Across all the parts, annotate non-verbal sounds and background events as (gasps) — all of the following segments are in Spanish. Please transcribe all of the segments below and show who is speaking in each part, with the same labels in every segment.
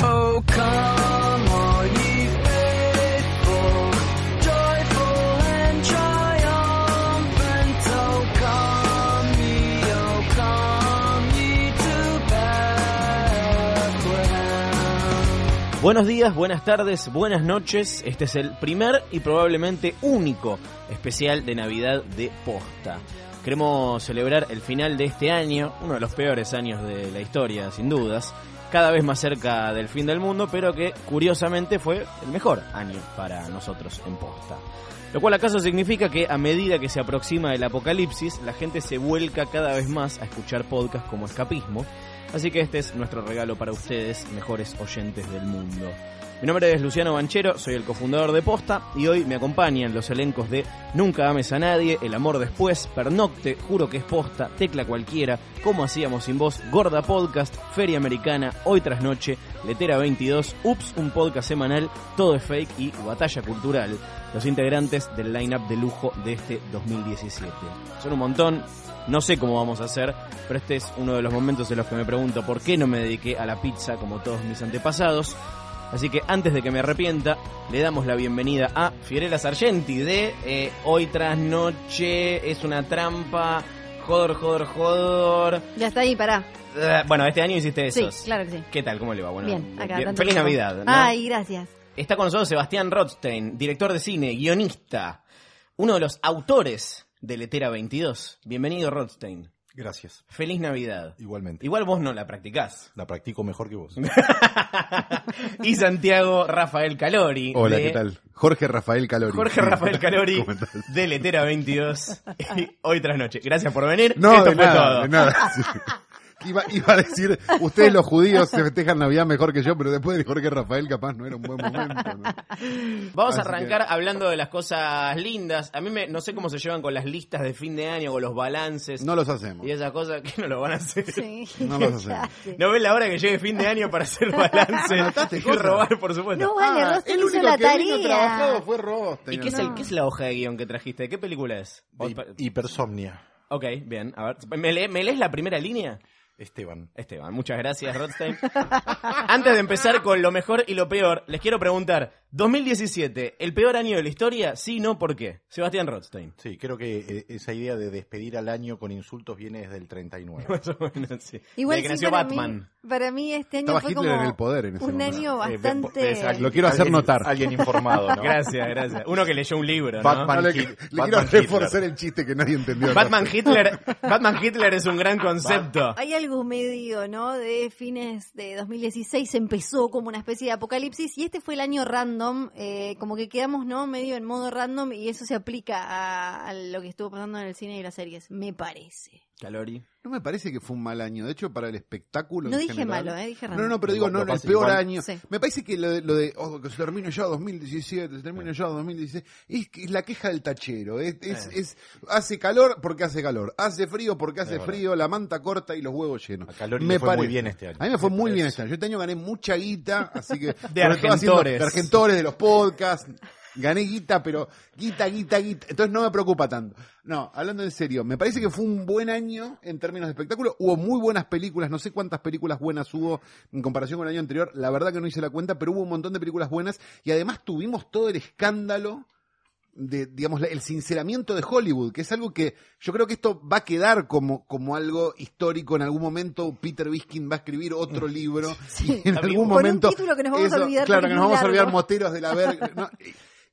Speaker 1: Oh, come all ye faithful, joyful and triumphant. Oh, come ye, oh, come ye to Bethlehem.
Speaker 2: Buenos días, buenas tardes, buenas noches. Este es el primer y probablemente único especial de Navidad de Posta. Queremos celebrar el final de este año, uno de los peores años de la historia, sin dudas, cada vez más cerca del fin del mundo, pero que curiosamente fue el mejor año para nosotros en Posta. Lo cual acaso significa que a medida que se aproxima el apocalipsis, la gente se vuelca cada vez más a escuchar podcasts como Escapismo, Así que este es nuestro regalo para ustedes, mejores oyentes del mundo. Mi nombre es Luciano Banchero, soy el cofundador de Posta y hoy me acompañan los elencos de Nunca ames a nadie, El amor después, Pernocte, Juro que es Posta, Tecla cualquiera, Cómo hacíamos sin vos, Gorda Podcast, Feria Americana, Hoy tras noche, Letera 22, Ups, un podcast semanal, Todo es fake y Batalla cultural, los integrantes del lineup de lujo de este 2017. Son un montón, no sé cómo vamos a hacer, pero este es uno de los momentos en los que me pregunto por qué no me dediqué a la pizza como todos mis antepasados. Así que antes de que me arrepienta, le damos la bienvenida a Fiorella Sargenti de eh, Hoy tras Noche es una trampa, jodor, jodor, jodor.
Speaker 3: Ya está ahí, pará.
Speaker 2: Eh, Bueno, este año hiciste esos.
Speaker 3: Sí, claro que sí.
Speaker 2: ¿Qué tal? ¿Cómo le va? Bueno,
Speaker 3: bien, acá.
Speaker 2: bien.
Speaker 3: tanto
Speaker 2: Feliz
Speaker 3: tiempo.
Speaker 2: Navidad. ¿no?
Speaker 3: Ay, gracias.
Speaker 2: Está con nosotros Sebastián Rothstein, director de cine, guionista, uno de los autores de Letera 22. Bienvenido, Rothstein.
Speaker 4: Gracias,
Speaker 2: Feliz Navidad.
Speaker 4: igualmente.
Speaker 2: Igual vos no la practicás.
Speaker 4: La practico mejor que vos.
Speaker 2: (laughs) Y Santiago Rafael Calori.
Speaker 5: Hola,
Speaker 2: de
Speaker 5: ¿qué tal? Jorge Rafael Calori.
Speaker 2: Jorge
Speaker 5: (laughs)
Speaker 2: Rafael Calori
Speaker 5: ¿Cómo estás?
Speaker 2: de Letera 22. (laughs) y Hoy tras noche. Gracias por venir.
Speaker 5: No,
Speaker 2: Esto
Speaker 5: de
Speaker 2: fue
Speaker 5: nada,
Speaker 2: todo.
Speaker 5: de nada. (laughs)
Speaker 2: (laughs)
Speaker 5: Sí. Iba, iba a decir, ustedes los judíos se festejan Navidad mejor que yo, pero después de Jorge Rafael capaz no era un buen momento. ¿no?
Speaker 2: Vamos a
Speaker 5: Así
Speaker 2: arrancar hablando de las cosas lindas. A mí me, no sé cómo se llevan con las listas de fin de año, con los balances
Speaker 5: No los hacemos.
Speaker 2: y esas cosas que no lo van a hacer.
Speaker 3: Sí.
Speaker 5: No los
Speaker 3: (laughs) ya
Speaker 5: hacemos.
Speaker 3: sé.
Speaker 2: No ves la hora que llegue fin de año para
Speaker 5: (laughs)
Speaker 2: hacer balance
Speaker 5: Anotaste
Speaker 2: y
Speaker 5: cosas.
Speaker 2: robar, por supuesto.
Speaker 3: No, vale,
Speaker 5: Ah,
Speaker 3: Rosten
Speaker 5: el
Speaker 3: hizo
Speaker 5: único
Speaker 3: la
Speaker 5: que vino trabajado
Speaker 3: tarea.
Speaker 5: fue Rosten.
Speaker 2: ¿Y qué es, el, qué es la hoja de guión que trajiste? ¿De qué película es? Vos pa-
Speaker 4: Hi- Hipersomnia,
Speaker 2: Ok, bien. A ver, ¿me, lee- me lees la primera línea?
Speaker 4: Esteban.
Speaker 2: Esteban, muchas gracias, Rothstein. (laughs) Antes de empezar con lo mejor y lo peor, les quiero preguntar: ¿2017, el peor año de la historia? Sí, no, ¿por qué? Sebastián Rothstein.
Speaker 4: Sí, creo que eh, esa idea de despedir al año con insultos viene desde el 39.
Speaker 2: (laughs) Más o menos, sí.
Speaker 3: Igual
Speaker 2: Desde
Speaker 3: sí,
Speaker 2: que nació
Speaker 3: para
Speaker 2: Batman.
Speaker 3: Mí, para mí este año
Speaker 5: Estaba
Speaker 3: fue
Speaker 5: Hitler
Speaker 3: como
Speaker 5: en el poder en ese
Speaker 3: un
Speaker 5: momento.
Speaker 3: año
Speaker 4: Eh, ve-
Speaker 3: bastante...
Speaker 4: ves, alguien-
Speaker 5: Lo quiero hacer
Speaker 4: alguien-
Speaker 5: notar.
Speaker 4: Alguien informado,
Speaker 2: (laughs)
Speaker 4: ¿no?
Speaker 2: Gracias, gracias. Uno que leyó un libro, ¿no?
Speaker 4: Batman.
Speaker 5: No, le,
Speaker 4: Hit-
Speaker 5: le quiero
Speaker 4: Batman Hitler.
Speaker 5: reforzar el chiste que nadie entendió.
Speaker 2: Batman Hitler, Batman Hitler es un gran concepto.
Speaker 3: Hay algo medio, ¿no? De fines de 2016 empezó como una especie de apocalipsis y este fue el año random, eh, como que quedamos, ¿no? Medio en modo random y eso se aplica a, a lo que estuvo pasando en el cine y las series, me parece.
Speaker 2: Calori.
Speaker 5: No me parece que fue un mal año. De hecho, para el espectáculo.
Speaker 3: No
Speaker 5: en
Speaker 3: dije
Speaker 5: general-
Speaker 3: malo, eh, dije
Speaker 5: No,
Speaker 3: random.
Speaker 5: no, no, pero digo,
Speaker 4: Igual,
Speaker 5: no, no, el
Speaker 4: capaz,
Speaker 5: peor
Speaker 4: igual-
Speaker 5: año.
Speaker 3: Sí.
Speaker 5: Me parece que lo de, lo de, oh, que se termino ya 2017, se termino ya 2016. Es, que es la queja del tachero. Es, es, es- hace calor porque hace calor. Hace frío porque hace
Speaker 4: Es verdad.
Speaker 5: frío. La manta corta y los huevos llenos.
Speaker 4: A Calori le fue muy bien este año.
Speaker 5: A mí me fue
Speaker 4: Me
Speaker 5: muy bien
Speaker 4: parece.
Speaker 5: este año. Yo este año gané mucha guita, así que.
Speaker 2: De
Speaker 5: sobre todo haciendo-
Speaker 2: argentores.
Speaker 5: De argentores, de los podcasts. Gané guita, pero guita, guita, guita. Entonces no me preocupa tanto. No, hablando en serio, me parece que fue un buen año en términos de espectáculo. Hubo muy buenas películas, no sé cuántas películas buenas hubo en comparación con el año anterior. La verdad que no hice la cuenta, pero hubo un montón de películas buenas. Y además tuvimos todo el escándalo de, digamos, la- el sinceramiento de Hollywood, que es algo que yo creo que esto va a quedar como, como algo histórico. En algún momento Peter Biskin va a escribir otro
Speaker 3: Mm. (laughs)
Speaker 5: libro y en
Speaker 2: Con
Speaker 5: algún
Speaker 2: un
Speaker 5: momento...
Speaker 3: título que nos vamos a olvidar
Speaker 5: Claro,
Speaker 3: porque
Speaker 5: que
Speaker 3: es
Speaker 5: nos
Speaker 3: muy (laughs)
Speaker 5: vamos a olvidar
Speaker 3: largo.
Speaker 5: moteros de la verga. ¿no?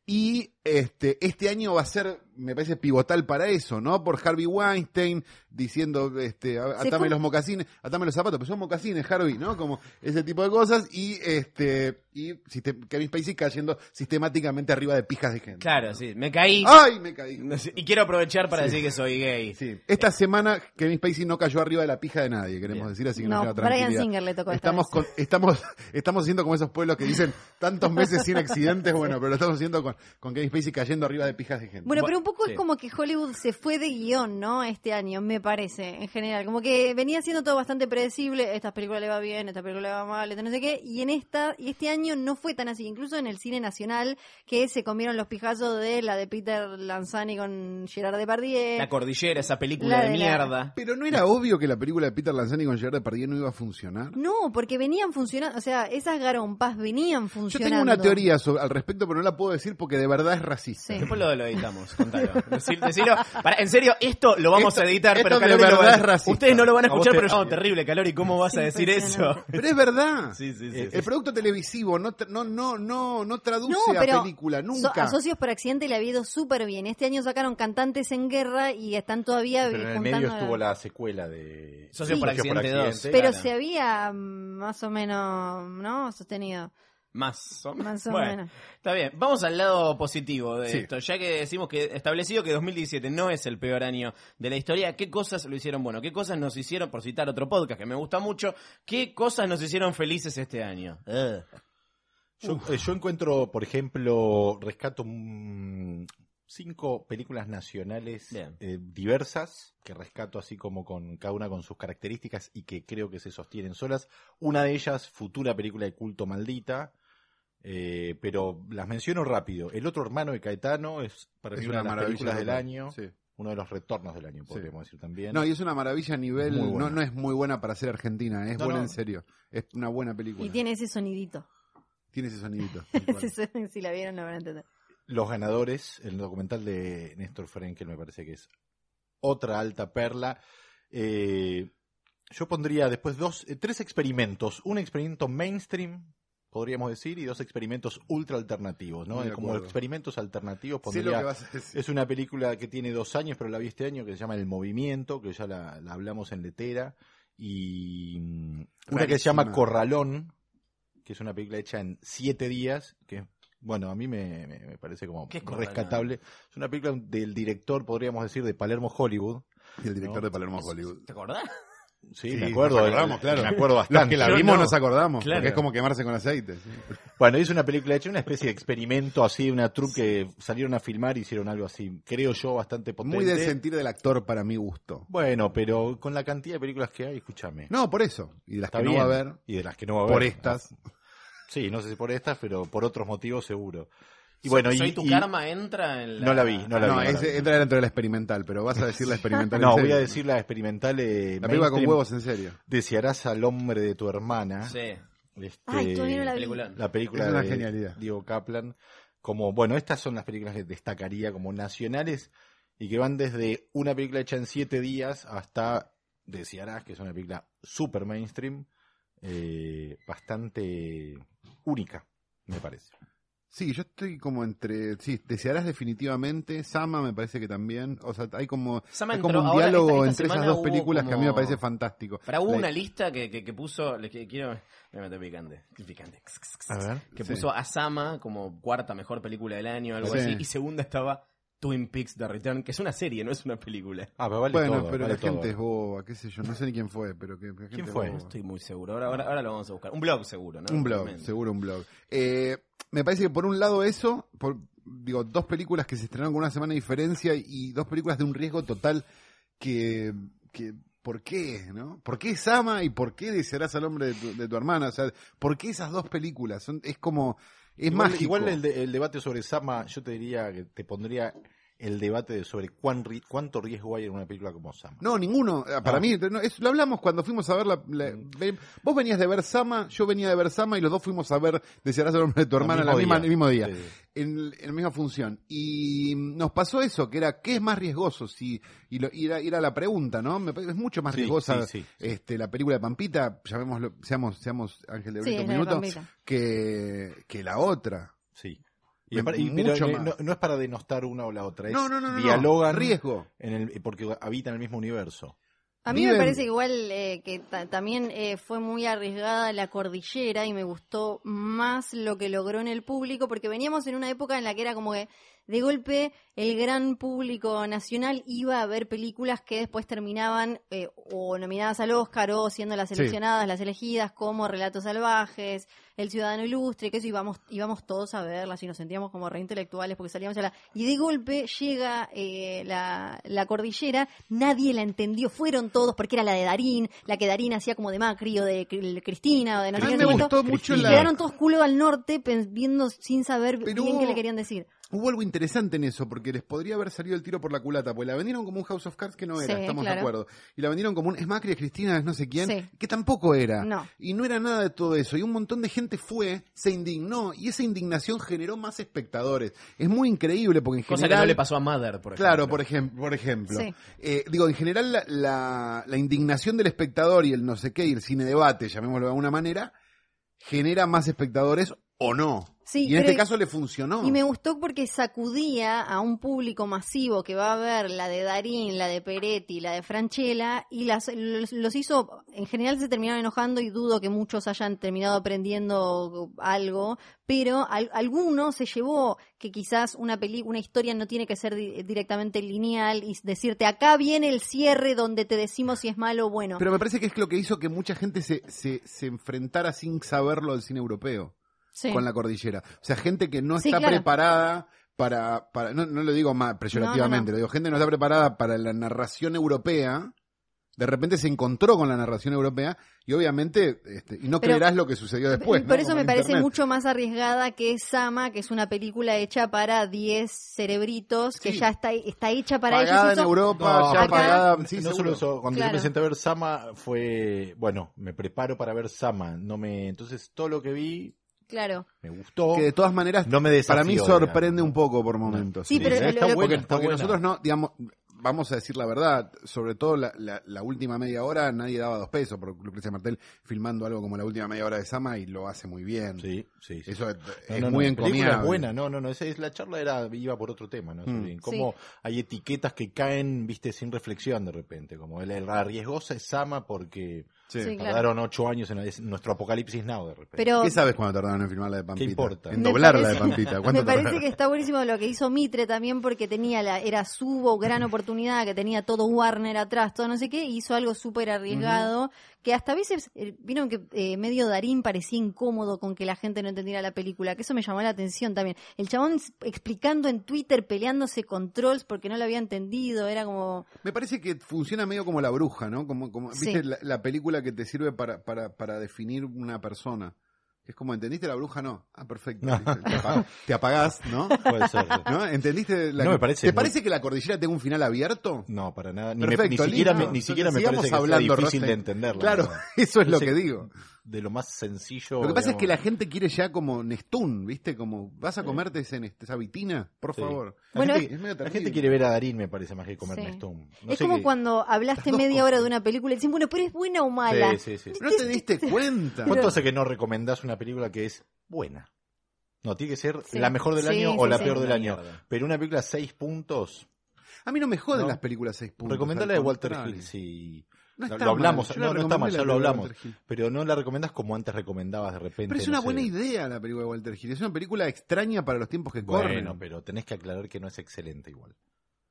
Speaker 5: Y este, este año va a ser me parece pivotal para eso, ¿no? Por Harvey Weinstein diciendo, este, a-
Speaker 3: Se
Speaker 5: atame
Speaker 3: fue-
Speaker 5: los mocasines, atame los zapatos, pero son mocasines, Harvey, ¿no? Como ese tipo de cosas y este y siste- Kevin Spacey cayendo sistemáticamente arriba de pijas de gente.
Speaker 2: Claro, sí. Me caí.
Speaker 5: Ay, me caí.
Speaker 2: No sé, Y quiero aprovechar para decir que soy gay.
Speaker 5: Sí. Esta semana Kevin Spacey no cayó arriba de la pija de nadie, queremos
Speaker 2: Bien.
Speaker 5: decir, así que nos
Speaker 3: No,
Speaker 5: queda
Speaker 3: Brian
Speaker 5: tranquilidad.
Speaker 3: Singer le tocó esta
Speaker 5: estamos,
Speaker 3: vez.
Speaker 5: con- estamos, estamos haciendo como esos pueblos que dicen tantos meses sin
Speaker 3: (laughs)
Speaker 5: accidentes, bueno, pero lo estamos haciendo con, con Kevin Spacey cayendo arriba de pijas de gente.
Speaker 3: Bueno,
Speaker 2: Bu-
Speaker 3: pero un poco
Speaker 2: sí.
Speaker 3: es como que Hollywood se fue de guión, ¿no? Este año, me parece, en general. Como que venía siendo todo bastante predecible. Esta película le va bien, esta película le va mal, esta no sé qué. Y en esta, y este año no fue tan así. Incluso en el cine nacional, que se comieron los pijazos de la de Peter Lanzani con Gerard Depardieu.
Speaker 2: La cordillera, esa película
Speaker 3: La
Speaker 2: de
Speaker 3: de la-
Speaker 2: mierda.
Speaker 5: Pero no era obvio que la película de Peter Lanzani con Gerard Depardieu no iba a funcionar.
Speaker 3: No, porque venían funcionando, o sea, esas garompas venían
Speaker 5: Yo
Speaker 3: funcionando.
Speaker 5: tengo una teoría sobre- al respecto, pero no la puedo decir porque de verdad es racista.
Speaker 3: Sí.
Speaker 2: Después lo, lo editamos, contalo. Decí- decilo. Pará, en serio, esto lo vamos
Speaker 5: Esto-
Speaker 2: a editar,
Speaker 5: esto
Speaker 2: pero
Speaker 5: de
Speaker 2: Calori lo
Speaker 5: verdad
Speaker 2: va a-
Speaker 5: es racista.
Speaker 2: Ustedes no lo van a
Speaker 5: A vos
Speaker 2: escuchar,
Speaker 5: te-
Speaker 2: pero no, terrible, Calori, ¿cómo vas a
Speaker 3: Es
Speaker 2: decir eso?
Speaker 3: impresionante.
Speaker 5: Pero es verdad.
Speaker 2: Sí, sí, sí.
Speaker 5: Eh, El producto televisivo no, tra- no, no, no, no traduce
Speaker 3: No,
Speaker 5: a
Speaker 3: pero
Speaker 5: película,
Speaker 3: so-
Speaker 5: nunca.
Speaker 3: a Socios por Accidente le ha ido súper bien. Este año sacaron Cantantes en Guerra y están todavía
Speaker 4: Pero en el
Speaker 3: juntando
Speaker 4: medio
Speaker 3: la-
Speaker 4: estuvo la secuela de
Speaker 2: Socios por Accidente dos.
Speaker 3: Pero
Speaker 2: Claro.
Speaker 3: se había mm, más o menos, ¿no? Sostenido.
Speaker 2: Más o menos.
Speaker 3: Más o
Speaker 2: Bueno,
Speaker 3: menos.
Speaker 2: Está bien, vamos al lado positivo de
Speaker 5: Sí.
Speaker 2: esto. Ya que decimos que establecido que 2017 no es el peor año de la historia, ¿qué cosas lo hicieron bueno? ¿Qué cosas nos hicieron, por citar otro podcast que me gusta mucho, qué cosas nos hicieron felices este año? Ugh.
Speaker 4: Eh. Yo, eh, yo encuentro, por ejemplo, rescato mm, cinco películas nacionales
Speaker 2: Bien.
Speaker 4: eh, diversas que rescato así como con cada una con sus características y que creo que se sostienen solas. Una de ellas, futura película de culto maldita. eh, pero las menciono rápido. El otro hermano de Caetano es para
Speaker 5: Es
Speaker 4: mí una, de las películas del
Speaker 5: total.
Speaker 4: año,
Speaker 5: Sí.
Speaker 4: uno de los retornos del año, podríamos decir también.
Speaker 5: No, y
Speaker 4: (laughs)
Speaker 5: es una maravilla a nivel.
Speaker 4: Muy
Speaker 5: No,
Speaker 4: buena.
Speaker 5: no es muy buena para ser argentina, ¿eh? es
Speaker 4: No,
Speaker 5: buena
Speaker 4: no.
Speaker 5: en serio. Es una buena película.
Speaker 3: Y tiene ese sonidito.
Speaker 5: Tiene ese sonidito.
Speaker 3: (laughs)
Speaker 5: tal cual.
Speaker 3: Ese son- si la vieron, la van a entender.
Speaker 4: Los ganadores, el documental de Néstor Frenkel me parece que es otra alta perla. Eh, yo pondría después dos, eh, tres experimentos. Un experimento mainstream, podríamos decir, y dos experimentos ultra alternativos, ¿no?
Speaker 5: Muy de
Speaker 4: Como
Speaker 5: acuerdo.
Speaker 4: experimentos alternativos
Speaker 5: Sé lo que
Speaker 4: pondría...
Speaker 5: vas a decir.
Speaker 4: Es una película que tiene dos años, pero la vi este año, que se llama El Movimiento, que ya la, la hablamos en Letera. Y mm, una que se llama
Speaker 5: Rarísima.
Speaker 4: Corralón, que es una película hecha en siete días, que bueno, a mí me, me- me parece como
Speaker 2: ¿Qué es Corralón?
Speaker 4: rescatable. Es una película del director, podríamos decir, de Palermo Hollywood.
Speaker 5: Y el director
Speaker 4: No.
Speaker 5: de Palermo Hollywood.
Speaker 2: ¿Te acordás? (laughs)
Speaker 4: Sí,
Speaker 5: Sí,
Speaker 4: me acuerdo.
Speaker 5: nos acordamos,
Speaker 4: eh,
Speaker 5: claro.
Speaker 4: Me acuerdo
Speaker 5: Los
Speaker 4: bastante.
Speaker 5: que la
Speaker 2: Yo
Speaker 5: vimos
Speaker 2: no.
Speaker 5: nos acordamos,
Speaker 2: Claro.
Speaker 5: porque es como quemarse con aceite. sí.
Speaker 4: Bueno, hizo una película hecha, una especie de experimento así, una troupe que salieron a filmar y hicieron algo así, creo yo, bastante potente.
Speaker 5: Muy del sentir del actor para mi gusto.
Speaker 4: Bueno, pero con la cantidad de películas que hay, escúchame.
Speaker 5: No, por eso. Y de las
Speaker 4: Está
Speaker 5: que no
Speaker 4: bien.
Speaker 5: va a haber,
Speaker 4: Y de las que no va a haber. Ah.
Speaker 5: por estas.
Speaker 4: Sí, no sé si por estas, pero por otros motivos seguro. Y bueno, y,
Speaker 2: ¿Soy tu
Speaker 4: y-
Speaker 2: karma? ¿Entra en la...?
Speaker 4: No la vi, no la
Speaker 5: Ah, No,
Speaker 4: vi.
Speaker 5: ese
Speaker 4: vi.
Speaker 5: entra dentro de la experimental, pero vas a decir la experimental. en
Speaker 4: No, voy
Speaker 5: serio.
Speaker 4: a decir la experimental eh,
Speaker 5: La película con
Speaker 4: mainstream,
Speaker 5: huevos en serio.
Speaker 4: Desearás al hombre de tu hermana.
Speaker 2: Sí.
Speaker 4: Este,
Speaker 3: Ay, todavía no la vi.
Speaker 2: Peliculón.
Speaker 4: la película
Speaker 5: Es una
Speaker 4: de
Speaker 5: genialidad.
Speaker 4: Diego Kaplan. Como, bueno, estas son las películas que destacaría como nacionales y que van desde una película hecha en siete días hasta Desearás, que es una película super mainstream, eh, bastante única, me parece.
Speaker 5: Sí, yo estoy como entre. Sí, desearás definitivamente. Sama me parece que también. O sea, hay como,
Speaker 2: Sama
Speaker 5: hay
Speaker 2: entró-
Speaker 5: como un
Speaker 2: ahora
Speaker 5: diálogo
Speaker 2: esta- esta
Speaker 5: entre esas
Speaker 2: semana
Speaker 5: dos
Speaker 2: hubo
Speaker 5: películas que a mí me
Speaker 2: como-
Speaker 5: parece fantástico.
Speaker 2: Para hubo
Speaker 5: La-
Speaker 2: una lista que, que, que puso... le- que quiero... Me meto picante. Picante.
Speaker 4: A ver.
Speaker 2: que
Speaker 5: Sí.
Speaker 2: puso a Sama como cuarta mejor película del año, algo
Speaker 5: Sí.
Speaker 2: así, y segunda estaba Twin Peaks The Return, que es una serie, no es una película.
Speaker 4: Ah, pero vale
Speaker 5: bueno,
Speaker 4: todo,
Speaker 5: pero
Speaker 4: vale
Speaker 5: la gente
Speaker 4: todo.
Speaker 5: es boba, qué sé yo. No sé ni quién fue, pero que, que gente
Speaker 4: ¿Quién fue?
Speaker 5: boba.
Speaker 2: No estoy muy seguro, ahora, ahora, ahora lo vamos a buscar. Un blog seguro, ¿no?
Speaker 5: Un blog,
Speaker 2: Obviamente.
Speaker 5: seguro un blog. Eh, me parece que por un lado eso, por, digo, dos películas que se estrenaron con una semana de diferencia y dos películas de un riesgo total que, que ¿por qué? ¿no? ¿Por qué Sama y por qué desearás al hombre de tu, de tu hermana? O sea, ¿por qué esas dos películas? Son, es como, es
Speaker 4: igual,
Speaker 5: mágico.
Speaker 4: igual el, de- el debate sobre Sama, yo te diría que te pondría el debate de sobre cuán ri- cuánto riesgo hay en una película como Sama.
Speaker 5: No, ninguno. Eh, Para
Speaker 4: Ah. Mm.
Speaker 5: mí, no, es- lo hablamos cuando fuimos a ver la, la- ve- Vos venías de ver Sama, yo venía de ver Sama y los dos fuimos a ver Desearás al hombre de tu
Speaker 4: Al
Speaker 5: hermana
Speaker 4: mismo
Speaker 5: la misma-
Speaker 4: día.
Speaker 5: el mismo día.
Speaker 4: Sí.
Speaker 5: en, el- en la misma función. Y mm, nos pasó eso, que era, ¿qué es más riesgoso? Si, y, lo, y era, y era la pregunta, ¿no? Me parece- es mucho más
Speaker 4: Sí,
Speaker 5: riesgosa
Speaker 4: sí, sí, sí.
Speaker 5: este, la película de Pampita, llamémoslo, seamos, seamos Ángel de
Speaker 3: Sí,
Speaker 5: Brito
Speaker 3: es
Speaker 5: un
Speaker 3: la de
Speaker 5: minuto,
Speaker 3: Pampita.
Speaker 5: que, que la otra.
Speaker 4: Sí. Y Y aparte- y- pero,
Speaker 5: mucho
Speaker 4: eh,
Speaker 5: más.
Speaker 4: no, no es para denostar una o la otra, es
Speaker 5: No, no, no, no, no.
Speaker 4: dialogan
Speaker 5: Riesgo.
Speaker 4: en el, porque habitan el mismo universo.
Speaker 3: A mí
Speaker 5: Viven-
Speaker 3: me parece que igual eh, que ta- también eh, fue muy arriesgada la cordillera y me gustó más lo que logró en el público porque veníamos en una época en la que era como que de golpe el gran público nacional iba a ver películas que después terminaban eh, o nominadas al Oscar o siendo las seleccionadas, las elegidas como Relatos Salvajes, El Ciudadano Ilustre, que eso íbamos, íbamos todos a verlas y nos sentíamos como reintelectuales porque salíamos a la... Y de golpe llega eh, la, la cordillera, nadie la entendió, fueron todos porque era la de Darín, la que Darín hacía como de Macri o de Cri- Cristina o de no sé
Speaker 5: A mí
Speaker 3: qué,
Speaker 5: me
Speaker 3: no sé cuánto,
Speaker 5: gustó mucho
Speaker 3: y
Speaker 5: la...
Speaker 3: quedaron todos culo al norte pens- viendo sin saber
Speaker 5: Pero
Speaker 3: bien
Speaker 5: hubo-
Speaker 3: qué le querían decir.
Speaker 5: Hubo algo interesante en eso, porque les podría haber salido el tiro por la culata, porque la vendieron como un House of Cards que no era,
Speaker 3: Sí,
Speaker 5: estamos de
Speaker 3: claro.
Speaker 5: acuerdo. Y la vendieron como un es Macri, es Cristina, es no sé quién,
Speaker 3: Sí.
Speaker 5: que tampoco era.
Speaker 3: No.
Speaker 5: Y no era nada de todo eso. Y un montón de gente fue, se indignó, y esa indignación generó más espectadores. Es muy increíble, porque en
Speaker 2: Cosa
Speaker 5: general...
Speaker 2: que no le pasó a Mother, por ejemplo.
Speaker 5: Claro, por ejemplo, por ejemplo.
Speaker 3: Sí.
Speaker 5: Eh, digo, en general la, la- la indignación del espectador y el no sé qué, y el cine debate, llamémoslo de alguna manera, genera más espectadores o no.
Speaker 3: Sí,
Speaker 5: y en
Speaker 3: pero-
Speaker 5: este caso le funcionó.
Speaker 3: Y me gustó porque sacudía a un público masivo que va a ver la de Darín, la de Peretti, la de Franchella, y las, los, los hizo, en general se terminaron enojando y dudo que muchos hayan terminado aprendiendo algo, pero al- alguno se llevó que quizás una peli, una historia no tiene que ser di- directamente lineal y decirte acá viene el cierre donde te decimos si es malo o bueno.
Speaker 5: Pero me parece que es lo que hizo que mucha gente se, se, se enfrentara sin saberlo al cine europeo
Speaker 3: Sí.
Speaker 5: con la cordillera. O sea, gente que no
Speaker 3: Sí,
Speaker 5: está
Speaker 3: claro.
Speaker 5: preparada para, para no, no lo digo más peyorativamente,
Speaker 3: No, no, no.
Speaker 5: lo digo, gente que no está preparada para la narración europea. De repente se encontró con la narración europea y obviamente, este, y no
Speaker 3: Pero-
Speaker 5: creerás lo que sucedió después. ¿no?
Speaker 3: Por eso
Speaker 5: Como
Speaker 3: me
Speaker 5: en
Speaker 3: parece
Speaker 5: Internet.
Speaker 3: mucho más arriesgada que Sama, que es una película hecha para 10 cerebritos, que
Speaker 5: Sí.
Speaker 3: ya está, está hecha para
Speaker 5: Pagada
Speaker 3: ellos.
Speaker 5: en
Speaker 3: Eso-
Speaker 5: Europa,
Speaker 4: No,
Speaker 5: ya
Speaker 3: acá-
Speaker 5: pagada.
Speaker 4: No
Speaker 5: Sí,
Speaker 4: solo
Speaker 5: seguro.
Speaker 4: eso, cuando yo
Speaker 3: Claro.
Speaker 4: me senté a ver Sama fue, bueno, me preparo para ver Sama, no me, entonces todo lo que vi
Speaker 3: Claro.
Speaker 4: me gustó.
Speaker 5: Que de todas maneras,
Speaker 4: No me
Speaker 5: para
Speaker 4: desafió,
Speaker 5: mí
Speaker 4: digamos.
Speaker 5: sorprende un poco por momentos.
Speaker 3: Sí, pero
Speaker 4: está
Speaker 3: lo- lo-
Speaker 4: buena,
Speaker 5: porque,
Speaker 4: está
Speaker 5: porque
Speaker 4: buena.
Speaker 5: nosotros no, digamos, vamos a decir la verdad, sobre todo la, la- la última media hora nadie daba dos pesos por Lucrecia Martel filmando algo como la última media hora de Sama y lo hace muy bien.
Speaker 4: Sí, sí, sí.
Speaker 5: Eso es,
Speaker 4: No,
Speaker 5: es
Speaker 4: no, no,
Speaker 5: muy
Speaker 4: la película
Speaker 5: encomiable. Mm.
Speaker 4: es buena, no, no, no, esa es, la charla era iba por otro tema, ¿no? Sobre Cómo hay etiquetas que caen, viste, sin reflexión de repente, como la, la riesgosa es Sama porque
Speaker 5: Sí.
Speaker 3: Sí, claro.
Speaker 4: tardaron ocho años en es nuestro apocalipsis now de repente.
Speaker 3: Pero
Speaker 5: ¿Qué sabes cuando tardaron en filmar la de Pampita?
Speaker 4: importa?
Speaker 5: En
Speaker 3: Me
Speaker 5: doblar la de
Speaker 3: parece-
Speaker 5: Pampita. ¿Cuánto
Speaker 3: me parece
Speaker 5: tardaron?
Speaker 3: que está buenísimo lo que hizo Mitre también, porque tenía la, era su gran oportunidad, que tenía todo Warner atrás, todo no sé qué, y hizo algo súper arriesgado, que hasta a veces eh, vieron que eh, medio Darín parecía incómodo con que la gente no entendiera la película, que eso me llamó la atención también. El chabón s- explicando en Twitter, peleándose con trolls porque no lo había entendido, era como...
Speaker 5: Me parece que funciona medio como la bruja, ¿no? Como, como
Speaker 3: Sí.
Speaker 5: viste la, la película que te sirve para, para, para definir una persona. Es como, ¿entendiste la bruja? No. Ah, perfecto. Te, apa- te apagás, ¿no?
Speaker 4: (laughs) Puede ser.
Speaker 5: ¿No? ¿Entendiste? La...
Speaker 4: No, me parece
Speaker 5: ¿Te
Speaker 4: muy-
Speaker 5: parece que la cordillera tenga un final abierto?
Speaker 4: No, para nada. (laughs) Ni, me-
Speaker 5: Perfecto,
Speaker 4: ni siquiera,
Speaker 5: listo.
Speaker 4: me, ni siquiera me
Speaker 5: Sigamos
Speaker 4: parece que sea
Speaker 5: hablando,
Speaker 4: difícil
Speaker 5: Rothstein.
Speaker 4: de entenderla.
Speaker 5: Claro,
Speaker 4: ¿no?
Speaker 5: (laughs) eso es lo que
Speaker 4: Parece
Speaker 5: digo.
Speaker 4: De lo más sencillo.
Speaker 5: Lo que pasa es que la
Speaker 4: digamos.
Speaker 5: gente quiere ya como Nestún, ¿viste? Como, ¿vas a comerte ese, nest- esa vitina? Por
Speaker 4: Sí.
Speaker 5: favor.
Speaker 4: La,
Speaker 3: Bueno,
Speaker 4: gente,
Speaker 5: es medio
Speaker 4: la
Speaker 5: terrible.
Speaker 4: gente quiere ver a Darín, me parece, más que comer
Speaker 3: Sí.
Speaker 4: Nestum.
Speaker 3: es como cuando hablaste media hora de una película y dicen, bueno, pero es buena o mala.
Speaker 4: Sí, sí, sí.
Speaker 5: No te diste cuenta.
Speaker 4: ¿Cuánto hace que no recomendás una película que es buena? No, tiene que ser
Speaker 3: Sí.
Speaker 4: la mejor del
Speaker 3: Sí,
Speaker 4: año
Speaker 3: sí,
Speaker 4: o la
Speaker 3: sí.
Speaker 4: peor del
Speaker 2: Una
Speaker 4: año.
Speaker 2: mierda.
Speaker 4: Pero una película seis puntos,
Speaker 5: A mí no me joden
Speaker 4: No.
Speaker 5: las películas seis puntos.
Speaker 4: recomendala
Speaker 5: al
Speaker 4: de Walter
Speaker 5: contrario.
Speaker 4: Hill, sí.
Speaker 5: No
Speaker 4: Lo-
Speaker 5: está
Speaker 4: lo
Speaker 5: mal.
Speaker 4: hablamos,
Speaker 5: Yo
Speaker 4: no,
Speaker 5: la
Speaker 4: no está
Speaker 5: recomendé
Speaker 4: mal, ya
Speaker 5: la película
Speaker 4: lo
Speaker 5: de
Speaker 4: hablamos.
Speaker 5: Walter Hill.
Speaker 4: Pero no la recomendás como antes recomendabas de repente.
Speaker 5: Pero es una
Speaker 4: no sé.
Speaker 5: buena idea la película de Walter Hill. Es una película extraña para los tiempos que
Speaker 4: Bueno,
Speaker 5: corren.
Speaker 4: pero tenés que aclarar que no es excelente igual.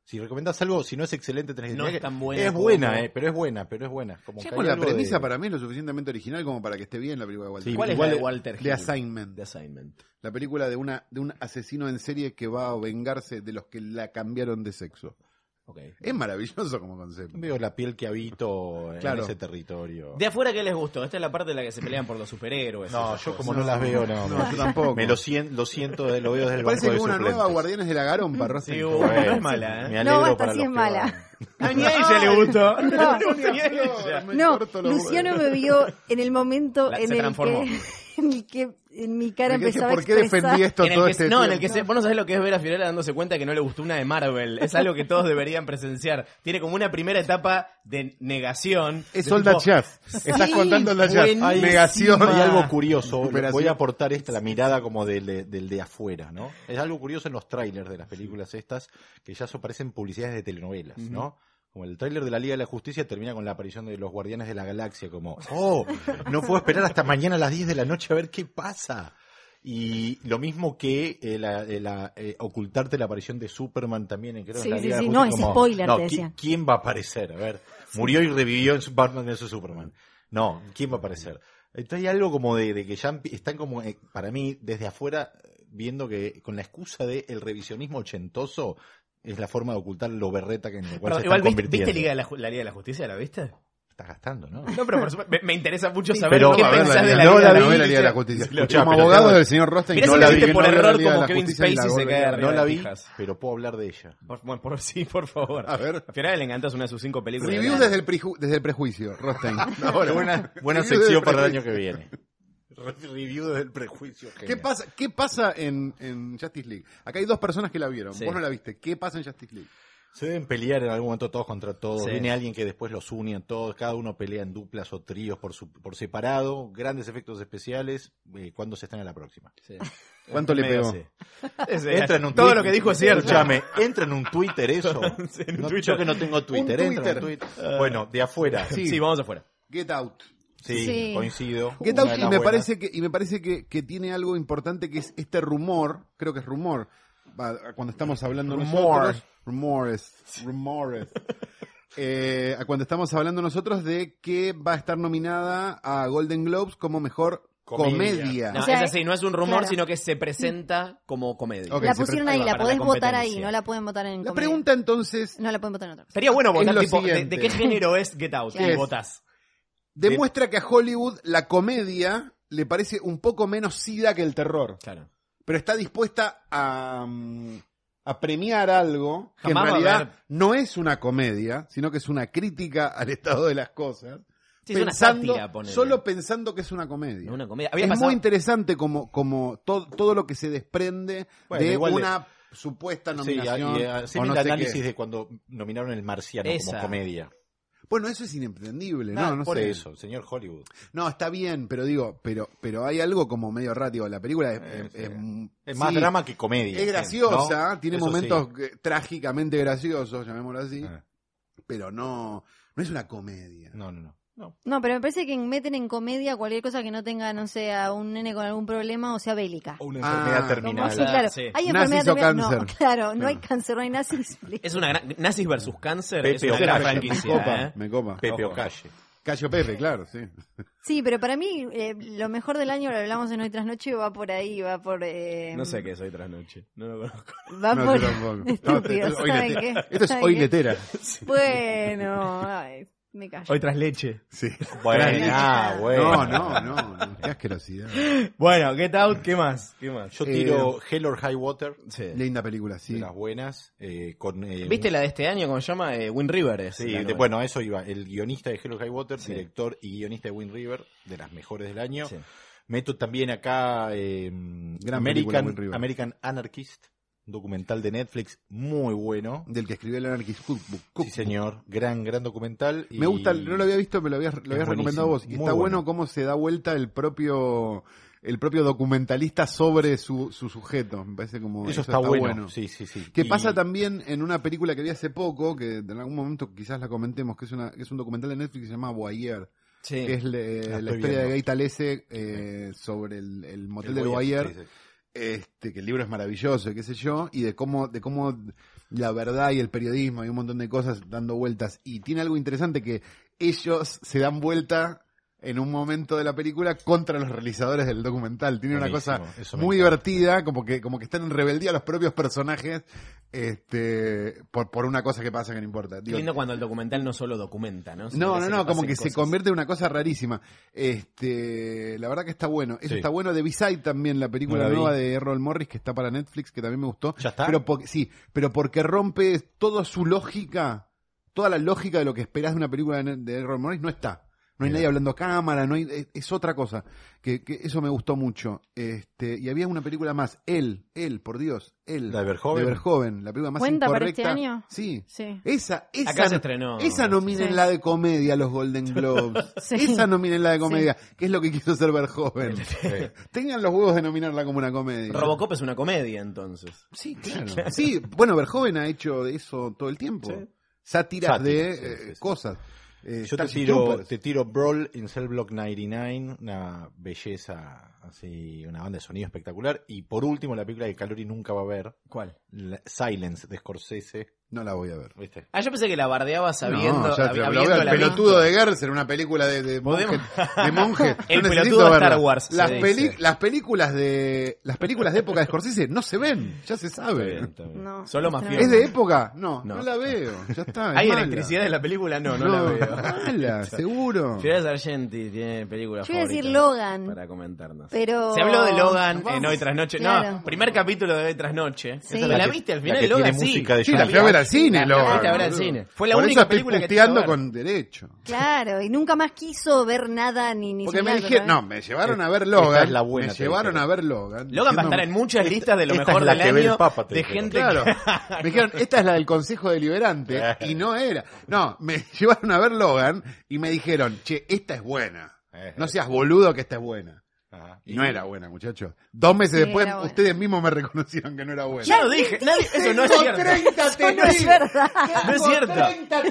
Speaker 4: Si recomendás algo, si no es excelente, tenés que
Speaker 2: No
Speaker 4: tenés
Speaker 2: es
Speaker 4: que-
Speaker 2: tan buena
Speaker 4: Es
Speaker 2: como-
Speaker 4: buena, eh, pero es buena, pero es buena. Como
Speaker 5: Ya
Speaker 4: que
Speaker 5: con
Speaker 4: hay
Speaker 5: la
Speaker 4: algo de-
Speaker 5: premisa para mí es lo suficientemente original como para que esté bien la película de Walter
Speaker 4: Sí,
Speaker 5: Hill.
Speaker 2: ¿Cuál es
Speaker 4: Igual
Speaker 2: la de
Speaker 4: es-
Speaker 2: Walter
Speaker 5: The
Speaker 2: Hill?
Speaker 5: Assignment.
Speaker 2: The Assignment.
Speaker 5: La película de una de un asesino en serie que va a vengarse de los que la cambiaron de sexo.
Speaker 2: Ok.
Speaker 5: Es maravilloso como concepto.
Speaker 4: Veo la piel que habito en
Speaker 5: Claro.
Speaker 4: ese territorio.
Speaker 2: De afuera, ¿qué les gustó? Esta es la parte de la que se pelean por los superhéroes.
Speaker 4: No,
Speaker 2: esas
Speaker 4: yo
Speaker 2: cosas.
Speaker 4: como no, las veo, no.
Speaker 5: No, yo tampoco.
Speaker 4: Me lo, sien- lo siento, de- lo veo desde
Speaker 5: Me
Speaker 4: el
Speaker 5: parece
Speaker 4: banco
Speaker 5: que
Speaker 4: de
Speaker 5: hubo una
Speaker 4: suplentes.
Speaker 5: nueva Guardianes de la Garompa, Rossi.
Speaker 2: Sí, hubo- no es mala,
Speaker 4: Me
Speaker 2: ¿eh?
Speaker 3: No,
Speaker 4: alegro
Speaker 3: basta
Speaker 4: para
Speaker 3: si
Speaker 4: los
Speaker 3: es
Speaker 4: que
Speaker 3: mala.
Speaker 4: van.
Speaker 2: (laughs) Ah, ni a ella le gustó.
Speaker 3: No.
Speaker 2: ni a ella.
Speaker 3: No, Luciano me vio en el momento
Speaker 2: La-
Speaker 3: en
Speaker 2: se
Speaker 3: el
Speaker 2: transformó.
Speaker 3: que (laughs) en el que en mi
Speaker 5: En
Speaker 3: cara
Speaker 5: el que dije,
Speaker 3: empezaba
Speaker 5: ¿por qué
Speaker 3: a expresar...
Speaker 5: defendí esto
Speaker 2: En el
Speaker 5: todo
Speaker 2: que-
Speaker 5: este
Speaker 2: no, en el
Speaker 5: tiempo?
Speaker 2: que se, vos no sabés lo que es ver a Fiorella dándose cuenta que no le gustó una de Marvel. Es algo que todos deberían presenciar. Tiene como una primera etapa de negación.
Speaker 5: Es
Speaker 2: de
Speaker 5: Olda
Speaker 2: tipo, (laughs)
Speaker 5: Chef. Estás contando Olda Chef.
Speaker 2: buenísima.
Speaker 5: Negación.
Speaker 4: Hay
Speaker 2: Ah,
Speaker 4: algo curioso,
Speaker 5: Superación.
Speaker 4: voy a aportar esta, la mirada como del, de- del de afuera, ¿no? Es algo curioso en los trailers de las películas estas, que ya so- parecen publicidades de telenovelas, ¿no? Como el tráiler de la Liga de la Justicia termina con la aparición de los Guardianes de la Galaxia, como, oh, no puedo esperar hasta mañana a las 10 de la noche a ver qué pasa. Y lo mismo que eh, la, eh, la, eh, ocultarte la aparición de Superman también, en creo que
Speaker 3: Sí,
Speaker 4: la
Speaker 3: sí,
Speaker 4: Liga de
Speaker 3: sí,
Speaker 4: la
Speaker 3: no,
Speaker 4: Justicia,
Speaker 3: es
Speaker 4: como,
Speaker 3: spoiler,
Speaker 4: no,
Speaker 3: te
Speaker 4: ¿qui-
Speaker 3: decían.
Speaker 4: ¿Quién va a aparecer? A ver, murió y revivió en su Batman de su Superman. No, ¿quién va a aparecer? Entonces hay algo como de, de que ya empi- están como, eh, para mí, desde afuera, eh, viendo que con la excusa de el revisionismo ochentoso es la forma de ocultar lo berreta que en lo cual
Speaker 2: Perdón,
Speaker 4: se
Speaker 2: igual,
Speaker 4: están
Speaker 2: ¿viste,
Speaker 4: convirtiendo.
Speaker 2: viste Liga de la, Ju- la Liga de la Justicia? ¿La viste?
Speaker 4: Estás gastando, ¿no?
Speaker 2: No, pero por supuesto, me, me interesa mucho
Speaker 5: Sí,
Speaker 2: saber
Speaker 4: pero
Speaker 2: qué
Speaker 5: a ver,
Speaker 2: pensás
Speaker 5: la
Speaker 2: de la
Speaker 5: Liga- no,
Speaker 2: Liga de
Speaker 5: la
Speaker 2: la
Speaker 5: vi, la Liga de la
Speaker 2: Justicia.
Speaker 5: Justicia.
Speaker 4: Escuchá,
Speaker 5: Como
Speaker 4: pero
Speaker 5: abogado
Speaker 4: te hago-
Speaker 5: del señor Rothstein,
Speaker 2: Mirá
Speaker 5: no
Speaker 2: si
Speaker 5: la
Speaker 2: la
Speaker 5: vi,
Speaker 2: viste
Speaker 5: no
Speaker 2: por
Speaker 5: veo la
Speaker 2: error
Speaker 5: Liga de
Speaker 2: como
Speaker 5: la
Speaker 2: Kevin
Speaker 5: Justicia y la
Speaker 2: Spacey se
Speaker 5: vuelvo a
Speaker 2: cae
Speaker 5: ver.
Speaker 2: de
Speaker 4: No
Speaker 2: arriba
Speaker 4: la
Speaker 2: de
Speaker 4: vi,
Speaker 2: Texas.
Speaker 4: pero puedo hablar de ella.
Speaker 2: Por- bueno, por- sí, por favor.
Speaker 5: A ver.
Speaker 2: Al final le encantás una de sus cinco películas.
Speaker 5: Review
Speaker 2: Dale.
Speaker 5: desde el, preju- desde el prejuicio, Rothstein.
Speaker 4: Ahora, buena,
Speaker 5: Review
Speaker 4: buena
Speaker 5: desde
Speaker 4: sección
Speaker 5: el
Speaker 4: para el
Speaker 5: prejuicio.
Speaker 4: año que viene. Review del prejuicio.
Speaker 5: ¿Qué pasa, ¿Qué pasa en, en Justice League? Acá hay dos personas que la vieron.
Speaker 2: Sí.
Speaker 5: Vos no la viste. ¿Qué pasa en Justice League?
Speaker 4: Se deben pelear en algún momento todos contra todos.
Speaker 2: Sí.
Speaker 4: Viene alguien que después los une a todos. Cada uno pelea en duplas o tríos por, su- por separado. Grandes efectos especiales. Eh, ¿Cuándo se estrena la próxima?
Speaker 2: Sí.
Speaker 5: (laughs) ¿Cuánto le
Speaker 2: Medio
Speaker 5: pegó?
Speaker 2: así. Es-
Speaker 4: Entra en un
Speaker 2: todo
Speaker 4: Twitter.
Speaker 2: lo que dijo es cierto.
Speaker 4: Escúchame, entra en un Twitter eso.
Speaker 2: en un
Speaker 4: No,
Speaker 2: Twitter.
Speaker 4: Yo que no tengo Twitter.
Speaker 5: Un
Speaker 4: entra en
Speaker 5: Twitter.
Speaker 4: un Twitter. Bueno, de afuera.
Speaker 5: Sí.
Speaker 2: Sí, vamos afuera.
Speaker 5: Get Out.
Speaker 4: Sí,
Speaker 3: Sí.
Speaker 4: coincido.
Speaker 5: Get
Speaker 4: Una
Speaker 5: Out
Speaker 4: de
Speaker 5: y
Speaker 4: las
Speaker 5: me
Speaker 4: buenas.
Speaker 5: parece que, y me parece que, que tiene algo importante que es este rumor, creo que es rumor, va, cuando estamos hablando
Speaker 2: Rumor.
Speaker 5: nosotros. Rumores. Rumores. Eh, a cuando estamos hablando nosotros de que va a estar nominada a Golden Globes como mejor
Speaker 4: Comedia.
Speaker 5: comedia.
Speaker 2: No,
Speaker 3: O sea,
Speaker 2: es así, no es un rumor,
Speaker 3: claro.
Speaker 2: sino que se presenta como comedia.
Speaker 5: Ok.
Speaker 3: la
Speaker 5: se
Speaker 3: pusieron
Speaker 5: presta-
Speaker 2: ahí
Speaker 3: ahí,
Speaker 2: va,
Speaker 3: la
Speaker 2: para
Speaker 3: podés
Speaker 2: la
Speaker 3: votar ahí,
Speaker 2: competencia.
Speaker 3: no la pueden votar en
Speaker 5: La
Speaker 3: comedia.
Speaker 5: pregunta entonces
Speaker 3: No la pueden votar en otra. cosa.
Speaker 2: Mm. Sería bueno
Speaker 5: Es
Speaker 2: votar
Speaker 5: lo
Speaker 2: tipo, de,
Speaker 5: siguiente.
Speaker 2: de qué género es Get Out
Speaker 3: Claro.
Speaker 2: y votás.
Speaker 5: demuestra que a Hollywood la comedia le parece un poco menos sida que el terror.
Speaker 2: Claro.
Speaker 5: pero está dispuesta a, mm, a premiar algo que
Speaker 2: Jamás va
Speaker 5: en
Speaker 2: a
Speaker 5: realidad
Speaker 2: haber-
Speaker 5: no es una comedia, sino que es una crítica al estado de las cosas.
Speaker 2: Sí, es una
Speaker 5: pensando-
Speaker 2: sátira, ponele.
Speaker 5: solo pensando que es una comedia.
Speaker 2: No, una comedia. Había
Speaker 5: es
Speaker 2: pasado-
Speaker 5: muy interesante como, como to- todo lo que se desprende
Speaker 4: Bueno,
Speaker 5: de
Speaker 4: igual de-
Speaker 5: una supuesta
Speaker 4: Sí,
Speaker 5: nominación.
Speaker 4: y, eh, haceme
Speaker 5: o no
Speaker 4: el
Speaker 5: sé
Speaker 4: análisis
Speaker 5: qué.
Speaker 4: de cuando nominaron El Marciano
Speaker 2: Esa.
Speaker 4: como comedia.
Speaker 5: Bueno, eso es inentendible,
Speaker 4: Ah,
Speaker 5: ¿no? No
Speaker 4: por
Speaker 5: sé.
Speaker 4: eso, señor Hollywood.
Speaker 5: No, está bien, pero digo, pero, pero hay algo como medio errático. La película es,
Speaker 4: Eh,
Speaker 5: es-
Speaker 4: sí.
Speaker 5: es-
Speaker 4: Es más
Speaker 5: sí,
Speaker 4: drama que comedia.
Speaker 5: Es graciosa,
Speaker 4: ¿no?
Speaker 5: tiene
Speaker 4: Eso
Speaker 5: momentos
Speaker 4: sí.
Speaker 5: eh, trágicamente graciosos, llamémoslo así,
Speaker 4: Ah.
Speaker 5: pero no, no es una comedia.
Speaker 4: No, no, no. No.
Speaker 3: No, pero me parece que meten en comedia cualquier cosa que no tenga, no sé, a un nene con algún problema o sea bélica.
Speaker 4: O una
Speaker 5: Ah.
Speaker 4: enfermedad
Speaker 3: Como
Speaker 4: terminal.
Speaker 3: sí,
Speaker 2: nada,
Speaker 3: claro.
Speaker 2: sí.
Speaker 3: Hay
Speaker 5: Nazis
Speaker 3: enfermedad
Speaker 5: o
Speaker 3: terminal. No,
Speaker 5: cáncer.
Speaker 3: claro, no hay cáncer, no hay nazis.
Speaker 2: Es una gran. Nazis versus cáncer es
Speaker 4: Pepe
Speaker 2: una
Speaker 4: Ocalle.
Speaker 2: gran
Speaker 5: me
Speaker 2: franquicia.
Speaker 5: copa,
Speaker 2: ¿eh?
Speaker 5: me copa.
Speaker 4: Pepe
Speaker 2: Ojo.
Speaker 4: Ocalle.
Speaker 5: Cayo Pepe, claro,
Speaker 4: (laughs)
Speaker 5: sí.
Speaker 3: Sí, pero para mí eh, lo mejor del año, lo hablamos en hoy tras noche, va por ahí, va por... eh,
Speaker 2: No sé qué soy tras noche. No lo
Speaker 3: (laughs)
Speaker 2: conozco.
Speaker 3: Va
Speaker 5: No,
Speaker 3: por...
Speaker 5: yo tampoco.
Speaker 3: (laughs) Estúpidos,
Speaker 5: No, esto es
Speaker 3: ¿saben
Speaker 5: hoy
Speaker 3: qué?
Speaker 5: letera. Esto es
Speaker 3: ¿Saben
Speaker 5: hoy
Speaker 3: qué? (laughs)
Speaker 5: letera.
Speaker 3: Bueno, ay, me callo.
Speaker 2: Hoy tras leche.
Speaker 5: Sí.
Speaker 4: Bueno, ah, bueno.
Speaker 5: No, no, no, no, qué asquerosidad.
Speaker 2: Bueno, Get Out, ¿qué más? ¿Qué más?
Speaker 4: Yo tiro Eh, Hell or High Water,
Speaker 5: Linda película,
Speaker 4: de
Speaker 5: sí.
Speaker 4: las buenas, eh, con... eh,
Speaker 2: ¿Viste
Speaker 4: un-
Speaker 2: la de este año? ¿Cómo se llama? Eh, Wind River. es
Speaker 4: Sí,
Speaker 2: la
Speaker 4: de-
Speaker 2: nueva.
Speaker 4: bueno, a eso iba. El guionista de Hell or High Water,
Speaker 2: Sí.
Speaker 4: director y guionista de Wind River, de las mejores del año.
Speaker 2: Sí.
Speaker 4: Meto también acá eh,
Speaker 5: película,
Speaker 4: American,
Speaker 5: Wind River.
Speaker 4: American Anarchist, documental de Netflix, muy bueno.
Speaker 5: Del que escribió el Anarchist Cookbook.
Speaker 4: Sí, señor. Gran, gran documental. y-
Speaker 5: Me gusta, no lo había visto, pero lo habías, lo habías
Speaker 4: buenísimo,
Speaker 5: recomendado vos. Y
Speaker 4: muy
Speaker 5: está bueno.
Speaker 4: bueno.
Speaker 5: cómo se da vuelta el propio el propio documentalista sobre su, su sujeto. Me parece como
Speaker 4: Eso, está, bueno. Sí, sí, sí.
Speaker 5: Que
Speaker 4: Y-
Speaker 5: pasa también en una película que vi hace poco, que en algún momento quizás la comentemos, que es, una, que es un documental de Netflix que se llama Boyer,
Speaker 2: Sí.
Speaker 5: que es le- la,
Speaker 4: estoy
Speaker 5: historia
Speaker 4: viendo.
Speaker 5: de Gay Talese eh, sobre el, el motel
Speaker 4: el
Speaker 5: del Boyer,
Speaker 4: sí, sí.
Speaker 5: este, que el libro es maravilloso, y qué sé yo, y de cómo, de cómo la verdad y el periodismo y un montón de cosas dando vueltas. Y tiene algo interesante que ellos se dan vuelta en un momento de la película contra los realizadores del documental. Tiene una
Speaker 4: Buenísimo,
Speaker 5: cosa
Speaker 4: eso me
Speaker 5: muy
Speaker 4: encanta.
Speaker 5: divertida, como que, como que están en rebeldía los propios personajes, este, por, por una cosa que pasa que no importa.
Speaker 2: Qué
Speaker 5: Digo,
Speaker 2: lindo cuando el documental no solo documenta, ¿no? Sino
Speaker 5: no,
Speaker 2: que
Speaker 5: no,
Speaker 2: hace
Speaker 5: no, como
Speaker 2: pasen
Speaker 5: que se
Speaker 2: cosas.
Speaker 5: convierte en una cosa rarísima. Este, la verdad que está bueno. Eso
Speaker 4: Sí.
Speaker 5: está bueno. The B-Side también, la película
Speaker 4: No la vi.
Speaker 5: nueva de Errol Morris que está para Netflix, que también me gustó.
Speaker 4: ¿Ya está?
Speaker 5: Pero porque, sí, pero porque rompe toda su lógica, toda la lógica de lo que esperás de una película de Ne- de Errol Morris no está. No hay
Speaker 4: Bien.
Speaker 5: nadie hablando a cámara, no hay, es, es otra cosa. Que, que eso me gustó mucho. Este, y había una película más, él, él, por Dios, él.
Speaker 4: ¿La de Verhoeven?
Speaker 5: De Verhoeven, la película más
Speaker 3: ¿Cuenta para
Speaker 5: incorrecta.
Speaker 3: este año?
Speaker 5: Sí.
Speaker 3: Sí.
Speaker 5: Esa, esa,
Speaker 2: Acá se estrenó.
Speaker 5: esa nominen
Speaker 3: Sí.
Speaker 5: la de comedia a los Golden Globes.
Speaker 3: (laughs) Sí.
Speaker 5: Esa nominen la de comedia, que es lo que quiso hacer Verhoeven. (laughs) Tengan los huevos de nominarla como una comedia.
Speaker 2: Robocop es una comedia, entonces.
Speaker 6: (laughs)
Speaker 5: Sí, claro. Sí, bueno, Verhoeven ha hecho eso todo el tiempo. Sátiras
Speaker 4: Sátiras,
Speaker 5: de
Speaker 4: sí,
Speaker 5: eh,
Speaker 4: sí, sí.
Speaker 5: cosas. Eh,
Speaker 4: Yo te
Speaker 5: Starship
Speaker 4: tiro,
Speaker 5: Troopers.
Speaker 4: te tiro Brawl en Cell Block 99, una belleza, así, una banda de sonido espectacular. Y por último, la película que Calori nunca va a ver,
Speaker 2: ¿Cuál?
Speaker 4: la- Silence de Scorsese.
Speaker 5: No la voy a ver.
Speaker 4: ¿Viste?
Speaker 2: Ah, yo pensé que la bardeaba sabiendo.
Speaker 5: no, ya te
Speaker 2: habi-
Speaker 5: lo
Speaker 2: habiendo
Speaker 5: veo. El
Speaker 2: la
Speaker 5: pelotudo de Gerser, una película de, de
Speaker 2: Podemos-
Speaker 5: monjes- de
Speaker 2: (laughs)
Speaker 5: monjes.
Speaker 2: El
Speaker 5: No necesito
Speaker 2: pelotudo de
Speaker 5: verla.
Speaker 2: Star Wars, se
Speaker 5: Las,
Speaker 2: dice.
Speaker 5: peli- las películas de las películas de época de Scorsese no se ven, ya se
Speaker 2: Está
Speaker 5: sabe.
Speaker 2: bien, está bien.
Speaker 3: No,
Speaker 2: Solo
Speaker 3: está
Speaker 2: mafioso.
Speaker 3: bien.
Speaker 5: ¿Es de época? No,
Speaker 2: No.
Speaker 5: no, la veo. Ya
Speaker 2: (laughs)
Speaker 5: está. es
Speaker 2: ¿Hay
Speaker 5: mala.
Speaker 2: electricidad en la película? No, no, la veo. (laughs)
Speaker 5: Mala, seguro.
Speaker 2: Fiorella Sargenti tiene películas
Speaker 3: Yo iba a decir
Speaker 2: favoritas
Speaker 3: Logan.
Speaker 2: Para comentarnos.
Speaker 3: Pero.
Speaker 2: Se habló de Logan
Speaker 3: Vamos.
Speaker 2: en Hoy Tras Noche.
Speaker 3: Claro.
Speaker 2: No, primer capítulo de Hoy Tras Noche.
Speaker 3: Sí.
Speaker 2: ¿La,
Speaker 3: La que-
Speaker 2: viste al
Speaker 4: la
Speaker 2: final
Speaker 4: que
Speaker 2: de Logan?
Speaker 4: tiene
Speaker 2: sí.
Speaker 4: música de
Speaker 5: Sí,
Speaker 4: Yo
Speaker 5: la fui a ver al cine,
Speaker 2: La-
Speaker 5: Logan.
Speaker 2: La fuiste a ver al
Speaker 5: boludo.
Speaker 2: cine. Fue la
Speaker 5: Por
Speaker 2: única
Speaker 5: eso estoy
Speaker 2: película que te hizo
Speaker 5: puteando
Speaker 2: ver.
Speaker 5: con derecho.
Speaker 3: Claro, y nunca más quiso ver nada ni ni
Speaker 5: Porque me
Speaker 3: siquiera-
Speaker 5: dijeron, no, me
Speaker 3: (laughs)
Speaker 5: llevaron a ver
Speaker 4: Esta
Speaker 5: Logan.
Speaker 4: es la buena,
Speaker 5: me
Speaker 4: te
Speaker 5: llevaron
Speaker 4: dijeron.
Speaker 5: a ver Logan.
Speaker 2: Logan va a
Speaker 5: diciéndome- "Este,
Speaker 2: estar en muchas listas de lo
Speaker 4: esta
Speaker 2: mejor
Speaker 4: es la
Speaker 2: del
Speaker 4: que ve el
Speaker 2: año.
Speaker 4: Papa, te
Speaker 2: de
Speaker 4: dijeron.
Speaker 2: gente
Speaker 5: Claro.
Speaker 2: que-
Speaker 5: (laughs) Me dijeron, esta es la del Consejo Deliberante. Y no era. No, me (laughs) llevaron a ver Logan y me dijeron, che, esta es buena.
Speaker 2: Eh.
Speaker 5: No seas boludo que esta es buena.
Speaker 4: Ajá.
Speaker 5: Y no era buena, muchachos. Dos meses
Speaker 3: Sí,
Speaker 5: después,
Speaker 3: era buena.
Speaker 5: ustedes mismos me reconocieron que no era buena.
Speaker 2: Ya lo dije. Nadie, eso no es
Speaker 5: Tengo
Speaker 2: cierto.
Speaker 5: 30
Speaker 3: no es
Speaker 5: testigos.
Speaker 3: verdad.
Speaker 2: No es cierto.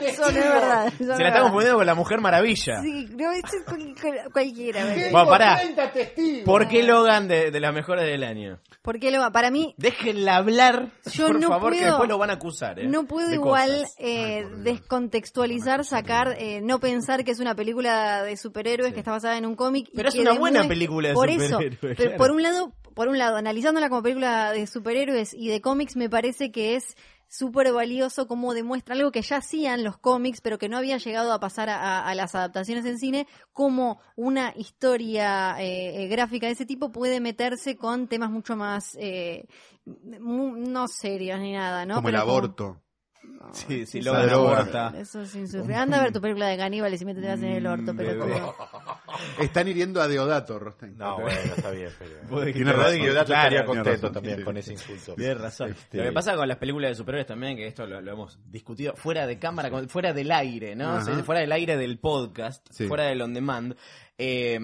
Speaker 3: Eso no
Speaker 2: Se
Speaker 3: es verdad. eso no es
Speaker 2: la
Speaker 3: verdad.
Speaker 2: estamos poniendo con la Mujer Maravilla.
Speaker 3: Sí, no, eso es cual- cual- cualquiera. ¿verdad?
Speaker 2: Bueno, pará.
Speaker 5: testigos.
Speaker 2: ¿Por qué Logan de, de las mejores del año?
Speaker 3: ¿Por qué Logan? Para mí,
Speaker 2: Déjenla hablar,
Speaker 3: Yo
Speaker 2: por
Speaker 3: no
Speaker 2: favor, que
Speaker 3: puedo-
Speaker 2: después lo van a acusar. ¿eh?
Speaker 3: no puedo
Speaker 2: de
Speaker 3: igual
Speaker 2: cosas.
Speaker 3: eh, descontextualizar, sacar, eh, no pensar que es una película de superhéroes que está basada en un cómic. y
Speaker 2: Pero es
Speaker 3: que
Speaker 2: una buena
Speaker 3: demuestra-
Speaker 2: película de
Speaker 3: por
Speaker 2: superhéroes,
Speaker 3: Eso, pero
Speaker 2: claro.
Speaker 3: Por un lado, por un lado, analizándola como película de superhéroes y de cómics, me parece que es súper valioso como demuestra algo que ya hacían los cómics, pero que no había llegado a pasar a, a- a las adaptaciones en cine, como una historia eh, eh, gráfica de ese tipo puede meterse con temas mucho más, eh, mu- no serios ni nada, ¿no?
Speaker 5: Como el
Speaker 3: Pero
Speaker 5: aborto.
Speaker 2: Sí, sí,
Speaker 3: eso
Speaker 2: Logan
Speaker 3: es
Speaker 5: droga.
Speaker 2: aborta.
Speaker 3: Eso es insufrible. Anda a ver tu película de caníbales y métetelas en el
Speaker 5: Mm,
Speaker 3: orto, pero
Speaker 2: bebé.
Speaker 3: como-
Speaker 5: Están hiriendo a Deodato, Rostein.
Speaker 4: No, bueno, está
Speaker 5: (laughs)
Speaker 4: bien, pero.
Speaker 2: Vos dijiste-
Speaker 4: La verdad
Speaker 5: razón.
Speaker 4: es que Deodato
Speaker 2: Claro,
Speaker 4: estaría
Speaker 5: tiene
Speaker 4: contento
Speaker 5: razón.
Speaker 4: también
Speaker 5: Sí.
Speaker 4: con ese insulto.
Speaker 2: Tienes razón.
Speaker 4: Este,
Speaker 2: Lo que pasa con las películas de superhéroes también, que esto lo, lo hemos discutido fuera de cámara, con- fuera del aire, ¿no?
Speaker 5: Ajá.
Speaker 2: O sea, fuera del aire del podcast,
Speaker 5: Sí.
Speaker 2: fuera del on demand. eh,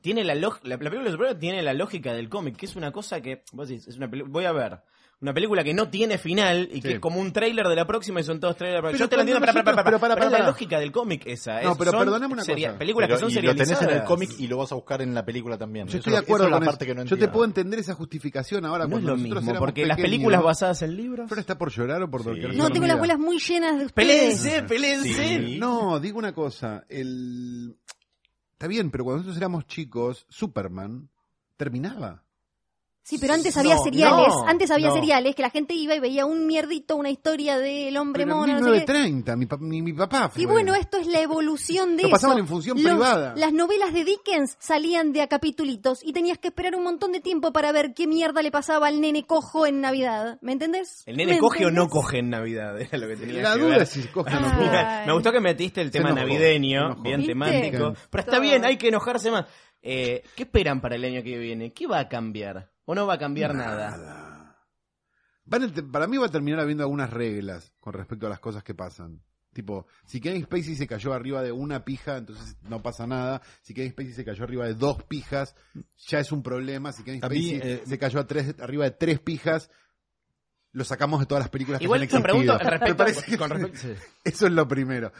Speaker 2: tiene la, log- la, la película de superhéroes tiene la lógica del cómic, que es una cosa que, vos decís, es una peli- voy a ver. Una película que no tiene final y que
Speaker 5: Sí.
Speaker 2: es como un tráiler de la próxima y son todos trailers. de la próxima.
Speaker 5: Pero
Speaker 2: Yo te la
Speaker 5: cuando
Speaker 2: entiendo, para,
Speaker 5: nosotros-
Speaker 2: para, para,
Speaker 5: pero para, para,
Speaker 2: es la
Speaker 5: para.
Speaker 2: lógica del cómic esa.
Speaker 5: No,
Speaker 2: es-
Speaker 5: pero
Speaker 2: son
Speaker 5: perdoname una
Speaker 2: seria-
Speaker 5: cosa.
Speaker 2: Películas
Speaker 4: pero-
Speaker 2: que son
Speaker 4: y lo tenés en el
Speaker 2: serializadas.
Speaker 4: cómic y lo vas a buscar en la película también.
Speaker 5: Yo
Speaker 4: Eso
Speaker 5: estoy
Speaker 4: es
Speaker 5: de
Speaker 4: lo-
Speaker 5: acuerdo
Speaker 4: esa es
Speaker 5: con
Speaker 4: la
Speaker 5: eso.
Speaker 4: parte que no
Speaker 5: Yo te
Speaker 4: entiendo.
Speaker 5: puedo entender esa justificación
Speaker 2: No
Speaker 5: ahora
Speaker 2: es
Speaker 5: cuando
Speaker 2: lo
Speaker 5: nosotros
Speaker 2: mismo,
Speaker 5: éramos
Speaker 2: porque las
Speaker 5: pequeños.
Speaker 2: películas basadas en libros.
Speaker 5: Pero está por llorar o por
Speaker 4: Sí.
Speaker 5: dormir.
Speaker 3: No, tengo las bolas muy llenas de ustedes.
Speaker 2: Peleense, peleense.
Speaker 4: Sí.
Speaker 5: No, digo una cosa. El... Está bien, pero cuando nosotros éramos chicos, Superman terminaba.
Speaker 3: Sí, pero antes había
Speaker 2: No,
Speaker 3: seriales.
Speaker 2: no,
Speaker 3: antes había
Speaker 2: no.
Speaker 3: seriales que la gente iba y veía un mierdito, una historia del hombre
Speaker 5: Pero en
Speaker 3: mono, no sé qué.
Speaker 5: 1930, mi, pa- mi, mi papá fue.
Speaker 3: Y bueno, esto es la evolución de
Speaker 5: Lo
Speaker 3: eso.
Speaker 5: pasaban en función privada.
Speaker 3: Las novelas de Dickens salían de a capitulitos y tenías que esperar un montón de tiempo para ver qué mierda le pasaba al nene cojo en Navidad. ¿Me entendés?
Speaker 2: El nene
Speaker 3: ¿Me
Speaker 2: coge o no
Speaker 3: entendés?
Speaker 2: coge en Navidad, era lo que tenía
Speaker 5: La
Speaker 2: que
Speaker 5: duda
Speaker 2: ver.
Speaker 5: es si coge o no
Speaker 3: Ah.
Speaker 5: coge.
Speaker 2: Mira, Me gustó que metiste el
Speaker 5: Se
Speaker 2: tema
Speaker 5: enojó, se
Speaker 2: navideño,
Speaker 5: enojó.
Speaker 2: bien
Speaker 3: ¿Viste?
Speaker 2: temático. Pero está
Speaker 3: Todo.
Speaker 2: bien, hay que enojarse más. Eh, ¿Qué esperan para el año que viene? ¿Qué va a cambiar? ¿O no va a cambiar nada?
Speaker 5: Van a te- para mí va a terminar habiendo algunas reglas con respecto a las cosas que pasan. Tipo, si Kevin Spacey se cayó arriba de una pija, entonces no pasa nada. Si Kevin Spacey se cayó arriba de dos pijas, ya es un problema. Si Kevin
Speaker 4: A mí,
Speaker 5: Spacey
Speaker 4: eh,
Speaker 5: se cayó a tres, arriba de tres pijas, lo sacamos de todas las películas
Speaker 2: Igual
Speaker 5: que
Speaker 2: te
Speaker 5: han
Speaker 2: pregunto
Speaker 5: existido.
Speaker 2: al respecto-
Speaker 5: Me parece que
Speaker 2: con respecto- sí.
Speaker 5: (laughs) eso es lo primero.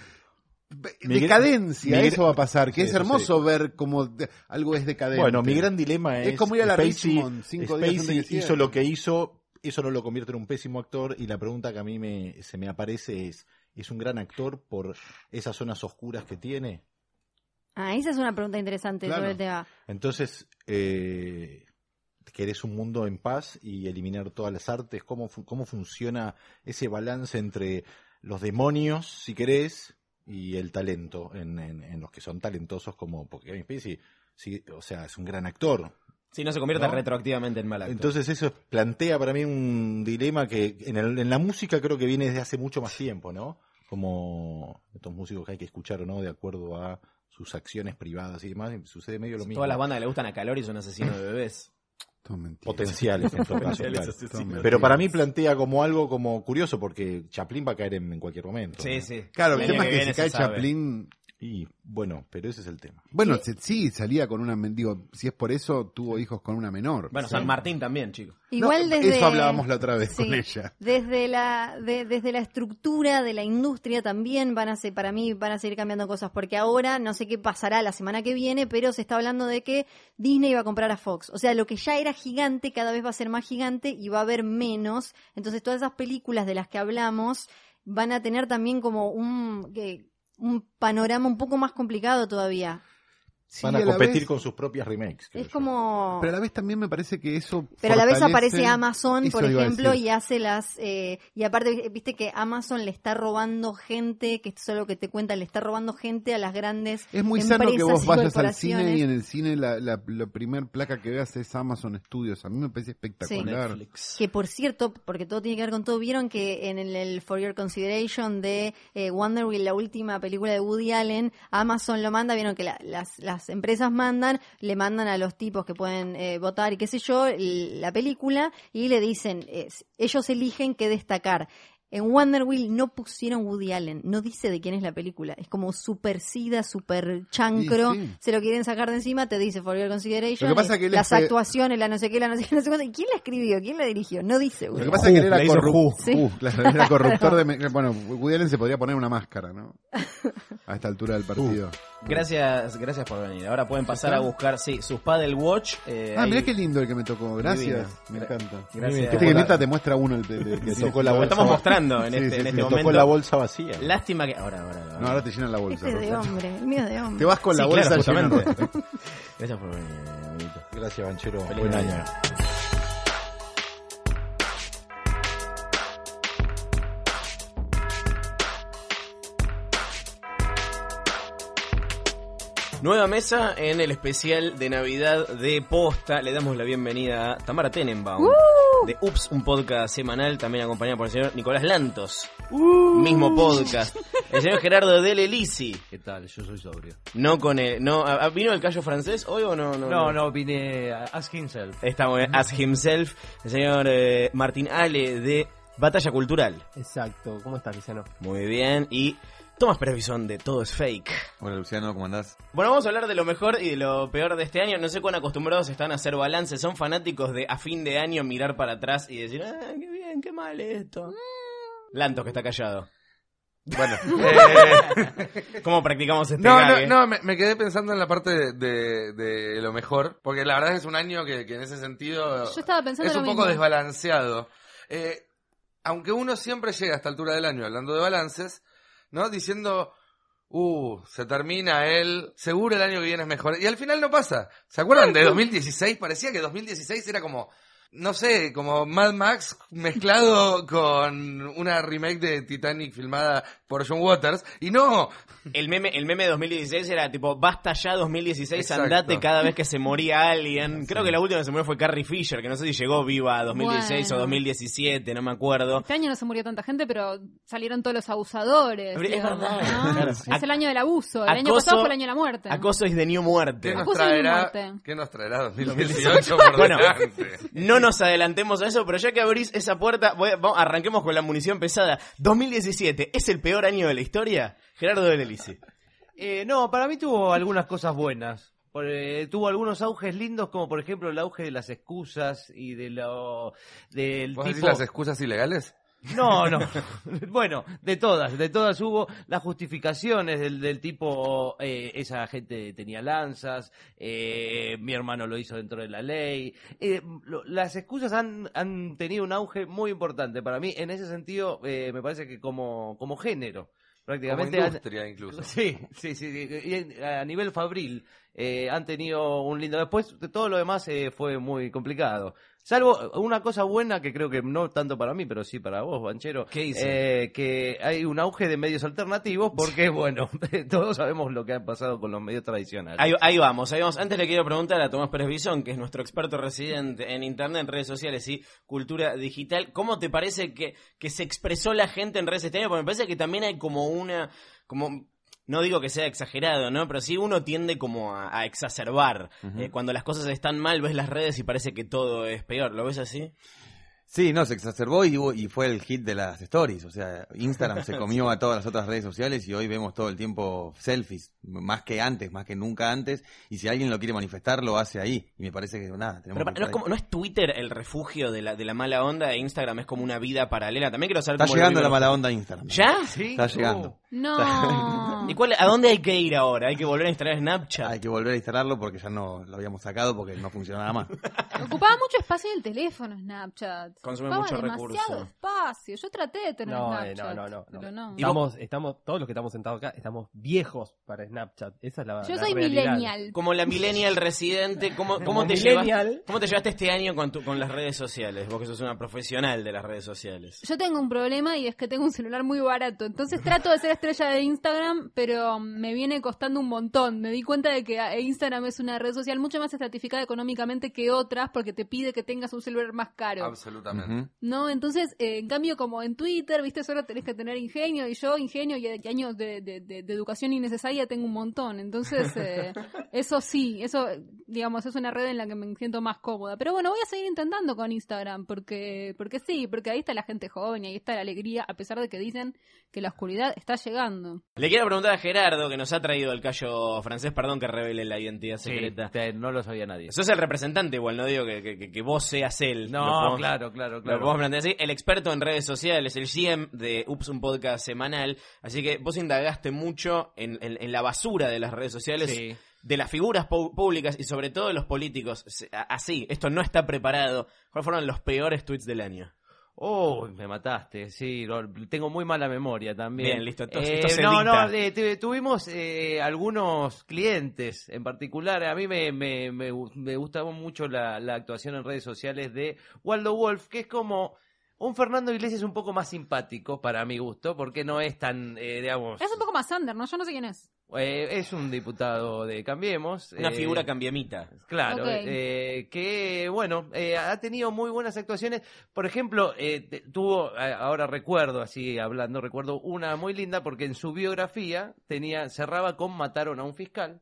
Speaker 5: Be-
Speaker 4: Mi gr-
Speaker 5: Decadencia,
Speaker 4: mi gr-
Speaker 5: eso va a pasar, que
Speaker 4: Sí,
Speaker 5: es
Speaker 4: eso sí.
Speaker 5: hermoso ver como de- algo es decadente.
Speaker 4: Bueno, mi gran dilema es.
Speaker 5: Es como ir a la
Speaker 4: Spacey-
Speaker 5: Richmond, cinco días antes
Speaker 4: Spacey
Speaker 5: que cierre.
Speaker 4: hizo lo que hizo, eso no lo convierte en un pésimo actor. Y la pregunta que a mí me, se me aparece es: ¿es un gran actor por esas zonas oscuras que tiene?
Speaker 3: Ah, esa es una pregunta interesante
Speaker 5: Claro.
Speaker 3: sobre el tema.
Speaker 4: Entonces, eh, ¿querés un mundo en paz y eliminar todas las artes? ¿Cómo, fu- ¿Cómo funciona ese balance entre los demonios, si querés, y el talento en, en- en los que son talentosos como porque Kevin Spacey? Sí, o sea, es un gran actor.
Speaker 2: Si no se convierte
Speaker 4: ¿No?
Speaker 2: retroactivamente en mal actor.
Speaker 4: Entonces eso plantea para mí un dilema que en, el- en la música creo que viene desde hace mucho más tiempo, ¿no? Como estos músicos que hay que escuchar o no de acuerdo a sus acciones privadas y demás, y sucede medio lo mismo.
Speaker 2: Todas las bandas que le gustan a Calori son asesinos de bebés.
Speaker 5: Todo mentira.
Speaker 4: potenciales
Speaker 5: (laughs)
Speaker 4: en todo caso,
Speaker 2: Potenciales
Speaker 4: claro.
Speaker 2: asesinos.
Speaker 4: Pero para mí plantea como algo como curioso porque Chaplin va a caer en, en cualquier momento.
Speaker 2: Sí,
Speaker 4: ¿no?
Speaker 2: sí.
Speaker 5: Claro,
Speaker 2: El
Speaker 5: el
Speaker 2: año
Speaker 5: tema es que
Speaker 2: viene
Speaker 5: se cae
Speaker 2: sabe.
Speaker 5: Chaplin.
Speaker 4: Y bueno, pero ese es el tema.
Speaker 5: Bueno, se- sí, salía con una. men- Digo, si es por eso, tuvo hijos con una menor.
Speaker 2: Bueno, San Martín también, chicos.
Speaker 3: Igual
Speaker 5: No,
Speaker 3: desde.
Speaker 5: Eso hablábamos la otra vez
Speaker 3: Sí.
Speaker 5: con ella.
Speaker 3: Desde la, de- desde la estructura de la industria también van a ser, para mí, van a seguir cambiando cosas, porque ahora no sé qué pasará la semana que viene, pero se está hablando de que Disney va a comprar a Fox. O sea, lo que ya era gigante cada vez va a ser más gigante y va a haber menos. Entonces, todas esas películas de las que hablamos van a tener también como un, que- un panorama un poco más complicado todavía.
Speaker 5: Sí,
Speaker 4: Van a
Speaker 5: la
Speaker 4: competir
Speaker 5: vez-
Speaker 4: con sus propias remakes. creo
Speaker 3: Es
Speaker 4: yo.
Speaker 3: como...
Speaker 5: Pero a la vez también me parece que eso.
Speaker 3: Pero a la vez
Speaker 5: fortalece-
Speaker 3: aparece Amazon,
Speaker 5: Eso
Speaker 3: por
Speaker 5: iba a
Speaker 3: ejemplo,
Speaker 5: decir.
Speaker 3: y hace las... eh, y aparte, viste que Amazon le está robando gente, que esto es lo que te cuentan, le está robando gente a las grandes
Speaker 5: Es muy
Speaker 3: empresas
Speaker 5: sano que vos
Speaker 3: y
Speaker 5: vayas al
Speaker 3: corporaciones.
Speaker 5: cine y en el cine la, la, la primer placa que veas es Amazon Studios. A mí me parece espectacular.
Speaker 2: Netflix.
Speaker 3: Que por cierto, porque todo tiene que ver con todo, vieron que en el, el For Your Consideration de eh, Wonder Wheel, la última película de Woody Allen, Amazon lo manda, vieron que la- las, las empresas mandan, le mandan a los tipos que pueden eh, votar y qué sé yo, l- la película y le dicen, eh, ellos eligen qué destacar. En Wonder Wheel no pusieron Woody Allen, no dice de quién es la película, es como super sida, super chancro,
Speaker 5: Y sí.
Speaker 3: se lo quieren sacar de encima, te dice For Your Consideration,
Speaker 5: Lo que pasa
Speaker 3: y
Speaker 5: que él
Speaker 3: las
Speaker 5: es, eh,
Speaker 3: actuaciones, la no sé qué, la no sé qué, no sé cuánto. ¿Y ¿Quién la escribió? ¿Quién la dirigió? No dice.
Speaker 5: Lo
Speaker 3: güey.
Speaker 5: que pasa es que él era,
Speaker 2: la hizo
Speaker 5: corrupto.
Speaker 3: Ju. Sí.
Speaker 5: (laughs) era corruptor de... me- Bueno, Woody Allen se podría poner una máscara,
Speaker 3: (laughs)
Speaker 5: ¿no? A esta altura del partido.
Speaker 2: Gracias, gracias por venir. Ahora pueden pasar a buscar, sí, sus Paddle Watch. eh,
Speaker 5: ah,
Speaker 2: ahí- (laughs)
Speaker 5: mirá qué lindo el que me tocó. Gracias.
Speaker 2: Divino.
Speaker 5: Me
Speaker 2: Gra-
Speaker 5: encanta.
Speaker 2: Gracias.
Speaker 5: Viste que neta te muestra uno el el- el que tocó la
Speaker 2: Lo
Speaker 5: bolsa.
Speaker 2: estamos mostrando en
Speaker 5: Sí,
Speaker 2: este,
Speaker 5: sí,
Speaker 2: en
Speaker 5: sí,
Speaker 2: este
Speaker 5: me
Speaker 4: Tocó
Speaker 2: momento.
Speaker 4: la bolsa vacía.
Speaker 2: Lástima que. Ahora, ahora, ahora.
Speaker 5: No, ahora te llenan la bolsa.
Speaker 3: Este es de
Speaker 5: Rosa.
Speaker 3: hombre, el mío es de hombre.
Speaker 5: Te vas con la
Speaker 2: Sí,
Speaker 5: bolsa
Speaker 2: claro,
Speaker 5: llena de
Speaker 2: justamente.
Speaker 5: ropa. (laughs)
Speaker 2: Gracias por venir, amiguito.
Speaker 4: Gracias, Banchero.
Speaker 2: Feliz
Speaker 4: Buen
Speaker 2: Navidad.
Speaker 4: año.
Speaker 2: Nueva mesa en el especial de Navidad de Posta. Le damos la bienvenida a Tamara Tenenbaum de Ups, un podcast semanal, también acompañada por el señor Nicolás Lantos. Mismo podcast. El señor Gerardo Del Elisi.
Speaker 7: ¿Qué tal? Yo soy sobrio.
Speaker 2: No con el, no, a- a- ¿Vino el callo francés hoy o no? No,
Speaker 7: No, no, vine a Ask Himself.
Speaker 2: Está muy bien. As himself, el señor eh, Martín Ale de Batalla Cultural.
Speaker 7: Exacto. ¿Cómo estás, Luciano?
Speaker 2: Muy bien. Y Tomás Previsón de Todo es Fake.
Speaker 6: Hola Luciano, ¿cómo andás?
Speaker 2: Bueno, vamos a hablar de lo mejor y de lo peor de este año. No sé cuán acostumbrados están a hacer balance. Son fanáticos de a fin de año mirar para atrás y decir, ah, qué bien, qué mal esto. Lantos que está callado.
Speaker 6: (laughs) Bueno,
Speaker 2: ¿Cómo practicamos este
Speaker 6: no, no,
Speaker 2: gague?
Speaker 6: no, me, me quedé pensando en la parte de, de- de lo mejor, porque la verdad es un año que, que en ese sentido
Speaker 3: Yo estaba pensando
Speaker 6: es
Speaker 3: lo
Speaker 6: un
Speaker 3: mismo.
Speaker 6: poco desbalanceado. Eh, aunque uno siempre llega a esta altura del año hablando de balances, ¿no? Diciendo, uh, se termina el, seguro el año que viene es mejor. Y al final no pasa. ¿Se acuerdan de 2016? Parecía que 2016 era como, no sé, como Mad Max
Speaker 2: (laughs)
Speaker 6: mezclado con una remake de Titanic filmada por John Waters. Y no,
Speaker 2: El meme, el meme de 2016 era Ah, tipo, basta ya 2016,
Speaker 6: Exacto.
Speaker 2: andate cada vez que se moría alguien. Creo que la última que se murió fue Carrie Fisher, que no sé si llegó viva a 2016 o
Speaker 8: Bueno.
Speaker 2: 2017, no me acuerdo.
Speaker 8: Este año no se murió tanta gente, pero salieron todos los abusadores.
Speaker 2: Es
Speaker 8: digamos,
Speaker 2: verdad.
Speaker 6: Ah.
Speaker 8: ¿no?
Speaker 2: Claro.
Speaker 8: Es el año del abuso. El año
Speaker 2: Acoso-
Speaker 8: pasado fue el año de la muerte.
Speaker 2: Acoso es de New
Speaker 6: ¿Qué
Speaker 2: Muerte.
Speaker 6: nos
Speaker 8: Acusa de
Speaker 6: traerá,
Speaker 8: muerte.
Speaker 6: ¿qué nos traerá 2018 por
Speaker 2: Bueno.
Speaker 6: delante?
Speaker 2: No nos adelantemos a eso, pero ya que abrís esa puerta, voy a- vamos, arranquemos con la munición pesada. 2017, ¿es el peor año de la historia? Gerardo de Lelici.
Speaker 7: Eh, no, para mí tuvo algunas cosas buenas. Por, eh, tuvo algunos auges lindos, como por ejemplo el auge de las excusas y de lo. del
Speaker 6: ¿Vos decís
Speaker 7: tipo.
Speaker 6: las excusas ilegales?
Speaker 7: No,
Speaker 6: (laughs)
Speaker 7: no. (laughs) bueno, de todas, de todas hubo las justificaciones del, del tipo, eh, esa gente tenía lanzas, eh, mi hermano lo hizo dentro de la ley. Eh, lo- las excusas han, han tenido un auge muy importante para mí. En ese sentido, eh, me parece que como, como género,
Speaker 6: Como
Speaker 7: prácticamente... han-
Speaker 6: industria incluso.
Speaker 7: Sí, sí, sí. sí. Y en- a nivel fabril eh, han tenido un lindo. Después de todo lo demás eh, fue muy complicado. Salvo una cosa buena que creo que no tanto para mí, pero sí para vos, Banchero.
Speaker 2: ¿Qué hice?
Speaker 7: eh, que hay un auge de medios alternativos porque, (laughs) bueno, todos sabemos lo que ha pasado con los medios tradicionales.
Speaker 2: Ahí, ahí vamos, ahí vamos. Antes le quiero preguntar a Tomás Pérez Bisón, que es nuestro experto residente en Internet, en redes sociales y cultura digital, ¿cómo te parece que, que se expresó la gente en redes este año? Porque me parece que también hay como una... como no digo que sea exagerado, ¿no? Pero sí uno tiende como a, a exacerbar. Eh, cuando las cosas están mal, ves las redes y parece que todo es peor. ¿Lo ves así?
Speaker 6: Sí, no, se exacerbó y, hubo- y fue el hit de las stories. O sea, Instagram se comió a todas las otras redes sociales y hoy vemos todo el tiempo selfies, m- más que antes, más que nunca antes. Y si alguien lo quiere manifestar, lo hace ahí. Y me parece que nada, tenemos
Speaker 2: Pero pa-
Speaker 6: que
Speaker 2: no, es
Speaker 6: estar ahí.
Speaker 2: como- ¿no es Twitter el refugio de la, de la mala onda e Instagram es como una vida paralela. También quiero saber
Speaker 6: Está
Speaker 2: cómo lo
Speaker 6: llegando la
Speaker 2: viven
Speaker 6: mala onda a Instagram.
Speaker 2: ustedes. ¿Ya?
Speaker 7: ¿Sí?
Speaker 6: Está llegando.
Speaker 8: Uh.
Speaker 2: (laughs)
Speaker 8: No.
Speaker 2: ¿Y cuál, a dónde hay que ir ahora? ¿Hay que volver a instalar Snapchat?
Speaker 6: Hay que volver a instalarlo porque ya no lo habíamos sacado porque no funcionaba
Speaker 2: (laughs)
Speaker 6: más.
Speaker 8: Ocupaba mucho espacio en el teléfono Snapchat.
Speaker 2: Consume
Speaker 8: Ocupaba
Speaker 2: mucho
Speaker 8: demasiado
Speaker 2: recurso.
Speaker 8: espacio. Yo traté de tener
Speaker 9: No, eh,
Speaker 8: Snapchat.
Speaker 9: no, no, no, no.
Speaker 8: pero no.
Speaker 9: Estamos, estamos, todos los que estamos sentados acá, estamos viejos para Snapchat. Esa es la
Speaker 8: Yo
Speaker 9: la
Speaker 8: soy
Speaker 9: realidad.
Speaker 8: millennial.
Speaker 2: Como la millennial residente, ¿cómo, cómo,
Speaker 9: Como
Speaker 2: te,
Speaker 9: millennial.
Speaker 2: llevaste, ¿cómo te llevaste este año con, tu- con las redes sociales? Vos que sos una profesional de las redes sociales.
Speaker 8: Yo tengo un problema y es que tengo un celular muy barato. Entonces trato de ser estrella de Instagram, pero me viene costando un montón. Me di cuenta de que ah, Instagram es una red social mucho más estratificada económicamente que otras porque te pide que tengas un celular más caro.
Speaker 6: Absolutamente.
Speaker 8: ¿No? Entonces, eh, en cambio, como en Twitter, viste, solo tenés que tener ingenio y yo ingenio y, y años de, de- de- de educación innecesaria tengo un montón. Entonces, eh, eso sí, eso, eh, digamos, es una red en la que me siento más cómoda. Pero bueno, voy a seguir intentando con Instagram porque, porque sí, porque ahí está la gente joven y ahí está la alegría, a pesar de que dicen que la oscuridad está llegando.
Speaker 2: Le quiero preguntar a Gerardo, que nos ha traído el callo francés, perdón que revele la identidad
Speaker 7: Sí,
Speaker 2: secreta.
Speaker 7: te- no lo sabía nadie.
Speaker 2: Sos el representante igual, no digo que, que- que- que vos seas él. Lo
Speaker 7: No,
Speaker 2: podemos-
Speaker 7: claro, claro,
Speaker 2: Lo podemos
Speaker 7: claro.
Speaker 2: plantear así. El experto en redes sociales, el GM de Ups, un podcast semanal. Así que vos indagaste mucho en, en- en la basura de las redes sociales,
Speaker 7: Sí.
Speaker 2: de las figuras pu- públicas y sobre todo de los políticos. Se- a- Así, esto no está preparado. ¿Cuáles fueron los peores tweets del año?
Speaker 7: Uy, me mataste, sí, lo- tengo muy mala memoria también. Eh,
Speaker 2: Bien, listo, entonces esto se
Speaker 7: no,
Speaker 2: edita.
Speaker 7: no, eh, tu- tuvimos eh, algunos clientes en particular, a mí me, me, me, gu- me gustaba mucho la, la actuación en redes sociales de Waldo Wolf, que es como un Fernando Iglesias un poco más simpático para mi gusto, porque no es tan, eh, digamos,
Speaker 8: Es un poco más under, ¿no? Yo no sé quién es.
Speaker 7: eh, es un diputado de Cambiemos.
Speaker 2: Una
Speaker 7: eh,
Speaker 2: figura cambiamita.
Speaker 7: Claro,
Speaker 8: Ok.
Speaker 7: eh, que bueno, eh, ha tenido muy buenas actuaciones. Por ejemplo, eh, te- tuvo, eh, ahora recuerdo, así hablando, recuerdo una muy linda porque en su biografía tenía cerraba con mataron a un
Speaker 8: (laughs)
Speaker 7: fiscal,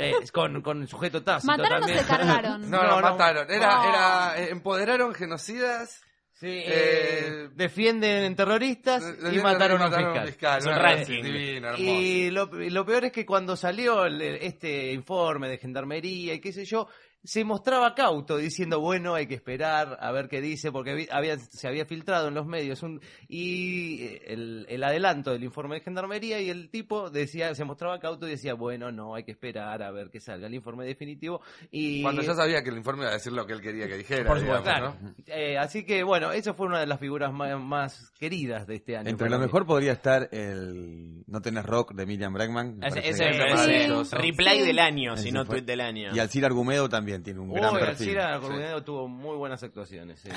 Speaker 7: Eh, con, con el sujeto tácito
Speaker 8: Mataron o
Speaker 7: también.
Speaker 8: se cargaron. Ah.
Speaker 7: (laughs)
Speaker 6: No, no,
Speaker 7: No, no.
Speaker 6: mataron. Era,
Speaker 8: No.
Speaker 6: era, eh, empoderaron genocidas.
Speaker 7: Sí, eh,
Speaker 6: Eh,
Speaker 7: defienden terroristas
Speaker 6: eh,
Speaker 7: y mataron a un
Speaker 6: mataron
Speaker 7: fiscal.
Speaker 2: Es un
Speaker 6: una
Speaker 2: ranking.
Speaker 6: divina, hermosa.
Speaker 7: Y lo, y lo peor es que cuando salió el- el- este informe de gendarmería y qué sé yo, se mostraba cauto diciendo, bueno, hay que esperar a ver qué dice, porque vi- había, se había filtrado en los medios un, y eh, el, el adelanto del informe de gendarmería y el tipo decía, se mostraba cauto y decía, bueno, no, hay que esperar a ver que salga el informe definitivo. eh, Y
Speaker 6: Cuando ya sabía que el informe iba a decir lo que él quería que dijera.
Speaker 7: Por supuesto,
Speaker 6: digamos,
Speaker 7: claro.
Speaker 6: ¿no?
Speaker 7: Eh, así que bueno, esa fue una de las figuras ma- más, queridas de este año.
Speaker 6: Entre
Speaker 7: para
Speaker 6: lo
Speaker 7: mí.
Speaker 6: mejor podría estar el No tenés rock de Miriam Bregman. me
Speaker 2: Ese,
Speaker 6: parece
Speaker 2: ese
Speaker 6: que-
Speaker 2: es
Speaker 8: es maravilloso.
Speaker 2: replay
Speaker 8: Sí.
Speaker 2: del año, si
Speaker 6: Ese
Speaker 2: no
Speaker 6: fue.
Speaker 2: tweet del año.
Speaker 6: Y Alcira Argumedo también tiene un
Speaker 7: Uy,
Speaker 6: gran perfil.
Speaker 7: Alcira Coronado tuvo muy buenas actuaciones. sí.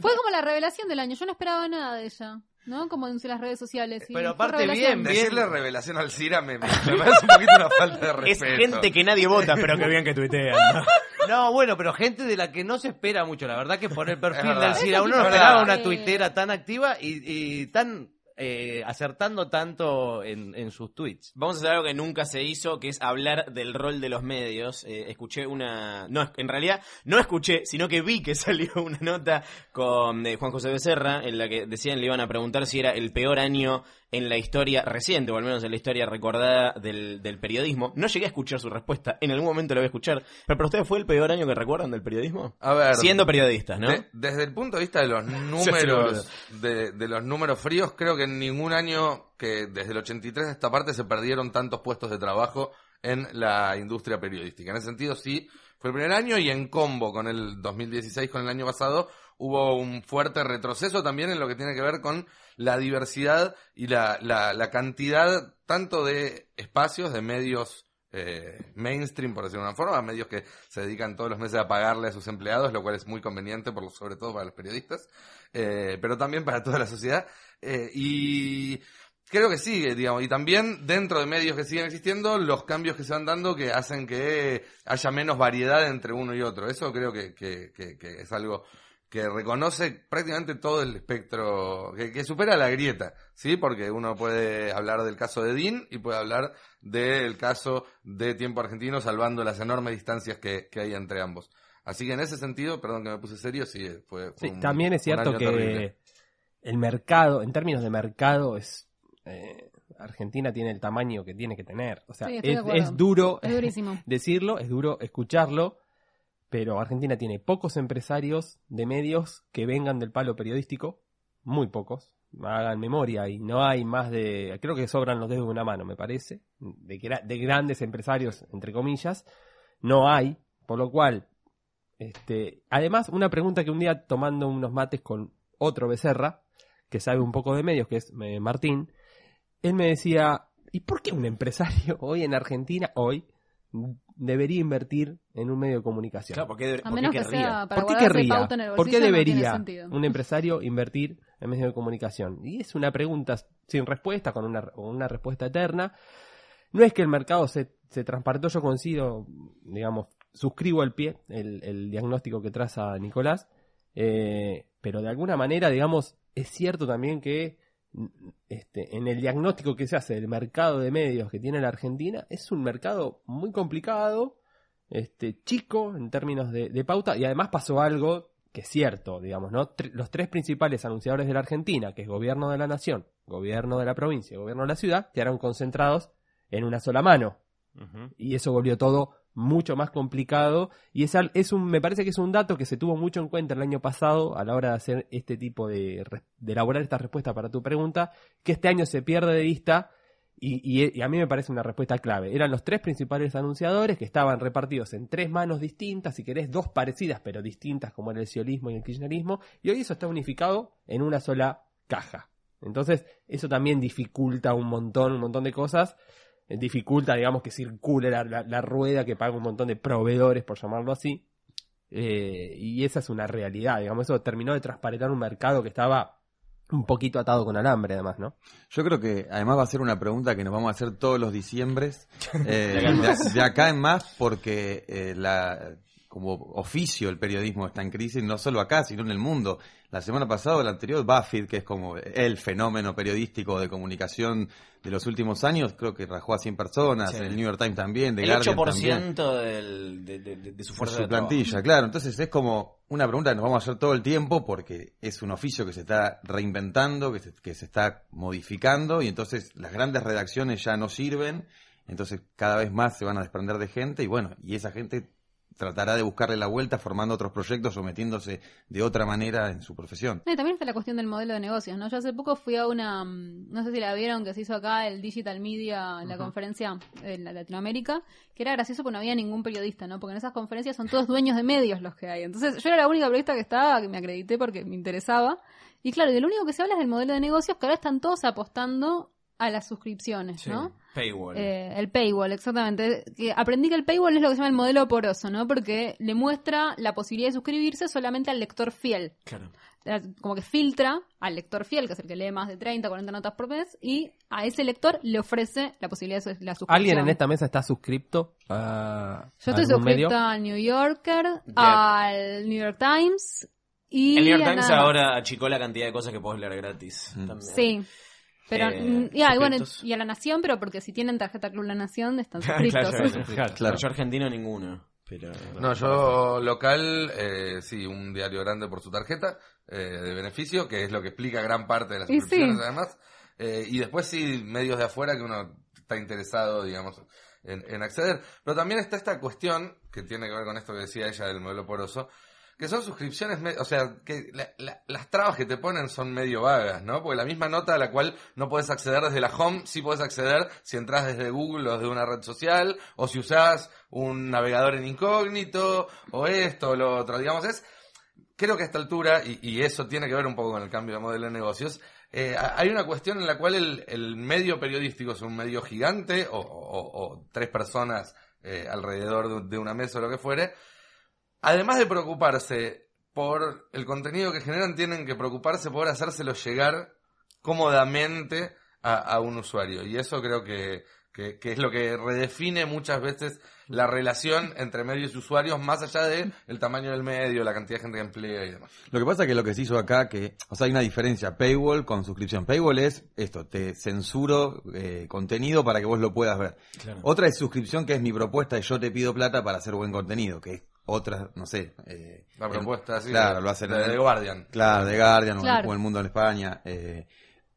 Speaker 8: Fue como la revelación del año. Yo no esperaba nada de ella, ¿no? Como en las redes sociales. y
Speaker 7: Pero
Speaker 8: fue
Speaker 7: aparte
Speaker 8: revelación.
Speaker 7: bien,
Speaker 6: Decirle revelación al Cira me, me parece un poquito una falta de
Speaker 2: es
Speaker 6: respeto.
Speaker 2: gente que nadie vota, pero que bien que tuitean. ¿no?
Speaker 7: No, bueno, pero gente de la que no se espera mucho. La verdad que por el perfil
Speaker 6: verdad.
Speaker 7: del Cira uno
Speaker 8: Es
Speaker 7: no
Speaker 8: verdad.
Speaker 7: esperaba una
Speaker 8: Sí.
Speaker 7: tuitera tan activa y, y tan eh, acertando tanto en, en sus tweets.
Speaker 2: Vamos a hacer algo que nunca se hizo, que es hablar del rol de los medios. Eh, escuché una... No, en realidad no escuché, sino que vi que (laughs) salió una nota con eh, Juan José Becerra, en la que decían, le iban a preguntar si era el peor año en la historia reciente, o al menos en la historia recordada del, del periodismo. No llegué a escuchar su respuesta, en algún momento la voy a escuchar. Pero para ustedes fue el peor año que recuerdan del periodismo?
Speaker 6: A ver.
Speaker 2: Siendo periodistas, ¿no?
Speaker 6: de- desde el punto de
Speaker 2: (laughs)
Speaker 6: vista de los números, de, de los números fríos, creo que en ningún año que desde el 83 a esta parte se perdieron tantos puestos de trabajo en la industria periodística. En ese sentido, sí, fue el primer año y en combo con el 2016, con el año pasado, hubo un fuerte retroceso también en lo que tiene que ver con la diversidad y la, la, la cantidad tanto de espacios, de medios eh, mainstream, por decirlo de una forma, medios que se dedican todos los meses a pagarle a sus empleados, lo cual es muy conveniente, por, lo- sobre todo para los periodistas, eh, pero también para toda la sociedad. Eh, y creo que sí, eh, digamos, y también dentro de medios que siguen existiendo, los cambios que se van dando que hacen que haya menos variedad entre uno y otro. Eso creo que, que- que- que es algo que reconoce prácticamente todo el espectro, que, que supera la grieta, ¿sí? Porque uno puede hablar del caso de Dean y puede hablar del caso de Tiempo Argentino, salvando las enormes distancias que, que hay entre ambos. Así que en ese sentido, perdón que me puse serio, sí, fue, fue
Speaker 9: Sí,
Speaker 6: un-
Speaker 9: también es
Speaker 6: un
Speaker 9: cierto
Speaker 6: año
Speaker 9: que
Speaker 6: terrible.
Speaker 9: el mercado, en términos de mercado, es eh, Argentina tiene el tamaño que tiene que tener. O sea,
Speaker 8: Sí, estoy de
Speaker 9: es,
Speaker 8: acuerdo.
Speaker 9: es duro
Speaker 8: Es durísimo.
Speaker 9: (laughs) decirlo, es duro escucharlo, pero Argentina tiene pocos empresarios de medios que vengan del palo periodístico, muy pocos, hagan memoria y no hay más de, creo que sobran los dedos de una mano, me parece, de, gra- de grandes empresarios, entre comillas, no hay, por lo cual, este, además, una pregunta que un día tomando unos mates con otro becerra, que sabe un poco de medios, que es eh, Martín, él me decía, ¿y por qué un empresario (laughs) hoy en Argentina, hoy, debería invertir en un medio de comunicación?
Speaker 2: Claro, porque,
Speaker 8: A
Speaker 2: ¿por qué
Speaker 8: menos que
Speaker 2: querría?
Speaker 8: sea para
Speaker 9: ¿Por qué
Speaker 8: guardarse
Speaker 9: querría?
Speaker 8: pauta en el
Speaker 9: ¿Por qué
Speaker 8: bolsillo, no tiene
Speaker 9: debería
Speaker 8: sentido.
Speaker 9: un empresario invertir en medios de comunicación? Y es una pregunta sin respuesta, con una, con una respuesta eterna. No es que el mercado se, se transparentó, yo coincido, digamos, suscribo el pie, el, el diagnóstico que traza Nicolás, eh, pero de alguna manera, digamos, es cierto también que mm, este, en el diagnóstico que se hace del mercado de medios que tiene la Argentina, es un mercado muy complicado, este, chico en términos de, de pauta, y además pasó algo que es cierto, digamos, ¿no? Tre- los tres principales anunciadores de la Argentina, que es gobierno de la nación, gobierno de la provincia y gobierno de la ciudad, quedaron concentrados en una sola mano. Y eso volvió todo mucho más complicado. Y es, al- es un, me parece que es un dato que se tuvo mucho en cuenta el año pasado a la hora de hacer este tipo de, res- de elaborar esta respuesta para tu pregunta, que este año se pierde de vista. Y, y- y a mí me parece una respuesta clave. Eran los tres principales anunciadores que estaban repartidos en tres manos distintas, si querés, dos parecidas pero distintas, como era el siolismo y el kirchnerismo, y hoy eso está unificado en una sola caja. Entonces, eso también dificulta un montón, un montón de cosas Eh, dificulta, digamos, que circule la, la- la rueda que paga un montón de proveedores, por llamarlo así. Eh, y esa es una realidad, digamos, eso terminó de transparentar un mercado que estaba un poquito atado con alambre, además, ¿no?
Speaker 10: Yo creo que además va a ser una pregunta que nos vamos a hacer todos
Speaker 2: (laughs)
Speaker 10: los diciembres,
Speaker 2: De
Speaker 10: eh,
Speaker 2: acá en
Speaker 10: de, de acá en más, porque eh, la, como oficio el periodismo está en crisis, no solo acá, sino en el mundo. La semana pasada, o la anterior, Buffett, que es como el fenómeno periodístico de comunicación de los últimos años, creo que rajó a 100 personas,
Speaker 2: Sí.
Speaker 10: en el New York Times también, de
Speaker 2: El
Speaker 10: Guardian
Speaker 2: 8%
Speaker 10: también.
Speaker 2: del- de, de- de- de su
Speaker 10: Por
Speaker 2: fuerza
Speaker 10: su
Speaker 2: de trabajo.
Speaker 10: plantilla, claro. Entonces es como una pregunta que nos vamos a hacer todo el tiempo porque es un oficio que se está reinventando, que se, que se está modificando y entonces las grandes redacciones ya no sirven, entonces cada vez más se van a desprender de gente y bueno, y esa gente tratará de buscarle la vuelta formando otros proyectos o metiéndose de otra manera en su profesión.
Speaker 8: No, y también está la cuestión del modelo de negocios, ¿no? Yo hace poco fui a una, mm, no sé si la vieron, que se hizo acá el Digital Media, en la conferencia en la- Latinoamérica, que era gracioso porque no había ningún periodista, ¿no? Porque en esas conferencias son todos dueños de medios los que hay. Entonces yo era la única periodista que estaba, que me acredité porque me interesaba. Y claro, y lo único que se habla es del modelo de negocios, que ahora están todos apostando a las suscripciones,
Speaker 2: Sí,
Speaker 8: ¿no?
Speaker 2: Paywall.
Speaker 8: Eh, el paywall, exactamente. Que aprendí que el paywall es lo que se llama el modelo poroso, ¿no? Porque le muestra la posibilidad de suscribirse solamente al lector fiel.
Speaker 2: Claro.
Speaker 8: La- Como que filtra al lector fiel, que es el que lee más de 30, 40 notas por mes, y a ese lector le ofrece la posibilidad de su- la suscripción.
Speaker 9: ¿Alguien en esta mesa está suscripto a,
Speaker 8: Yo
Speaker 9: a
Speaker 8: estoy
Speaker 9: algún medio?
Speaker 8: suscrita al New Yorker,
Speaker 2: Bien.
Speaker 8: al New York Times y.
Speaker 2: El New York
Speaker 8: a
Speaker 2: Times
Speaker 8: nada más.
Speaker 2: ahora achicó la cantidad de cosas que podés leer gratis.
Speaker 10: Mm.
Speaker 2: también. (laughs)
Speaker 8: Sí. Pero,
Speaker 2: Eh,
Speaker 8: mm, y, ah, y bueno,
Speaker 2: suscriptos.
Speaker 8: y a la Nación, pero porque si tienen tarjeta Club La Nación están
Speaker 2: (laughs) claro,
Speaker 8: suscriptos.
Speaker 2: claro, claro.
Speaker 10: Claro.
Speaker 2: Yo argentino ninguno. Pero...
Speaker 6: No, yo local, eh, sí, un diario grande por su tarjeta eh, de beneficio, que es lo que explica gran parte de las
Speaker 8: Y sí.
Speaker 6: suscripciones además. Eh, y después sí, medios de afuera que uno está interesado, digamos, en, en acceder. Pero también está esta cuestión, que tiene que ver con esto que decía ella del modelo poroso, que son suscripciones, me- o sea, que la- la- las trabas que te ponen son medio vagas, ¿no? Porque la misma nota a la cual no puedes acceder desde la home, sí puedes acceder si entras desde Google o desde una red social, o si usás un navegador en incógnito, o esto, o lo otro, digamos, es... Creo que a esta altura, y, y eso tiene que ver un poco con el cambio de modelo de negocios, eh, ha- hay una cuestión en la cual el, el medio periodístico es un medio gigante, o, o- o tres personas eh, alrededor de un- de una mesa o lo que fuere, además de preocuparse por el contenido que generan, tienen que preocuparse por hacérselo llegar cómodamente a, a un usuario. Y eso creo que, que, que es lo que redefine muchas veces la relación entre medios y usuarios, más allá del el tamaño del medio, la cantidad de gente que emplea y demás.
Speaker 10: Lo que pasa es que lo que se hizo acá, que, o sea, hay una diferencia paywall con suscripción. Paywall es esto, te censuro eh, contenido para que vos lo puedas ver. Otra es suscripción, que es mi propuesta, de yo te pido plata para hacer buen contenido, que es otra, no sé. eh,
Speaker 6: La propuesta, sí,
Speaker 10: Claro,
Speaker 6: de-
Speaker 10: lo hacen
Speaker 6: de
Speaker 10: en-
Speaker 6: The Guardian.
Speaker 10: Claro, de Guardian o-
Speaker 8: Claro.
Speaker 10: o El Mundo en España. eh,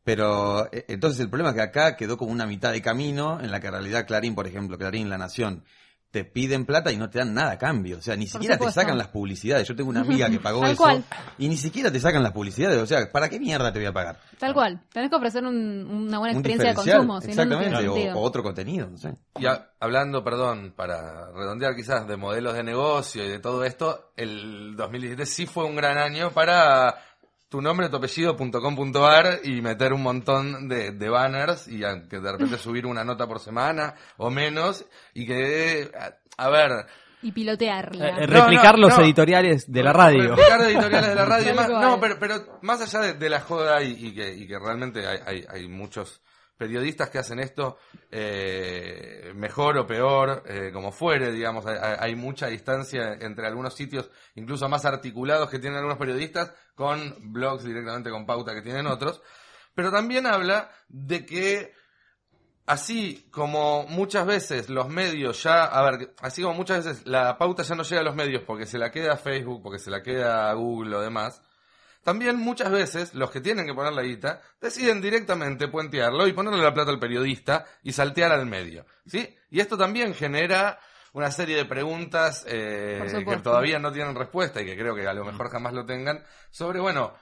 Speaker 10: pero eh, entonces el problema es que acá quedó como una mitad de camino en la que en realidad Clarín, por ejemplo, Clarín, La Nación, te piden plata y no te dan nada a cambio. O sea, ni siquiera te
Speaker 8: supuesto.
Speaker 10: sacan las publicidades.
Speaker 8: (laughs)
Speaker 10: Yo tengo una amiga que pagó
Speaker 8: Tal
Speaker 10: eso
Speaker 8: cual.
Speaker 10: y ni siquiera te sacan las publicidades. O sea, ¿para qué mierda te voy a pagar?
Speaker 8: Tal cual. Tenés que ofrecer un- una buena
Speaker 10: Un
Speaker 8: experiencia de
Speaker 10: diferencial,
Speaker 8: consumo. si no, no tiene
Speaker 10: Exactamente, o-
Speaker 8: sentido.
Speaker 10: o, otro contenido, no sé.
Speaker 6: Y ha- hablando, perdón, para redondear quizás de modelos de negocio y de todo esto, el 2017 sí fue un gran año para tu nombre, tu apellido.com.ar y meter un montón de, de banners y a- que de repente subir una nota por semana o menos y que, a, a ver,
Speaker 8: Y pilotearla.
Speaker 9: Eh, eh,
Speaker 6: No, no,
Speaker 9: replicar los
Speaker 6: no.
Speaker 9: editoriales de la radio.
Speaker 6: Replicar editoriales de la radio.
Speaker 8: (laughs)
Speaker 6: y
Speaker 8: Tal
Speaker 6: más-
Speaker 8: cual.
Speaker 6: no, pero, pero más allá de, de la joda y, y que, y que realmente hay, hay- hay muchos periodistas que hacen esto eh, mejor o peor, eh, como fuere, digamos, hay, hay- hay mucha distancia entre algunos sitios, incluso más articulados que tienen algunos periodistas, con blogs directamente con pauta que tienen otros. Pero también habla de que Así como muchas veces los medios ya, a ver, así como muchas veces la pauta ya no llega a los medios porque se la queda Facebook, porque se la queda Google o demás, también muchas veces los que tienen que poner la guita deciden directamente puentearlo y ponerle la plata al periodista y saltear al medio, ¿sí? Y esto también genera una serie de preguntas eh,
Speaker 8: Por
Speaker 6: que
Speaker 8: supuesto.
Speaker 6: todavía no tienen respuesta y que creo que a lo mejor jamás lo tengan sobre, bueno,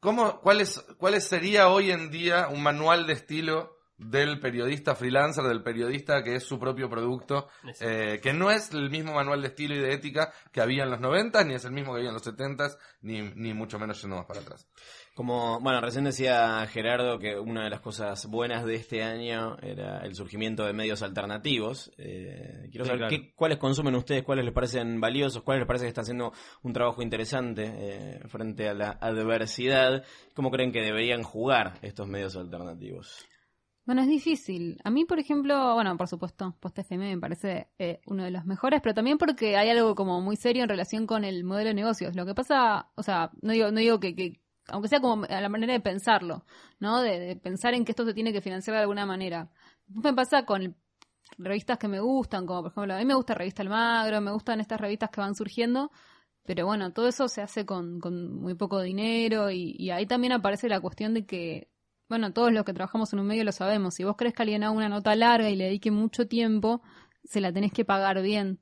Speaker 6: ¿Cómo, cuál, es- cuál es- sería hoy en día un manual de estilo del periodista freelancer, del periodista que es su propio producto, eh, que no es el mismo manual de estilo y de ética que había en los 90, ni es el mismo que había en los 70, ni, ni mucho menos yendo más para atrás.
Speaker 2: Como, bueno, recién decía Gerardo que una de las cosas buenas de este año era el surgimiento de medios alternativos. Eh, quiero
Speaker 7: Sí,
Speaker 2: saber
Speaker 7: claro.
Speaker 2: qué- cuáles consumen ustedes, cuáles les parecen valiosos, cuáles les parece que están haciendo un trabajo interesante eh, frente a la adversidad. ¿Cómo creen que deberían jugar estos medios alternativos?
Speaker 8: Bueno, es difícil. A mí, por ejemplo, bueno, por supuesto, Post FM me parece eh, uno de los mejores, pero también porque hay algo como muy serio en relación con el modelo de negocios. Lo que pasa, o sea, no digo, no digo que, que- aunque sea como a la manera de pensarlo, ¿no? De, de pensar en que esto se tiene que financiar de alguna manera. Me pasa con revistas que me gustan, como por ejemplo, a mí me gusta Revista Almagro, me gustan estas revistas que van surgiendo, pero bueno, todo eso se hace con, con muy poco dinero y, y ahí también aparece la cuestión de que, bueno, todos los que trabajamos en un medio lo sabemos, si vos crees que alguien haga una nota larga y le dedique mucho tiempo, se la tenés que pagar bien.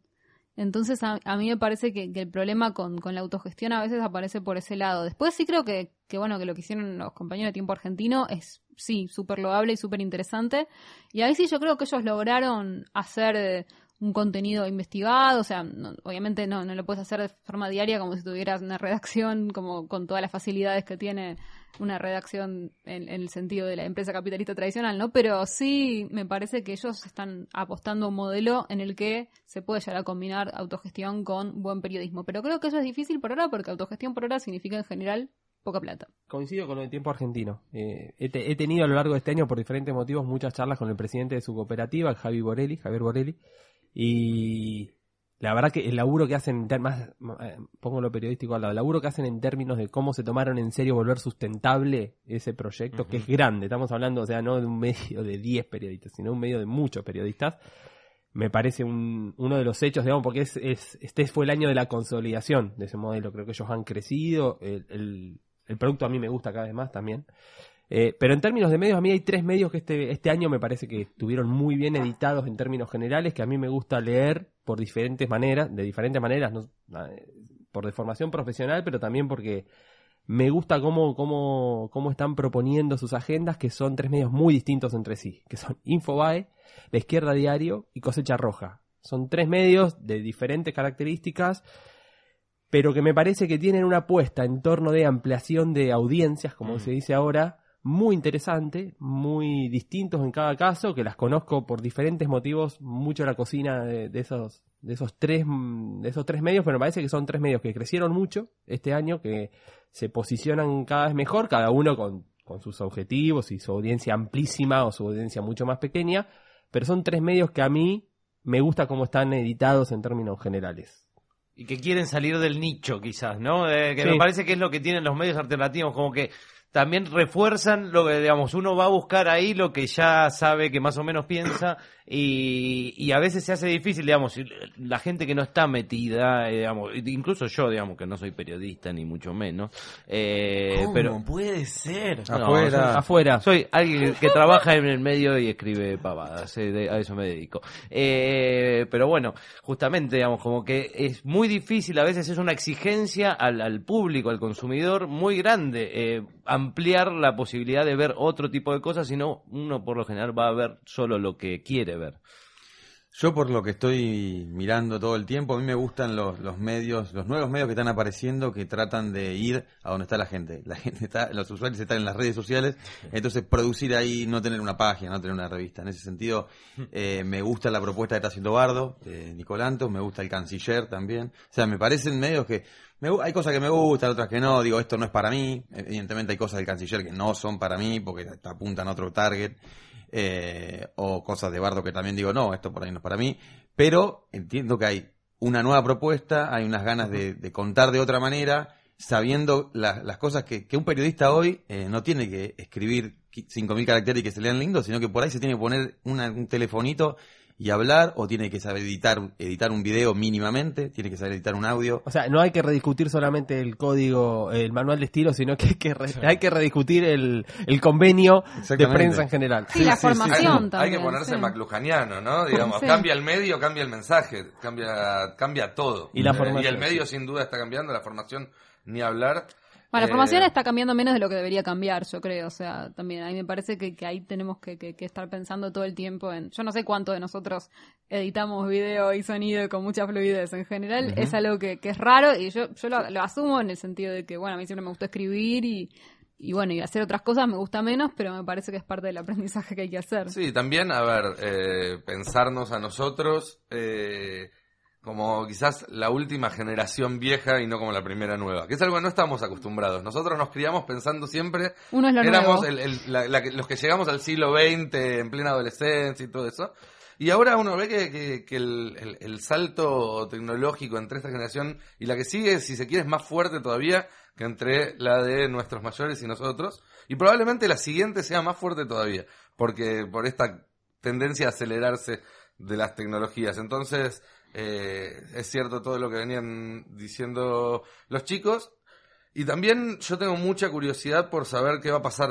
Speaker 8: Entonces a, a mí me parece que, que el problema con, con la autogestión a veces aparece por ese lado. Después sí creo que, que bueno, que lo que hicieron los compañeros de Tiempo Argentino es, sí, súper loable y súper interesante. Y ahí sí yo creo que ellos lograron hacer eh, un contenido investigado, o sea, no- obviamente no, no lo puedes hacer de forma diaria como si tuvieras una (laughs) redacción, como con todas las facilidades que tiene una redacción en, en el sentido de la empresa capitalista tradicional, ¿no? Pero sí me parece que ellos están apostando a un modelo en el que se puede llegar a combinar autogestión con buen periodismo. Pero creo que eso es difícil por ahora porque autogestión por ahora significa en general poca plata.
Speaker 9: Coincido con el tiempo argentino. Eh, he, te- he tenido a lo largo de este año, por diferentes motivos, muchas charlas con el presidente de su cooperativa, el Javi Borelli, Javier Borelli, y la verdad que el laburo que hacen, en ter- más, eh, pongo lo periodístico al lado, el laburo que hacen en términos de cómo se tomaron en serio volver sustentable ese proyecto, que es grande, estamos hablando, o sea, no de un medio de 10 periodistas, sino un medio de muchos periodistas, me parece un- uno de los hechos, digamos, porque es, es- este fue el año de la consolidación de ese modelo. Creo que ellos han crecido. El, el- el producto a mí me gusta cada vez más también. Eh, pero en términos de medios, a mí hay tres medios que este, este año me parece que estuvieron muy bien editados en términos generales, que a mí me gusta leer por diferentes maneras, de diferentes maneras, no- eh, por deformación profesional, pero también porque me gusta cómo, cómo, cómo están proponiendo sus agendas, que son tres medios muy distintos entre sí, que son Infobae, la Izquierda Diario y Cosecha Roja. Son tres medios de diferentes características, pero que me parece que tienen una apuesta en torno de ampliación de audiencias, como se dice ahora, muy interesante, muy distintos en cada caso, que las conozco por diferentes motivos, mucho la cocina de, de esos de esos tres mm, de esos tres medios, pero me parece que son tres medios que crecieron mucho este año, que se posicionan cada vez mejor, cada uno con, con sus objetivos y su audiencia amplísima o su audiencia mucho más pequeña, pero son tres medios que a mí me gusta cómo están editados en términos generales.
Speaker 7: Y que quieren salir del nicho, quizás, ¿no? Eh, que me
Speaker 9: Sí.
Speaker 7: parece que es lo que tienen los medios alternativos, como que también refuerzan lo que, digamos, uno va a buscar ahí lo que ya sabe que más o menos piensa y, y a veces se hace difícil, digamos, y la gente que no está metida, eh, digamos, incluso yo, digamos, que no soy periodista ni mucho menos, eh, pero...
Speaker 2: puede ser?
Speaker 7: No,
Speaker 10: Afuera.
Speaker 7: soy-
Speaker 9: Afuera,
Speaker 7: Soy alguien que trabaja en el medio y escribe pavadas, eh, de- a eso me dedico. Eh, pero bueno, justamente, digamos, como que es muy difícil, a veces es una exigencia al, al público, al consumidor, muy grande, eh, ampliar la posibilidad de ver otro tipo de cosas, sino uno por lo general va a ver solo lo que quiere ver.
Speaker 10: Yo por lo que estoy mirando todo el tiempo, a mí me gustan los, los medios, los nuevos medios que están apareciendo que tratan de ir a donde está la gente. La gente está, los usuarios están en las redes sociales, entonces producir ahí, no tener una página, no tener una revista. En ese (laughs) sentido, eh, me gusta la propuesta que está haciendo Bardo, de Nicolantos, me gusta el Canciller también. O sea, me parecen medios que me gu- hay cosas que me gustan, otras que no. Digo, esto no es para mí. Evidentemente hay cosas del Canciller que no son para mí porque te apuntan a otro target. Eh, o cosas de Bardo que también digo, no, esto por ahí no es para mí. Pero entiendo que hay una nueva propuesta, hay unas ganas de, de contar de otra manera, sabiendo la- las cosas que, que un periodista hoy eh, no tiene que escribir qui- 5.000 caracteres y que se lean lindos, sino que por ahí se tiene que poner una- un telefonito y hablar, o tiene que saber editar, editar un video mínimamente, tiene que saber editar un audio.
Speaker 9: O sea, no hay que rediscutir solamente el código, el manual de estilo, sino que hay que, re- hay que rediscutir el, el convenio de
Speaker 10: Exactamente.
Speaker 9: prensa en general.
Speaker 8: Sí, la
Speaker 6: Hay,
Speaker 8: formación también.
Speaker 6: hay que ponerse
Speaker 8: sí.
Speaker 6: maclujaniano, ¿no? Digamos,
Speaker 8: Sí.
Speaker 6: cambia el medio, cambia el mensaje, cambia, cambia todo.
Speaker 9: Y la
Speaker 6: Eh,
Speaker 9: formación,
Speaker 6: y el medio
Speaker 9: sí.
Speaker 6: sin duda está cambiando, la formación ni hablar.
Speaker 8: Bueno, la
Speaker 6: Eh,
Speaker 8: formación está cambiando menos de lo que debería cambiar, yo creo. O sea, también ahí me parece que, que ahí tenemos que, que- que estar pensando todo el tiempo en... Yo no sé cuánto de nosotros editamos video y sonido con mucha fluidez. En general es algo que, que es raro y yo, yo lo, lo asumo en el sentido de que, bueno, a mí siempre me gustó escribir y, y bueno, y hacer otras cosas me gusta menos, pero me parece que es parte del aprendizaje que hay que hacer.
Speaker 6: Sí, también, a ver, eh, pensarnos a nosotros eh, como quizás la última generación vieja y no como la primera nueva, que es algo que no estamos acostumbrados. Nosotros nos criamos pensando siempre,
Speaker 8: Uno es lo
Speaker 6: éramos
Speaker 8: nuevo.
Speaker 6: el- el- la- la que- los que llegamos al siglo XX en plena adolescencia y todo eso. Y ahora uno ve que, que- que el, el- el salto tecnológico entre esta generación y la que sigue, si se quiere, es más fuerte todavía que entre la de nuestros mayores y nosotros. Y probablemente la siguiente sea más fuerte todavía, porque por esta tendencia a acelerarse de las tecnologías. Entonces, eh, es cierto todo lo que venían diciendo los chicos. Y también yo tengo mucha curiosidad por saber qué va a pasar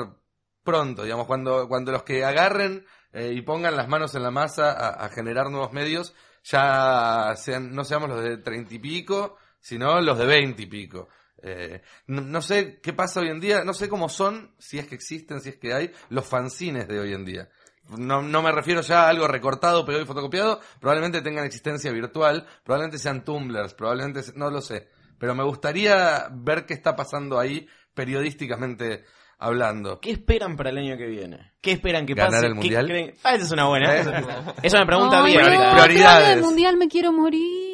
Speaker 6: pronto, digamos, cuando, cuando los que agarren eh, y pongan las manos en la masa a, a generar nuevos medios, ya sean, no seamos los de treinta y pico, sino los de veinte y pico. Eh, no, no sé qué pasa hoy en día, no sé cómo son, si es que existen, si es que hay, los fanzines de hoy en día. No, no me refiero ya a algo recortado, pegado y fotocopiado, probablemente tengan existencia virtual, probablemente sean tumblers, probablemente, se- no lo sé. Pero me gustaría ver qué está pasando ahí periodísticamente hablando.
Speaker 2: ¿Qué esperan para el año que viene? ¿Qué esperan que
Speaker 6: ¿Ganar
Speaker 2: pase?
Speaker 6: el
Speaker 2: ¿Qué
Speaker 6: Mundial?
Speaker 2: creen? Ah, esa es una buena.
Speaker 6: (laughs) ¿Eh?
Speaker 2: Esa es una- es una pregunta
Speaker 8: Ay,
Speaker 2: abierta.
Speaker 8: no, otra vez
Speaker 6: Prioridades.
Speaker 8: del mundial me quiero morir.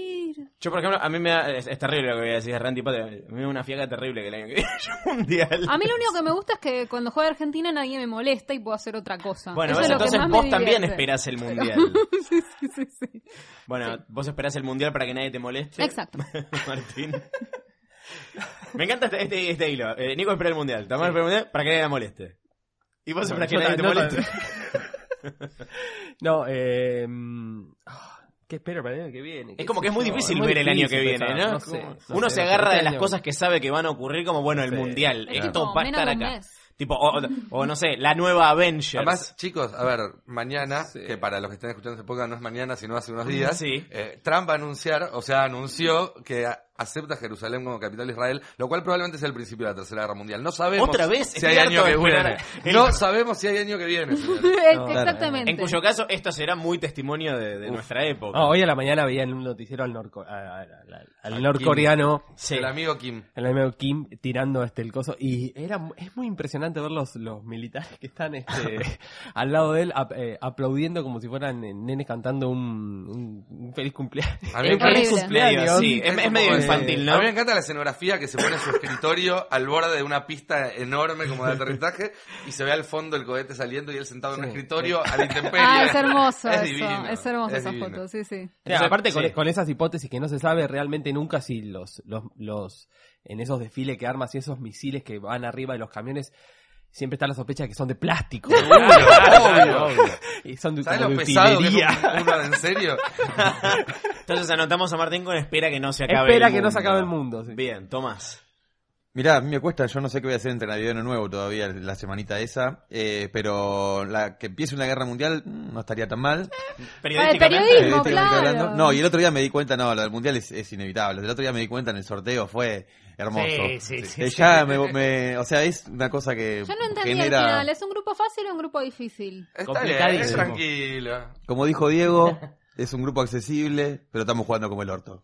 Speaker 2: Yo, por ejemplo, a mí me da. Es, es terrible lo que voy a decir de Randy Patria. A mí me da una fiaca terrible que el año que viene (laughs) haya un mundial.
Speaker 8: A mí lo único que me gusta es que cuando juega Argentina nadie me molesta y puedo hacer otra cosa.
Speaker 2: Bueno,
Speaker 8: Eso
Speaker 2: ves,
Speaker 8: es lo que
Speaker 2: entonces
Speaker 8: más me
Speaker 2: vos también
Speaker 8: divierte.
Speaker 2: esperás el mundial.
Speaker 8: (laughs) sí, sí, sí, sí.
Speaker 2: Bueno, vos esperás el mundial para que nadie te moleste.
Speaker 8: Exacto.
Speaker 2: (laughs) Martín. Me encanta este, este, este hilo. Eh, Nico espera el mundial. Tamar espera el mundial para que nadie la moleste. Y vos esperás que
Speaker 9: Yo
Speaker 2: nadie te
Speaker 9: ta- no
Speaker 2: moleste.
Speaker 9: (laughs) No, eh, mm, ah, ¿qué espero para el año que viene?
Speaker 2: (laughs) Es como que es muy difícil
Speaker 9: muy
Speaker 2: ver el año que
Speaker 9: difícil
Speaker 2: viene,
Speaker 9: pensar,
Speaker 2: ¿no?
Speaker 9: no sé,
Speaker 2: Como-
Speaker 9: no
Speaker 2: Uno
Speaker 9: sé,
Speaker 2: se
Speaker 9: pero
Speaker 2: agarra
Speaker 9: este
Speaker 2: de las
Speaker 9: año-
Speaker 2: cosas que sabe que van a ocurrir, como bueno, el
Speaker 9: Sí.
Speaker 2: mundial. eh,
Speaker 8: Es
Speaker 2: Esto
Speaker 8: tipo,
Speaker 2: va a
Speaker 8: menos de
Speaker 2: estar
Speaker 8: un
Speaker 2: acá.
Speaker 8: mes.
Speaker 2: Tipo, o, o no sé, la nueva Avengers.
Speaker 6: Además, chicos, a ver, mañana,
Speaker 9: Sí.
Speaker 6: que para los que están escuchando este podcast no es mañana, sino hace unos días,
Speaker 2: Sí.
Speaker 6: eh, Trump va a anunciar, o sea, anunció que a- acepta Jerusalén como capital de Israel, lo cual probablemente es el principio de la Tercera Guerra Mundial. No sabemos
Speaker 2: Otra vez,
Speaker 6: si
Speaker 2: estoy
Speaker 6: hay año
Speaker 2: harto de
Speaker 6: que
Speaker 2: esperar
Speaker 6: viene.
Speaker 2: a- el-
Speaker 6: No sabemos si hay año que viene. señores.
Speaker 8: Exactamente.
Speaker 2: en
Speaker 11: (laughs)
Speaker 2: cuyo caso, esto será muy testimonio de, de nuestra época.
Speaker 9: Ah, hoy a la mañana veía en un noticiero al, norco- a- a- a- al norcoreano,
Speaker 2: Sí.
Speaker 6: El amigo Kim.
Speaker 9: el amigo Kim, tirando este el coso. Y era mu- es muy impresionante ver los, los militares que están
Speaker 2: (laughs)
Speaker 9: este, al lado de él ap- eh, aplaudiendo como si fueran eh, nenes cantando un, un- un feliz cumpleaños.
Speaker 6: A mí
Speaker 2: Es
Speaker 6: me parece-
Speaker 8: horrible.
Speaker 2: cumpleaños, sí.
Speaker 6: Es
Speaker 2: Es, es
Speaker 6: como
Speaker 2: medio
Speaker 6: de-
Speaker 2: infantil, ¿no?
Speaker 6: A mí me encanta la escenografía que se pone en su escritorio al borde de una pista enorme como de aterrizaje y se ve al fondo el cohete saliendo y él sentado en un escritorio
Speaker 2: (laughs)
Speaker 6: a la intemperie.
Speaker 8: Ah, es hermoso
Speaker 6: Es
Speaker 8: eso.
Speaker 6: divino,
Speaker 8: Es hermosa
Speaker 6: es
Speaker 8: esa
Speaker 6: divino.
Speaker 8: foto, sí, sí.
Speaker 9: Mira,
Speaker 2: Entonces,
Speaker 9: aparte con, e,
Speaker 2: sí.
Speaker 9: con esas hipótesis que no se sabe realmente nunca si los, los, los en esos desfiles que armas y esos misiles que van arriba de los camiones siempre está la sospecha de que son de
Speaker 2: (laughs)
Speaker 9: plástico
Speaker 6: Obvio, obvio.
Speaker 9: y son de,
Speaker 6: ¿Sabes
Speaker 9: como
Speaker 6: lo
Speaker 9: de
Speaker 6: pesado que es
Speaker 9: utilería. (laughs)
Speaker 6: un- uno en serio?
Speaker 2: Entonces anotamos a Martín con espera que no se acabe
Speaker 9: Espera
Speaker 2: el
Speaker 9: que
Speaker 2: mundo.
Speaker 9: no se acabe el mundo. sí.
Speaker 2: Bien, Tomás.
Speaker 10: Mirá, a mí me cuesta, yo no sé qué voy a hacer entre Navidad y Año Nuevo todavía, la semanita esa, eh, pero la que empiece una guerra mundial mm, no estaría tan mal.
Speaker 8: Ah, el
Speaker 2: Periodísticamente.
Speaker 8: periodismo,
Speaker 10: Eh, técnicamente
Speaker 8: claro.
Speaker 10: hablando. No, y el otro día me di cuenta, no, lo del mundial es, es inevitable. El otro día me di cuenta en el sorteo, fue hermoso.
Speaker 2: Sí, sí, sí,
Speaker 10: Eh,
Speaker 2: sí.
Speaker 10: ya me, me- o sea, es una cosa que
Speaker 8: Yo no entendí
Speaker 10: genera,
Speaker 8: al final, ¿es un grupo fácil o un grupo difícil?
Speaker 6: Está bien, es
Speaker 7: Complicadísimo.
Speaker 6: tranquilo.
Speaker 10: como dijo Diego, es un grupo accesible, pero estamos jugando como el orto.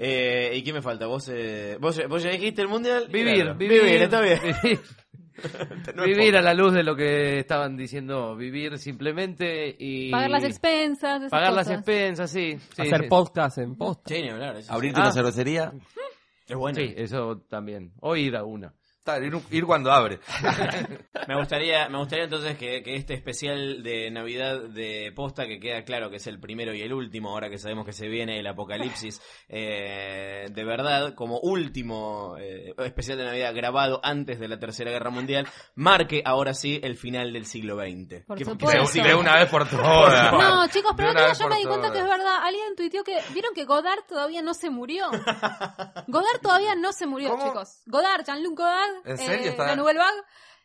Speaker 2: Eh, ¿Y qué me falta? ¿Vos, eh, vos, ya- vos ya dijiste el mundial?
Speaker 7: Vivir,
Speaker 2: Claro.
Speaker 7: vivir,
Speaker 2: está bien.
Speaker 7: (laughs) vivir.
Speaker 2: (laughs) No es
Speaker 7: Vivir a la luz de lo que estaban diciendo, vivir simplemente y...
Speaker 8: Pagar las expensas, esas
Speaker 7: Pagar las
Speaker 8: cosas.
Speaker 7: expensas, sí. sí,
Speaker 9: Hacer
Speaker 7: sí.
Speaker 9: podcasts en post.
Speaker 2: Sí, ni hablar. eso
Speaker 10: Abrirte
Speaker 7: Ah.
Speaker 10: una cervecería,
Speaker 2: sí. Es bueno.
Speaker 7: Sí, eso también. O ir a una.
Speaker 6: Está, ir, ir cuando
Speaker 7: (laughs)
Speaker 6: abre.
Speaker 2: Me gustaría, me gustaría entonces que, que este especial de Navidad de posta, que queda claro que es el primero y el último, ahora que sabemos que se viene el apocalipsis, eh, de verdad, como último eh, especial de Navidad grabado antes de la Tercera Guerra Mundial, marque ahora sí el final del siglo XX.
Speaker 8: Por
Speaker 2: Que- que-
Speaker 8: supuesto.
Speaker 6: De,
Speaker 8: eso.
Speaker 6: de una vez por todas.
Speaker 8: No, chicos, pero
Speaker 6: De
Speaker 8: otro día
Speaker 6: una vez
Speaker 8: yo
Speaker 6: por
Speaker 8: me di cuenta que es
Speaker 6: todas.
Speaker 8: verdad. Alguien tuiteó que. ¿Vieron que Godard todavía no se
Speaker 6: (laughs)
Speaker 8: murió? Godard todavía no se murió,
Speaker 6: ¿Cómo?
Speaker 8: chicos. Godard, Jean-Luc Godard.
Speaker 6: ¿En serio está?
Speaker 8: la Nouvelle Vague,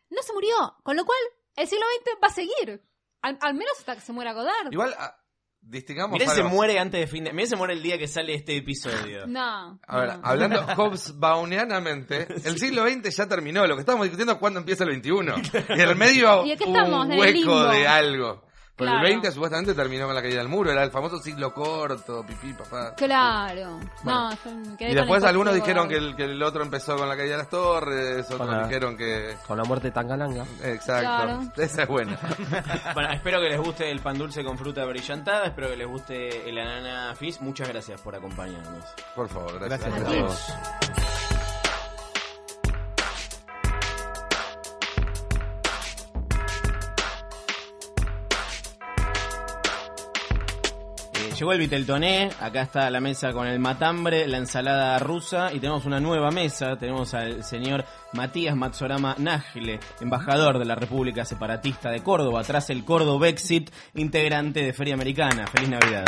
Speaker 8: no se murió. Con lo cual, el siglo XX va a seguir. Al, al menos hasta que se muera Godard.
Speaker 6: Igual, ah, distingamos
Speaker 2: Mirá, se
Speaker 6: algo.
Speaker 2: muere antes de fin de... Mirá, se muere el día que sale este episodio.
Speaker 8: No.
Speaker 6: A ver,
Speaker 8: no.
Speaker 6: hablando
Speaker 8: (laughs)
Speaker 6: Hobbesbauneanamente, el siglo XX ya terminó. Lo que estábamos discutiendo es cuándo empieza el XXI. Y en el medio
Speaker 8: ¿Y de qué estamos? En
Speaker 6: un
Speaker 8: el
Speaker 6: hueco
Speaker 8: limbo.
Speaker 6: de algo. Porque
Speaker 8: Claro.
Speaker 6: el XX supuestamente terminó con la caída del muro. Era el famoso siglo corto, pipí, papá.
Speaker 8: Claro. No, yo me quedé
Speaker 6: Y
Speaker 8: con
Speaker 6: después
Speaker 8: el
Speaker 6: algunos
Speaker 8: corte de
Speaker 6: dijeron que
Speaker 8: Godard.
Speaker 6: el, que el otro empezó con la caída de las torres, otros
Speaker 9: Con la-
Speaker 6: dijeron que...
Speaker 9: Con la muerte de Tangalanga.
Speaker 6: Exacto,
Speaker 8: Claro.
Speaker 6: esa es buena.
Speaker 2: Bueno, espero que les guste el pan dulce con fruta brillantada, espero que les guste el anana fizz. Muchas gracias por acompañarnos.
Speaker 6: Por favor, gracias.
Speaker 5: Gracias
Speaker 6: a
Speaker 5: a
Speaker 6: todos.
Speaker 5: todos.
Speaker 2: Eh, Llegó el Viteltoné, acá está la mesa con el matambre, la ensalada rusa y tenemos una nueva mesa. Tenemos al señor Matías Matsorama Nájile, embajador de la República Separatista de Córdoba, tras el Córdobexit, integrante de Feria Americana. Feliz Navidad.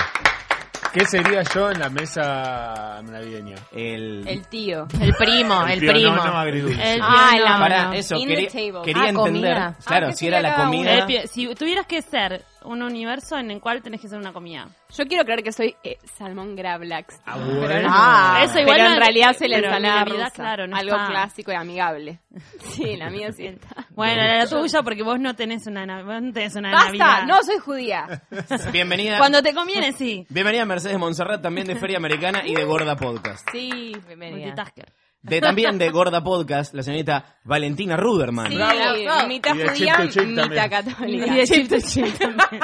Speaker 12: ¿Qué sería yo en la mesa navideña?
Speaker 2: El,
Speaker 13: El tío. El primo, el,
Speaker 12: (laughs) El tío,
Speaker 13: primo.
Speaker 12: no, no, agridulce.
Speaker 13: El
Speaker 8: Ah,
Speaker 13: tío, no,
Speaker 2: Pará,
Speaker 13: no.
Speaker 2: eso,
Speaker 13: In the
Speaker 2: quería,
Speaker 13: table.
Speaker 2: quería
Speaker 13: Ah,
Speaker 2: entender.
Speaker 13: comida.
Speaker 2: Claro,
Speaker 8: Ah, que
Speaker 2: si era
Speaker 8: sería
Speaker 2: la
Speaker 8: cada uno.
Speaker 2: comida.
Speaker 13: El pi- Eh, si tuvieras que ser un universo en el cual tenés que ser una comida.
Speaker 14: Yo quiero creer que soy eh, salmón Gravlax.
Speaker 12: Ah,
Speaker 14: Pero,
Speaker 12: bueno.
Speaker 13: Ah.
Speaker 14: eso igual
Speaker 13: Pero
Speaker 14: no-
Speaker 13: en realidad se la
Speaker 14: pero en
Speaker 13: ensalada
Speaker 14: realidad,
Speaker 13: rusa.
Speaker 14: claro, no algo
Speaker 13: está.
Speaker 14: clásico y amigable. (laughs) Sí, la mía sí está.
Speaker 13: Bueno, era la tuya porque vos no tenés una, nav- vos no tenés una
Speaker 14: Basta,
Speaker 13: Navidad.
Speaker 14: no soy judía.
Speaker 2: Bienvenida.
Speaker 13: Cuando te conviene, sí.
Speaker 2: Bienvenida a Mercedes Monserrat, también de Feria Americana y de Gorda Podcast.
Speaker 14: Sí, bienvenida.
Speaker 13: Multitasker.
Speaker 2: De también de Gorda Podcast, la señorita Valentina Ruderman.
Speaker 14: Sí,
Speaker 13: Bravo.
Speaker 14: mitad
Speaker 12: Y de
Speaker 14: judía,
Speaker 12: chip to chip
Speaker 14: mitad
Speaker 12: también.
Speaker 14: católica.
Speaker 13: Y de chip to chip también.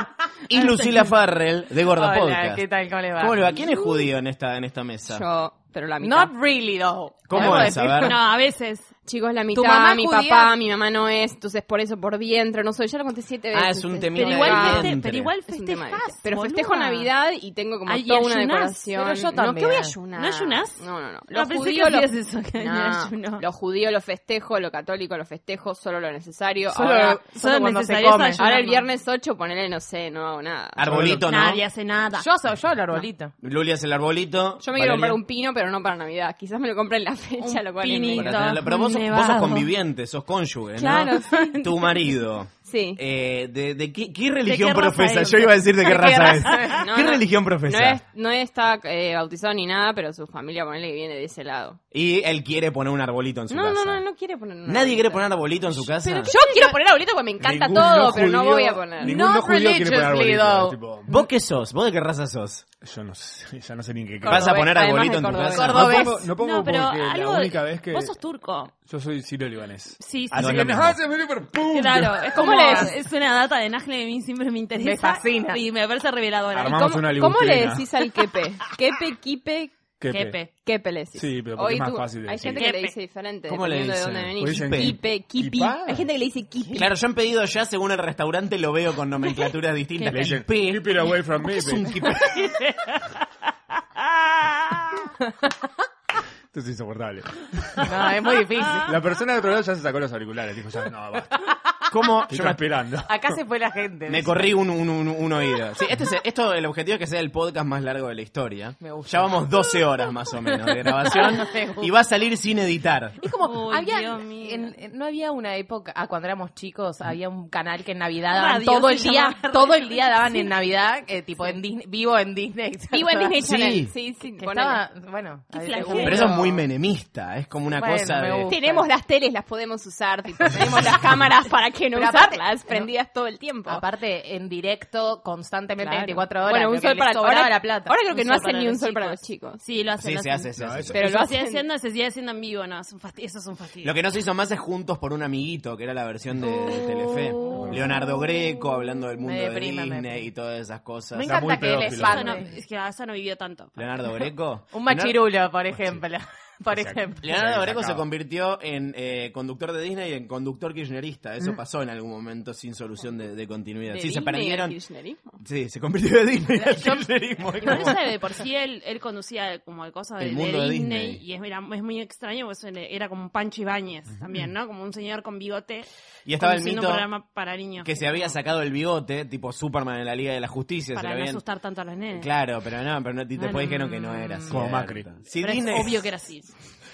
Speaker 2: Y Lucila Farrell, de Gorda
Speaker 13: Hola,
Speaker 2: Podcast.
Speaker 13: ¿qué tal? ¿Cómo le va? Uh.
Speaker 2: ¿Cómo le va? ¿Quién es judío en esta, en esta mesa?
Speaker 14: Yo, pero la mitad.
Speaker 13: Not really, though.
Speaker 2: ¿Cómo
Speaker 13: Debo
Speaker 2: es? A
Speaker 13: decir-
Speaker 2: ver.
Speaker 13: No, a veces.
Speaker 14: Chicos, la
Speaker 8: ¿Tu mamá
Speaker 14: mitad,
Speaker 8: es
Speaker 14: mi
Speaker 8: judía?
Speaker 14: papá, mi mamá no es, entonces por eso por vientre, no soy, ya lo conté siete veces.
Speaker 2: Ah, es un temita
Speaker 13: Pero
Speaker 2: de
Speaker 13: igual,
Speaker 14: Ah,
Speaker 13: feste-
Speaker 2: vientre.
Speaker 13: pero igual
Speaker 14: es un tema de-
Speaker 13: festejás,
Speaker 14: Pero festejo
Speaker 13: boluda.
Speaker 14: Navidad y tengo como
Speaker 13: Ah, y
Speaker 14: toda una
Speaker 13: ayunás,
Speaker 14: decoración.
Speaker 13: pero yo
Speaker 14: No, ¿qué
Speaker 13: también.
Speaker 14: voy a ayunar?
Speaker 13: ¿No ayunás?
Speaker 14: No, no, no.
Speaker 13: No,
Speaker 14: Los
Speaker 13: pensé
Speaker 14: judíos
Speaker 13: que
Speaker 14: lo-
Speaker 13: hacías eso, que
Speaker 14: No,
Speaker 13: ni ayuno.
Speaker 14: Los judíos los festejo, lo católico los festejo, solo lo necesario.
Speaker 13: Solo-
Speaker 14: ahora,
Speaker 13: solo
Speaker 14: solo
Speaker 13: cuando
Speaker 14: neces-
Speaker 13: se come.
Speaker 14: ahora el viernes 8 ponele, no sé, no hago nada.
Speaker 2: Arbolito, ¿no?
Speaker 13: Nadie hace nada.
Speaker 14: Yo soy yo el arbolito.
Speaker 2: Luli es el arbolito.
Speaker 14: Yo me quiero
Speaker 2: Valeria-
Speaker 14: comprar un pino, pero no para Navidad. Quizás me lo compre en la fecha,
Speaker 13: Un
Speaker 14: lo cual es
Speaker 13: pinito.
Speaker 14: medio-
Speaker 2: Para tenerlo- Pero vos, sos- vos sos
Speaker 13: Nevado.
Speaker 2: conviviente, sos cónyuge, ¿no?
Speaker 14: Claro,
Speaker 2: Tu marido.
Speaker 14: Sí.
Speaker 2: Eh, de, de qué, qué religión
Speaker 13: qué raza
Speaker 2: profesa?
Speaker 13: es?
Speaker 2: Yo iba a decir de qué
Speaker 13: ¿De qué
Speaker 2: raza es.
Speaker 13: raza
Speaker 14: No,
Speaker 2: ¿Qué
Speaker 14: no.
Speaker 2: religión
Speaker 14: No,
Speaker 2: profesa?
Speaker 14: es, no está eh, bautizado ni nada, pero su familia ponele que viene de ese lado.
Speaker 2: Y él quiere poner un arbolito en su
Speaker 14: No,
Speaker 2: casa.
Speaker 14: no, no, no quiere poner un
Speaker 2: ¿Nadie quiere
Speaker 14: arbolito.
Speaker 2: poner arbolito en su casa?
Speaker 14: Yo quiero poner arbolito porque me encanta
Speaker 12: Ningún
Speaker 14: todo,
Speaker 12: no
Speaker 14: pero no
Speaker 12: judío-
Speaker 14: voy a poner.
Speaker 12: Ningún
Speaker 13: Not
Speaker 12: no judío quiere poner
Speaker 13: religiously,
Speaker 12: arbolito.
Speaker 13: though.
Speaker 12: tipo,
Speaker 2: ¿Vos qué sos? ¿Vos de qué raza sos?
Speaker 12: yo no sé, (laughs) ya no sé ni en qué
Speaker 14: Córdoba,
Speaker 2: ¿Vas a poner
Speaker 14: además
Speaker 2: arbolito
Speaker 14: de
Speaker 2: en tu
Speaker 14: cordobés.
Speaker 2: casa?
Speaker 13: (laughs)
Speaker 12: No
Speaker 13: Cordobés.
Speaker 12: pongo- no pongo
Speaker 13: pero
Speaker 12: porque la
Speaker 13: algo de-
Speaker 12: única vez que-
Speaker 13: Vos sos turco.
Speaker 12: Yo soy sirio libanés.
Speaker 13: Sí, sí.
Speaker 2: Ah, no,
Speaker 12: Así
Speaker 2: es lo
Speaker 12: que me
Speaker 2: mismo.
Speaker 12: hace venir por pum.
Speaker 13: Claro, es
Speaker 14: ¿Cómo
Speaker 13: como siempre es, es una data de Nájera que a mí siempre me interesa.
Speaker 14: Me fascina.
Speaker 13: Y me parece reveladora.
Speaker 12: Armamos
Speaker 13: ¿Y cómo-
Speaker 12: una
Speaker 14: ¿Cómo le
Speaker 12: libustrina.
Speaker 14: decís al
Speaker 2: (laughs)
Speaker 14: quepe? Quepe, quipe,
Speaker 12: Quepe.
Speaker 14: quepe. Quepe le decís.
Speaker 12: Sí, pero
Speaker 14: Hoy
Speaker 12: porque es más
Speaker 14: tú-
Speaker 12: fácil de
Speaker 14: Hay
Speaker 12: decir.
Speaker 14: gente que le
Speaker 12: Quepe.
Speaker 14: dice diferente,
Speaker 2: ¿Cómo le
Speaker 14: dependiendo de dónde
Speaker 2: dicen?
Speaker 14: venís.
Speaker 2: Pues dicen
Speaker 14: Quipe, quipi.
Speaker 2: ¿Quipá?
Speaker 14: Hay gente que le dice quipi.
Speaker 2: Claro, yo han pedido ya según el restaurante, lo veo con nomenclaturas (laughs) distintas.
Speaker 12: Le dicen,
Speaker 2: Quipé.
Speaker 12: Keep it away from me.
Speaker 2: Es un
Speaker 12: baby. (laughs)
Speaker 2: quipé.
Speaker 12: Esto
Speaker 13: (laughs)
Speaker 12: es insoportable.
Speaker 14: No, es muy difícil.
Speaker 12: La persona de otro lado ya se sacó los auriculares. Dijo, ya no, basta.
Speaker 2: ¿Cómo?
Speaker 12: Te
Speaker 2: Yo
Speaker 12: está
Speaker 2: me-
Speaker 12: esperando.
Speaker 15: Acá se fue la gente.
Speaker 2: Me corrí un, un- un- un oído. Sí, este es, esto, el objetivo es que sea el podcast más largo de la historia.
Speaker 15: Me gusta.
Speaker 2: Ya vamos 12 horas más o menos de grabación.
Speaker 15: (laughs) Me gusta.
Speaker 2: y va a salir sin editar.
Speaker 15: Es como,
Speaker 13: Uy,
Speaker 15: había,
Speaker 13: Dios
Speaker 15: en- en- no había una época, ah, cuando éramos
Speaker 2: Mm.
Speaker 15: chicos, había un canal que en Navidad daban
Speaker 13: Radio
Speaker 15: todo
Speaker 13: se
Speaker 15: el día,
Speaker 13: llamaba
Speaker 15: todo el día daban
Speaker 13: Sí.
Speaker 15: en Navidad, eh, tipo en Disney, vivo en Disney.
Speaker 13: Vivo en
Speaker 2: (laughs)
Speaker 13: Disney
Speaker 15: Sí.
Speaker 13: Channel.
Speaker 2: Sí.
Speaker 13: Sí, sí,
Speaker 15: Que
Speaker 13: ponele.
Speaker 15: estaba, bueno,
Speaker 13: Qué
Speaker 15: ahí-
Speaker 13: flagelo.
Speaker 2: Pero eso es muy menemista. Es como una
Speaker 15: Bueno,
Speaker 2: cosa
Speaker 15: me
Speaker 2: de.
Speaker 15: gusta.
Speaker 14: Tenemos las teles, las podemos usar. (laughs) tipo, tenemos las cámaras para que no
Speaker 15: Pero aparte-
Speaker 14: usarlas, prendidas todo el tiempo.
Speaker 15: Aparte, en directo, constantemente,
Speaker 14: Claro.
Speaker 15: 24 horas.
Speaker 14: Bueno, un
Speaker 15: creo que
Speaker 14: sol
Speaker 15: les
Speaker 14: para-
Speaker 15: sobraba
Speaker 14: ahora-
Speaker 15: la plata.
Speaker 14: ahora creo que no
Speaker 15: sol
Speaker 14: hacen ni
Speaker 15: los
Speaker 14: un sol para
Speaker 15: chicos.
Speaker 14: los chicos.
Speaker 13: Sí, lo hacen.
Speaker 2: Sí,
Speaker 13: lo
Speaker 2: se
Speaker 13: hacen.
Speaker 2: hace, se hace, se
Speaker 13: Pero
Speaker 2: hace.
Speaker 13: lo
Speaker 14: Eso
Speaker 13: sigue
Speaker 14: hacen.
Speaker 13: haciendo, se sigue haciendo en vivo. No, es un fastidio. Eso es un fastidio.
Speaker 2: Lo que no se hizo más es Juntos por un amiguito, que era la versión de, de Telefe. Leonardo Greco hablando del mundo
Speaker 15: Oh. Me
Speaker 2: de
Speaker 15: deprime, me deprime.
Speaker 2: Disney y todas esas cosas.
Speaker 15: Me encanta que él es
Speaker 12: pedófilo.
Speaker 13: Eso no,
Speaker 15: fan.
Speaker 13: es que eso no vivió tanto.
Speaker 2: Leonardo Greco.
Speaker 15: Un machirulo, por ejemplo. Por ejemplo.
Speaker 2: Leonardo
Speaker 12: Sí,
Speaker 2: Greco se
Speaker 12: sacado.
Speaker 2: convirtió en eh, conductor de Disney y en conductor kirchnerista. Eso pasó en algún momento sin solución de, de continuidad.
Speaker 14: De
Speaker 2: sí, se
Speaker 14: Disney al
Speaker 2: perdieron.
Speaker 14: kirchnerismo.
Speaker 2: Sí, se convirtió de Disney al kirchnerismo.
Speaker 13: (laughs)
Speaker 2: Es
Speaker 13: Igual
Speaker 2: como-
Speaker 13: sabe, de por sí él, él conducía como de cosas de,
Speaker 2: El
Speaker 13: de
Speaker 2: mundo de
Speaker 13: Disney,
Speaker 2: Disney.
Speaker 13: y es, era- es muy extraño, pues él era como un Pancho Ibáñez también, ¿no? Como un señor con bigote.
Speaker 2: Y estaba el
Speaker 13: conduciendo
Speaker 2: mito
Speaker 13: un programa para niños.
Speaker 2: que se había sacado el bigote, tipo Superman en la Liga de la Justicia. se
Speaker 13: Para
Speaker 2: lo
Speaker 13: no
Speaker 2: habían-
Speaker 13: asustar tanto a los nenes.
Speaker 2: Claro, pero no, pero no- y después
Speaker 13: Bueno.
Speaker 2: dijeron que no era así.
Speaker 12: Como Macri.
Speaker 2: Sí,
Speaker 13: Pero
Speaker 2: Disney-
Speaker 13: es obvio que era así.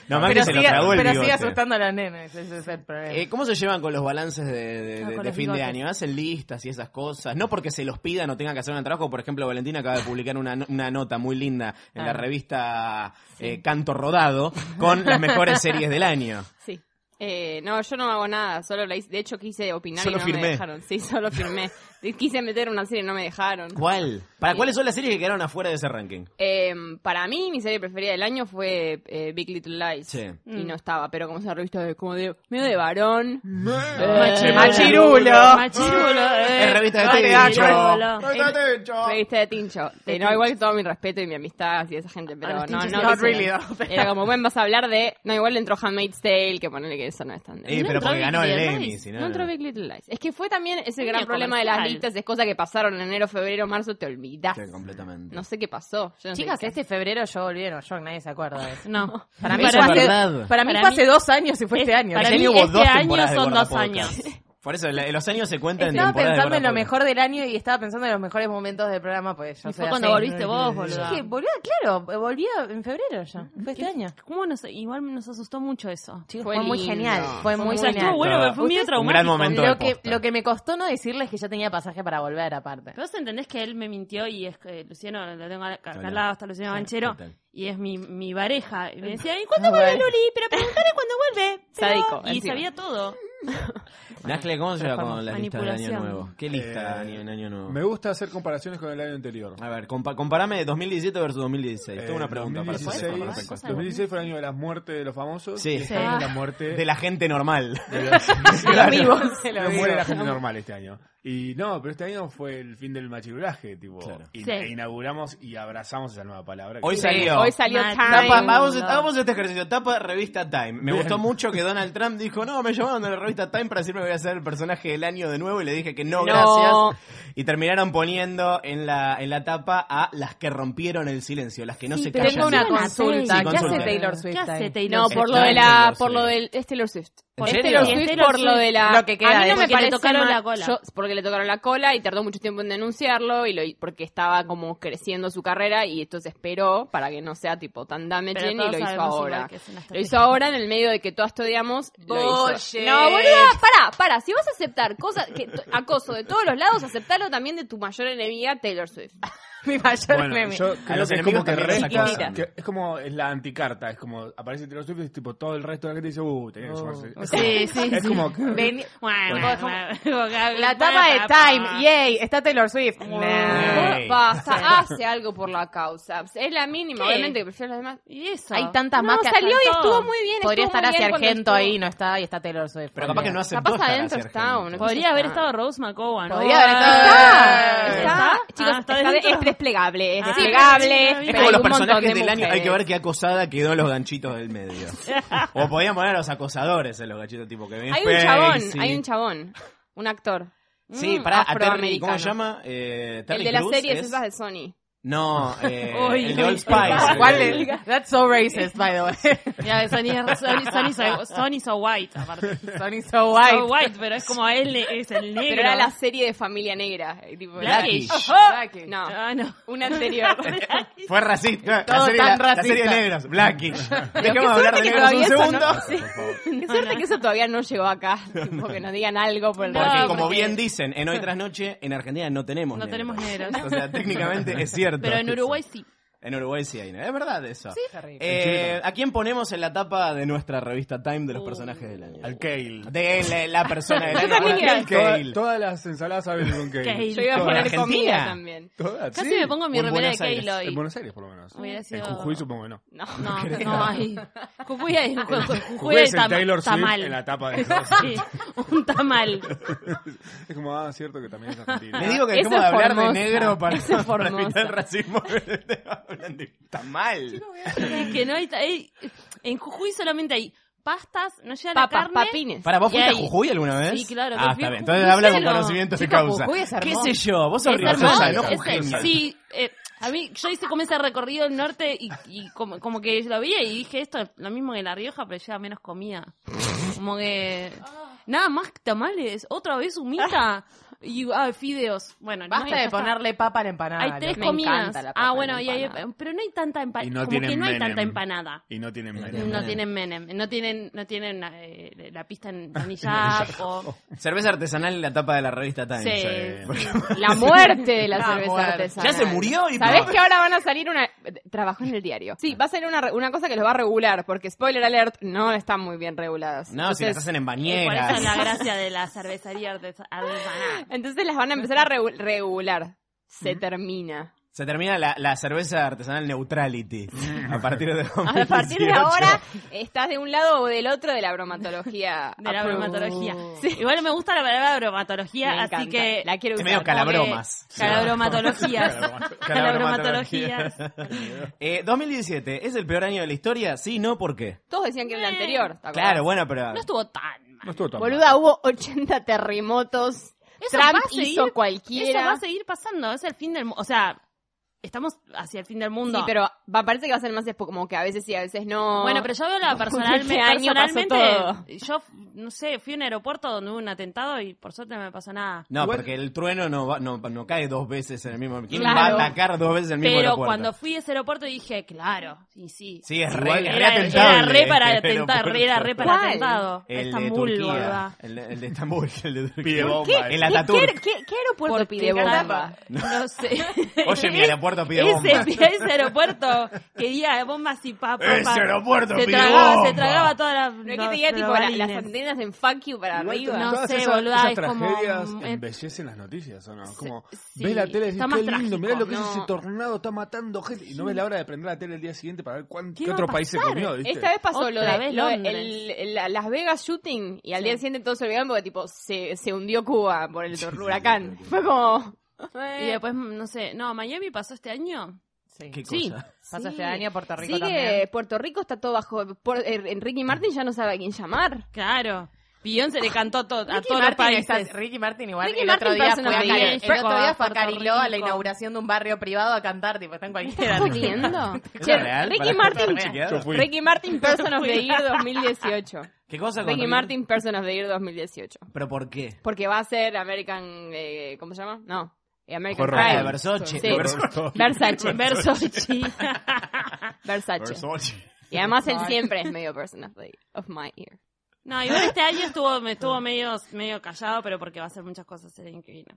Speaker 2: No, Macri
Speaker 15: Pero
Speaker 2: se lo
Speaker 15: sigue-
Speaker 2: tragó el
Speaker 15: pero sigue
Speaker 2: bigote.
Speaker 15: asustando a los nenes, ese es el problema.
Speaker 2: Eh, ¿Cómo se llevan con los balances de, de-
Speaker 13: Ah,
Speaker 2: de-
Speaker 13: con
Speaker 2: de
Speaker 13: los
Speaker 2: fin de
Speaker 13: bigotes.
Speaker 2: año? ¿Hacen listas y esas cosas? No porque se los pidan o tengan que hacer un trabajo. Por ejemplo, Valentina acaba de publicar una, no- una nota muy linda en la
Speaker 15: Ah.
Speaker 2: revista eh, Canto Rodado con
Speaker 13: (laughs)
Speaker 2: las mejores series del año.
Speaker 14: Sí. Eh, no, yo no hago nada, solo la hice- de hecho quise opinar
Speaker 2: Solo
Speaker 14: y no
Speaker 2: firmé.
Speaker 14: me dejaron. Sí, solo (laughs) firmé. Quise meter una serie y no me dejaron.
Speaker 2: ¿Cuál? ¿Para
Speaker 14: Sí.
Speaker 2: cuáles son las series que quedaron afuera de ese ranking?
Speaker 14: Eh, para mí, mi serie preferida del año fue eh, Big Little Lies.
Speaker 2: Sí.
Speaker 14: Y no estaba, pero como se revista de, como de medio de varón. Eh,
Speaker 13: Machirulo.
Speaker 15: Machirulo.
Speaker 13: Machirulo, eh.
Speaker 2: Es revista de
Speaker 13: Vale,
Speaker 2: tele.
Speaker 13: gacho.
Speaker 2: Machirulo.
Speaker 14: Revista de Tincho. Eh, no, igual que todo mi respeto y mi amistad hacia esa gente,
Speaker 13: A
Speaker 14: pero
Speaker 13: los
Speaker 14: no,
Speaker 13: Tinchos
Speaker 14: no.
Speaker 13: not
Speaker 14: quise-
Speaker 15: really, no, pero-
Speaker 14: Era como, bueno, vas a hablar de. No, igual entró Handmaid's Tale, que ponerle que eso no es tan.
Speaker 2: Eh,
Speaker 14: No
Speaker 2: pero
Speaker 14: entró
Speaker 2: porque
Speaker 14: Big
Speaker 2: ganó el
Speaker 14: Little
Speaker 2: Emmy,
Speaker 14: Lies.
Speaker 2: si no,
Speaker 14: No entró
Speaker 2: no.
Speaker 14: Big Little Lies. Es que fue también ese
Speaker 13: Genio
Speaker 14: gran problema de las
Speaker 13: comercial.
Speaker 14: listas, es cosas que pasaron en enero, febrero, marzo, te olvidas.
Speaker 2: Sí, completamente.
Speaker 14: No sé qué pasó. yo no sé
Speaker 15: Chicas,
Speaker 14: qué-
Speaker 15: este febrero yo volví a Nueva York, nadie se acuerda de eso.
Speaker 13: No.
Speaker 15: Para mí,
Speaker 2: Eso
Speaker 15: fue, hace,
Speaker 2: es verdad.
Speaker 15: para mí
Speaker 13: Para
Speaker 15: fue
Speaker 13: mí-
Speaker 15: hace dos años y fue este año.
Speaker 13: para
Speaker 2: Recién
Speaker 13: mí
Speaker 2: hubo
Speaker 13: este
Speaker 2: dos
Speaker 13: año
Speaker 2: temporadas de
Speaker 13: son dos
Speaker 2: Guardapodcast. Por eso, la- los años se cuentan en
Speaker 15: Estaba
Speaker 2: temporadas de
Speaker 15: pensando en lo
Speaker 2: Guardapodcast.
Speaker 15: mejor del año y estaba pensando en los mejores momentos del programa, pues yo
Speaker 13: Y
Speaker 15: soy
Speaker 13: fue cuando
Speaker 15: así.
Speaker 13: volviste vos, boluda.
Speaker 15: Yo dije, boluda, claro, volví a- en febrero ya. Fue este año.
Speaker 13: ¿Cómo nos, igual nos asustó mucho eso.
Speaker 15: Chicos,
Speaker 14: Fue
Speaker 15: fue, muy
Speaker 14: lindo.
Speaker 15: genial. Fue
Speaker 13: O
Speaker 15: muy
Speaker 13: sea,
Speaker 15: genial.
Speaker 13: estuvo bueno, pero fue medio
Speaker 15: Ustedes-
Speaker 13: traumático.
Speaker 2: Un gran momento.
Speaker 15: Lo
Speaker 2: de
Speaker 15: que,
Speaker 2: posta.
Speaker 15: lo que me costó no decirles que yo tenía pasaje para volver, aparte.
Speaker 13: Pero vos entendés que él me mintió y es que Luciano, lo tengo acá
Speaker 2: Hola.
Speaker 13: al lado, está Luciano Banchero,
Speaker 2: ¿qué tal?
Speaker 13: y es mi, mi pareja. Y me decía, ¿y cuándo vuelve Luli? Pero preguntale cuándo vuelve. Pero-
Speaker 14: Sádico,
Speaker 13: Y
Speaker 14: encima.
Speaker 13: sabía todo.
Speaker 2: Nájile, ¿cómo se lleva con la lista del año
Speaker 13: Manipulación.
Speaker 2: nuevo? ¿Qué lista
Speaker 12: Eh,
Speaker 2: del año, en año nuevo?
Speaker 12: Me gusta hacer comparaciones con el año anterior.
Speaker 2: A ver, compa- comparame 2017 versus 2016. Tengo
Speaker 12: Eh,
Speaker 2: una pregunta para hacer con
Speaker 12: 2016,
Speaker 2: respecto a esto.
Speaker 12: 2016 fue el año de la muerte de los famosos.
Speaker 2: Sí.
Speaker 12: y este año es la muerte
Speaker 2: (laughs) De la gente normal.
Speaker 12: de
Speaker 2: (laughs)
Speaker 12: los-
Speaker 15: Los vivos,
Speaker 12: No
Speaker 15: los
Speaker 12: muere la
Speaker 15: vivos.
Speaker 12: gente normal este año. Y no, pero este año fue el fin del machirulaje, tipo.
Speaker 2: Claro.
Speaker 12: y-
Speaker 13: Sí.
Speaker 12: e inauguramos y abrazamos esa nueva palabra. que-
Speaker 2: Hoy
Speaker 12: Sí.
Speaker 2: salió.
Speaker 14: Hoy salió
Speaker 13: Mal.
Speaker 14: Time.
Speaker 2: Tapa, vamos,
Speaker 13: no.
Speaker 2: hagamos este ejercicio. Tapa revista Time. Me gustó mucho
Speaker 12: (laughs)
Speaker 2: que Donald Trump dijo, no, me llamaron de la revista Time para decirme que voy a ser el personaje del año de nuevo y le dije que no,
Speaker 14: No.
Speaker 2: gracias. Y terminaron poniendo en la, en la tapa a las que rompieron el silencio, las que no se callan.
Speaker 15: Tengo una
Speaker 13: Sí,
Speaker 15: consulta. ¿Qué hace
Speaker 2: consulta.
Speaker 15: Taylor Swift?
Speaker 13: ¿Qué hace
Speaker 15: ahí?
Speaker 13: Taylor
Speaker 14: No,
Speaker 13: Swift?
Speaker 14: por lo de
Speaker 2: Taylor
Speaker 14: la,
Speaker 2: Swift.
Speaker 14: por lo del, es Taylor Swift.
Speaker 2: ¿En
Speaker 14: Es
Speaker 2: serio?
Speaker 14: Taylor Swift
Speaker 13: Taylor
Speaker 14: por lo
Speaker 13: Swift.
Speaker 14: de la.
Speaker 15: Lo que queda
Speaker 14: a mí
Speaker 15: de-
Speaker 14: no me
Speaker 13: Porque le
Speaker 14: parece
Speaker 13: tocaron
Speaker 14: mal.
Speaker 13: la cola.
Speaker 14: Yo- porque le tocaron la cola y tardó mucho tiempo en denunciarlo y lo, y porque estaba como creciendo su carrera y entonces esperó para que no sea tipo tan
Speaker 13: Pero
Speaker 14: damaging y
Speaker 13: todos
Speaker 14: lo hizo
Speaker 13: sabemos
Speaker 14: ahora.
Speaker 13: igual que es una
Speaker 14: Lo
Speaker 13: estrategia.
Speaker 14: hizo ahora en el medio de que todas estudiamos. Lo hizo.
Speaker 15: Bullshit.
Speaker 14: No, boluda, pará, pará. Si vas a aceptar cosas, que, acoso de todos los lados, aceptalo también de tu mayor enemiga, Taylor Swift. mi mayor
Speaker 11: (laughs)
Speaker 12: Bueno,
Speaker 14: meme.
Speaker 12: yo creo que es como que
Speaker 14: también los
Speaker 12: resta,
Speaker 14: invita.
Speaker 12: que es como es la anticarta, es como aparece Taylor Swift y es tipo todo el resto de la gente dice, uh, tenía que sumarse. Es
Speaker 14: Sí,
Speaker 15: (laughs)
Speaker 12: como-
Speaker 14: sí,
Speaker 12: Es
Speaker 14: sí.
Speaker 12: como que
Speaker 13: (laughs)
Speaker 14: Vení-
Speaker 12: Bueno.
Speaker 14: La tapa de Time, yay, está Taylor Swift.
Speaker 13: (laughs)
Speaker 12: Yay.
Speaker 14: Basta,
Speaker 15: ah,
Speaker 14: hace algo por la causa. Es la mínima,
Speaker 15: ¿Qué?
Speaker 14: obviamente que prefiero los demás. Y eso.
Speaker 15: Hay tantas
Speaker 14: no,
Speaker 15: más que
Speaker 14: salió
Speaker 15: hacer
Speaker 14: y
Speaker 15: todo.
Speaker 14: estuvo muy bien.
Speaker 15: Podría
Speaker 14: estuvo
Speaker 15: estar
Speaker 14: muy
Speaker 15: hacia
Speaker 14: bien cuando
Speaker 15: Argento
Speaker 14: estuvo.
Speaker 15: ahí, no está, y está Taylor Swift.
Speaker 2: Pero capaz que no aceptó
Speaker 14: Capaz
Speaker 2: estar
Speaker 14: adentro
Speaker 2: hacia
Speaker 14: está. o no
Speaker 13: Podría
Speaker 14: sé
Speaker 13: haber
Speaker 14: si
Speaker 13: estado Rose McGowan.
Speaker 14: Podría haber estado.
Speaker 13: Ah,
Speaker 14: Está,
Speaker 13: ¿Está?
Speaker 14: chicos,
Speaker 13: Ah,
Speaker 14: está-
Speaker 13: dentro.
Speaker 14: es desplegable, es
Speaker 13: Ah,
Speaker 14: desplegable.
Speaker 13: sí, no
Speaker 14: pero
Speaker 13: vi.
Speaker 2: Es como
Speaker 14: hay
Speaker 2: los
Speaker 14: un montón
Speaker 2: personajes
Speaker 14: de
Speaker 2: del año, hay que ver
Speaker 14: mujeres.
Speaker 2: qué acosada quedó en los ganchitos
Speaker 14: (laughs)
Speaker 2: del medio. o podían poner a los acosadores en los ganchitos, tipo que
Speaker 14: Hay un chabón, hay un chabón, un actor.
Speaker 2: Sí,
Speaker 14: Mm,
Speaker 2: pará, a Terry,
Speaker 14: afroamericano.
Speaker 2: ¿cómo se llama? Eh,
Speaker 14: El
Speaker 2: Terry
Speaker 14: de la
Speaker 2: Crews
Speaker 14: serie
Speaker 2: es-
Speaker 14: esas de Sony.
Speaker 2: No, eh,
Speaker 14: (laughs) Uy,
Speaker 2: el de
Speaker 14: uy,
Speaker 2: Old Spice.
Speaker 14: ¿Cuál es?
Speaker 2: El-
Speaker 15: That's so racist, by the way.
Speaker 14: (laughs)
Speaker 13: Mira, Sony, Sony, Sony,
Speaker 15: (laughs)
Speaker 13: so, Sony so white, aparte.
Speaker 15: Sony so white.
Speaker 13: So white, pero es como él es el negro.
Speaker 14: Pero era la serie de familia negra. eh, Tipo,
Speaker 2: Blackish.
Speaker 14: Blackish. No,
Speaker 13: no.
Speaker 14: una anterior.
Speaker 13: (laughs)
Speaker 2: Fue racista. La
Speaker 14: Todo
Speaker 2: serie,
Speaker 14: tan
Speaker 2: la- la
Speaker 14: racista.
Speaker 2: serie de negros,
Speaker 14: (laughs)
Speaker 2: Blackish.
Speaker 14: Pero qué
Speaker 2: Dejemos hablar
Speaker 14: suerte
Speaker 2: de
Speaker 14: que
Speaker 2: negros un segundo.
Speaker 14: todavía eso no- (laughs) Qué suerte que eso todavía no llegó acá. Tipo, que nos digan algo por el
Speaker 2: Porque,
Speaker 14: resto,
Speaker 2: como
Speaker 14: porque-
Speaker 2: bien dicen, en hoy tras noche, en Argentina no tenemos
Speaker 13: No
Speaker 2: negros.
Speaker 13: tenemos negros.
Speaker 2: O sea, técnicamente es cierto.
Speaker 13: Pero en Uruguay sí.
Speaker 2: En Uruguay sí hay, ¿no? Es verdad eso.
Speaker 13: Sí.
Speaker 2: Eh, ¿A quién ponemos en la tapa de nuestra revista Time de los personajes del año? Al
Speaker 12: Kale.
Speaker 2: De la, la persona del
Speaker 12: Yo
Speaker 2: año.
Speaker 12: también
Speaker 2: Ahora,
Speaker 12: iba a decir
Speaker 2: Kale.
Speaker 12: Toda- Todas las ensaladas saben con Kale.
Speaker 13: Kale. Yo iba a
Speaker 12: Todas.
Speaker 13: poner
Speaker 12: ¿En
Speaker 13: comida
Speaker 12: Argentina?
Speaker 13: también.
Speaker 12: Todas,
Speaker 13: Casi
Speaker 12: sí.
Speaker 13: me pongo mi
Speaker 12: O en
Speaker 13: remera
Speaker 12: Buenos
Speaker 13: de
Speaker 12: Aires.
Speaker 13: Kale hoy.
Speaker 12: En Buenos Aires, por lo menos.
Speaker 13: Hubiera sido-
Speaker 12: En Jujuy supongo que (laughs) no.
Speaker 13: No, no, no hay. Jujuy hay, Jujuy
Speaker 12: Jujuy es el
Speaker 13: tam-
Speaker 12: Taylor Swift
Speaker 13: tamal.
Speaker 12: en la tapa de
Speaker 13: Sí, un tamal.
Speaker 12: Es como, ah, cierto que también es argentino.
Speaker 2: Me digo que dejemos de hablar de negro para, para evitar el racismo. Está mal.
Speaker 13: Es (laughs) que no hay, ta- hay- en Jujuy solamente hay pastas, no llega
Speaker 14: Papas,
Speaker 13: la carne.
Speaker 14: papines.
Speaker 2: Para, ¿vos
Speaker 13: y
Speaker 2: fuiste a
Speaker 13: hay-
Speaker 2: Jujuy alguna vez?
Speaker 13: Sí, claro. que
Speaker 2: Ah,
Speaker 13: fui
Speaker 2: está
Speaker 13: a Jujuy.
Speaker 2: bien. Entonces habla con
Speaker 13: Cero.
Speaker 2: conocimiento de
Speaker 13: Chicos,
Speaker 2: causa.
Speaker 13: Jujuy es
Speaker 2: ¿Qué
Speaker 13: hermoso.
Speaker 2: sé yo? Vos sos
Speaker 13: Es
Speaker 2: rioja,
Speaker 13: hermoso,
Speaker 2: no
Speaker 13: es-
Speaker 2: jujeña.
Speaker 13: Sí, eh, a mí, yo hice como ese recorrido del norte y, y como, como que lo vi y dije esto es lo mismo que La Rioja, pero lleva menos comida. Como que. Nada más que tamales, otra vez humita y ah, fideos. Bueno, no,
Speaker 15: Basta
Speaker 13: ya
Speaker 15: de
Speaker 13: está.
Speaker 15: ponerle papa a la empanada.
Speaker 13: Hay tres
Speaker 15: Me
Speaker 13: comidas.
Speaker 15: encanta la papa
Speaker 13: Ah,
Speaker 15: en
Speaker 13: bueno,
Speaker 15: la
Speaker 13: y hay-
Speaker 15: empanada.
Speaker 13: pero no hay tanta empanada.
Speaker 12: Y no
Speaker 13: como que
Speaker 12: tienen
Speaker 13: no hay tanta
Speaker 12: Menem.
Speaker 13: empanada.
Speaker 12: Y no tienen menos.
Speaker 13: No tienen Menem, no tienen, no tienen eh, la pista
Speaker 12: (laughs)
Speaker 15: (laughs)
Speaker 13: en Panillapo.
Speaker 2: Cerveza artesanal en la tapa de la revista Time.
Speaker 13: Sí,
Speaker 14: La muerte de la
Speaker 13: La
Speaker 14: cerveza
Speaker 13: muerte.
Speaker 14: artesanal.
Speaker 2: Ya se murió y-
Speaker 14: ¿Sabés que ahora van a salir una... Trabajó en el diario. Sí, va a salir una, re- una cosa que los va a regular, porque spoiler alert, no están muy bien reguladas.
Speaker 2: No, si las hacen en
Speaker 13: Eh, Por eso es la
Speaker 2: bañeras.
Speaker 13: gracia de la cervecería artes- artesanal.
Speaker 14: Entonces las van a empezar a regu- regular. Se
Speaker 2: (laughs)
Speaker 14: termina.
Speaker 2: Se termina la, la cerveza artesanal neutrality. A partir de
Speaker 14: A partir de
Speaker 2: 2018.
Speaker 14: ahora estás de un lado o del otro de la bromatología.
Speaker 13: (laughs) De la
Speaker 14: Approved.
Speaker 13: bromatología. Igual me gusta la palabra bromatología,
Speaker 14: Me
Speaker 13: así
Speaker 14: encanta,
Speaker 13: que.
Speaker 14: la quiero
Speaker 2: Es
Speaker 14: usar.
Speaker 2: medio calabromas.
Speaker 13: Porque- (laughs)
Speaker 2: (laughs)
Speaker 13: Calabromatologías.
Speaker 2: Calabromatología.
Speaker 13: Calabromatologías.
Speaker 2: (laughs) Eh, 2017, ¿es el peor año de la historia? Sí, no, ¿por qué?
Speaker 14: Todos decían que el anterior. ¿te acordás?
Speaker 2: Claro, bueno, pero...
Speaker 13: Eh. No estuvo tan mal.
Speaker 12: No estuvo tan mal.
Speaker 14: Boluda, hubo 80 terremotos.
Speaker 13: Eso
Speaker 14: Trump
Speaker 13: va a seguir-
Speaker 14: hizo cualquiera.
Speaker 13: Eso va a seguir pasando, es el fin del mundo. O sea, estamos hacia el fin del mundo.
Speaker 14: Sí, pero va, parece que va a ser más despo- como que a veces sí, a veces no.
Speaker 13: Bueno, pero yo
Speaker 15: (laughs)
Speaker 13: veo la
Speaker 14: Este
Speaker 13: personalmente.
Speaker 14: año pasó
Speaker 13: personalmente yo, no sé, fui a un aeropuerto donde hubo un atentado y por suerte no me pasó nada.
Speaker 2: No, porque el trueno no, va- no, no cae dos veces en el mismo... ¿Quién
Speaker 13: Claro.
Speaker 2: va a atacar dos veces en el mismo
Speaker 13: Pero
Speaker 2: aeropuerto?
Speaker 13: cuando fui a ese aeropuerto dije, claro, y sí.
Speaker 2: Sí, es
Speaker 13: Igual
Speaker 2: re,
Speaker 13: era, era
Speaker 2: atentable
Speaker 13: re para
Speaker 2: este
Speaker 13: atentar,
Speaker 2: aeropuerto.
Speaker 13: era re para
Speaker 14: ¿Cuál?
Speaker 13: atentado.
Speaker 2: El de
Speaker 13: Estambul,
Speaker 2: Turquía.
Speaker 13: boluda.
Speaker 2: El, el de Estambul, el de Turquía.
Speaker 12: Pide bomba.
Speaker 14: ¿Qué,
Speaker 2: El
Speaker 14: qué-
Speaker 2: Ataturk.
Speaker 14: qué- qué- qué aeropuerto
Speaker 13: Por
Speaker 14: pide
Speaker 13: Teherán.
Speaker 14: bomba?
Speaker 13: (laughs) No sé.
Speaker 2: Oye, mi aeropuerto (laughs) pide bomba.
Speaker 13: Ese, ese aeropuerto quería bombas y papas.
Speaker 2: (laughs) Ese aeropuerto
Speaker 13: se
Speaker 2: pide
Speaker 13: tragaba,
Speaker 2: bomba.
Speaker 13: Se tragaba todas las.
Speaker 14: No es que tenía tipo la- las
Speaker 13: balines.
Speaker 14: antenas en fuck you para
Speaker 12: Igual
Speaker 14: arriba.
Speaker 13: no
Speaker 12: todas
Speaker 13: sé,
Speaker 12: esas,
Speaker 13: boluda,
Speaker 12: esas
Speaker 13: es como,
Speaker 12: tragedias
Speaker 13: mm,
Speaker 12: embellecen las noticias, ¿o no? Como,
Speaker 13: sí,
Speaker 12: ves la tele y decís,
Speaker 13: está
Speaker 12: qué
Speaker 13: más
Speaker 12: lindo,
Speaker 13: trágico,
Speaker 12: mirá lo que
Speaker 13: no.
Speaker 12: es ese tornado, está matando gente. Y no ves la hora de prender la tele el día siguiente para ver cuán-
Speaker 13: ¿Qué
Speaker 12: qué,
Speaker 13: va a
Speaker 12: otro país se
Speaker 13: pasar?
Speaker 12: comió, ¿viste?
Speaker 14: Esta vez pasó lo
Speaker 13: Otra
Speaker 14: de
Speaker 13: vez
Speaker 14: lo de-
Speaker 13: Londres.
Speaker 14: el- el- la- las Vegas shooting y al día siguiente todos se olvidaron porque tipo se, se hundió Cuba por el huracán. Fue como...
Speaker 13: Y
Speaker 14: Eh.
Speaker 13: después, no sé. No, Miami pasó este año.
Speaker 15: Sí.
Speaker 2: ¿Qué
Speaker 13: Sí.
Speaker 2: cosa?
Speaker 15: Pasaste
Speaker 13: Sí.
Speaker 15: de año a Puerto Rico
Speaker 14: Sigue,
Speaker 15: también.
Speaker 14: Puerto Rico está todo bajo... por- eh,
Speaker 2: Mm.
Speaker 14: Ricky Martin ya no sabe a quién llamar.
Speaker 13: Claro. Beyoncé le cantó a, to- a
Speaker 15: Ricky
Speaker 13: todos los
Speaker 15: Martin,
Speaker 13: países.
Speaker 15: está- Ricky Martin igual
Speaker 14: Ricky
Speaker 15: el,
Speaker 14: Martin
Speaker 15: otro día
Speaker 14: parece
Speaker 15: fue
Speaker 14: una
Speaker 15: a Cari-
Speaker 13: México,
Speaker 15: el otro día fue a
Speaker 13: Puerto
Speaker 15: Cariló a la
Speaker 13: Rico.
Speaker 15: inauguración de un barrio privado a cantar, tipo, está en cualquiera. (laughs)
Speaker 13: ¿Estás
Speaker 14: jodiendo?
Speaker 2: ¿Es
Speaker 14: Che,
Speaker 2: real?
Speaker 14: Ricky
Speaker 2: Pará,
Speaker 14: Martin,
Speaker 2: pará, chequeado.
Speaker 14: Ricky Martin Person of the Year 2018.
Speaker 2: (laughs) ¿Qué cosa con
Speaker 14: Ricky Martin Person of the Year 2018.
Speaker 2: ¿Pero por qué?
Speaker 14: Porque va a ser American... eh, ¿Cómo se llama? No. eh, American
Speaker 12: Horror.
Speaker 2: Ah,
Speaker 14: Pride.
Speaker 2: de Versace.
Speaker 14: Sí.
Speaker 2: de Versace.
Speaker 14: Versace. Versace.
Speaker 2: (laughs)
Speaker 14: Versace.
Speaker 12: Versace.
Speaker 14: Y además él siempre es medio Person of, the, of my Year.
Speaker 13: No, igual este año estuvo, me estuvo medio, medio callado, pero porque va a hacer muchas cosas el año que viene.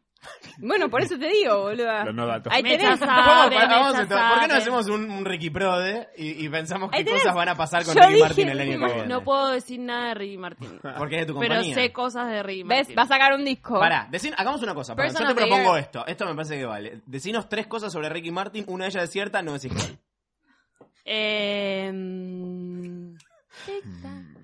Speaker 14: Bueno, por eso te digo, boluda.
Speaker 13: Los no datos.
Speaker 14: Ahí
Speaker 13: Mecha
Speaker 14: tenés.
Speaker 13: sabe,
Speaker 2: Vamos, para- vamos
Speaker 13: mecha
Speaker 2: entonces, ¿Por qué no
Speaker 13: sabe.
Speaker 2: hacemos un, un Ricky Prode y, y pensamos
Speaker 13: Ahí
Speaker 2: qué
Speaker 13: tenés.
Speaker 2: cosas van a pasar con
Speaker 13: Yo
Speaker 2: Ricky
Speaker 13: dije,
Speaker 2: Martin el año que viene?
Speaker 13: No puedo decir nada de Ricky Martin.
Speaker 2: Porque es de tu
Speaker 13: Pero
Speaker 2: compañía.
Speaker 13: sé cosas de Ricky Martin.
Speaker 14: ¿Ves? Va a sacar un disco.
Speaker 2: Pará, decin- hagamos una cosa. pará,
Speaker 13: Person
Speaker 2: yo te
Speaker 13: of the
Speaker 2: propongo
Speaker 13: year.
Speaker 2: esto. Esto me parece que vale. Decinos tres cosas sobre Ricky Martin, una de ellas es cierta, no decís cuál.
Speaker 13: Eh,
Speaker 14: Em,
Speaker 13: mm,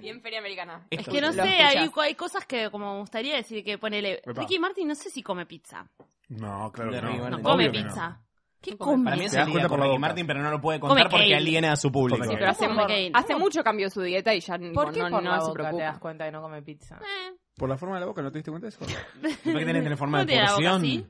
Speaker 14: Bien feria americana.
Speaker 13: es que no sé, hay, hay cosas que como me gustaría decir que ponele.
Speaker 12: Epa.
Speaker 13: Ricky Martin no sé si come pizza. Ah.
Speaker 12: No, claro que
Speaker 2: De Ricky
Speaker 12: no.
Speaker 13: No
Speaker 2: Martin.
Speaker 13: come
Speaker 12: Obvio que no.
Speaker 13: pizza. ¿Qué
Speaker 14: come
Speaker 13: come?
Speaker 2: Para mí es
Speaker 12: Te das
Speaker 2: el
Speaker 12: cuenta
Speaker 2: con
Speaker 12: por la
Speaker 2: Ricky
Speaker 12: boca.
Speaker 2: Martin, pero no lo puede
Speaker 13: Come
Speaker 2: contar porque
Speaker 13: cake.
Speaker 2: aliena a su público.
Speaker 12: Come
Speaker 14: Sí, pero hace,
Speaker 13: ¿Cómo
Speaker 14: mucho-
Speaker 13: que-
Speaker 14: hace mucho cambió su dieta y ya
Speaker 15: ¿Por
Speaker 14: no,
Speaker 15: qué
Speaker 14: no, no
Speaker 15: por la
Speaker 14: se
Speaker 15: boca te das
Speaker 14: preocupa. Eh.
Speaker 15: cuenta que no come pizza?
Speaker 12: Por la forma de la boca, ¿no te diste cuenta de
Speaker 2: (laughs)
Speaker 12: eso?
Speaker 2: Porque tiene tener forma
Speaker 13: ¿Cómo
Speaker 2: de
Speaker 13: te da la boca
Speaker 2: porción.
Speaker 13: así?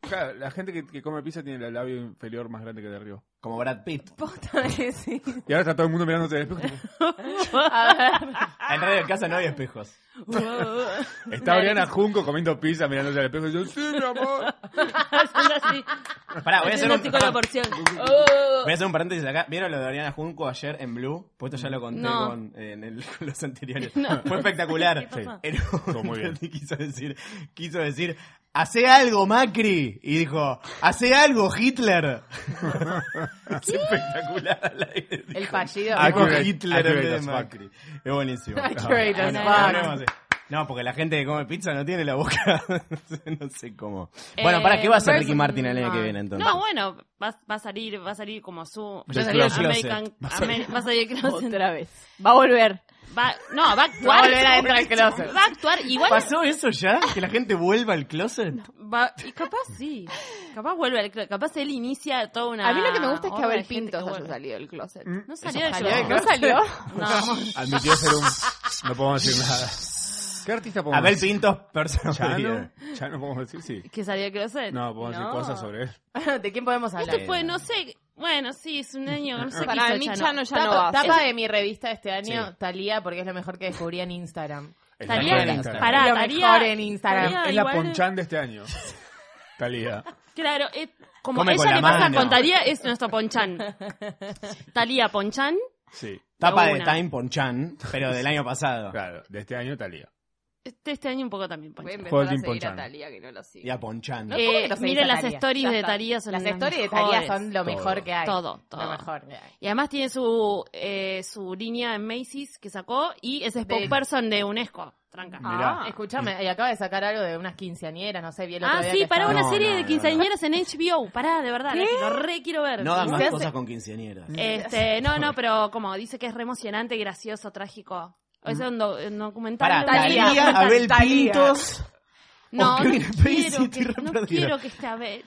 Speaker 12: Claro, la gente que, que come pizza tiene el labio inferior más grande que el de arriba.
Speaker 2: Como Brad Pitt.
Speaker 15: Posta
Speaker 11: (laughs)
Speaker 15: que sí.
Speaker 12: Y ahora está todo el mundo mirándose al espejo. tipo,
Speaker 15: A ver.
Speaker 2: (laughs) En radio en casa no hay espejos.
Speaker 12: Está Oriana Junco comiendo pizza mirándose al espejo y yo, sí, mi amor.
Speaker 13: Haciendo así.
Speaker 2: Pará, voy a hacer
Speaker 13: Haciendo
Speaker 2: un,
Speaker 13: así con la
Speaker 2: (laughs)
Speaker 13: porción.
Speaker 2: voy a hacer un paréntesis acá. ¿Vieron lo de Oriana Junco ayer en Blue? Pues esto ya lo conté
Speaker 13: No.
Speaker 2: con, en el- con los
Speaker 13: (laughs)
Speaker 2: anteriores.
Speaker 13: No.
Speaker 2: Fue espectacular.
Speaker 13: ¿Qué pasó?
Speaker 2: Era un-
Speaker 12: muy bien.
Speaker 2: quiso decir, quiso decir, hace algo Macri. Y dijo, hace algo
Speaker 13: (laughs)
Speaker 2: Hitler. es espectacular al aire.
Speaker 15: El fallido.
Speaker 2: Dijo
Speaker 12: Accurate,
Speaker 2: Hitler en vez
Speaker 12: accurate
Speaker 2: de
Speaker 12: as fuck.
Speaker 2: Macri. Es buenísimo.
Speaker 15: Accurate
Speaker 2: No,
Speaker 15: as
Speaker 2: bueno,
Speaker 15: fuck.
Speaker 2: volvemos, eh. No, porque la gente que come pizza no tiene la boca. (laughs) no sé cómo.
Speaker 13: Eh,
Speaker 2: Bueno, para ¿qué va a hacer Ricky
Speaker 13: versus-
Speaker 2: Martin el año
Speaker 13: no.
Speaker 14: ah.
Speaker 2: que viene entonces?
Speaker 13: No, bueno, va, va a salir, va a salir como su
Speaker 2: Del
Speaker 13: va a salir
Speaker 2: closet.
Speaker 13: American,
Speaker 2: Va a salir.
Speaker 13: Amer- va a salir del closet.
Speaker 14: Otra vez. Va a volver.
Speaker 13: Va-
Speaker 14: (laughs)
Speaker 13: no, va a actuar.
Speaker 15: Va a volver adentro del closet.
Speaker 13: Va a actuar igual.
Speaker 2: ¿Pasó eso ya? ¿Que la gente vuelva al closet?
Speaker 13: va- y capaz sí. Capaz vuelve al closet. Capaz él inicia toda una.
Speaker 14: A mí lo que me gusta es que
Speaker 13: ola de
Speaker 14: Abel
Speaker 13: gente
Speaker 14: Pintos
Speaker 13: que
Speaker 14: haya
Speaker 13: vuelve.
Speaker 14: salido del closet.
Speaker 2: ¿Mm?
Speaker 13: No salió de
Speaker 14: Ojalá.
Speaker 13: yo.
Speaker 14: ¿No salió?
Speaker 12: (laughs)
Speaker 13: No.
Speaker 12: Admitió ser un. No podemos decir nada. ¿Qué artista podemos
Speaker 2: Abel
Speaker 12: decir?
Speaker 2: Pintos, persona
Speaker 12: Chano. Chano podemos decir, sí.
Speaker 13: Que salió del closet.
Speaker 12: No,
Speaker 15: No.
Speaker 12: podemos decir cosas sobre él.
Speaker 15: (laughs) ¿De quién podemos hablar?
Speaker 13: Esto fue, no sé. Bueno, sí, es un año.
Speaker 12: Ah.
Speaker 13: No sé qué
Speaker 14: Para
Speaker 13: hizo
Speaker 14: mí Chano
Speaker 13: Chano.
Speaker 14: ya no va.
Speaker 15: Tapa, tapa de mi revista este año, Talía, porque es lo mejor que descubrí en Instagram.
Speaker 12: Es
Speaker 13: Talía-
Speaker 12: mejor en Instagram.
Speaker 13: Pará,
Speaker 15: lo
Speaker 13: Talía-
Speaker 15: mejor en Instagram.
Speaker 13: Talía-
Speaker 12: Es la
Speaker 13: igual-
Speaker 12: ponchan de este año. Talía.
Speaker 13: Claro, es- como
Speaker 2: Come con
Speaker 13: ella
Speaker 2: la
Speaker 13: le pasa
Speaker 2: mano.
Speaker 13: con Talía, es nuestro
Speaker 15: (laughs)
Speaker 13: Ponchan. Talía Ponchan.
Speaker 12: Sí.
Speaker 2: Tapa
Speaker 13: De
Speaker 2: de
Speaker 13: una.
Speaker 2: Time Ponchan, pero del año pasado.
Speaker 12: Claro, de este año Talía.
Speaker 13: Este, este año un poco también
Speaker 14: Voy a
Speaker 13: Ponchan. Eh,
Speaker 14: empezar a
Speaker 12: Holding
Speaker 14: seguir a
Speaker 12: Ponchan.
Speaker 14: Talía, que no lo sigue.
Speaker 2: Y a Ponchan. Eh,
Speaker 15: No, ¿cómo que no seguís
Speaker 13: miren
Speaker 15: a
Speaker 13: las
Speaker 15: Thalía?
Speaker 13: stories
Speaker 15: Ya
Speaker 13: de
Speaker 15: está.
Speaker 13: Talía son
Speaker 15: Las
Speaker 13: unas
Speaker 15: stories de
Speaker 13: mejores.
Speaker 15: Talía son lo mejor que hay.
Speaker 13: Todo, todo.
Speaker 15: Lo mejor que hay.
Speaker 13: Y además tiene su eh, su línea en Macy's que sacó y es spokesperson de UNESCO. Tranca.
Speaker 15: Ah, escúchame, y acaba de sacar algo de unas quinceañeras, no sé bien lo
Speaker 13: Ah,
Speaker 15: que
Speaker 13: sí, para
Speaker 2: estaba-
Speaker 13: una
Speaker 2: No,
Speaker 13: serie
Speaker 2: no,
Speaker 13: de
Speaker 2: no,
Speaker 13: quinceañeras en HBO. Pará, de verdad, lo re quiero ver.
Speaker 2: No dan
Speaker 13: Y
Speaker 2: más
Speaker 13: se hace-
Speaker 2: cosas con quinceañeras.
Speaker 13: Este, no, no, pero como dice que es re emocionante, gracioso, trágico. O es un, do- un documental.
Speaker 2: Para
Speaker 13: un documental. (laughs)
Speaker 2: Talía, Abel
Speaker 15: Thalía.
Speaker 2: Pintos.
Speaker 13: No,
Speaker 2: o
Speaker 13: no
Speaker 2: Kevin Spacey,
Speaker 13: quiero, que,
Speaker 2: estoy re
Speaker 13: no
Speaker 2: perdido.
Speaker 13: quiero que esté Abel.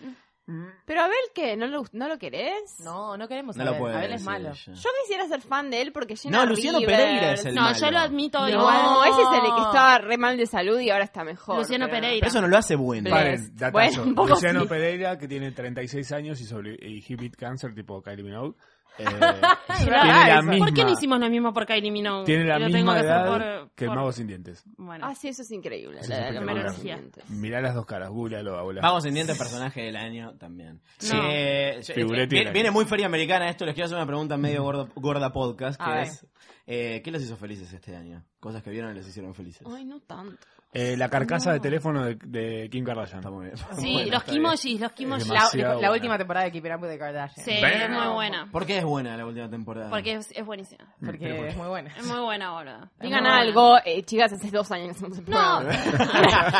Speaker 14: Pero Abel, ¿qué? ¿No lo, ¿No lo querés?
Speaker 15: No, no queremos
Speaker 2: No
Speaker 15: a
Speaker 2: lo
Speaker 15: Abel.
Speaker 2: puedo
Speaker 15: Abel es
Speaker 2: decir
Speaker 15: malo.
Speaker 2: ella.
Speaker 14: Yo quisiera ser fan de él porque llena
Speaker 2: No, Luciano
Speaker 14: River.
Speaker 2: Pereira es el
Speaker 13: No,
Speaker 2: malo.
Speaker 13: yo lo admito
Speaker 14: No,
Speaker 13: igual.
Speaker 14: ese es el que estaba re mal de salud y ahora está mejor.
Speaker 13: Luciano
Speaker 14: pero-
Speaker 13: Pereira.
Speaker 2: Pero eso no lo hace bueno.
Speaker 12: Paren, datazo.
Speaker 13: (laughs)
Speaker 14: Bueno, un poco
Speaker 12: Luciano
Speaker 14: sí.
Speaker 12: Pereira, que tiene 36 años y, sobre, y he beat cancer, tipo Kylie Minogue.
Speaker 13: (laughs)
Speaker 12: Eh,
Speaker 13: Claro.
Speaker 12: tiene la misma,
Speaker 13: ¿Por qué no hicimos lo mismo por Kylie Minogue?
Speaker 12: tiene la
Speaker 13: Lo
Speaker 12: misma
Speaker 13: hacer
Speaker 12: edad
Speaker 13: por-
Speaker 12: que el
Speaker 13: por-
Speaker 12: Mago Sin Dientes.
Speaker 13: Bueno,
Speaker 14: Ah, sí, eso es increíble.
Speaker 12: Eso
Speaker 14: la-
Speaker 12: es
Speaker 14: la- la- la-
Speaker 12: espectacular.
Speaker 13: merecía.
Speaker 12: Mirá las dos caras, googlealo, abuela.
Speaker 2: Vamos en diente personaje del año también.
Speaker 13: Sí.
Speaker 2: Eh, yo-
Speaker 12: Figuretti del
Speaker 2: viene,
Speaker 12: año.
Speaker 2: viene muy feria americana esto, les quiero hacer una pregunta medio gordo- gorda podcast,
Speaker 15: A
Speaker 2: que
Speaker 15: ver.
Speaker 2: es, eh, ¿qué los hizo felices este año? Cosas que vieron y les hicieron felices.
Speaker 13: Ay, no tanto.
Speaker 12: Eh, la carcasa de teléfono de, de Kim Kardashian.
Speaker 2: Está muy bien.
Speaker 13: Sí,
Speaker 12: Bueno,
Speaker 13: los
Speaker 12: está bien.
Speaker 13: kimojis, los kimojis.
Speaker 15: La,
Speaker 12: Demasiado
Speaker 15: la
Speaker 12: buena.
Speaker 15: última temporada de Keeping Up with the Kardashians.
Speaker 13: Sí, es muy buena.
Speaker 2: ¿Por qué es buena la última temporada? (laughs)
Speaker 13: Porque es, es buenísima.
Speaker 12: Mm,
Speaker 15: Porque es muy buena.
Speaker 13: Es muy buena,
Speaker 12: (laughs)
Speaker 13: boludo.
Speaker 14: Digan
Speaker 13: Muy buena.
Speaker 14: algo, eh, chicas, hace dos años que hacemos el (laughs)
Speaker 13: No,
Speaker 14: programa.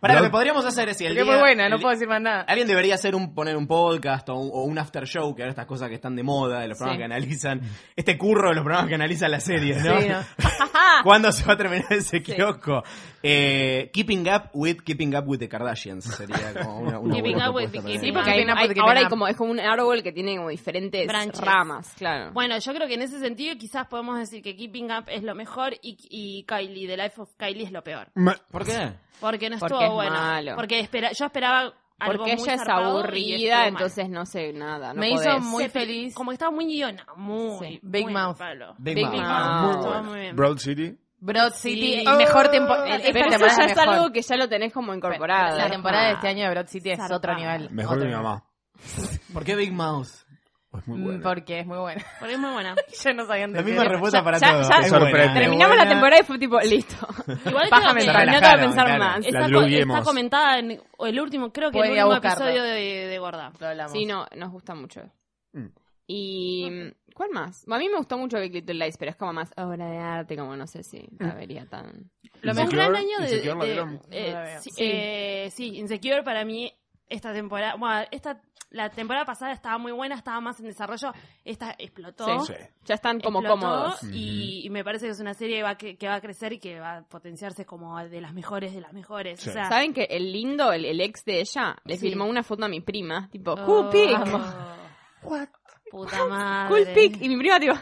Speaker 2: Para lo que podríamos hacer es si el
Speaker 15: Porque es
Speaker 2: día-
Speaker 15: muy buena, no
Speaker 2: el-
Speaker 15: puedo decir más nada.
Speaker 2: Alguien debería hacer un poner un podcast o un, o un after show, que ahora estas cosas que están de moda, de los programas que analizan, este curro de los programas que analizan las series, ¿no?
Speaker 15: Sí, ¿no?
Speaker 13: Ah.
Speaker 11: (laughs)
Speaker 2: ¿Cuándo se va a terminar ese kiosco? Eh, keeping up with Keeping up with the Kardashians sería como una, una
Speaker 13: Keeping
Speaker 2: buena
Speaker 13: up with the
Speaker 2: propuesta
Speaker 13: Keeping
Speaker 14: Sí,
Speaker 2: para-
Speaker 14: porque
Speaker 15: up.
Speaker 14: hay-
Speaker 15: Keeping
Speaker 14: hay-
Speaker 15: with the
Speaker 14: ahora
Speaker 15: Keeping
Speaker 14: hay como, es como un árbol que tiene como diferentes
Speaker 13: Branches.
Speaker 14: ramas, claro.
Speaker 13: Bueno, yo creo que en ese sentido quizás podemos decir que Keeping Up es lo mejor y, y Kylie, The Life of Kylie es lo peor.
Speaker 12: Ma-
Speaker 2: ¿Por qué?
Speaker 13: Porque no
Speaker 14: Porque
Speaker 13: estuvo
Speaker 14: es
Speaker 13: bueno.
Speaker 14: malo.
Speaker 13: Porque espera, yo esperaba algo
Speaker 14: porque
Speaker 13: muy
Speaker 14: ella es
Speaker 13: zarpado y estuvo
Speaker 14: aburrida,
Speaker 13: mal.
Speaker 14: entonces no sé nada. No
Speaker 15: Me hizo
Speaker 14: podés.
Speaker 15: muy
Speaker 13: Se-
Speaker 15: feliz.
Speaker 13: Como que estaba muy guiona, muy.
Speaker 15: Sí, Big
Speaker 13: muy
Speaker 15: Mouth.
Speaker 13: palo.
Speaker 2: Big
Speaker 13: Big
Speaker 2: Mouth.
Speaker 13: Mouth,
Speaker 14: Muy
Speaker 13: estaba
Speaker 14: buena.
Speaker 13: Ah, muy bien.
Speaker 12: Broad City.
Speaker 15: Broad City,
Speaker 13: Sí.
Speaker 15: mejor temporada.
Speaker 13: Esta
Speaker 14: Oh. Pero
Speaker 15: Esta
Speaker 14: eso ya
Speaker 15: temporada
Speaker 14: es algo que ya lo tenés como incorporado.
Speaker 15: La
Speaker 14: es
Speaker 15: temporada de
Speaker 14: como-
Speaker 15: este año de Broad City es
Speaker 13: Zarpada.
Speaker 15: otro nivel.
Speaker 12: Mejor que
Speaker 15: Otro
Speaker 12: mi mamá.
Speaker 2: ¿Por qué Big Mouth?
Speaker 13: Mm,
Speaker 12: Es muy buena.
Speaker 15: Porque es muy buena.
Speaker 13: Porque es muy
Speaker 14: (laughs)
Speaker 13: buena.
Speaker 15: Yo no sabía
Speaker 16: La misma respuesta para
Speaker 15: todos
Speaker 16: todo. Es buena.
Speaker 15: Terminamos la temporada y fue tipo, listo.
Speaker 13: Igual
Speaker 15: Baja
Speaker 13: creo que
Speaker 15: mental, no te voy a pensar más.
Speaker 13: Está, co- está comentada en el último, creo que
Speaker 15: Puedo
Speaker 13: en
Speaker 15: ir
Speaker 13: el
Speaker 15: a
Speaker 13: último
Speaker 15: buscarlo.
Speaker 13: episodio de, de Gorda.
Speaker 14: Sí, no, nos gusta mucho.
Speaker 12: Mm.
Speaker 14: Y. ¿Cuál más? A mí me gustó mucho Big Little Lies, pero es como más obra de arte, como no sé si la vería tan.
Speaker 13: Lo
Speaker 14: mejor
Speaker 13: mejor del año de.
Speaker 14: Insecure la
Speaker 13: de-
Speaker 14: vieron.
Speaker 13: eh,
Speaker 14: No la veo.
Speaker 13: sí,
Speaker 14: Sí.
Speaker 13: eh, sí, Insecure para mí, esta temporada. Bueno, esta, la temporada pasada estaba muy buena, estaba más en desarrollo. Esta explotó.
Speaker 14: Sí. Ya están como
Speaker 13: Explotó
Speaker 14: cómodos.
Speaker 13: Y, y me parece que es una serie que va, a cre- que va a crecer y que va a potenciarse como de las mejores de las mejores. O sea,
Speaker 14: ¿Saben que el lindo, el, el ex de ella, le
Speaker 13: Sí.
Speaker 14: firmó una foto a mi prima? Tipo,
Speaker 13: Oh,
Speaker 14: cool pic.
Speaker 13: What? Puta madre.
Speaker 14: Cool
Speaker 15: eh.
Speaker 14: pic. Y mi prima,
Speaker 15: (laughs)
Speaker 14: tipo,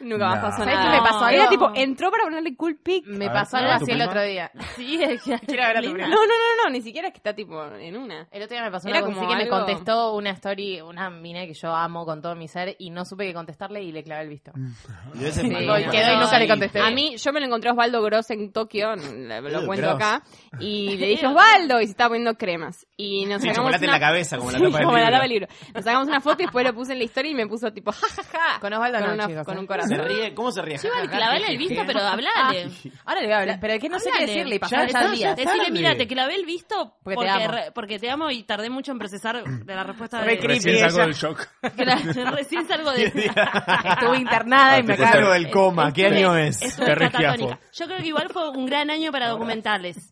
Speaker 14: nunca más
Speaker 13: No.
Speaker 14: pasó
Speaker 13: ¿Sabes
Speaker 14: nada.
Speaker 13: qué me pasó
Speaker 14: Era
Speaker 13: algo?
Speaker 14: tipo, entró para ponerle cool pic.
Speaker 15: Me pasó algo así el
Speaker 14: (laughs)
Speaker 15: otro día.
Speaker 13: Sí, es
Speaker 15: (laughs)
Speaker 13: que
Speaker 15: quiero ver a tu
Speaker 14: No,
Speaker 15: prima.
Speaker 14: no, no, no, ni siquiera es que está tipo en una.
Speaker 15: El otro día me pasó
Speaker 14: Era
Speaker 15: una cosa
Speaker 14: como
Speaker 15: así que me
Speaker 14: algo-
Speaker 15: contestó una story, una mina que yo amo con todo mi ser y no supe qué contestarle y le clavé el visto.
Speaker 12: Mm.
Speaker 16: Yo ese
Speaker 15: Sí,
Speaker 16: me-
Speaker 15: quedó y nunca le contesté.
Speaker 14: A mí, yo me lo encontré a Osvaldo Gross en Tokio, lo lo
Speaker 16: Ew,
Speaker 14: cuento
Speaker 16: gross.
Speaker 14: acá,
Speaker 15: (laughs)
Speaker 14: y le dije, Osvaldo, y se estaba poniendo cremas. Y nos
Speaker 16: Sí,
Speaker 14: sacamos
Speaker 16: chocolate en
Speaker 14: una-
Speaker 16: la cabeza, como la
Speaker 14: Sí,
Speaker 16: tapa del
Speaker 14: como la
Speaker 16: libro.
Speaker 14: tapa del libro. Nos sacamos una foto y después lo puse en la historia y me puso tipo, jajaja, con Osvaldo con,
Speaker 15: no,
Speaker 14: una-
Speaker 15: chicos,
Speaker 14: con
Speaker 15: ¿eh?
Speaker 14: un
Speaker 16: Se
Speaker 14: corazón.
Speaker 16: ríe, ¿cómo se ríe?
Speaker 13: Sí, vale, clavale el visto, pero hablale.
Speaker 15: Ahora le voy a hablar, pero es que no sé qué
Speaker 13: Háblale.
Speaker 15: decirle y pasar ya el día.
Speaker 13: Decirle, mira, te clavé el visto
Speaker 15: Porque
Speaker 13: porque,
Speaker 15: te amo.
Speaker 13: re- porque te amo y tardé mucho en procesar de la respuesta de...
Speaker 16: Re creepy Recién salgo ella. del shock.
Speaker 13: (laughs) Claro, recién salgo
Speaker 16: (laughs)
Speaker 13: de...
Speaker 15: Estuve internada y me
Speaker 16: Después
Speaker 15: acabo
Speaker 16: Ah, salgo del coma, ¿qué
Speaker 13: Estuve-
Speaker 16: año es?
Speaker 13: estuve
Speaker 16: Te re
Speaker 13: catatónica.
Speaker 16: giafo.
Speaker 13: Yo creo que igual fue un gran año para documentales.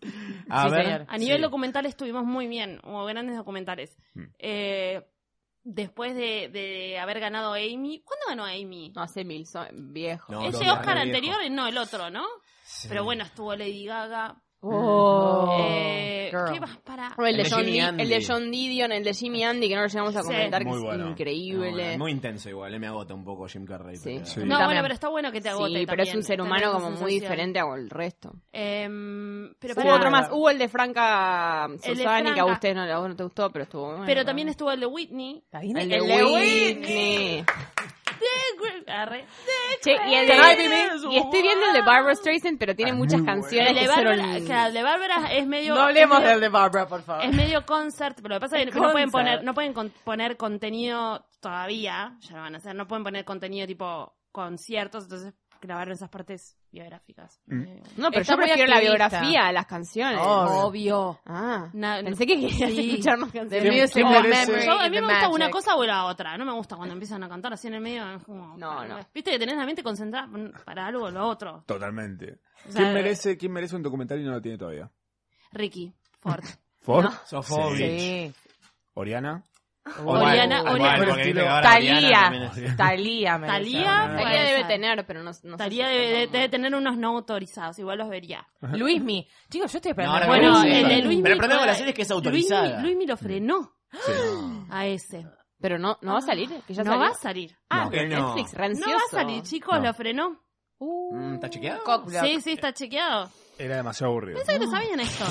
Speaker 16: A ver.
Speaker 13: A nivel documental estuvimos muy bien, hubo grandes documentales.
Speaker 16: Mm.
Speaker 13: Eh, después de, de haber ganado Amy, ¿cuándo ganó Amy?
Speaker 14: No, hace mil, son viejo.
Speaker 13: Ese Oscar anterior, no, el otro, ¿no? Pero bueno, estuvo Lady Gaga.
Speaker 14: Oh,
Speaker 13: Eh,
Speaker 14: girl.
Speaker 13: ¿Qué vas para?
Speaker 14: El de,
Speaker 12: El de
Speaker 14: John
Speaker 12: Jimmy
Speaker 14: Di-
Speaker 12: Andy.
Speaker 14: el de John Didion, el de Jimmy Andy, que no lo llegamos a
Speaker 13: Sí.
Speaker 14: comentar, que
Speaker 12: Muy
Speaker 14: es
Speaker 12: bueno.
Speaker 14: increíble.
Speaker 12: Muy, intenso igual, eh, me agota un poco Jim Carrey. pero-
Speaker 13: No, bueno, pero está bueno que te agote.
Speaker 14: Sí, pero es
Speaker 13: también,
Speaker 14: un ser
Speaker 13: tener
Speaker 14: humano
Speaker 13: esa
Speaker 14: como muy
Speaker 13: sensación.
Speaker 14: diferente al resto.
Speaker 13: Em, pero
Speaker 14: Hubo
Speaker 13: pará.
Speaker 14: otro más, hubo el de Franca
Speaker 13: El de
Speaker 14: Susani, que a
Speaker 13: Franca.
Speaker 14: usted no, a vos no te gustó, pero estuvo bueno.
Speaker 13: Pero también estuvo el de Whitney.
Speaker 14: el de
Speaker 13: el
Speaker 14: Whitney.
Speaker 13: de De- Arre.
Speaker 14: Che, y, el de- y estoy viendo el de Barbara Streisand, pero tiene muchas canciones
Speaker 13: El de
Speaker 14: que
Speaker 13: Bárbara,
Speaker 14: fueron-
Speaker 13: claro, el de Bárbara es medio.
Speaker 15: No hablemos
Speaker 13: es medio-
Speaker 15: del de Barbara, por favor.
Speaker 13: Es medio concert, pero lo que pasa es que
Speaker 15: Concert.
Speaker 13: no pueden poner, no pueden con- poner contenido todavía, ya lo van a hacer, no pueden poner contenido tipo conciertos, entonces grabaron esas partes biográficas. Eh,
Speaker 14: No, pero
Speaker 15: Está
Speaker 14: yo
Speaker 15: muy
Speaker 14: prefiero la
Speaker 15: activista.
Speaker 14: biografía a las canciones.
Speaker 15: Obvio.
Speaker 14: Ah,
Speaker 13: Na-
Speaker 14: pensé que querías
Speaker 13: Sí.
Speaker 14: escuchar más
Speaker 15: The
Speaker 14: canciones.
Speaker 15: music, the memory,
Speaker 13: Yo- a mí
Speaker 15: the
Speaker 13: me gusta una
Speaker 15: magic.
Speaker 13: cosa o la otra. No me gusta cuando empiezan a cantar así en el medio. es como-
Speaker 14: No, no.
Speaker 13: Viste que tenés la mente concentrada para algo o lo otro.
Speaker 12: Totalmente.
Speaker 13: O sea,
Speaker 12: ¿Quién merece, ¿Quién merece un documental y no lo tiene todavía?
Speaker 13: Ricky
Speaker 16: (laughs)
Speaker 13: Ford.
Speaker 12: ¿Ford?
Speaker 16: Sofovich.
Speaker 15: Sí.
Speaker 12: ¿Oriana?
Speaker 13: Oriana,
Speaker 12: Bueno,
Speaker 13: Oriana.
Speaker 12: porque viste que ahora Oriana también
Speaker 15: Talía.
Speaker 12: es-
Speaker 15: Talía, me
Speaker 13: Talía,
Speaker 14: Talía
Speaker 13: puede
Speaker 14: debe
Speaker 13: ser.
Speaker 14: tener, pero no, no sé.
Speaker 13: Talía
Speaker 14: si-
Speaker 13: debe, debe tener unos no autorizados, igual los
Speaker 16: (laughs)
Speaker 13: vería.
Speaker 15: Luismi. Chicos, yo estoy
Speaker 16: No,
Speaker 15: esperando.
Speaker 16: ahora
Speaker 13: Bueno,
Speaker 16: Luismi.
Speaker 13: el de Luismi
Speaker 16: Pero el problema
Speaker 13: fue-
Speaker 16: con la serie es que es autorizada.
Speaker 13: Luismi, Luismi lo frenó
Speaker 16: Sí.
Speaker 13: (gasps) a ese.
Speaker 14: Pero no, no va a salir. Que ya
Speaker 13: no
Speaker 14: salió.
Speaker 13: va a salir.
Speaker 14: Ah,
Speaker 16: No, que no.
Speaker 14: Netflix,
Speaker 13: No
Speaker 14: rancioso.
Speaker 13: va a salir, chicos,
Speaker 16: No.
Speaker 13: lo frenó.
Speaker 16: Mm, ¿Está chequeado?
Speaker 15: Copla.
Speaker 13: Sí, sí, está chequeado.
Speaker 12: Era demasiado aburrido.
Speaker 13: Pensé que no
Speaker 14: (laughs)
Speaker 13: sabían esto.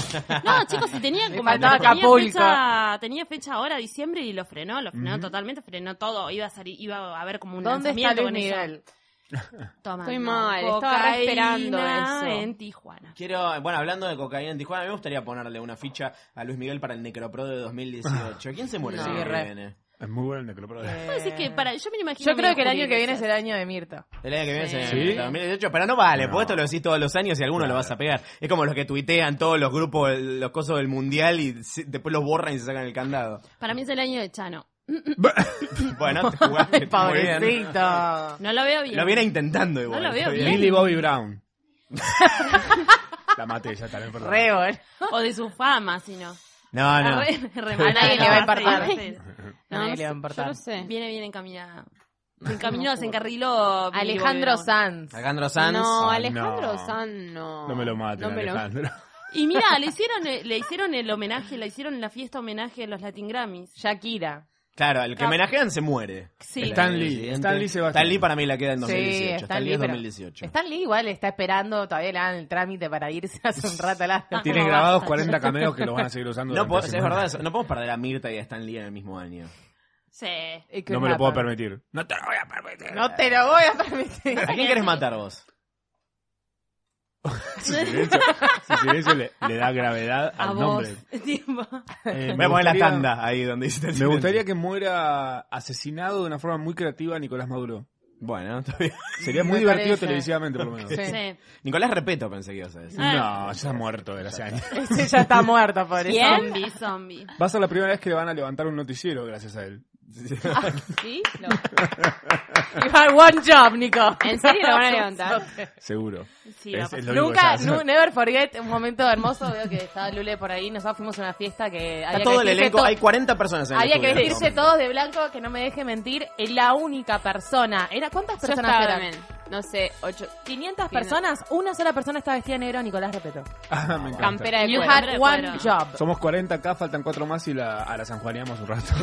Speaker 13: No, chicos, si tenía
Speaker 15: Me
Speaker 13: como
Speaker 15: faltaba
Speaker 13: tenía
Speaker 15: Acapulco.
Speaker 13: fecha, tenía fecha ahora, diciembre, y lo frenó, lo frenó totalmente, frenó todo. Iba a salir, iba a haber como un
Speaker 15: ¿Dónde está
Speaker 13: lanzamiento
Speaker 15: Luis
Speaker 13: con eso. (laughs)
Speaker 15: Miguel?
Speaker 13: Tomando
Speaker 14: Estoy mal, estaba re esperando
Speaker 13: cocaína
Speaker 14: eso.
Speaker 13: en Tijuana.
Speaker 16: Quiero, bueno, hablando de cocaína en Tijuana, a mí me gustaría ponerle una ficha a Luis Miguel para el Necropro
Speaker 14: (laughs)
Speaker 16: de 2018. ¿Quién se muere el
Speaker 15: Sí,
Speaker 16: año que
Speaker 15: re.
Speaker 16: viene?
Speaker 12: Es muy bueno el necropro.
Speaker 13: Vos decís que para, yo me lo imagino
Speaker 15: Yo creo
Speaker 13: medio
Speaker 15: que el año que viene
Speaker 13: jurídico,
Speaker 15: es el año de Mirta.
Speaker 16: El año que viene es
Speaker 12: ¿Sí?
Speaker 16: el 2018, pero no vale,
Speaker 12: No.
Speaker 16: porque esto lo decís todos los años y alguno lo vas a pegar. Es como los que tuitean todos los grupos, los cosos del mundial y se- después los borran y se sacan el candado.
Speaker 13: Para mí es el año de Chano.
Speaker 16: Bueno, te jugaste
Speaker 15: (laughs) Ay,
Speaker 16: muy bien.
Speaker 15: pobrecito.
Speaker 13: No lo veo bien.
Speaker 16: Lo viene intentando igual.
Speaker 13: No lo veo
Speaker 16: está
Speaker 13: bien.
Speaker 12: Millie
Speaker 16: (laughs)
Speaker 12: Bobby Brown. la maté ya también, perdón.
Speaker 15: Re bueno.
Speaker 13: O de su fama, si no.
Speaker 16: No,
Speaker 13: A (laughs)
Speaker 16: no.
Speaker 13: re- re-
Speaker 15: A nadie le va a importar.
Speaker 13: Sí, sí, sí.
Speaker 14: No, no
Speaker 15: Nadie le va a
Speaker 14: sé,
Speaker 15: importar.
Speaker 14: Yo no sé.
Speaker 13: Viene bien encaminada. Se encaminó, se encarriló. vivo,
Speaker 15: Alejandro
Speaker 13: digamos.
Speaker 15: Sanz.
Speaker 16: Alejandro Sanz.
Speaker 14: No,
Speaker 12: Ah,
Speaker 14: Alejandro
Speaker 12: no.
Speaker 14: San no.
Speaker 12: No me lo maten,
Speaker 14: No me lo-
Speaker 12: Alejandro.
Speaker 13: Y mira, le hicieron, eh, le hicieron el homenaje, le hicieron la fiesta homenaje a los Latin Grammys.
Speaker 15: Shakira.
Speaker 16: Claro, el que
Speaker 13: Cap-
Speaker 16: homenajean se muere.
Speaker 13: Sí.
Speaker 16: El
Speaker 12: Stan
Speaker 16: año
Speaker 12: Lee,
Speaker 16: siguiente.
Speaker 12: Stan Lee se va a
Speaker 16: Stan
Speaker 12: estar.
Speaker 16: Lee para mí la queda en
Speaker 15: Sí,
Speaker 16: 2018.
Speaker 15: Stan
Speaker 16: Stan Lee
Speaker 15: Lee,
Speaker 16: es
Speaker 15: pero-
Speaker 16: 2018.
Speaker 15: Stan Lee igual está esperando, todavía le dan el trámite para irse hace un rato al astro.
Speaker 12: Tiene grabados 40 cameos que los van a seguir usando.
Speaker 16: No,
Speaker 12: durante
Speaker 16: podemos- es
Speaker 12: semanas.
Speaker 16: verdad, eso, no podemos perder a Mirta y a Stan Lee en el mismo año.
Speaker 13: Sí.
Speaker 15: It could
Speaker 12: No me lo puedo
Speaker 15: happen.
Speaker 12: permitir. No te lo voy a permitir.
Speaker 15: No te lo voy a permitir.
Speaker 16: ¿A quién querés matar vos?
Speaker 12: Su silencio, su silencio le, le da gravedad al
Speaker 13: a vos. (laughs)
Speaker 12: nombre.
Speaker 13: Tiempo.
Speaker 12: Eh,
Speaker 16: Voy a poner la
Speaker 12: gustaría-
Speaker 16: tanda ahí donde hiciste el
Speaker 12: Me
Speaker 16: silencio.
Speaker 12: gustaría que muera asesinado de una forma muy creativa Nicolás Maduro. Bueno, está bien. Sería muy
Speaker 16: Me
Speaker 12: divertido
Speaker 16: parece.
Speaker 12: televisivamente, por lo menos.
Speaker 16: Sí.
Speaker 13: Sí.
Speaker 12: Nicolás Repeto pensé que ibas a decir. No, ya ha muerto de hace años.
Speaker 16: Ese ya está muerto, por eso.
Speaker 13: Zombie, zombie.
Speaker 12: Va a ser la primera vez que le van a levantar un noticiero gracias a él.
Speaker 13: ¿Sí? No.
Speaker 15: You had one job, Nico.
Speaker 14: ¿En serio lo van a
Speaker 13: (laughs)
Speaker 14: levantar?
Speaker 12: Seguro.
Speaker 15: Sí,
Speaker 12: Es-
Speaker 15: va a
Speaker 12: es
Speaker 15: pasar.
Speaker 12: lo único que
Speaker 15: Nunca,
Speaker 12: sabe hacer.
Speaker 15: nu- never forget, un momento hermoso, veo que estaba Lule por ahí, nosotros fuimos a una fiesta que había
Speaker 2: Está
Speaker 15: que
Speaker 2: todo el
Speaker 15: vestirse
Speaker 2: elenco,
Speaker 15: to-
Speaker 2: hay 40 personas en el
Speaker 15: Había que
Speaker 16: este
Speaker 2: estudio.
Speaker 15: vestirse todos de blanco, que no me deje mentir, es la única persona. Era ¿Cuántas
Speaker 14: Yo
Speaker 15: personas
Speaker 14: estaba
Speaker 15: eran?
Speaker 14: también. No sé, ocho.
Speaker 15: 500 personas, una sola persona está vestida de negro, Nicolás Repeto.
Speaker 12: (laughs) Ah, me encanta.
Speaker 14: Campera de
Speaker 15: You
Speaker 14: cuero.
Speaker 15: had
Speaker 14: Campera de
Speaker 15: one
Speaker 14: cuero.
Speaker 15: job.
Speaker 12: Somos 40 acá, faltan 4 más y la, a la sanjuaneamos un rato.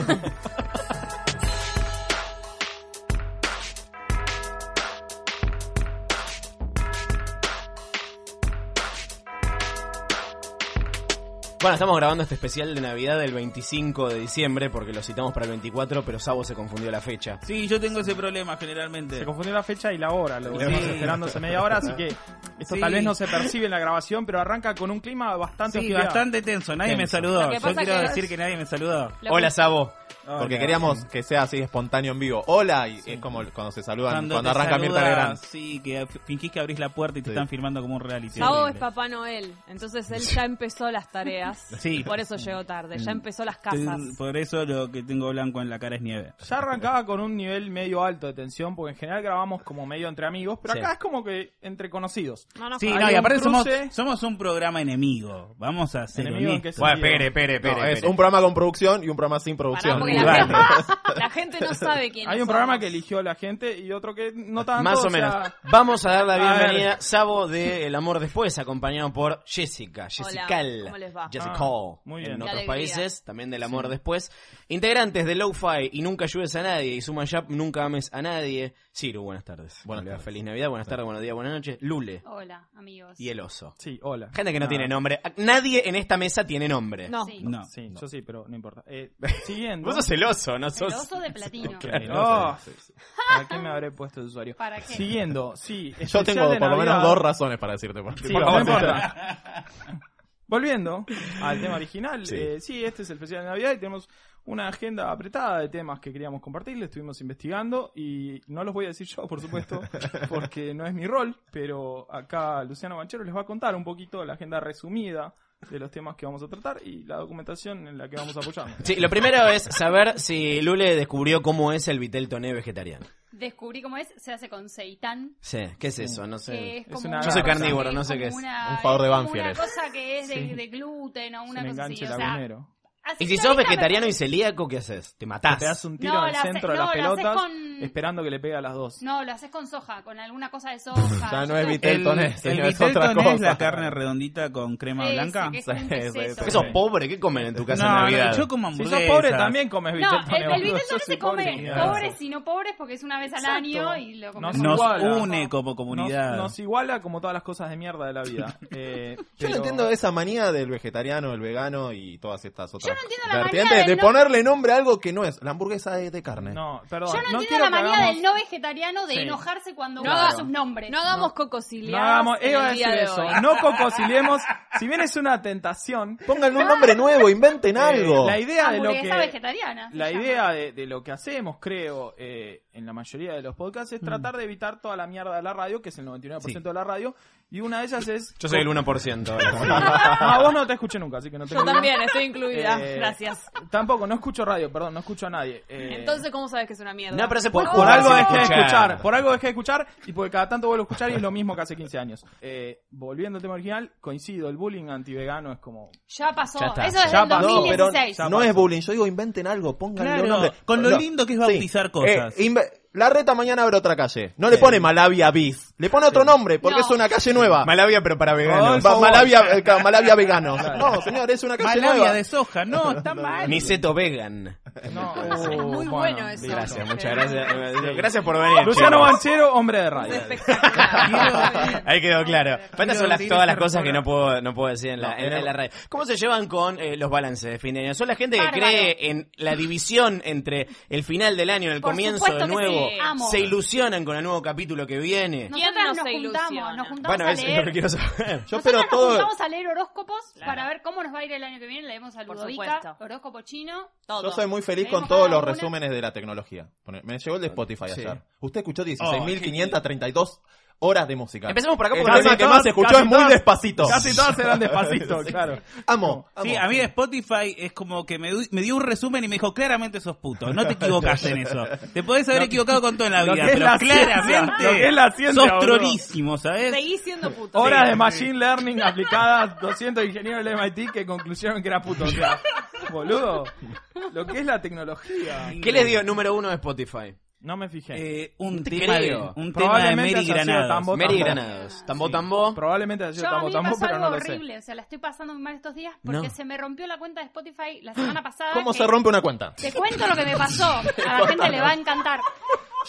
Speaker 2: Bueno, estamos grabando este especial de Navidad del 25 de diciembre porque lo citamos para el 24, pero Sabo se confundió la fecha.
Speaker 17: Sí, yo tengo ese problema generalmente.
Speaker 18: Se confundió la fecha y la hora, lo
Speaker 17: Sí.
Speaker 18: estamos esperando hace media hora, así que esto
Speaker 17: Sí.
Speaker 18: tal vez no se percibe en la grabación, pero arranca con un clima bastante
Speaker 17: Sí,
Speaker 18: hostilidad.
Speaker 17: bastante tenso. Nadie me saludó. Yo quiero decir que nadie me saludó.
Speaker 19: Hola, Sabo. Porque
Speaker 17: Hola.
Speaker 19: queríamos que sea así espontáneo en vivo. Hola, y es como cuando se saludan, cuando,
Speaker 17: te
Speaker 19: arranca
Speaker 17: saluda,
Speaker 19: Mirta Legrand.
Speaker 17: Sí, que f- fingís que abrís la puerta y te
Speaker 19: Sí.
Speaker 17: están filmando como un reality.
Speaker 13: Sabo es Papá Noel, entonces él ya empezó las tareas.
Speaker 17: Sí.
Speaker 13: Por eso llegó tarde, ya empezó las casas.
Speaker 17: Te- Por eso lo que tengo blanco en la cara es nieve.
Speaker 18: Ya arrancaba con un nivel medio alto de tensión, porque en general grabamos como medio entre amigos, pero
Speaker 17: Sí.
Speaker 18: acá es como que entre conocidos.
Speaker 17: Sí,
Speaker 18: Hay
Speaker 17: no, y
Speaker 18: un
Speaker 17: aparte somos,
Speaker 18: cruce,
Speaker 17: somos un programa enemigo. Vamos a ser
Speaker 18: ¿Enemigo en
Speaker 17: honestos.
Speaker 18: qué Bueno, sentido? espere,
Speaker 19: espere, espere, Es un programa con producción y un programa sin producción. Igual.
Speaker 13: La gente (laughs) no sabe quién
Speaker 18: Hay un programa que eligió la gente y otro que no tanto.
Speaker 2: Más o
Speaker 18: sea,
Speaker 2: menos. Vamos a dar la
Speaker 18: A ver.
Speaker 2: bienvenida a Sabo de El Amor Después, acompañado por Jessica, Jessical,
Speaker 13: ¿cómo les va?
Speaker 2: Jessica,
Speaker 13: Ah, muy bien.
Speaker 2: en
Speaker 13: Qué
Speaker 2: otros
Speaker 13: alegría.
Speaker 2: países, también del Amor Después. Integrantes de Lo-Fi y Nunca Ayudes a Nadie y Suma Yap, Nunca Ames a Nadie. Ciru, buenas tardes. Buenas Feliz Navidad, buenas tardes, buenos días, buenas noches. Lule
Speaker 13: Hola, amigos.
Speaker 2: y El Oso.
Speaker 18: Sí, hola.
Speaker 2: Gente que no,
Speaker 18: No.
Speaker 2: tiene nombre. Nadie en esta mesa tiene nombre.
Speaker 13: No.
Speaker 18: Sí.
Speaker 17: No.
Speaker 18: Sí, yo sí, pero no importa.
Speaker 17: (laughs)
Speaker 18: Eh, siguiendo.
Speaker 2: Vos sos celoso, no sos...
Speaker 13: oso de
Speaker 11: (laughs)
Speaker 13: platino.
Speaker 18: Oh,
Speaker 20: (laughs)
Speaker 18: ¿Para qué me habré puesto de usuario?
Speaker 13: ¿Para qué?
Speaker 18: Siguiendo, sí.
Speaker 19: Yo
Speaker 18: especial
Speaker 19: tengo
Speaker 18: de
Speaker 19: por lo
Speaker 18: Navidad.
Speaker 19: menos dos razones para decirte por qué.
Speaker 18: Sí,
Speaker 19: Por
Speaker 18: no
Speaker 19: favor,
Speaker 18: importa.
Speaker 19: (laughs)
Speaker 18: Volviendo al tema original, eh,
Speaker 19: Sí.
Speaker 18: sí. este es el especial de Navidad y tenemos una agenda apretada de temas que queríamos compartir, le estuvimos investigando y no los voy a decir yo, por
Speaker 19: (laughs)
Speaker 18: supuesto, porque no es mi rol, pero acá Luciano Banchero les va a contar un poquito la agenda resumida de los temas que vamos a tratar y la documentación en la que vamos a apoyarnos.
Speaker 2: Sí, lo primero es saber si Lule descubrió cómo es el vitel toné vegetariano.
Speaker 20: Descubrí cómo es, se hace con seitan.
Speaker 2: Sí, ¿qué es eso? No
Speaker 20: Que
Speaker 2: sé.
Speaker 20: es como una-
Speaker 2: Yo soy carnívoro, no sé qué es.
Speaker 20: Una, es como Una cosa que es de,
Speaker 2: Sí.
Speaker 20: de gluten o una
Speaker 18: me
Speaker 20: cosa así.
Speaker 18: engancha
Speaker 20: O
Speaker 18: el
Speaker 20: sea,
Speaker 18: lagunero.
Speaker 2: Y si sos vegetariano y celíaco, ¿qué haces? Te matás.
Speaker 18: Te das un tiro
Speaker 20: No,
Speaker 18: en
Speaker 20: lo
Speaker 18: el
Speaker 20: hace-
Speaker 18: centro de
Speaker 20: no,
Speaker 18: las
Speaker 20: lo haces
Speaker 18: pelotas
Speaker 20: con-
Speaker 18: esperando que le pegue a las dos.
Speaker 20: no, lo haces con soja, con alguna cosa de soja.
Speaker 18: (laughs) Ya no
Speaker 20: Yo
Speaker 18: es
Speaker 20: creo-
Speaker 18: vitel
Speaker 17: El-
Speaker 18: toné,
Speaker 17: El
Speaker 18: señor, es
Speaker 17: vitel
Speaker 18: otra
Speaker 17: toné es
Speaker 18: cosa.
Speaker 17: la carne redondita con crema
Speaker 20: Ese,
Speaker 17: blanca.
Speaker 20: que es un Sí, exceso. sí, sí.
Speaker 2: ¿Sos pobre? ¿Qué comen en tu casa
Speaker 17: No,
Speaker 2: en Navidad?
Speaker 17: no, yo como Si sos
Speaker 18: hamburguesas. pobre también comes
Speaker 20: No, el, el vitel toné se come
Speaker 17: pobre.
Speaker 20: pobres y no pobres porque es una vez al año y lo comemos.
Speaker 17: Nos une como comunidad.
Speaker 18: Nos, nos iguala como todas las cosas de mierda de la
Speaker 17: (laughs)
Speaker 18: vida. Eh,
Speaker 19: Yo
Speaker 18: pero-
Speaker 19: no entiendo esa manía del vegetariano, el vegano y todas estas otras
Speaker 20: entiendo la manía
Speaker 19: vertientes
Speaker 20: del
Speaker 19: de
Speaker 20: no-
Speaker 19: ponerle nombre a algo que no es. La hamburguesa es de carne.
Speaker 18: No, perdón.
Speaker 20: Yo no, entiendo
Speaker 18: quiero
Speaker 20: la
Speaker 18: que
Speaker 20: manía
Speaker 18: hagamos-
Speaker 20: del no vegetariano de
Speaker 19: Sí.
Speaker 20: enojarse cuando
Speaker 13: No
Speaker 20: usa
Speaker 13: haga-
Speaker 20: sus nombres.
Speaker 13: No hagamos cocosilias.
Speaker 18: No hagamos,
Speaker 13: en
Speaker 18: iba a
Speaker 13: el
Speaker 18: decir
Speaker 13: día de
Speaker 18: eso. Ah,
Speaker 13: hoy.
Speaker 18: No cocosiliemos. (laughs) Si bien es una tentación.
Speaker 19: Pónganle un nombre nuevo, inventen
Speaker 18: Eh,
Speaker 19: algo.
Speaker 18: La idea de lo
Speaker 20: Hamburguesa
Speaker 18: que.
Speaker 20: vegetariana. se
Speaker 18: La
Speaker 20: llama.
Speaker 18: idea de, de lo que hacemos, creo, eh, en la mayoría de los podcasts
Speaker 17: Mm.
Speaker 18: es tratar de evitar toda la mierda de la radio, que es el 99% de la radio, y una de ellas es...
Speaker 2: Yo soy el 1%.
Speaker 18: (laughs) Ah, vos no te escuché nunca, así que no te Eh,
Speaker 13: Yo también, estoy incluida. Gracias.
Speaker 18: Tampoco, no escucho radio, perdón, no escucho a nadie. eh,
Speaker 13: Entonces, ¿cómo sabes que es una mierda?
Speaker 18: No, pero se
Speaker 2: puede
Speaker 18: por,
Speaker 2: jugar
Speaker 18: algo
Speaker 2: sin
Speaker 18: dejé de
Speaker 2: escuchar.
Speaker 18: escuchar. Por algo dejé de escuchar y porque cada tanto vuelvo a escuchar y es lo mismo que hace 15 años. Eh, volviendo al tema original, coincido, el bullying antivegano es como...
Speaker 20: Ya pasó.
Speaker 19: Ya está.
Speaker 20: Eso es
Speaker 19: Ya
Speaker 20: del
Speaker 19: pasó,
Speaker 20: 2016.
Speaker 19: pero no es bullying. Yo digo, inventen algo, pónganle
Speaker 20: Claro,
Speaker 19: un nombre.
Speaker 17: con lo
Speaker 19: No,
Speaker 17: lindo que es
Speaker 19: sí.
Speaker 17: bautizar cosas.
Speaker 19: Eh, inve- la reta mañana abre otra calle. No le pone Malavia Biz. Le pone otro nombre porque
Speaker 17: No.
Speaker 19: es una calle nueva.
Speaker 2: Malavia, pero para
Speaker 17: veganos.
Speaker 19: Va- Malavia, eh, claro, Malavia vegano. No, señor, es una calle
Speaker 17: Malavia
Speaker 19: nueva.
Speaker 17: de soja, no,
Speaker 19: (laughs)
Speaker 17: está mal.
Speaker 2: Niceto vegan.
Speaker 18: muy bueno, eso.
Speaker 2: Gracias, muchas gracias. Gracias por venir.
Speaker 18: Luciano
Speaker 2: chicos.
Speaker 18: Banchero, hombre de radio.
Speaker 2: Ahí quedó claro. Estas son las-
Speaker 18: abrir
Speaker 2: todas las
Speaker 18: esta
Speaker 2: cosas que no puedo, no puedo decir en la,
Speaker 18: No,
Speaker 2: en-
Speaker 18: pero-
Speaker 2: en la radio. ¿Cómo se llevan con eh, los balances de fin de año? Son la gente que
Speaker 20: Bárbaro.
Speaker 2: cree en la división entre el final del año y el
Speaker 20: Por
Speaker 2: comienzo
Speaker 20: supuesto
Speaker 2: del
Speaker 20: que
Speaker 2: nuevo.
Speaker 20: sí. Amo.
Speaker 2: Se ilusionan con el nuevo capítulo que viene.
Speaker 20: No nosotras
Speaker 14: no
Speaker 20: nos
Speaker 14: se
Speaker 20: juntamos,
Speaker 14: ilusiona.
Speaker 20: nos juntamos
Speaker 19: Bueno,
Speaker 20: a
Speaker 19: eso es lo
Speaker 20: leer.
Speaker 19: que quiero saber. Yo
Speaker 20: Nosotras
Speaker 19: espero
Speaker 20: nos
Speaker 19: todo.
Speaker 20: juntamos a leer horóscopos para ver cómo nos va a ir el año que viene. Leemos a
Speaker 13: Por
Speaker 20: Ludovica,
Speaker 13: supuesto.
Speaker 20: horóscopo chino, todo.
Speaker 19: Yo soy muy feliz
Speaker 20: Leemos
Speaker 19: con todos
Speaker 20: cada
Speaker 19: los
Speaker 20: una.
Speaker 19: resúmenes de la tecnología. Pone- Me llegó el de Spotify
Speaker 10: Sí.
Speaker 19: ayer. Usted
Speaker 17: Oh,
Speaker 19: escuchó 16.532 horas de música.
Speaker 17: Empecemos por acá,
Speaker 19: El
Speaker 18: Eh,
Speaker 17: porque
Speaker 19: tema
Speaker 17: casi
Speaker 19: que
Speaker 17: todas-
Speaker 19: más se escuchó
Speaker 17: casi
Speaker 19: es muy
Speaker 17: todas-
Speaker 19: despacito.
Speaker 17: casi todas eran
Speaker 19: (laughs)
Speaker 18: despacito, claro.
Speaker 19: Amo,
Speaker 17: Sí,
Speaker 19: amo.
Speaker 17: a mí Spotify es como que me, me dio un resumen y me dijo, claramente sos puto, no te equivocas en eso. Te podés haber
Speaker 18: Lo-
Speaker 17: equivocado con todo en la
Speaker 18: lo
Speaker 17: vida,
Speaker 18: que es
Speaker 17: pero
Speaker 18: la ciencia,
Speaker 17: claramente
Speaker 18: lo que es la ciencia,
Speaker 17: sos
Speaker 18: boludo.
Speaker 17: tronísimo, ¿sabes?
Speaker 13: Seguís siendo puto.
Speaker 18: Horas
Speaker 17: Sí.
Speaker 18: de Machine Learning aplicadas 200 ingenieros del MIT que concluyeron que era puto. O sea, boludo, lo que es la tecnología.
Speaker 2: ¿Qué les dio el número uno de Spotify?
Speaker 18: No me fijé.
Speaker 17: Eh, un
Speaker 2: Te
Speaker 17: tema de,
Speaker 2: creo.
Speaker 17: un tema de
Speaker 2: Probablemente
Speaker 17: Mary
Speaker 2: haya sido
Speaker 17: Granados.
Speaker 2: Tambo, Mary tambo. Granados. Tambo, tambo.
Speaker 18: Probablemente haya
Speaker 20: Yo
Speaker 18: sido
Speaker 20: a mí
Speaker 18: tambo
Speaker 20: me
Speaker 18: tambo,
Speaker 20: pasó
Speaker 18: pero
Speaker 20: algo
Speaker 18: no lo sé.
Speaker 20: horrible, o sea, la estoy pasando muy mal estos días porque
Speaker 18: No.
Speaker 20: se me rompió la cuenta de Spotify la
Speaker 19: (clears throat)
Speaker 20: semana pasada.
Speaker 19: ¿Cómo
Speaker 20: que-
Speaker 19: se rompe una cuenta?
Speaker 20: Te cuento lo que me pasó,
Speaker 19: (laughs)
Speaker 20: a la gente le va a encantar.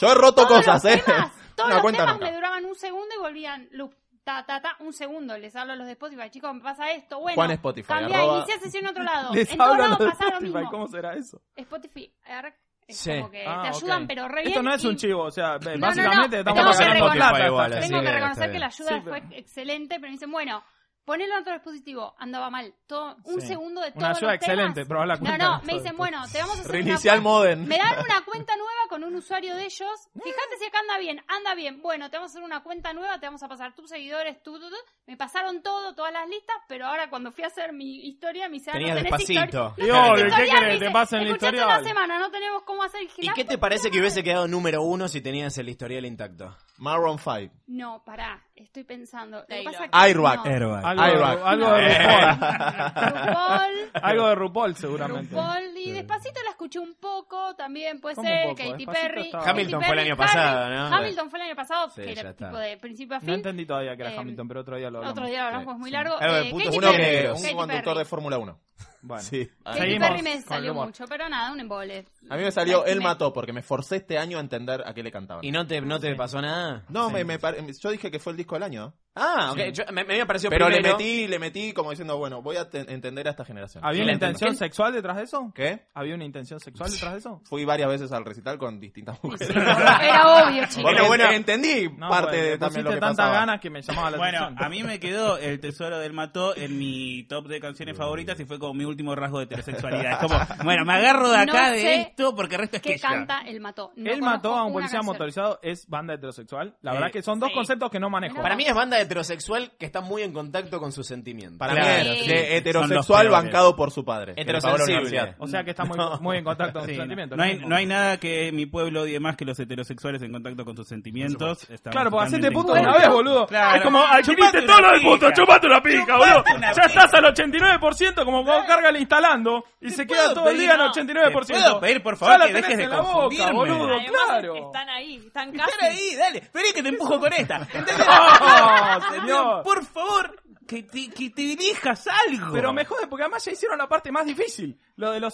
Speaker 19: Yo he
Speaker 20: Todos
Speaker 19: roto cosas,
Speaker 20: los
Speaker 19: ¿eh?
Speaker 20: temas, todos
Speaker 19: Una
Speaker 20: los
Speaker 19: cuenta
Speaker 20: temas
Speaker 19: nunca.
Speaker 20: me duraban un segundo y volvían loop. Ta, ta, ta, un segundo, les hablo a los de Spotify, chicos, me pasa esto, bueno,
Speaker 19: Juan Spotify,
Speaker 20: cambiá,
Speaker 19: arroba-
Speaker 20: iniciá sesión en otro
Speaker 19: (laughs)
Speaker 20: lado,
Speaker 18: Les
Speaker 20: en todos
Speaker 18: hablo a
Speaker 20: lados
Speaker 18: los de
Speaker 20: pasa lo
Speaker 18: Spotify,
Speaker 20: mismo.
Speaker 18: ¿Cómo será eso?
Speaker 20: Spotify Arc es
Speaker 18: Sí.
Speaker 20: como que
Speaker 18: Ah,
Speaker 20: te
Speaker 18: ok.
Speaker 20: ayudan, pero re bien.
Speaker 18: Esto no es
Speaker 20: y
Speaker 18: un chivo, o sea,
Speaker 20: no,
Speaker 18: básicamente
Speaker 20: no,
Speaker 18: estamos
Speaker 20: tengo que
Speaker 18: ganando
Speaker 20: reconocer-
Speaker 18: plata.
Speaker 20: igual,
Speaker 18: está-
Speaker 20: Tengo que reconocer que la ayuda
Speaker 18: Sí,
Speaker 20: fue
Speaker 18: pero-
Speaker 20: excelente, pero me dicen, bueno, ponelo en otro dispositivo, andaba mal. Todo, un
Speaker 18: Sí.
Speaker 20: segundo de todo.
Speaker 18: Una ayuda excelente, pero la
Speaker 20: No,
Speaker 18: cuenta.
Speaker 20: no, me dicen, bueno, te vamos a hacer.
Speaker 19: Reiniciar
Speaker 20: una...
Speaker 19: modem.
Speaker 20: Me dan una cuenta nueva con un usuario de ellos. Fíjate si acá anda bien, anda bien. Bueno, te vamos a hacer una cuenta nueva, te vamos a pasar tus seguidores, tú, tú, tú. Me pasaron todo, todas las listas, pero ahora cuando fui a hacer mi historia, me hicieron.
Speaker 2: Tenías
Speaker 20: no tenés
Speaker 2: despacito.
Speaker 20: historia-
Speaker 2: Y
Speaker 20: no tenés
Speaker 2: obvio, ¿qué
Speaker 20: historial, me
Speaker 2: querés? Te
Speaker 20: dicen,
Speaker 2: pasan el
Speaker 20: "Escuchate
Speaker 2: historial".
Speaker 20: una semana, no tenemos cómo hacer el
Speaker 2: ¿Y
Speaker 20: gimnasio.
Speaker 2: qué te parece que hubiese quedado número uno si tenías el historial intacto?
Speaker 19: Maroon 5.
Speaker 20: No, pará, estoy pensando. Lo que pasa es que-
Speaker 19: Airbag.
Speaker 20: no.
Speaker 18: Algo,
Speaker 19: Airbag.
Speaker 18: algo de
Speaker 19: Eh.
Speaker 12: (laughs)
Speaker 18: RuPaul. algo de RuPaul, seguramente.
Speaker 20: RuPaul, y despacito la escuché un poco, también puede
Speaker 18: ¿Cómo
Speaker 20: ser
Speaker 18: un poco?
Speaker 20: Katy
Speaker 18: Despacito
Speaker 20: Perry.
Speaker 18: estaba.
Speaker 20: Katy
Speaker 18: Hamilton
Speaker 20: Perry,
Speaker 18: fue el año
Speaker 20: Harry.
Speaker 18: pasado, ¿no?
Speaker 20: Hamilton fue el año pasado,
Speaker 18: Sí,
Speaker 20: que
Speaker 18: ya
Speaker 20: era
Speaker 18: está.
Speaker 20: tipo de principio a fin.
Speaker 18: No entendí todavía que era
Speaker 20: Eh,
Speaker 18: Hamilton, pero otro día lo hablamos.
Speaker 20: Otro día lo hablamos, pues, muy largo.
Speaker 19: Algo de
Speaker 20: Eh,
Speaker 19: puto.
Speaker 20: Katy
Speaker 19: Uno
Speaker 20: Perry,
Speaker 19: que,
Speaker 20: Katy
Speaker 19: un conductor
Speaker 20: Perry.
Speaker 19: de Fórmula 1. Bueno. Sí.
Speaker 20: Katy Perry me salió mucho, pero nada, un embole.
Speaker 19: A mí me salió
Speaker 20: Lástima.
Speaker 19: El Mató porque me forcé este año a entender a qué le cantaban.
Speaker 2: ¿Y no te, no te pasó nada?
Speaker 19: No, me, me pare- yo dije que fue el disco del año. ¿eh?
Speaker 2: Ah, ok. Yo- me, me había parecido
Speaker 19: Pero le
Speaker 2: primero.
Speaker 19: metí, le metí como diciendo, bueno, voy a te- entender a esta generación.
Speaker 18: ¿Había
Speaker 19: Sí,
Speaker 18: una
Speaker 19: la entiendo.
Speaker 18: intención sexual detrás de eso?
Speaker 19: ¿Qué?
Speaker 18: ¿Había una intención sexual detrás de eso?
Speaker 20: (laughs)
Speaker 19: Fui varias veces al recital con distintas mujeres.
Speaker 18: Era obvio, chicos.
Speaker 19: Bueno, bueno,
Speaker 18: Era-
Speaker 19: entendí
Speaker 18: No,
Speaker 19: parte
Speaker 18: pues,
Speaker 19: de
Speaker 18: le
Speaker 19: también lo
Speaker 18: pusiste
Speaker 19: que
Speaker 18: tanta
Speaker 19: pasaba.
Speaker 18: ganas que me llamaba la
Speaker 17: bueno,
Speaker 18: atención.
Speaker 17: a
Speaker 20: (laughs)
Speaker 17: mí me quedó El Tesoro del Mató en mi top de canciones favoritas y fue como mi último rasgo de heterosexualidad. Es como, bueno, me agarro de acá
Speaker 20: No
Speaker 17: de
Speaker 20: sé
Speaker 17: esto porque el resto es
Speaker 20: ¿Qué
Speaker 17: que
Speaker 20: canta El Mató? No
Speaker 18: Él mató
Speaker 20: conozco
Speaker 18: a un
Speaker 20: una
Speaker 18: policía
Speaker 20: canción.
Speaker 18: motorizado, es banda heterosexual. La
Speaker 2: Sí.
Speaker 19: Eh,
Speaker 18: verdad que son dos conceptos que no manejo.
Speaker 2: Para mí es banda heterosexual que está muy en contacto con sus sentimientos.
Speaker 19: Para mí Claro, es sí. de heterosexual Son los peores. bancado por su padre, que le pagó la
Speaker 2: Heterosensible.
Speaker 19: universidad.
Speaker 18: O sea que está muy, muy en contacto
Speaker 17: (laughs)
Speaker 18: con sus sentimientos.
Speaker 17: No
Speaker 18: lo
Speaker 17: hay,
Speaker 18: mismo.
Speaker 17: no hay nada que mi pueblo odie más que los heterosexuales en contacto con sus sentimientos. Estamos
Speaker 18: Claro, porque hacete
Speaker 17: totalmente
Speaker 18: puto
Speaker 17: en
Speaker 18: una
Speaker 17: contra.
Speaker 18: vez, boludo.
Speaker 17: Claro.
Speaker 18: Es como adquiriste
Speaker 17: Chupate
Speaker 18: todo
Speaker 17: una
Speaker 18: lo del puto,
Speaker 17: pija.
Speaker 18: chupate una pija,
Speaker 17: Chupate
Speaker 18: boludo.
Speaker 17: una
Speaker 18: Ya estás al 89%, como vos carga la instalando y se queda
Speaker 17: puedo
Speaker 18: todo el
Speaker 17: pedir,
Speaker 18: día al
Speaker 17: no.
Speaker 18: 89%.
Speaker 17: Te puedo pedir, por favor,
Speaker 18: Ya la
Speaker 17: que dejes
Speaker 18: tenés
Speaker 17: de
Speaker 18: en la boca,
Speaker 17: confundirme.
Speaker 18: boludo,
Speaker 17: (laughs)
Speaker 18: (laughs)
Speaker 17: Además,
Speaker 18: claro.
Speaker 13: Están ahí, están casi.
Speaker 17: Están ahí, dale. Vení que te empujo con
Speaker 18: (laughs)
Speaker 17: esta. ¿entendés?
Speaker 18: No,
Speaker 17: Te pido,
Speaker 18: señor.
Speaker 17: Por favor, que te, que te dirijas algo.
Speaker 18: Pero me jode porque además ya hicieron la parte más difícil. Lo de los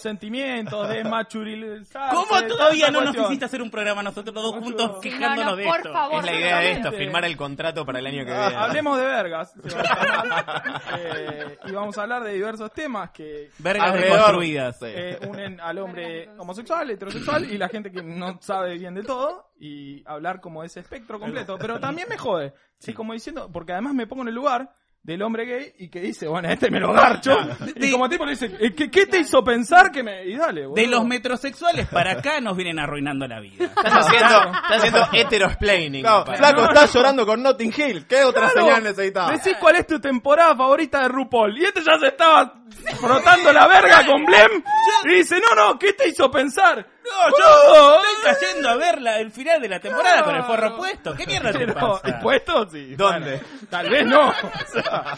Speaker 17: (laughs)
Speaker 18: sentimientos, de machurilizar.
Speaker 17: ¿Cómo todavía no nos hiciste hacer un programa nosotros los dos juntos quejándonos de
Speaker 18: por
Speaker 17: esto?
Speaker 18: favor,
Speaker 2: Es la idea de esto,
Speaker 18: solamente.
Speaker 2: firmar el contrato para el año que
Speaker 18: Ah,
Speaker 2: viene.
Speaker 18: Hablemos de vergas. (laughs) se va a llamar. Eh, y vamos a hablar de diversos temas que
Speaker 17: Vergas
Speaker 18: alrededor,
Speaker 17: reconstruidas.
Speaker 18: eh, unen al hombre homosexual, heterosexual y la gente que no sabe bien del todo y hablar como de ese espectro completo. Pero también me jode. Sí, como diciendo, porque además me pongo en el lugar del hombre gay y que dice, bueno, este me lo garcho. Y como tipo le dice, "Eh, ¿qué, qué te hizo pensar que me...? Y dale, boludo.
Speaker 17: De los metrosexuales para acá nos vienen arruinando la vida.
Speaker 2: Estás haciendo, estás haciendo heterosplaining.
Speaker 17: Claro,
Speaker 2: papá.
Speaker 17: flaco,
Speaker 2: No,
Speaker 19: Estás llorando con Notting Hill. ¿Qué otra
Speaker 18: Claro.
Speaker 19: señal necesitaba?
Speaker 18: Decís cuál es tu temporada favorita de RuPaul. Y este ya se estaba frotando la verga con Blem. Y dice, no, no, ¿qué te hizo pensar?
Speaker 17: No, yo estoy cayendo a ver la- el final de la temporada con el forro puesto. ¿Qué mierda te
Speaker 18: Pero,
Speaker 17: pasa?
Speaker 18: ¿y puesto? Sí. ¿Dónde? tal vez no. (laughs) O sea,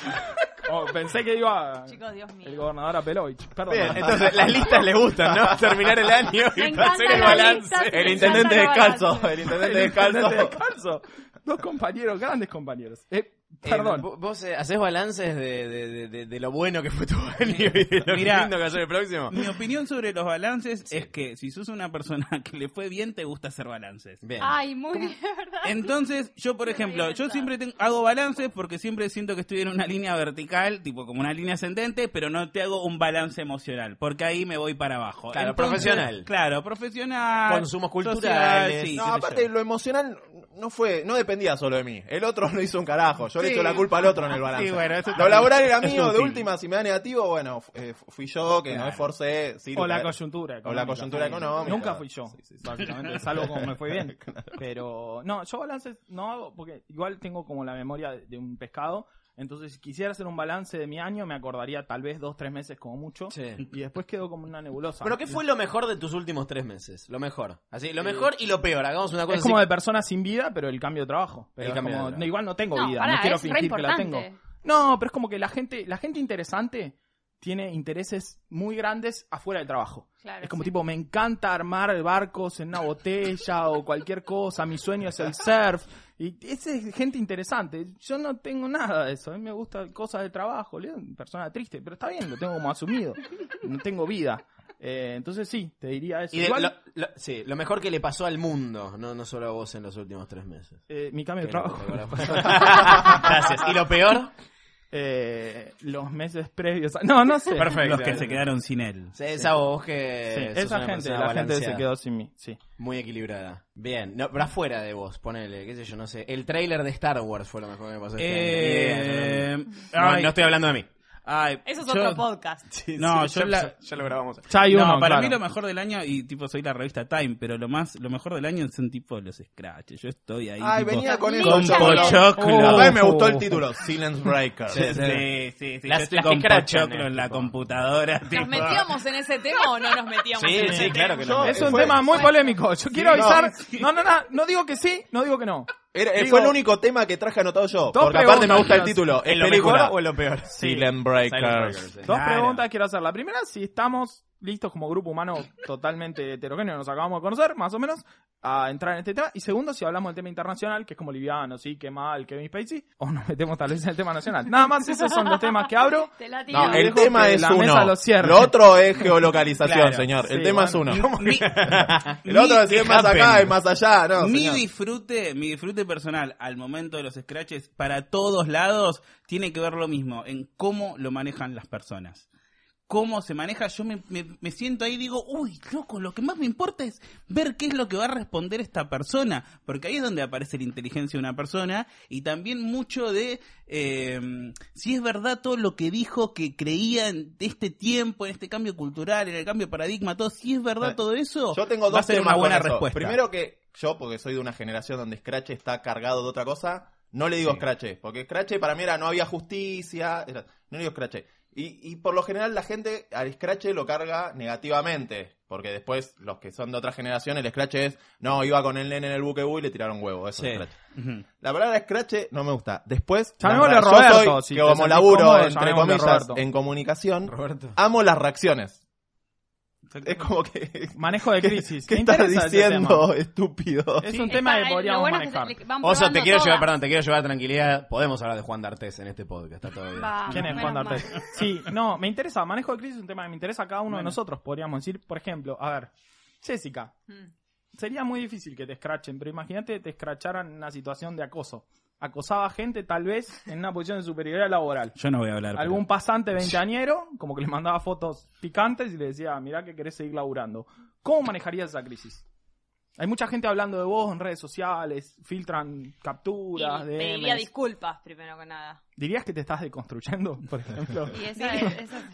Speaker 18: oh, pensé que iba el gobernador Apelovich. Perdón.
Speaker 2: Bien, entonces, las listas le gustan, ¿no? Terminar el año y Me hacer encantan el las balance. listas, me
Speaker 19: el intendente
Speaker 2: encantan los
Speaker 19: descalzo.
Speaker 2: balances. (laughs)
Speaker 19: El intendente
Speaker 18: El intendente
Speaker 19: descalzo.
Speaker 18: descalzo. Dos compañeros, grandes compañeros. Eh,
Speaker 17: Eh,
Speaker 18: Perdón.
Speaker 2: vo- ¿Vos eh, hacés balances de, de- de- de- de lo bueno que fue tu (laughs) año y de lo
Speaker 17: Mirá,
Speaker 2: lindo que va a ser el próximo?
Speaker 17: Mi opinión sobre los balances es que si sos una persona (laughs) que le fue bien, te gusta hacer balances.
Speaker 20: Ay, muy bien, ¿verdad?
Speaker 17: (laughs) Entonces, yo por ejemplo, yo siempre tengo- hago balances porque siempre siento que estoy en una línea vertical, tipo como una línea ascendente, pero no te hago un balance emocional, porque ahí me voy para abajo.
Speaker 2: Claro, profesional.
Speaker 17: Claro, profesional.
Speaker 19: Consumos
Speaker 17: social, sí,
Speaker 19: no,
Speaker 17: qué sé yo.
Speaker 19: aparte lo emocional no fue, no dependía solo de mí. El otro (laughs) no hizo un carajo. Yo le
Speaker 17: Sí.
Speaker 19: echo la culpa al otro en el balance.
Speaker 17: Sí, bueno, eso
Speaker 19: lo
Speaker 17: también
Speaker 19: laboral era
Speaker 17: es
Speaker 19: mío, de
Speaker 17: útil.
Speaker 19: última, si me da negativo, bueno, fu- eh, fui yo que no
Speaker 18: Claro.
Speaker 19: esforcé. sí,
Speaker 18: o la
Speaker 19: tal-
Speaker 18: coyuntura
Speaker 19: O la coyuntura económica.
Speaker 18: Nunca fui yo, básicamente, salvo como me fue
Speaker 19: (laughs)
Speaker 18: bien. Pero no, yo balances no hago porque igual tengo como la memoria de de un pescado. Entonces, si quisiera hacer un balance de mi año, me acordaría tal vez dos, tres meses como mucho. Y después quedó como una nebulosa.
Speaker 2: ¿Pero qué fue lo mejor de tus últimos tres meses? Lo mejor. Así, lo mejor y lo peor. Hagamos una cosa
Speaker 18: Es como
Speaker 2: así.
Speaker 18: de persona sin vida, pero el cambio de trabajo. Pero
Speaker 2: El
Speaker 18: es
Speaker 2: cambio
Speaker 18: como,
Speaker 2: de trabajo.
Speaker 18: no, igual no tengo
Speaker 2: No,
Speaker 18: vida,
Speaker 2: pará,
Speaker 18: no quiero
Speaker 2: es re
Speaker 18: fingir que la tengo.
Speaker 2: importante.
Speaker 18: No, pero es como que la gente, la gente interesante tiene intereses muy grandes afuera del trabajo.
Speaker 20: Claro,
Speaker 18: es como
Speaker 20: sí.
Speaker 18: tipo, me encanta armar barcos en una botella o cualquier cosa, mi sueño es el surf. Y esa es gente interesante. Yo no tengo nada de eso. A mí me gustan cosas de trabajo, Leo, persona triste, pero está bien, lo tengo como asumido. No tengo vida. Eh, entonces sí, te diría eso.
Speaker 2: Y de-
Speaker 18: Igual-
Speaker 2: lo, lo- sí, lo mejor que le pasó al mundo, no, no solo a vos en los últimos tres meses.
Speaker 18: Eh, mi cambio de
Speaker 2: Que no
Speaker 18: trabajo.
Speaker 2: te
Speaker 18: (laughs)
Speaker 2: acordás. Gracias. ¿Y lo peor?
Speaker 18: Eh, los meses previos. a- No, no sé.
Speaker 17: Perfecto. Los que se quedaron sin él.
Speaker 2: Sí, esa voz que
Speaker 18: Sí,
Speaker 2: sos
Speaker 18: esa
Speaker 2: una
Speaker 18: gente,
Speaker 2: persona
Speaker 18: la gente
Speaker 2: balanceada.
Speaker 18: se quedó sin mí. Sí.
Speaker 2: Muy equilibrada. Bien, no, pero afuera de vos, ponele, qué sé yo, no sé. El tráiler de Star Wars fue lo mejor que me pasó este
Speaker 17: Eh,
Speaker 2: año. Ni idea, no,
Speaker 17: ay.
Speaker 2: no estoy hablando de mí.
Speaker 17: Ay,
Speaker 13: Eso es
Speaker 17: yo-
Speaker 13: otro podcast.
Speaker 17: No,
Speaker 2: (laughs) Sí,
Speaker 17: yo
Speaker 2: ya-
Speaker 17: la-
Speaker 2: ya- ya lo grabamos.
Speaker 17: No,
Speaker 2: Ya hay uno,
Speaker 17: para
Speaker 2: claro.
Speaker 17: mí lo mejor del año, y tipo soy la revista Time, pero lo más lo mejor del año son tipo los scratches. Yo estoy ahí.
Speaker 19: Ay,
Speaker 17: tipo,
Speaker 19: venía con eso,
Speaker 17: Con
Speaker 19: yo, pero-
Speaker 17: pochoclo.
Speaker 19: Oh. Ay, me gustó el título, Silence Breaker.
Speaker 17: Sí, sí, sí. sí,
Speaker 19: Las-
Speaker 17: yo estoy
Speaker 19: las que
Speaker 17: con
Speaker 19: escrachan,
Speaker 17: pochoclo
Speaker 19: eh,
Speaker 17: en la computadora. tipo.
Speaker 15: ¿Nos metíamos en ese tema o no nos metíamos
Speaker 17: Sí,
Speaker 15: en ese
Speaker 17: sí,
Speaker 15: tema?
Speaker 17: claro que no.
Speaker 18: es un
Speaker 19: Fue-
Speaker 18: tema muy polémico. Yo quiero
Speaker 19: no,
Speaker 18: avisar. No, no, no, no digo que sí, no digo que no.
Speaker 19: Era- eh,
Speaker 18: Digo-
Speaker 19: fue el único tema que traje anotado yo.
Speaker 18: Dos
Speaker 19: Porque aparte me
Speaker 18: preguntas,
Speaker 19: gusta el
Speaker 18: Dios.
Speaker 19: título. ¿Es
Speaker 18: ¿En lo
Speaker 19: película
Speaker 18: mejor o
Speaker 2: en lo peor? Sí.
Speaker 19: Silent Breakers.
Speaker 2: Silent Breakers,
Speaker 18: Dos preguntas quiero hacer. La primera, si estamos listos como grupo humano totalmente heterogéneo, nos acabamos de conocer, más o menos, a entrar en este tema. Y segundo, si hablamos del tema internacional, que es como liviano, sí, qué mal, qué Spacey, o nos metemos tal vez en el tema nacional. Nada más esos son los temas que abro.
Speaker 11: (laughs)
Speaker 19: No,
Speaker 18: Y
Speaker 19: el
Speaker 18: dejo
Speaker 19: tema
Speaker 18: que
Speaker 19: es
Speaker 18: la
Speaker 19: uno.
Speaker 18: Mesa lo cierre.
Speaker 19: Lo otro es geolocalización,
Speaker 18: Claro,
Speaker 19: señor. El
Speaker 18: sí,
Speaker 19: tema
Speaker 18: bueno.
Speaker 19: es uno. el
Speaker 17: Mi
Speaker 19: otro es si
Speaker 17: que
Speaker 19: es más acá,
Speaker 17: happen.
Speaker 19: es más allá. No,
Speaker 17: mi
Speaker 19: señor.
Speaker 17: disfrute, mi disfrute personal al momento de los scratches para todos lados tiene que ver lo mismo en cómo lo manejan las personas. Cómo se maneja, yo me, me- me siento ahí y digo, uy, loco, lo que más me importa es ver qué es lo que va a responder esta persona, porque ahí es donde aparece la inteligencia de una persona y también mucho de eh, si es verdad todo lo que dijo que creía en este tiempo, en este cambio cultural, en el cambio de paradigma, todo, si es
Speaker 19: Ah,
Speaker 17: verdad todo eso,
Speaker 19: Yo tengo dos
Speaker 17: va a ser
Speaker 19: temas
Speaker 17: una
Speaker 19: con
Speaker 17: buena
Speaker 19: eso.
Speaker 17: respuesta.
Speaker 19: Primero que yo, porque soy de una generación donde Scratch está cargado de otra cosa, no le digo Scratch, porque Scratch para mí era no había justicia, era- no le digo Scratch. Y, y por lo general la gente al Scratch lo carga negativamente, porque después los que son de otra generación, el Scratch es, no, iba con el nene en el buquebú y le tiraron huevo, eso es Scratch. La palabra Scratch no me gusta. Después,
Speaker 18: Llamémosle
Speaker 19: la-
Speaker 18: a Roberto,
Speaker 19: yo soy,
Speaker 18: si
Speaker 19: que
Speaker 18: te
Speaker 19: como
Speaker 18: sentís
Speaker 19: laburo,
Speaker 18: cómodo,
Speaker 19: entre
Speaker 18: llamémosle a
Speaker 19: comillas,
Speaker 18: Roberto.
Speaker 19: en comunicación, amo las reacciones. Es como que...
Speaker 18: (laughs) Manejo de crisis.
Speaker 19: ¿Qué
Speaker 18: Me
Speaker 19: estás
Speaker 18: interesa ese
Speaker 19: diciendo,
Speaker 18: tema.
Speaker 19: estúpido?
Speaker 20: (laughs)
Speaker 18: Es un tema que podríamos
Speaker 2: bueno es que
Speaker 18: manejar.
Speaker 2: se Oso, te quiero llevar, perdón, te quiero llevar tranquilidad. Podemos hablar de Juan D'Artés en este podcast, está todo bien.
Speaker 20: Va,
Speaker 18: ¿Quién es
Speaker 20: menos
Speaker 18: Juan
Speaker 20: mal.
Speaker 18: D'Artes? Sí, no, me interesa. Manejo de crisis es un tema que me interesa a cada uno de nosotros, podríamos decir. Por ejemplo, a ver, Jessica,
Speaker 20: Mm.
Speaker 18: sería muy difícil que te escrachen, pero imagínate te escracharan en una situación de acoso. Acosaba gente, tal vez, en una posición de superioridad laboral.
Speaker 17: Yo no voy a hablar. pero-
Speaker 18: Algún pasante veinteañero, como que les mandaba fotos picantes y le decía, mirá que querés seguir laburando. ¿Cómo manejarías esa crisis? Hay mucha gente hablando de vos en redes sociales, filtran capturas,
Speaker 15: Y pediría
Speaker 18: DMs.
Speaker 15: disculpas primero que nada.
Speaker 18: ¿Dirías que te estás deconstruyendo, (laughs) por ejemplo?
Speaker 15: Y esa- esa-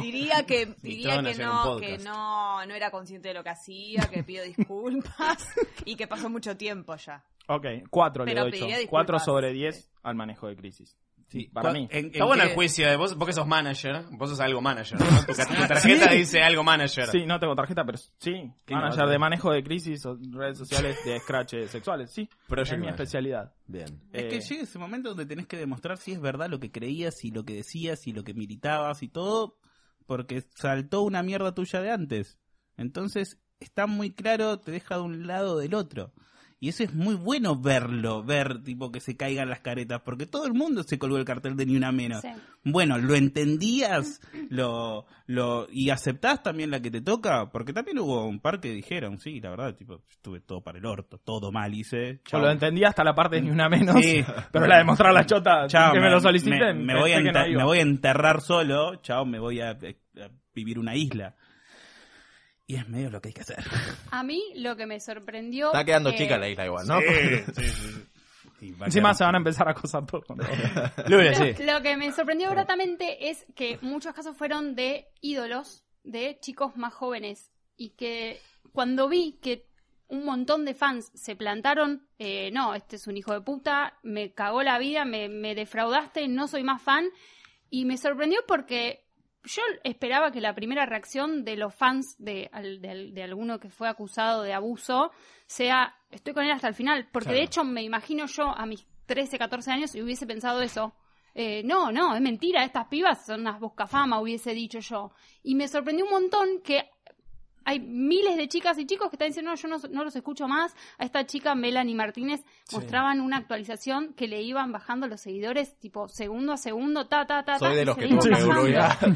Speaker 15: diría
Speaker 18: (laughs)
Speaker 15: que diría
Speaker 18: estaban
Speaker 15: que
Speaker 18: haciendo un
Speaker 15: no,
Speaker 18: podcast.
Speaker 15: que no, no era consciente de lo que hacía, que pido
Speaker 13: (laughs)
Speaker 15: disculpas y que pasó mucho tiempo ya.
Speaker 18: Ok, cuatro le
Speaker 15: Pero
Speaker 18: doy yo.
Speaker 15: pediría disculpas.
Speaker 18: Cuatro sobre diez al manejo de crisis. Sí, para mí.
Speaker 2: Está bueno el juicio de vos, vos que sos manager, vos sos algo manager, ¿no? tu, (laughs) tar- tu tarjeta
Speaker 18: Sí.
Speaker 2: dice algo manager.
Speaker 18: Sí, no tengo tarjeta, pero sí.
Speaker 2: ¿Qué
Speaker 18: Manager
Speaker 2: nota?
Speaker 18: de manejo de crisis o redes sociales de scratch sexuales, sí.
Speaker 2: Project
Speaker 18: es mi
Speaker 2: manager.
Speaker 18: especialidad.
Speaker 2: Bien.
Speaker 17: Es
Speaker 18: Eh,
Speaker 17: que llega ese momento donde tenés que demostrar si es verdad lo que creías y lo que decías y lo que militabas y todo, porque saltó una mierda tuya de antes. Entonces, está muy claro, te deja de un lado o del otro. Y eso es muy bueno verlo, ver tipo que se caigan las caretas, porque todo el mundo se colgó el cartel de ni una menos.
Speaker 20: Sí.
Speaker 17: Bueno, lo entendías lo, lo, y aceptás también la que te toca, porque también hubo un par que dijeron, sí, la verdad, tipo, estuve todo para el orto, todo mal hice.
Speaker 18: Yo
Speaker 17: chao".
Speaker 18: Pues lo entendí hasta la parte de ni una menos.
Speaker 17: Sí.
Speaker 18: (laughs) Pero la de mostrar la chota,
Speaker 17: Chao,
Speaker 18: que me, lo soliciten.
Speaker 17: Me, me voy a
Speaker 18: pensé que no
Speaker 17: enter-
Speaker 18: iba.
Speaker 17: me voy a enterrar solo, chao, me voy a, eh, a vivir una isla. Y es medio lo que hay que hacer.
Speaker 20: A mí lo que me sorprendió.
Speaker 19: Está quedando
Speaker 20: eh,
Speaker 19: chica la isla igual, ¿no?
Speaker 17: Sí, sí, sí.
Speaker 18: Encima se van a empezar a acosar todos. con todo.
Speaker 20: Lo, lo que me sorprendió gratamente es que muchos casos fueron de ídolos, de chicos más jóvenes. Y que cuando vi que un montón de fans se plantaron, eh, no, este es un hijo de puta, me cagó la vida, me, me defraudaste, no soy más fan. Y me sorprendió porque yo esperaba que la primera reacción de los fans de, al- de al- de alguno que fue acusado de abuso sea, estoy con él hasta el final, porque de
Speaker 21: Claro.
Speaker 20: hecho me imagino yo a mis 13, 14 años y hubiese pensado eso. Eh, no, no, es mentira, estas pibas son unas boscafama, hubiese dicho yo. Y me sorprendió un montón que hay miles de chicas y chicos que están diciendo, no, yo no, no los escucho más. A esta chica, Melanie Martínez,
Speaker 21: Sí.
Speaker 20: mostraban una actualización que le iban bajando los seguidores, tipo, segundo a segundo, ta, ta, ta, ta.
Speaker 19: Soy
Speaker 20: y
Speaker 19: de los
Speaker 20: se
Speaker 19: que
Speaker 20: iban
Speaker 19: tuve que
Speaker 20: bajando.
Speaker 18: (laughs)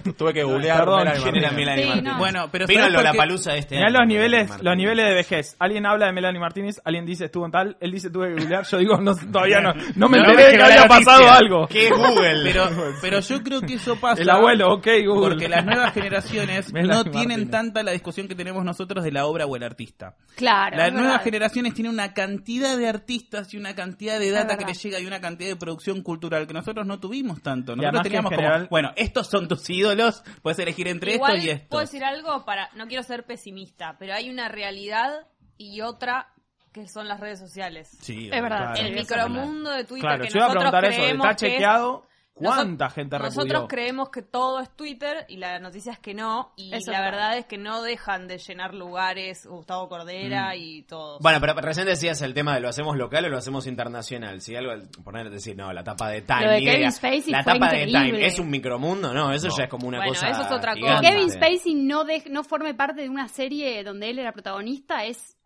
Speaker 19: googlear. tuve que googlear
Speaker 18: Perdón,
Speaker 19: Melanie
Speaker 18: ¿quién era
Speaker 19: Martínez.
Speaker 18: Melanie Sí, Martínez? no.
Speaker 2: Bueno, pero
Speaker 18: Vino
Speaker 2: ¿sabes por qué?
Speaker 18: Lollapalooza
Speaker 2: este
Speaker 18: Mirá
Speaker 2: año.
Speaker 18: los niveles, los niveles de vejez. Alguien habla de Melanie Martínez, alguien dice estuvo en tal, él dice tuve que googlear, yo digo no, todavía no, no me enteré de que había pasado
Speaker 17: (laughs)
Speaker 18: algo. (laughs)
Speaker 17: Pero, pero yo creo que eso pasa.
Speaker 18: El abuelo, ok, Google.
Speaker 17: Porque las nuevas
Speaker 18: (laughs)
Speaker 17: generaciones
Speaker 18: Melanie
Speaker 17: no tienen
Speaker 18: Martínez.
Speaker 17: tanta la discusión que tenemos nosotros de la obra o el artista.
Speaker 20: Claro.
Speaker 17: Las
Speaker 20: es
Speaker 17: nuevas
Speaker 20: verdad.
Speaker 17: generaciones tienen una cantidad de artistas y una cantidad de
Speaker 20: Es
Speaker 17: data que
Speaker 20: verdad.
Speaker 17: te llega y una cantidad de producción cultural que nosotros no tuvimos tanto.
Speaker 18: además
Speaker 17: Nosotros
Speaker 18: que en
Speaker 17: teníamos como,
Speaker 18: general-
Speaker 17: bueno, estos son tus ídolos, puedes elegir entre
Speaker 13: Igual
Speaker 17: esto y esto.
Speaker 13: puedo decir algo para, no quiero ser pesimista, pero hay una realidad y otra que son las redes sociales.
Speaker 18: Sí, Es verdad. claro,
Speaker 13: el
Speaker 18: eso es
Speaker 13: micromundo de Twitter
Speaker 18: Claro,
Speaker 13: que
Speaker 18: yo iba a
Speaker 13: nosotros
Speaker 18: preguntar eso,
Speaker 13: creemos
Speaker 18: ¿está
Speaker 13: que es-
Speaker 18: chequeado? ¿Cuánta
Speaker 13: Noso-
Speaker 18: gente
Speaker 13: Nosotros
Speaker 18: repudió?
Speaker 13: creemos que todo es Twitter y la noticia es que no y
Speaker 20: Eso
Speaker 13: la
Speaker 20: es
Speaker 13: verdad es que no dejan de llenar lugares Gustavo Cordera
Speaker 2: Mm.
Speaker 13: y todos.
Speaker 2: Bueno, pero recién decías el tema de lo hacemos local o lo hacemos internacional. Si algo, poner, decir, no, la tapa de Time.
Speaker 20: Lo de
Speaker 2: ni
Speaker 20: Kevin
Speaker 2: idea.
Speaker 20: Spacey
Speaker 2: la
Speaker 20: fue
Speaker 2: tapa de Time
Speaker 20: increíble.
Speaker 2: es un micromundo, no, eso ya es como una
Speaker 20: Bueno,
Speaker 2: cosa.
Speaker 20: eso es
Speaker 13: otra
Speaker 20: Que
Speaker 2: gigante.
Speaker 20: Kevin Spacey no, de- no forme parte de una serie donde él era protagonista es.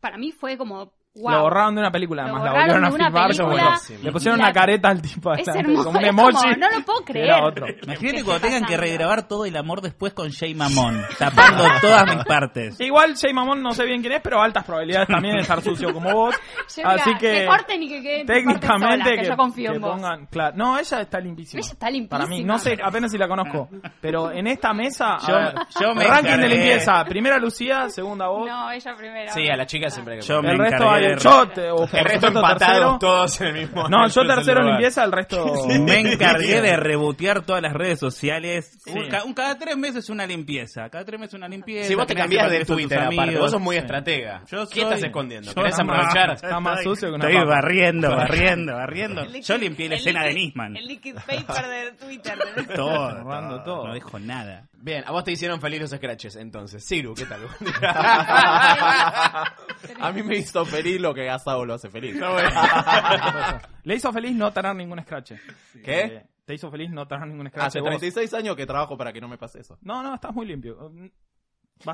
Speaker 20: Para mí fue como. ¡Wow!
Speaker 18: Lo borraron de una película,
Speaker 20: Lo
Speaker 18: además la
Speaker 20: borraron
Speaker 18: volvieron
Speaker 20: de una
Speaker 18: a filmar. yo,
Speaker 20: película.
Speaker 18: bueno, le pusieron
Speaker 20: La-
Speaker 18: una careta al tipo
Speaker 20: Es
Speaker 18: adelante,
Speaker 20: hermoso,
Speaker 18: como un
Speaker 20: es como,
Speaker 18: emoji.
Speaker 20: no lo puedo
Speaker 18: que
Speaker 20: creer.
Speaker 18: era otro.
Speaker 17: Imagínate
Speaker 20: ¿Qué
Speaker 17: cuando
Speaker 20: está
Speaker 17: tengan que
Speaker 20: pasando?
Speaker 17: regrabar todo el amor después con Jay Mamón,
Speaker 20: (laughs)
Speaker 17: tapando todas mis partes.
Speaker 18: Igual Jay Mamón no sé bien quién es, pero altas probabilidades también de estar sucio como vos.
Speaker 20: (laughs) Yo, mira,
Speaker 18: Así que,
Speaker 20: que corten y que queden tus partes
Speaker 18: técnicamente
Speaker 20: solas, que
Speaker 18: que,
Speaker 20: yo confío en
Speaker 18: que
Speaker 20: vos.
Speaker 18: pongan, claro, no, ella está limpísima.
Speaker 20: Ella está limpísima.
Speaker 18: Para mí, no sé, apenas si la conozco, pero en esta mesa, a
Speaker 2: Yo-
Speaker 18: ver,
Speaker 2: yo me
Speaker 18: ranking
Speaker 2: encargué.
Speaker 18: de limpieza, primera Lucía, segunda vos.
Speaker 20: No, ella primero.
Speaker 2: Sí, a la chica siempre hay que
Speaker 18: Yo me
Speaker 2: poner.
Speaker 18: El resto encargué hay un de- shot, eh, o por
Speaker 2: El resto
Speaker 18: supuesto
Speaker 2: empatados
Speaker 18: tercero.
Speaker 2: todos en el mismo.
Speaker 18: No, yo
Speaker 2: en el
Speaker 18: tercero oh.
Speaker 2: lugar.
Speaker 18: limpieza, el resto
Speaker 17: Me encargué
Speaker 2: (laughs)
Speaker 17: de rebotear todas las redes sociales. Un ca- un- cada tres meses una limpieza. Cada tres meses una limpieza.
Speaker 2: Si vos te
Speaker 17: Tenés que
Speaker 2: cambiás de
Speaker 17: partir con tus
Speaker 2: Twitter, aparte,
Speaker 17: amigos.
Speaker 2: vos sos muy
Speaker 17: Sí.
Speaker 2: estratega.
Speaker 17: Yo
Speaker 2: ¿Qué
Speaker 17: soy-
Speaker 2: estás escondiendo?
Speaker 17: yo-
Speaker 2: ¿Querés
Speaker 17: Está más-
Speaker 2: aprovechar?
Speaker 18: está más sucio que una
Speaker 17: Estoy
Speaker 18: papa.
Speaker 17: barriendo, barriendo, barriendo. Yo limpié la escena de Nisman.
Speaker 13: El liquid paper de Twitter. ¿no?
Speaker 17: Todo,
Speaker 2: Borrando
Speaker 17: todo, No dejo nada.
Speaker 2: Bien, a vos te hicieron feliz los scratches, entonces. Siru, ¿qué tal? (laughs)
Speaker 19: A mí me hizo feliz lo que Gasado lo hace feliz.
Speaker 18: (laughs)
Speaker 19: (laughs)
Speaker 18: Le hizo feliz no tener ningún scratch.
Speaker 19: ¿Qué?
Speaker 18: Eh, Te hizo feliz no tener ningún scratch.
Speaker 19: Hace
Speaker 18: vos.
Speaker 19: 36 años que trabajo para que no me pase eso.
Speaker 18: No, no, estás muy limpio. Mm,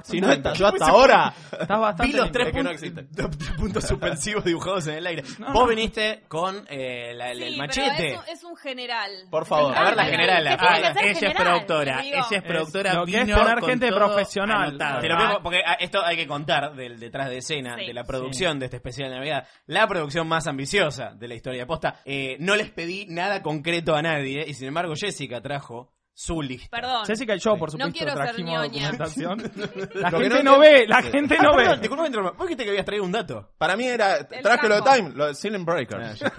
Speaker 19: Si no, hasta- yo hasta ahora
Speaker 18: Estás bastante
Speaker 2: Vi los
Speaker 18: limpio.
Speaker 2: tres,
Speaker 18: Es que no
Speaker 2: pun- (laughs)
Speaker 18: existe.
Speaker 19: (laughs)
Speaker 2: tres puntos suspensivos dibujados en el aire.
Speaker 18: No,
Speaker 2: Vos
Speaker 18: no.
Speaker 2: viniste con eh, la- la- el
Speaker 13: Sí,
Speaker 2: machete.
Speaker 13: pero es, un- es un general.
Speaker 2: Por favor, a ver la
Speaker 13: Ah,
Speaker 2: general.
Speaker 13: ¿qué tiene que ser general?
Speaker 2: Ah,
Speaker 13: Digo,
Speaker 18: Es- lo que es tener gente profesional.
Speaker 2: Te lo pongo porque ah, esto hay que contar del detrás de escena,
Speaker 13: Sí.
Speaker 2: de la producción de este especial de Navidad. La producción más ambiciosa de la historia de posta. Eh, no les pedí nada concreto a nadie y sin embargo Jessica trajo su lista.
Speaker 13: Perdón.
Speaker 18: Jessica y yo, por
Speaker 13: No
Speaker 18: supuesto,
Speaker 13: quiero ser
Speaker 18: trajimos
Speaker 13: ñoña. (laughs)
Speaker 18: documentación. La
Speaker 19: Lo que
Speaker 18: gente
Speaker 19: no
Speaker 18: no
Speaker 19: entiendo-
Speaker 18: ve, la
Speaker 19: Sí.
Speaker 18: gente
Speaker 19: Ah,
Speaker 18: no
Speaker 19: perdón,
Speaker 18: ve.
Speaker 19: disculpame, interrumpir. vos dijiste que habías traído un dato. Para mí era,
Speaker 13: El
Speaker 19: traje lo de
Speaker 13: campo.
Speaker 19: Time, lo de Silent
Speaker 18: Ah,
Speaker 19: Breakers. (laughs)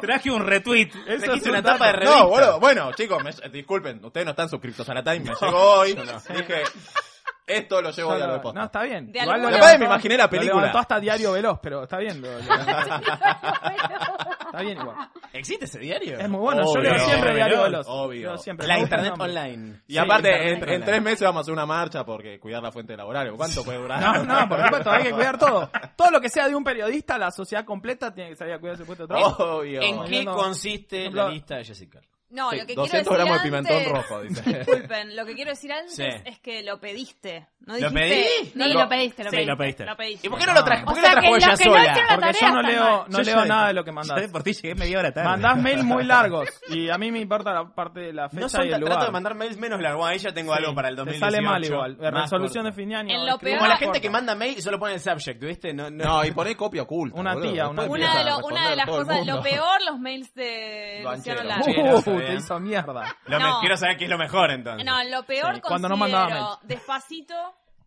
Speaker 17: Traje un retweet.
Speaker 18: Eso
Speaker 19: Me
Speaker 18: es
Speaker 19: hice
Speaker 18: un
Speaker 19: una
Speaker 18: dato.
Speaker 19: tapa de revista. No, boludo, bueno, chicos, me- disculpen, ustedes no están suscritos a la Time, me llegó hoy. Dije, esto lo llevo
Speaker 18: No,
Speaker 19: hoy a lo de
Speaker 18: no,
Speaker 19: posta.
Speaker 18: no, está bien.
Speaker 19: De
Speaker 18: Igual lo
Speaker 19: alguna- Capaz
Speaker 18: levantó-
Speaker 19: me imaginé la
Speaker 18: lo
Speaker 19: película.
Speaker 18: levantó hasta Diario Veloz, pero está bien. lo- lo- está bien igual.
Speaker 2: ¿Existe ese diario?
Speaker 18: Es muy bueno, yo leo siempre Diario Veloz.
Speaker 19: Obvio.
Speaker 18: Leo siempre.
Speaker 2: La
Speaker 18: Me gusta el
Speaker 2: internet
Speaker 18: nombre.
Speaker 2: online.
Speaker 19: Y
Speaker 18: Sí,
Speaker 19: aparte,
Speaker 18: internet
Speaker 19: en, en
Speaker 18: online.
Speaker 19: tres meses vamos a hacer una marcha porque cuidar la fuente laboral. ¿Cuánto puede durar?
Speaker 18: (laughs) No, no, por
Speaker 19: (laughs)
Speaker 18: supuesto, hay que cuidar todo. Todo lo que sea de un periodista, la sociedad completa tiene que saber cuidar su puesto de trabajo.
Speaker 19: Obvio.
Speaker 2: ¿En qué
Speaker 18: Volviendo-
Speaker 2: consiste
Speaker 18: Ejemplo,
Speaker 2: la lista de Jessica?
Speaker 13: No,
Speaker 19: Sí,
Speaker 13: lo que
Speaker 19: 200
Speaker 13: quiero decir
Speaker 19: gramos de
Speaker 13: antes,
Speaker 19: pimentón rojo, dice.
Speaker 13: (laughs)
Speaker 2: (laughs)
Speaker 13: Disculpen, lo que quiero decir antes
Speaker 19: Sí.
Speaker 13: es que lo pediste. ¿No
Speaker 19: ¿Lo
Speaker 13: dijiste?
Speaker 19: pedí?
Speaker 13: No,
Speaker 19: Sí,
Speaker 13: lo
Speaker 19: lo-
Speaker 13: pediste, lo
Speaker 19: sí,
Speaker 13: pediste. Ah.
Speaker 19: lo pediste.
Speaker 13: ¿Y por
Speaker 19: qué no lo traje- por qué O no sea, trajo que ella los que no sola? hicieron la
Speaker 18: Porque
Speaker 19: tarea
Speaker 18: yo no
Speaker 19: están
Speaker 18: leo,
Speaker 19: mal.
Speaker 18: no
Speaker 19: Yo
Speaker 18: leo
Speaker 19: ya-
Speaker 18: nada de lo que
Speaker 19: yo
Speaker 18: mandás.
Speaker 19: de por ti llegué media hora tarde.
Speaker 18: Mandás mail
Speaker 2: (laughs)
Speaker 18: muy largos y a mí me importa la parte de la fecha
Speaker 2: No son,
Speaker 18: y el lugar.
Speaker 2: trato de mandar mails menos largos. Ahí ya tengo
Speaker 18: Sí,
Speaker 2: algo para el
Speaker 18: te
Speaker 2: 2018.
Speaker 18: sale mal igual. La
Speaker 2: Más
Speaker 18: resolución
Speaker 2: corto.
Speaker 18: de fin de año.
Speaker 13: En lo
Speaker 18: escribí
Speaker 13: peor-
Speaker 2: Como la
Speaker 13: Ah,
Speaker 2: gente
Speaker 13: corta.
Speaker 2: que manda mail y solo pone el subject, ¿viste? No, no.
Speaker 22: No, y poné
Speaker 13: (laughs)
Speaker 22: copia oculta.
Speaker 18: Una
Speaker 22: boludo.
Speaker 18: tía, una
Speaker 22: Después
Speaker 13: Una de,
Speaker 22: empieza a
Speaker 13: lo- una de
Speaker 22: responder
Speaker 13: las
Speaker 22: todo el
Speaker 13: cosas, lo
Speaker 22: mundo.
Speaker 13: peor, los mails de Luciano
Speaker 2: Banchero.
Speaker 13: Lange.
Speaker 2: Banchero,
Speaker 18: Uh,
Speaker 2: está
Speaker 18: te
Speaker 2: bien.
Speaker 18: hizo mierda.
Speaker 2: Lo me-
Speaker 13: No.
Speaker 2: Quiero saber qué es lo mejor entonces.
Speaker 13: No, lo peor
Speaker 18: Sí,
Speaker 13: sí,
Speaker 18: cuando no mandaba mails.
Speaker 13: despacito.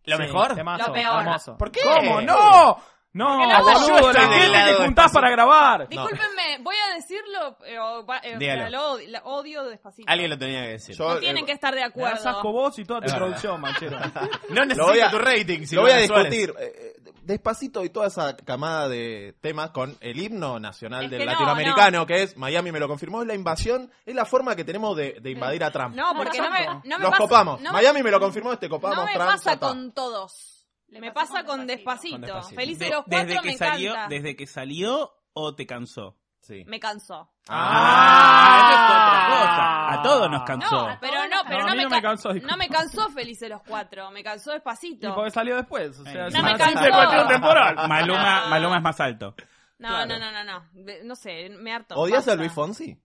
Speaker 2: ¿Lo
Speaker 18: Sí,
Speaker 2: mejor?
Speaker 18: temazo,
Speaker 13: Lo peor.
Speaker 18: hermoso.
Speaker 2: ¿Por qué?
Speaker 18: ¿Cómo? ¡No! No,
Speaker 13: Porque la-
Speaker 18: boludo,
Speaker 2: Yo estoy
Speaker 18: la
Speaker 2: del lado
Speaker 18: gente
Speaker 2: de
Speaker 18: que juntás
Speaker 2: Despacito.
Speaker 18: para grabar.
Speaker 13: Discúlpenme, voy a decirlo, eh, o va- eh, o sea,
Speaker 2: Dígalo.
Speaker 13: lo, od- la odio despacito.
Speaker 2: Alguien lo tenía que decir.
Speaker 13: no tienen que estar de
Speaker 18: Me das asco
Speaker 13: acuerdo.
Speaker 18: vos y toda tu
Speaker 2: Es verdad.
Speaker 18: producción, manchero.
Speaker 2: (laughs) No
Speaker 19: Lo voy
Speaker 2: necesito
Speaker 19: a,
Speaker 2: tu rating.
Speaker 19: lo voy a
Speaker 2: Silvana Suárez.
Speaker 19: discutir eh, eh, despacito y toda esa camada de temas con el himno nacional
Speaker 13: Es
Speaker 19: del
Speaker 13: que no,
Speaker 19: latinoamericano, que es Miami me lo confirmó, es la invasión, es la forma que tenemos de, de invadir a Trump.
Speaker 13: No, porque no me, no me
Speaker 19: Los
Speaker 13: pasa-
Speaker 19: copamos.
Speaker 13: no me-
Speaker 19: Miami me lo confirmó, este copamos
Speaker 13: No me
Speaker 19: Trump. ya
Speaker 13: pasa
Speaker 19: está.
Speaker 13: con todos. Me pasa con despacito.
Speaker 2: Con Despacito.
Speaker 13: Feliz de
Speaker 17: De-
Speaker 13: los
Speaker 17: desde
Speaker 13: cuatro
Speaker 17: que
Speaker 13: me
Speaker 17: salió,
Speaker 13: encanta.
Speaker 17: desde que salió o te cansó.
Speaker 19: Sí.
Speaker 13: Me cansó.
Speaker 17: Ah, esto es otra cosa. A todos nos cansó.
Speaker 13: No, pero no, pero
Speaker 18: No,
Speaker 13: no,
Speaker 18: a mí
Speaker 13: me,
Speaker 18: no me
Speaker 13: ca-
Speaker 18: cansó, disculpa.
Speaker 13: no me cansó Feliz de los cuatro. Me cansó
Speaker 18: Y
Speaker 13: despacito.
Speaker 18: porque salió después. O sea,
Speaker 17: No
Speaker 18: es una
Speaker 13: me
Speaker 18: simple
Speaker 13: cansó.
Speaker 18: cuestión temporal.
Speaker 17: Maluma, Maluma es más alto.
Speaker 13: No, no, no, no, no. De- No sé, me harto.
Speaker 19: ¿Odias
Speaker 13: Pasa.
Speaker 19: a Luis Fonsi?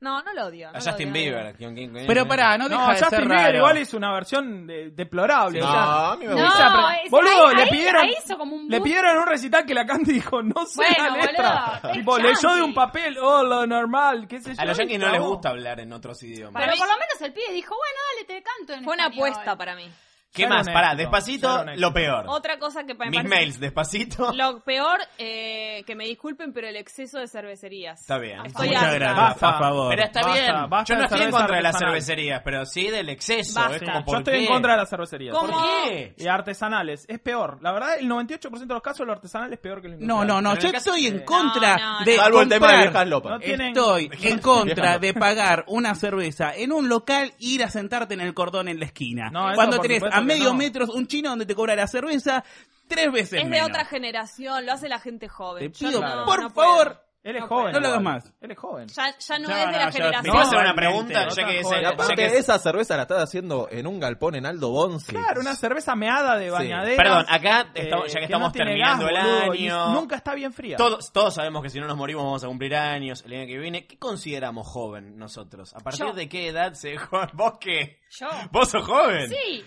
Speaker 13: No, no lo odio. no
Speaker 2: A
Speaker 13: lo
Speaker 2: Justin
Speaker 13: odio, no lo
Speaker 2: Bieber.
Speaker 13: odio.
Speaker 17: Pero pará, no deja de
Speaker 18: Justin
Speaker 17: ser
Speaker 18: Bieber
Speaker 17: raro.
Speaker 18: igual hizo una versión de- deplorable.
Speaker 19: No,
Speaker 18: o sea,
Speaker 19: a mí me
Speaker 18: hizo
Speaker 19: gusta.
Speaker 18: apre-
Speaker 20: No, es-
Speaker 18: Boludo,
Speaker 20: ahí-
Speaker 18: le
Speaker 20: ahí-
Speaker 18: pidieron.
Speaker 20: ahí hizo como un
Speaker 18: Le
Speaker 20: boot.
Speaker 18: pidieron en un recital que la canta dijo, no sé
Speaker 20: Bueno,
Speaker 18: la letra.
Speaker 20: boludo, es
Speaker 18: tipo, leyó de
Speaker 20: yankee.
Speaker 18: un papel, oh, lo normal, qué sé yo.
Speaker 2: A los yankees no les
Speaker 18: chabón.
Speaker 2: gusta hablar en otros idiomas.
Speaker 20: Pero
Speaker 13: mí-
Speaker 20: por lo menos el pibe dijo, bueno, dale, te canto en
Speaker 13: Fue una
Speaker 20: español.
Speaker 13: apuesta para mí.
Speaker 2: ¿Qué
Speaker 18: Ser
Speaker 2: más?
Speaker 18: honesto,
Speaker 2: Pará,
Speaker 18: ser
Speaker 2: despacito,
Speaker 18: honesto.
Speaker 2: lo peor.
Speaker 13: Otra cosa que me
Speaker 2: Mis
Speaker 13: parece-
Speaker 2: mails, despacito.
Speaker 13: Lo peor, eh, que me disculpen, pero el exceso de cervecerías.
Speaker 2: Está bien.
Speaker 13: Estoy
Speaker 17: Muchas
Speaker 13: harta.
Speaker 17: gracias,
Speaker 18: Basta.
Speaker 17: a favor.
Speaker 2: Pero está
Speaker 18: Basta,
Speaker 2: bien.
Speaker 18: basta
Speaker 2: Yo no
Speaker 18: de
Speaker 2: estoy en
Speaker 18: cerveza
Speaker 2: contra de las
Speaker 18: artesanal.
Speaker 2: cervecerías, pero sí del exceso.
Speaker 13: Basta.
Speaker 2: Es
Speaker 18: Sí,
Speaker 2: como,
Speaker 18: Yo
Speaker 2: ¿por
Speaker 18: estoy en
Speaker 2: qué?
Speaker 18: contra de las cervecerías.
Speaker 13: ¿Cómo?
Speaker 2: ¿Por qué?
Speaker 18: Y artesanales, es peor. La verdad, el 98% de los casos lo artesanal es peor que lo
Speaker 17: No,
Speaker 18: industrial.
Speaker 17: no, no, yo
Speaker 2: Pero en el caso-
Speaker 17: estoy en
Speaker 18: No,
Speaker 17: contra
Speaker 13: no, no.
Speaker 17: de
Speaker 19: Salvo el tema de
Speaker 17: comprar-
Speaker 19: viejas lopas.
Speaker 18: No tienen- (laughs)
Speaker 17: Estoy en contra de pagar una cerveza en un local e ir a sentarte en el cordón en la esquina.
Speaker 18: No, eso
Speaker 17: Cuando
Speaker 18: por
Speaker 17: tenés
Speaker 18: supuesto
Speaker 17: a
Speaker 18: que
Speaker 17: medio
Speaker 18: no.
Speaker 17: metros un chino donde te cobra la cerveza tres veces
Speaker 13: Es de
Speaker 17: menos.
Speaker 13: otra generación, lo hace la gente
Speaker 17: Te
Speaker 13: joven. Yo
Speaker 17: pido,
Speaker 13: no,
Speaker 17: por
Speaker 13: no puedo.
Speaker 17: favor,
Speaker 18: Él es
Speaker 13: No
Speaker 18: joven.
Speaker 17: no lo hagas
Speaker 18: igual.
Speaker 17: más.
Speaker 18: Él es joven.
Speaker 13: Ya, ya no, es de
Speaker 17: No, no,
Speaker 13: la
Speaker 17: yo- me
Speaker 13: generación.
Speaker 17: puedo hacer una
Speaker 18: Totalmente,
Speaker 17: pregunta, ya
Speaker 18: otra
Speaker 17: que es
Speaker 18: joda.
Speaker 17: el- ya
Speaker 19: Aparte,
Speaker 17: que es-
Speaker 19: esa cerveza la estás haciendo en un galpón en Aldo Bonzi.
Speaker 18: Claro, una cerveza meada de bañadera.
Speaker 2: Perdón, acá
Speaker 18: eh,
Speaker 2: estamos- ya que
Speaker 18: no
Speaker 2: estamos
Speaker 18: tiene
Speaker 2: terminando
Speaker 18: gas,
Speaker 2: el
Speaker 18: boludo, y
Speaker 2: año.
Speaker 18: Nunca está bien fría.
Speaker 2: Todos, todos sabemos que si no nos morimos vamos a cumplir años el año que viene. ¿Qué consideramos joven nosotros? ¿A partir
Speaker 20: Yo.
Speaker 2: de qué edad se joven? ¿Vos qué?
Speaker 20: Yo.
Speaker 2: ¿Vos sos joven?
Speaker 20: Sí,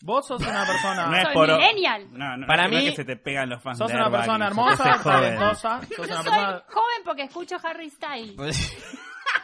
Speaker 18: Vos sos una persona.
Speaker 17: No es
Speaker 20: soy
Speaker 17: por-
Speaker 20: millennial.
Speaker 17: No, no,
Speaker 2: Para
Speaker 17: no es
Speaker 2: mí-
Speaker 17: que se te pegan los fans
Speaker 18: Sos
Speaker 17: de
Speaker 18: una
Speaker 17: Airbag
Speaker 18: persona
Speaker 17: y se te
Speaker 18: hermosa,
Speaker 17: joden. (laughs)
Speaker 18: talentosa. Sos
Speaker 20: Yo
Speaker 18: una
Speaker 20: soy
Speaker 18: persona.
Speaker 20: joven porque escucho Harry Styles.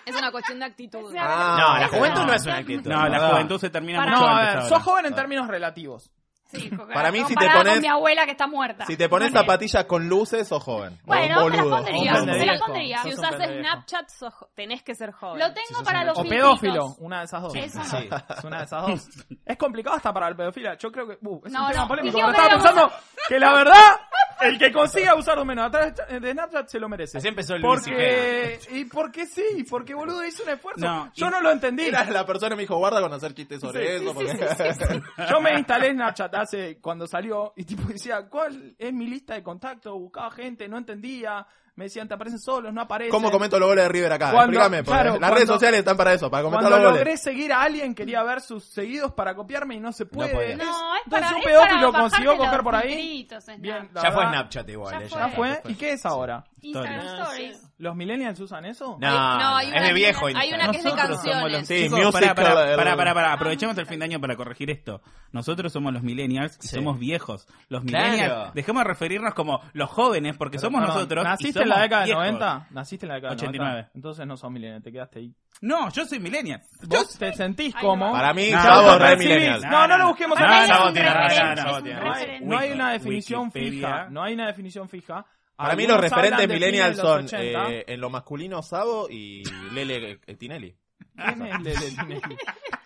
Speaker 13: Es una cuestión de actitud.
Speaker 19: Pues Ah,
Speaker 2: No, la
Speaker 19: esa
Speaker 2: juventud
Speaker 19: no.
Speaker 2: no es una actitud.
Speaker 17: No, la
Speaker 2: ¿verdad?
Speaker 17: juventud se termina
Speaker 20: Para-
Speaker 17: mucho
Speaker 18: No,
Speaker 17: antes
Speaker 18: a ver,
Speaker 17: ahora. Ah.
Speaker 18: sos joven en términos relativos.
Speaker 20: Sí,
Speaker 19: Para mí, si te
Speaker 20: comparada
Speaker 19: pones-
Speaker 20: con mi abuela que está muerta.
Speaker 19: Si te pones
Speaker 20: No sé.
Speaker 19: zapatillas con luces, sos joven.
Speaker 20: Bueno,
Speaker 19: O un
Speaker 20: me las
Speaker 19: boludo.
Speaker 20: pondría,
Speaker 18: Sos un
Speaker 20: me las
Speaker 18: pendejo.
Speaker 20: pondría.
Speaker 18: Sos
Speaker 13: Si
Speaker 18: un
Speaker 13: usas
Speaker 18: pendejo.
Speaker 13: Snapchat, sos jo- tenés que ser joven.
Speaker 20: Lo tengo para los
Speaker 18: O
Speaker 20: filtritos.
Speaker 18: pedófilo, una de esas dos. (laughs)
Speaker 20: Eso.
Speaker 18: Es una de esas dos. Es complicado hasta para el pedófilo. Yo creo que. uh, es
Speaker 20: No,
Speaker 18: un tema
Speaker 20: no,
Speaker 18: polémico.
Speaker 20: dijimos
Speaker 18: Pero estaba
Speaker 20: que íbamos
Speaker 18: pensando que la verdad, el que consiga usar un menos atrás de Snapchat se lo merece.
Speaker 2: Así empezó el
Speaker 18: Porque. ¿Y porque sí? Porque boludo hizo un esfuerzo.
Speaker 17: No,
Speaker 18: Yo
Speaker 17: y-
Speaker 18: no lo entendí.
Speaker 19: Mira, la persona me dijo, guarda con hacer chistes sobre eso. porque... (laughs)
Speaker 18: Yo me instalé Snapchat hace cuando salió y tipo decía, ¿cuál es mi lista de contacto? Buscaba gente, no entendía. Me decían, te aparecen solos, no aparecen.
Speaker 19: ¿Cómo comento los goles de River acá?
Speaker 18: Cuando-
Speaker 19: Explícame, porque
Speaker 18: claro,
Speaker 19: las
Speaker 18: cuando-
Speaker 19: redes sociales están para eso, para comentar
Speaker 18: Cuando
Speaker 19: los goles.
Speaker 18: logré seguir a alguien, quería ver sus seguidos para copiarme y no se puede.
Speaker 2: podía.
Speaker 20: No, es para,
Speaker 18: Entonces un
Speaker 20: es para
Speaker 18: pedófilo
Speaker 20: bajarte
Speaker 18: consiguió
Speaker 20: los
Speaker 18: coger por ahí.
Speaker 13: eh.
Speaker 20: filtritos, es
Speaker 18: Bien,
Speaker 20: nada.
Speaker 18: la
Speaker 2: Ya fue
Speaker 18: verdad.
Speaker 2: Snapchat igual.
Speaker 20: Ya
Speaker 2: eh,
Speaker 18: Ya fue. ¿Y qué es ahora?
Speaker 20: Instagram Stories.
Speaker 18: ¿Los millennials usan eso?
Speaker 2: No,
Speaker 13: No, hay
Speaker 2: es
Speaker 13: una
Speaker 2: de
Speaker 13: que-
Speaker 2: viejo.
Speaker 13: hay
Speaker 2: Instagram.
Speaker 13: una que es de
Speaker 17: Nosotros somos los-
Speaker 13: canciones.
Speaker 19: Sí,
Speaker 17: Chicos, pará,
Speaker 19: musical,
Speaker 17: pará,
Speaker 19: el-
Speaker 17: pará, pará, pará. Aprovechemos el fin de año para corregir esto. Nosotros somos los millennials y
Speaker 2: Sí.
Speaker 17: somos viejos. Los
Speaker 2: Claro.
Speaker 17: millennials, dejemos de referirnos como los jóvenes porque somos
Speaker 18: Perdón,
Speaker 17: nosotros. y
Speaker 18: ¿Naciste en la
Speaker 17: somos
Speaker 18: década de
Speaker 17: viejos.
Speaker 18: 90? ¿Naciste en la década
Speaker 17: 89.
Speaker 18: de 90? Entonces no sos millennial, te quedaste ahí.
Speaker 17: No, yo soy millennial. Yo-
Speaker 18: ¿Vos te sentís
Speaker 20: Ay,
Speaker 18: como?
Speaker 20: no.
Speaker 19: Para mí,
Speaker 17: No,
Speaker 19: Chavo
Speaker 18: no,
Speaker 19: re
Speaker 18: no,
Speaker 19: millennial.
Speaker 18: sí, No, no lo busquemos
Speaker 17: No,
Speaker 18: acá.
Speaker 20: Es
Speaker 17: no,
Speaker 20: un
Speaker 17: vos tenés
Speaker 20: referente,
Speaker 17: razón,
Speaker 20: es
Speaker 17: no, vos
Speaker 20: un
Speaker 17: tenés
Speaker 18: No
Speaker 17: razón.
Speaker 18: hay,
Speaker 20: referente.
Speaker 18: no hay una definición
Speaker 17: Wikipedia.
Speaker 18: fija. No hay una definición fija.
Speaker 19: Para mí los
Speaker 18: Algunos hablan
Speaker 19: referentes
Speaker 18: de
Speaker 19: millennials
Speaker 18: pibes de
Speaker 19: son
Speaker 18: los 80.
Speaker 19: eh, en lo masculino Sabo y Lele eh, Tinelli.
Speaker 18: ¿Quién es Lele Tinelli?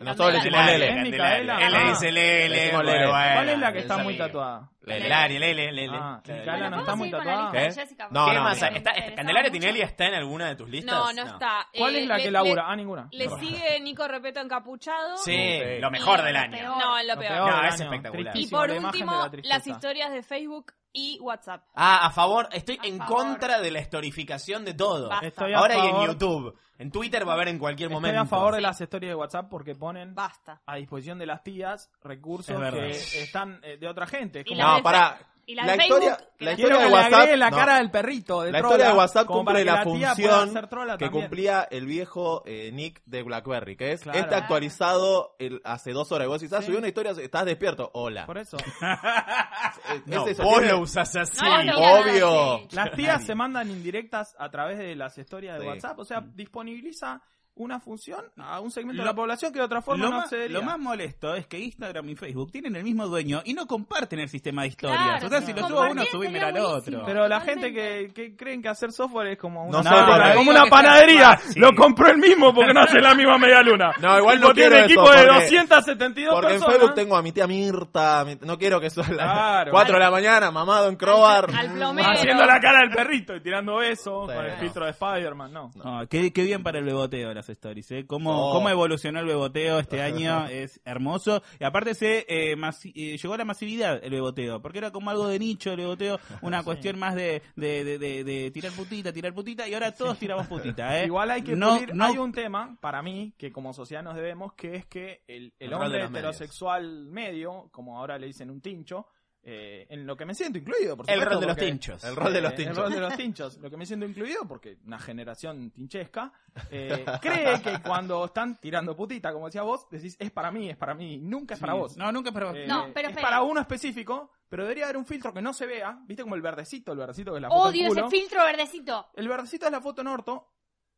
Speaker 19: Nosotros le decimos Lele.
Speaker 18: ¿Es Micaela?
Speaker 16: Él le dice Lele,
Speaker 19: Le decimos
Speaker 16: bueno, bueno,
Speaker 18: ¿Cuál es la que está
Speaker 16: esa
Speaker 18: muy
Speaker 16: mía.
Speaker 18: tatuada?
Speaker 16: Lelari, Lele, Lele.
Speaker 18: Ah,
Speaker 16: Lele.
Speaker 18: Micaela no está muy
Speaker 15: seguir con
Speaker 18: tatuada.
Speaker 16: ¿Qué? No,
Speaker 18: ¿Qué
Speaker 16: no,
Speaker 18: más
Speaker 16: mira, está-
Speaker 18: hay?
Speaker 15: Interesaba
Speaker 16: ¿Candelaria
Speaker 15: mucho.
Speaker 16: Tinelli está en alguna de tus listas?
Speaker 15: No, no está.
Speaker 18: ¿Cuál
Speaker 13: Eh,
Speaker 18: es la que labura? Ah,
Speaker 19: (laughs)
Speaker 18: ninguna.
Speaker 15: Le
Speaker 16: Perfecto.
Speaker 15: sigue Nico Repeto encapuchado.
Speaker 16: Sí, Sí. lo mejor
Speaker 15: Y
Speaker 16: del
Speaker 15: lo
Speaker 16: año.
Speaker 15: peor. No, lo
Speaker 16: Lo
Speaker 15: peor.
Speaker 16: peor No, del es
Speaker 15: año.
Speaker 16: espectacular.
Speaker 15: Y
Speaker 16: Tristísimo,
Speaker 15: por
Speaker 16: la imagen de la
Speaker 15: último,
Speaker 16: tristeza.
Speaker 15: las historias de Facebook y WhatsApp.
Speaker 16: Ah, a favor, estoy en
Speaker 15: favor.
Speaker 16: contra de la historificación de todo.
Speaker 15: Basta. Estoy
Speaker 18: a
Speaker 16: Ahora y en
Speaker 18: favor-
Speaker 16: YouTube. En Twitter va a haber en cualquier
Speaker 18: Estoy
Speaker 16: momento.
Speaker 18: a favor de las historias de WhatsApp porque ponen
Speaker 15: Basta.
Speaker 18: a disposición de las tías recursos
Speaker 16: Es verdad.
Speaker 18: que están eh, de otra gente. Es
Speaker 19: Y
Speaker 18: como-
Speaker 19: la de No, pará.
Speaker 15: Y
Speaker 19: la de La historia- Facebook, que la la
Speaker 18: Quiero
Speaker 19: historia
Speaker 18: que
Speaker 19: de
Speaker 18: le
Speaker 19: WhatsApp-
Speaker 18: agregue la
Speaker 19: no.
Speaker 18: cara del perrito. de
Speaker 19: la
Speaker 18: trola,
Speaker 19: historia de WhatsApp
Speaker 18: como para
Speaker 19: cumple la,
Speaker 18: que tía pueda
Speaker 19: función
Speaker 18: hacer trola
Speaker 19: que
Speaker 18: también.
Speaker 19: cumplía el viejo eh, Nick de BlackBerry, que es
Speaker 18: Claro.
Speaker 19: este actualizado el- hace dos horas. Y vos decís, ah,
Speaker 18: Sí.
Speaker 19: subí una historia, estás despierto. Hola.
Speaker 18: Por eso.
Speaker 19: Es-
Speaker 18: (laughs) No,
Speaker 19: es eso,
Speaker 18: vos
Speaker 19: tiene-
Speaker 18: lo usás
Speaker 16: así.
Speaker 18: No,
Speaker 16: no,
Speaker 19: Obvio.
Speaker 18: Las tías se mandan indirectas a través de las historias de WhatsApp. O sea,
Speaker 19: Mm.
Speaker 18: disponibiliza una función a un segmento de la población que de otra forma
Speaker 17: lo,
Speaker 18: no
Speaker 17: más,
Speaker 18: accedería.
Speaker 17: lo más molesto es que Instagram y Facebook tienen el mismo dueño y no comparten el sistema de historias.
Speaker 18: Claro,
Speaker 17: o sea,
Speaker 18: no.
Speaker 17: si lo subo a uno,
Speaker 18: Compartir
Speaker 17: subímelo
Speaker 18: sería
Speaker 17: al otro.
Speaker 18: Pero la gente que, que creen que hacer software es como una,
Speaker 17: No ¿eh? sé, pero
Speaker 18: es como
Speaker 17: digo
Speaker 18: una
Speaker 17: que
Speaker 18: panadería.
Speaker 19: (laughs)
Speaker 17: está fácil.
Speaker 18: Lo compró el mismo porque no hace la misma media luna.
Speaker 19: No, igual
Speaker 18: Tipo,
Speaker 19: no quiero
Speaker 18: tiene
Speaker 19: eso,
Speaker 18: equipo de
Speaker 19: porque-
Speaker 18: 272
Speaker 19: Porque en
Speaker 18: personas.
Speaker 19: Facebook tengo a mi tía Mirta, a mi- no quiero que sea las
Speaker 18: Claro.
Speaker 19: 4 de la mañana, mamado en Crobar.
Speaker 18: Al plomero. Haciendo la cara del perrito y tirando besos con el filtro de Spider-Man, no.
Speaker 17: Ah, qué, qué bien para el beboteo las stories, ¿eh? Cómo,
Speaker 18: Oh.
Speaker 17: cómo evolucionó el beboteo este
Speaker 18: (laughs)
Speaker 17: año, es hermoso. Y aparte se eh, masi- eh, llegó a la masividad el beboteo, porque era como algo de nicho el beboteo,
Speaker 18: (laughs)
Speaker 17: una cuestión más de, de, de- de- de tirar putita, tirar putita, y ahora todos tiramos putita, ¿eh?
Speaker 18: Igual hay que
Speaker 17: no,
Speaker 18: pulir-
Speaker 17: no-
Speaker 18: hay un tema, para mí, que como sociedad nos debemos, que es que el, el
Speaker 17: El rol
Speaker 18: hombre
Speaker 17: de los medios.
Speaker 18: heterosexual medio, como ahora le dicen un tincho, eh, en lo que me siento incluido, por
Speaker 16: El
Speaker 18: supuesto,
Speaker 16: rol de los
Speaker 18: porque-
Speaker 16: tinchos. El rol de los
Speaker 18: eh,
Speaker 16: tinchos.
Speaker 18: El rol de (laughs) los tinchos. Lo que me siento incluido, porque una generación tinchesca, eh, cree que cuando están tirando putita, como decía vos, decís, es para mí, es para mí, nunca es
Speaker 17: Sí.
Speaker 18: para vos.
Speaker 17: No, nunca es para vos.
Speaker 18: Eh,
Speaker 17: No, pero
Speaker 18: es
Speaker 17: espera.
Speaker 18: para uno específico, pero debería haber un filtro que no se vea, viste como el verdecito, el verdecito que es la foto del
Speaker 20: Odio ese
Speaker 18: culo.
Speaker 20: filtro verdecito.
Speaker 18: El verdecito es la foto en orto,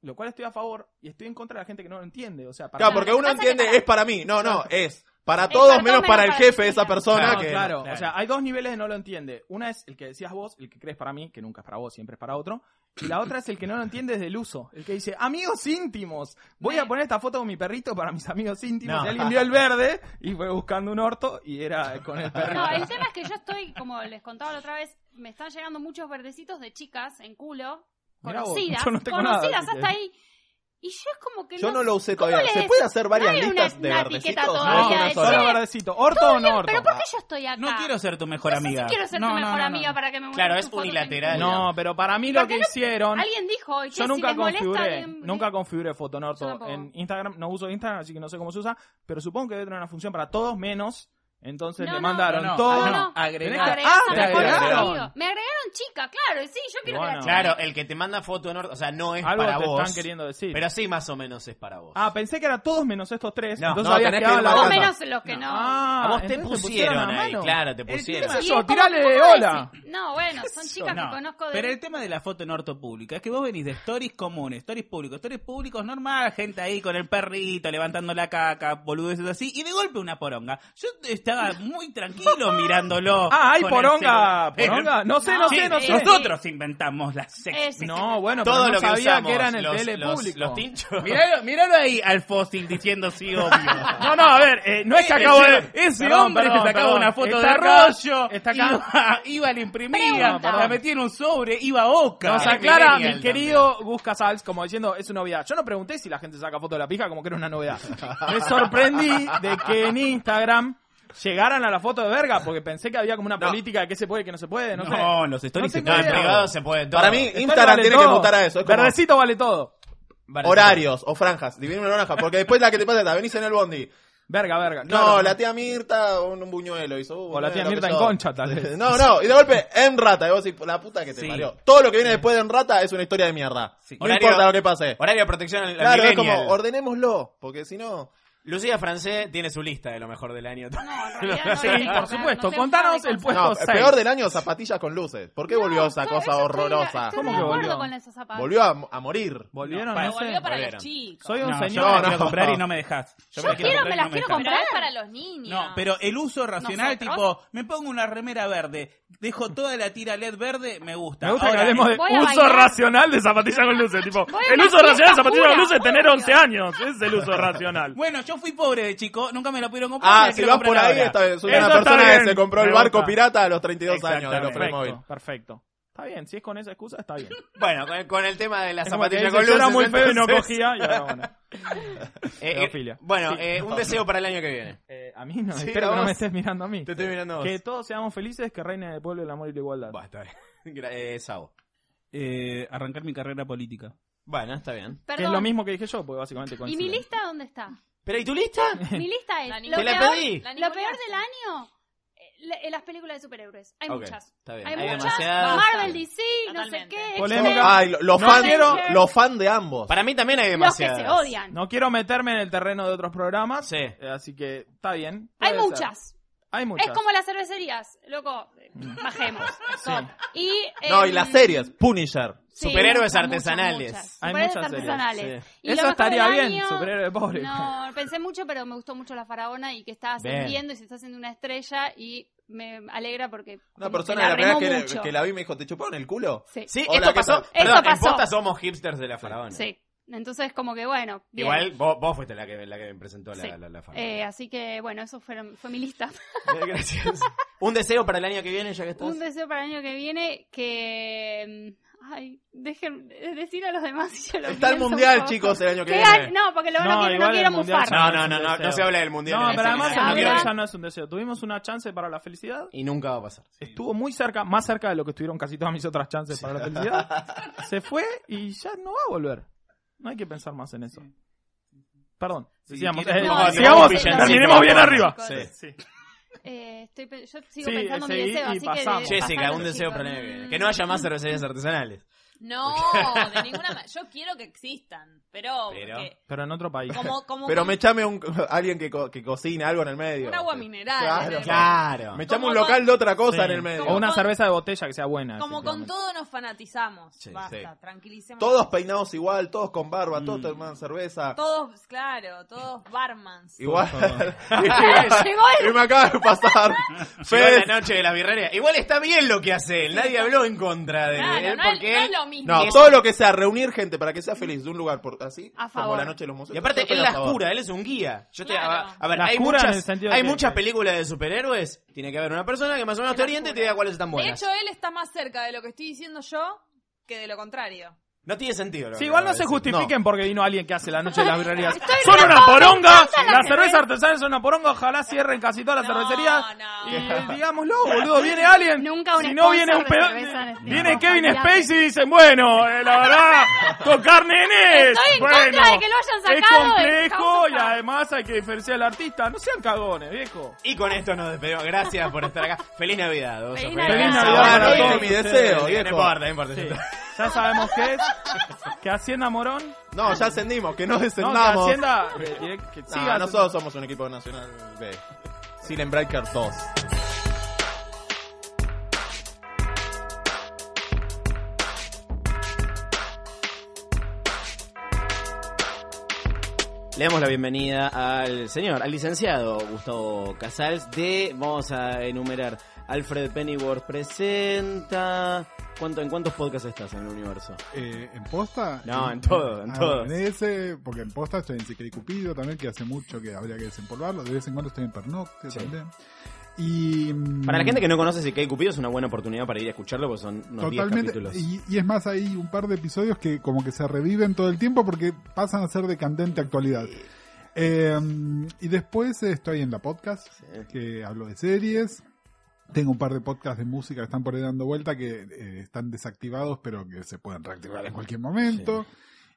Speaker 18: lo cual estoy a favor y estoy en contra de la gente que no lo entiende. O sea, para
Speaker 19: Claro, porque uno
Speaker 18: Pasa que
Speaker 19: entiende,
Speaker 18: para-
Speaker 19: es para mí. No, no, es para
Speaker 18: Es
Speaker 19: todos
Speaker 18: para
Speaker 19: menos
Speaker 18: todos
Speaker 19: para el
Speaker 18: menos
Speaker 19: jefe
Speaker 18: para
Speaker 19: de esa persona
Speaker 18: Claro,
Speaker 19: que...
Speaker 18: claro, o sea, hay dos niveles de no lo entiende. Una es el que decías vos, el que crees para mí, que nunca es para vos, siempre es para otro. Y la otra es el que no lo entiende desde el uso. El que dice, amigos íntimos, voy a poner esta foto con mi perrito para mis amigos íntimos.
Speaker 16: No.
Speaker 18: Y alguien vio el verde y fue buscando un orto y era con el (laughs) perrito.
Speaker 20: No, el tema es que yo estoy, como les contaba la otra vez, me están llegando muchos verdecitos de chicas en culo,
Speaker 19: Mirá vos,
Speaker 20: conocidas,
Speaker 19: yo no tengo nada,
Speaker 20: conocidas
Speaker 19: así que-
Speaker 20: hasta ahí. Y yo es como que
Speaker 19: Yo no lo usé
Speaker 20: ¿cómo
Speaker 19: todavía.
Speaker 20: les
Speaker 19: ¿Se
Speaker 20: des-
Speaker 19: puede hacer varias
Speaker 20: no hay
Speaker 19: listas
Speaker 20: una-
Speaker 19: de
Speaker 20: una
Speaker 19: verdecitos?
Speaker 20: etiqueta
Speaker 19: No,
Speaker 20: todavía
Speaker 19: una
Speaker 20: de,
Speaker 19: sola.
Speaker 20: "Che,
Speaker 18: verdecito, orto o no orto.
Speaker 20: Pero ¿por qué yo estoy acá?
Speaker 17: No quiero ser tu mejor amiga.
Speaker 20: quiero ser tu mejor amiga para que me muestres
Speaker 17: Claro,
Speaker 20: tu
Speaker 17: es
Speaker 20: foto
Speaker 17: unilateral.
Speaker 18: No, pero para mí lo que hicieron...
Speaker 20: Alguien dijo, "Che,
Speaker 18: Yo
Speaker 20: si
Speaker 18: nunca
Speaker 20: les molesta,
Speaker 18: configuré,
Speaker 20: den-
Speaker 18: nunca configuré Fotonorto
Speaker 20: Yo tampoco.
Speaker 18: en Instagram, no uso Instagram, así que no sé cómo se usa, pero supongo que debe tener una función para todos menos, entonces
Speaker 20: No,
Speaker 18: le
Speaker 20: no. Ah,
Speaker 18: mandaron
Speaker 17: No, no,
Speaker 18: todo.
Speaker 17: no, no.
Speaker 18: Tenés que-
Speaker 17: Agregar.
Speaker 18: Ah, te
Speaker 20: Agregar,
Speaker 18: agregaron.
Speaker 20: amigo. Me agregaron chica, claro, y sí, yo quiero que la chica-
Speaker 9: Claro, el que te manda foto en orden, o sea, no es
Speaker 18: Algo
Speaker 9: para
Speaker 18: te
Speaker 9: vos.
Speaker 18: están queriendo decir.
Speaker 9: Pero sí, más o menos es para vos.
Speaker 18: Ah, pensé que era todos menos estos tres,
Speaker 9: No,
Speaker 18: entonces
Speaker 9: no,
Speaker 18: habías
Speaker 9: tenés que
Speaker 18: quedado
Speaker 9: ir
Speaker 18: la
Speaker 9: más
Speaker 18: otra.
Speaker 20: menos los que no.
Speaker 18: Ah,
Speaker 9: a vos te
Speaker 18: entonces te
Speaker 9: pusieron,
Speaker 18: pusieron la
Speaker 9: ahí,
Speaker 18: mano. Este,
Speaker 9: claro, te
Speaker 18: El
Speaker 9: pusieron.
Speaker 18: tema es
Speaker 20: Y es como-
Speaker 18: tirale
Speaker 20: ¿cómo
Speaker 18: hola.
Speaker 20: decís? No, bueno, son chicas
Speaker 17: No,
Speaker 20: que conozco de
Speaker 17: Pero el tema de la foto en orto pública es que vos venís de stories comunes, stories públicos, stories públicos normal, gente ahí con el perrito levantando la caca, boludeces así, y de golpe una poronga. Yo estaba
Speaker 20: (laughs)
Speaker 17: muy tranquilo mirándolo.
Speaker 18: Ah, hay
Speaker 17: con el
Speaker 18: poronga,
Speaker 17: celular.
Speaker 18: poronga. No sé, no
Speaker 17: Sí,
Speaker 18: sé, no sé.
Speaker 17: Nosotros inventamos la sex.
Speaker 18: No, bueno, pero no sabía que era en el tele público.
Speaker 17: Miralo, miralo ahí al fósil diciendo sí, obvio.
Speaker 18: No, no, a ver, eh, no es que
Speaker 17: Ese-
Speaker 18: acabo de...
Speaker 17: Ese
Speaker 18: Perdón,
Speaker 17: hombre
Speaker 18: perdón,
Speaker 17: que sacaba
Speaker 18: perdón.
Speaker 17: una foto
Speaker 18: Está
Speaker 17: de
Speaker 18: acá,
Speaker 17: rollo,
Speaker 18: está acá. (laughs)
Speaker 17: Iba, iba, la imprimía,
Speaker 18: Pregunta.
Speaker 17: la metía en un sobre, iba a Oca.
Speaker 18: Nos
Speaker 17: Era
Speaker 18: aclara
Speaker 17: millennial
Speaker 18: mi querido Busca Sals como diciendo, es una novedad. Yo no pregunté si la gente saca foto de la pija como que era una
Speaker 19: (laughs)
Speaker 18: novedad. Me sorprendí de que en Instagram llegaran a la foto de verga porque pensé que había como una política de qué se puede, qué no se puede. No,
Speaker 17: No,
Speaker 18: sé.
Speaker 17: los stories se
Speaker 18: cómo
Speaker 17: pueden
Speaker 18: era.
Speaker 17: todo.
Speaker 9: privado se puede todo.
Speaker 19: Para mí,
Speaker 18: Después
Speaker 19: Instagram
Speaker 18: vale
Speaker 19: tiene que
Speaker 18: todo.
Speaker 19: mutar a eso. Es como
Speaker 18: Verdecito vale todo.
Speaker 19: horarios o franjas. Divino una naranja. Porque después la que te pasa es la venís en el bondi.
Speaker 18: Verga, verga.
Speaker 19: No,
Speaker 18: claro.
Speaker 19: la tía Mirta un, un buñuelo hizo. uh,
Speaker 18: O la tía
Speaker 19: lo que
Speaker 18: Mirta en
Speaker 19: yo.
Speaker 18: concha, tal vez.
Speaker 19: No, no, y de golpe, en rata. Y vos decís, la puta que te
Speaker 18: Sí.
Speaker 19: parió. Todo lo que viene después de en rata es una historia de mierda. No
Speaker 9: Horario-
Speaker 19: importa lo que pase.
Speaker 9: Horario de protección al al
Speaker 19: Claro, es como,
Speaker 9: millennial.
Speaker 19: ordenémoslo. Porque si no.
Speaker 9: Lucía Francé tiene su lista de lo mejor del año. (laughs)
Speaker 18: Sí, por supuesto. Contanos el puesto
Speaker 19: No,
Speaker 18: 6.
Speaker 19: peor del año, zapatillas con luces. ¿Por qué volvió esa cosa horrorosa?
Speaker 18: estoy ¿Cómo de que acuerdo volvió? con
Speaker 20: esos zapatos.
Speaker 19: Volvió a, a morir.
Speaker 18: Volvieron,
Speaker 19: Para-
Speaker 18: no sé.
Speaker 19: volvió para los
Speaker 18: Volvieron.
Speaker 19: chicos.
Speaker 18: Soy un
Speaker 19: No,
Speaker 18: señor.
Speaker 19: yo me las quiero comprar
Speaker 17: y no me dejas.
Speaker 20: Yo, quiero, me las quiero comprar.
Speaker 15: para los niños.
Speaker 17: No, pero el uso racional,
Speaker 15: ¿Nosotros?
Speaker 17: tipo, me pongo una remera verde, dejo toda la tira LED verde, me gusta.
Speaker 18: Me gusta que
Speaker 17: Ahora,
Speaker 18: hablemos de
Speaker 17: voy a
Speaker 18: uso
Speaker 17: bailar.
Speaker 18: racional de zapatillas con luces. Tipo,
Speaker 17: Voy a
Speaker 18: el
Speaker 17: una
Speaker 18: uso racional de
Speaker 17: fiesta
Speaker 18: zapatillas con
Speaker 17: pura,
Speaker 18: luces es tener 11 años. Ese es el uso racional.
Speaker 17: Bueno, yo
Speaker 2: fui pobre de chico, nunca me la pudieron comprar.
Speaker 19: Ah,
Speaker 2: me la
Speaker 19: si
Speaker 2: quiero
Speaker 19: vas
Speaker 2: comprar
Speaker 19: por ahí,
Speaker 2: ahora.
Speaker 19: está bien. Soy una persona que se compró el barco pirata a los 32 años de los
Speaker 18: Exactamente.
Speaker 19: Playmobil.
Speaker 2: (laughs)
Speaker 18: Perfecto. Está bien, si es con esa excusa, está bien.
Speaker 2: Bueno, con, con el tema de la
Speaker 18: Es como que
Speaker 2: zapatilla
Speaker 18: dice,
Speaker 2: con
Speaker 18: yo
Speaker 2: luces.
Speaker 18: era muy feo y no
Speaker 2: entonces-
Speaker 18: cogía, y ahora
Speaker 2: (laughs)
Speaker 18: bueno.
Speaker 2: Eh, eh,
Speaker 18: Pedofilia.
Speaker 2: bueno,
Speaker 18: Sí.
Speaker 2: eh, un deseo para el año que viene.
Speaker 18: a mí No,
Speaker 2: Sí,
Speaker 18: espero
Speaker 2: a
Speaker 18: que no
Speaker 2: vos.
Speaker 18: me estés mirando a mí.
Speaker 2: Te estoy mirando a vos.
Speaker 18: Que todos seamos felices, que reine en el pueblo el amor y la igualdad.
Speaker 2: (laughs) Gra- eh, Sabo.
Speaker 17: Eh,
Speaker 18: arrancar mi carrera política.
Speaker 2: Bueno, está bien.
Speaker 18: Que es
Speaker 20: Perdón.
Speaker 18: lo mismo que dije yo, porque básicamente
Speaker 20: ¿Y mi
Speaker 18: coincide.
Speaker 20: lista dónde está?
Speaker 2: ¿Pero y tu lista?
Speaker 20: Mi lista es.
Speaker 2: Te
Speaker 20: Lo
Speaker 2: la
Speaker 20: peor,
Speaker 2: pedí.
Speaker 20: lo peor del año. eh, la- eh, Las películas de superhéroes. Hay
Speaker 19: Ok,
Speaker 20: muchas.
Speaker 19: está bien.
Speaker 20: Hay,
Speaker 19: Hay
Speaker 20: muchas.
Speaker 19: demasiadas.
Speaker 20: Marvel, DC, no sé qué. X-Men,
Speaker 19: Ay, lo- los
Speaker 18: No
Speaker 19: fan,
Speaker 18: quiero-
Speaker 19: los fan de ambos.
Speaker 2: Para mí también hay
Speaker 20: Los que se odian.
Speaker 18: No quiero meterme en el terreno de otros programas. eh, Así que está bien.
Speaker 20: Hay
Speaker 18: puede ser.
Speaker 20: muchas.
Speaker 18: Hay muchas.
Speaker 20: Es como las cervecerías, loco. Bajemos. Stop. Y,
Speaker 19: No,
Speaker 20: em,
Speaker 19: y las series. Punisher.
Speaker 20: sí,
Speaker 2: Superhéroes
Speaker 20: muchas,
Speaker 2: artesanales.
Speaker 20: muchas.
Speaker 18: Hay
Speaker 20: Superhéroes
Speaker 18: muchas series,
Speaker 20: artesanales.
Speaker 18: sí.
Speaker 20: Y lo
Speaker 18: Eso
Speaker 20: mejor
Speaker 18: estaría
Speaker 20: del
Speaker 18: bien,
Speaker 20: año-
Speaker 18: superhéroe pobre. (laughs)
Speaker 20: No, pensé mucho, pero me gustó mucho La Faraona y que está
Speaker 19: Bien.
Speaker 20: ascendiendo y se está haciendo una estrella y me alegra porque... como
Speaker 19: Una
Speaker 20: que
Speaker 19: persona la primera
Speaker 20: remó
Speaker 19: que,
Speaker 20: mucho.
Speaker 19: la- que la vi me dijo, ¿te chuparon el culo?
Speaker 20: Sí.
Speaker 2: Sí,
Speaker 19: Hola,
Speaker 2: esto
Speaker 19: ¿qué
Speaker 2: pasó.
Speaker 19: tal?
Speaker 2: Perdón,
Speaker 20: Esto pasó.
Speaker 2: En posta somos hipsters de la faraona.
Speaker 20: Sí. Entonces, como que bueno. bien.
Speaker 2: Igual vos, vos fuiste la que, la que me presentó la,
Speaker 20: Sí.
Speaker 2: la- la faraona.
Speaker 20: Eh, así que bueno, eso fueron, fue mi lista.
Speaker 2: Gracias. Un deseo para el año que viene, ya que estás.
Speaker 20: (laughs) Un deseo para el año que viene que. mm, Ay, dejen de decir a los demás si yo lo
Speaker 19: Está el
Speaker 20: pienso,
Speaker 19: mundial,
Speaker 20: por favor.
Speaker 19: chicos, el año que
Speaker 20: ¿Qué
Speaker 19: viene.
Speaker 20: año? No, porque lo, no, quiero, no
Speaker 18: igual
Speaker 20: quiero
Speaker 18: el mundial
Speaker 20: mufar.
Speaker 2: No, no, no,
Speaker 18: es un
Speaker 2: no,
Speaker 18: deseo.
Speaker 2: no se habla del mundial
Speaker 18: No,
Speaker 2: en
Speaker 18: pero
Speaker 2: este
Speaker 18: además el
Speaker 2: momento.
Speaker 18: mundial
Speaker 2: Habla.
Speaker 18: ya no es un deseo. Tuvimos una chance para la felicidad.
Speaker 2: Y nunca va a pasar.
Speaker 18: Estuvo muy cerca, más cerca de lo que estuvieron casi todas mis otras chances para la felicidad. Se fue y ya no va a volver. No hay que pensar más en eso. Perdón. Decíamos,
Speaker 2: quieres,
Speaker 18: eh,
Speaker 2: no, no,
Speaker 18: sigamos,
Speaker 2: no, no,
Speaker 18: terminemos
Speaker 2: no,
Speaker 18: bien
Speaker 2: no,
Speaker 18: arriba.
Speaker 2: no, no,
Speaker 18: Sí.
Speaker 20: Eh, estoy, pe- yo sigo
Speaker 18: Sí,
Speaker 20: pensando en mi
Speaker 18: seguí
Speaker 20: deseo,
Speaker 18: y
Speaker 20: así
Speaker 18: pasamos.
Speaker 20: que.
Speaker 2: Jessica,
Speaker 20: pasalo, (laughs)
Speaker 2: un deseo
Speaker 20: chicos.
Speaker 2: para el año que viene. Que no haya más cervecerías (laughs) artesanales.
Speaker 13: No, de ninguna manera. Yo quiero que existan, pero,
Speaker 19: Pero-
Speaker 13: que-
Speaker 18: Pero en otro país.
Speaker 13: como, como
Speaker 19: Pero
Speaker 13: con-
Speaker 19: me chame un, (laughs) alguien que, co- que cocina algo en el medio.
Speaker 13: un agua mineral. en
Speaker 19: Claro.
Speaker 13: el-
Speaker 19: Me chame
Speaker 13: Como
Speaker 19: un local de otra cosa
Speaker 18: Sí.
Speaker 19: en el medio.
Speaker 18: O una cerveza de botella que sea buena.
Speaker 13: Como con todo nos fanatizamos.
Speaker 19: Sí,
Speaker 13: Basta,
Speaker 19: sí.
Speaker 13: tranquilicemos.
Speaker 19: Todos peinados igual, todos con barba, todos toman cerveza.
Speaker 13: Todos, Pues claro, todos barmans.
Speaker 19: Igual. (laughs)
Speaker 13: (laughs) Llegó el-
Speaker 19: y me acaba de
Speaker 13: (laughs)
Speaker 19: pasar.
Speaker 2: Fue la noche de la birrería. Igual está bien lo que hace él. Nadie habló en contra de
Speaker 13: Claro,
Speaker 2: él.
Speaker 13: no es-
Speaker 2: porque
Speaker 13: no es
Speaker 2: él-
Speaker 13: lo mismo.
Speaker 19: No, todo lo que sea, reunir gente para que sea feliz de un lugar por así,
Speaker 13: A
Speaker 19: como
Speaker 13: favor.
Speaker 19: la noche de los museos.
Speaker 2: Y aparte,
Speaker 19: Yo estoy
Speaker 2: él
Speaker 19: a
Speaker 2: las
Speaker 19: favor.
Speaker 2: cura, él es un guía. Yo te, a, a ver,
Speaker 19: Las
Speaker 2: hay
Speaker 19: cura en el
Speaker 2: muchas,
Speaker 19: sentido
Speaker 2: hay
Speaker 19: que-
Speaker 2: muchas películas de superhéroes. Tiene que haber una persona que más o menos te oriente y te diga cuáles están
Speaker 13: De
Speaker 2: buenas.
Speaker 13: hecho, él está más cerca de lo que estoy diciendo yo que de lo contrario.
Speaker 2: no tiene sentido. lo
Speaker 18: Sí,
Speaker 2: que
Speaker 18: igual
Speaker 2: acabo
Speaker 18: no
Speaker 2: de
Speaker 18: se
Speaker 2: decir.
Speaker 18: justifiquen porque vino alguien que hace la noche de las birrerías.
Speaker 2: Estoy
Speaker 18: son
Speaker 2: re
Speaker 18: una
Speaker 2: pobre,
Speaker 18: poronga,
Speaker 2: me encanta la
Speaker 18: las cervezas
Speaker 2: cerveza.
Speaker 18: artesanales son una poronga, ojalá cierren casi todas las cervecerías. Y, digámoslo, boludo, viene alguien.
Speaker 20: Nunca un
Speaker 18: si no viene un
Speaker 20: sponsor de
Speaker 18: pedo...
Speaker 20: cerveza en este
Speaker 18: Viene
Speaker 20: momento.
Speaker 18: Kevin
Speaker 20: Olvídate.
Speaker 18: Spacey y dicen, bueno, eh, la verdad, tocar nenes.
Speaker 20: Estoy en
Speaker 18: bueno,
Speaker 20: contra de que lo hayan
Speaker 18: Es
Speaker 20: sacado eh, del
Speaker 18: complejo
Speaker 20: House
Speaker 18: y además hay que diferenciar al artista. No sean cagones, viejo.
Speaker 2: Y con esto nos despedimos. Gracias por estar acá. Feliz Navidad. Oso.
Speaker 18: Feliz Navidad para
Speaker 2: Bueno,
Speaker 18: todos
Speaker 2: mi
Speaker 18: ustedes.
Speaker 2: deseo.
Speaker 18: viejo.
Speaker 2: No importa, no importa.
Speaker 18: Sí. Ya sabemos qué es. Que Hacienda Morón.
Speaker 19: No, ya ascendimos, que no
Speaker 18: No, que
Speaker 19: descendamos.
Speaker 18: Hacienda. eh, direct- que
Speaker 19: Nah,
Speaker 18: siga-
Speaker 19: nosotros somos un equipo nacional B. Silent Breaker 2.
Speaker 2: Le damos la bienvenida al señor, al licenciado Gustavo Casals de, vamos a enumerar, Alfred Pennyworth presenta... ¿Cuánto, ¿En cuántos podcasts estás en el universo?
Speaker 23: Eh, ¿En posta?
Speaker 2: No, en todo, en
Speaker 23: Ah,
Speaker 2: todo.
Speaker 23: bueno, en ese, porque en posta estoy en Secret Cupido también, que hace mucho que habría que desempolvarlo. De vez en cuando estoy en Pernocte también. Y. mm,
Speaker 2: Para la gente que no conoce si hay Cupido es una buena oportunidad para ir a escucharlo porque son unos 10
Speaker 23: Totalmente.
Speaker 2: capítulos. (laughs)
Speaker 23: Y, y es más, hay un par de episodios que como que se reviven todo el tiempo porque pasan a ser de candente actualidad. Eh, y después estoy en la podcast, que hablo de series. Tengo un par de podcasts de música que están por ahí dando vuelta que eh, están desactivados pero que se pueden reactivar en cualquier momento.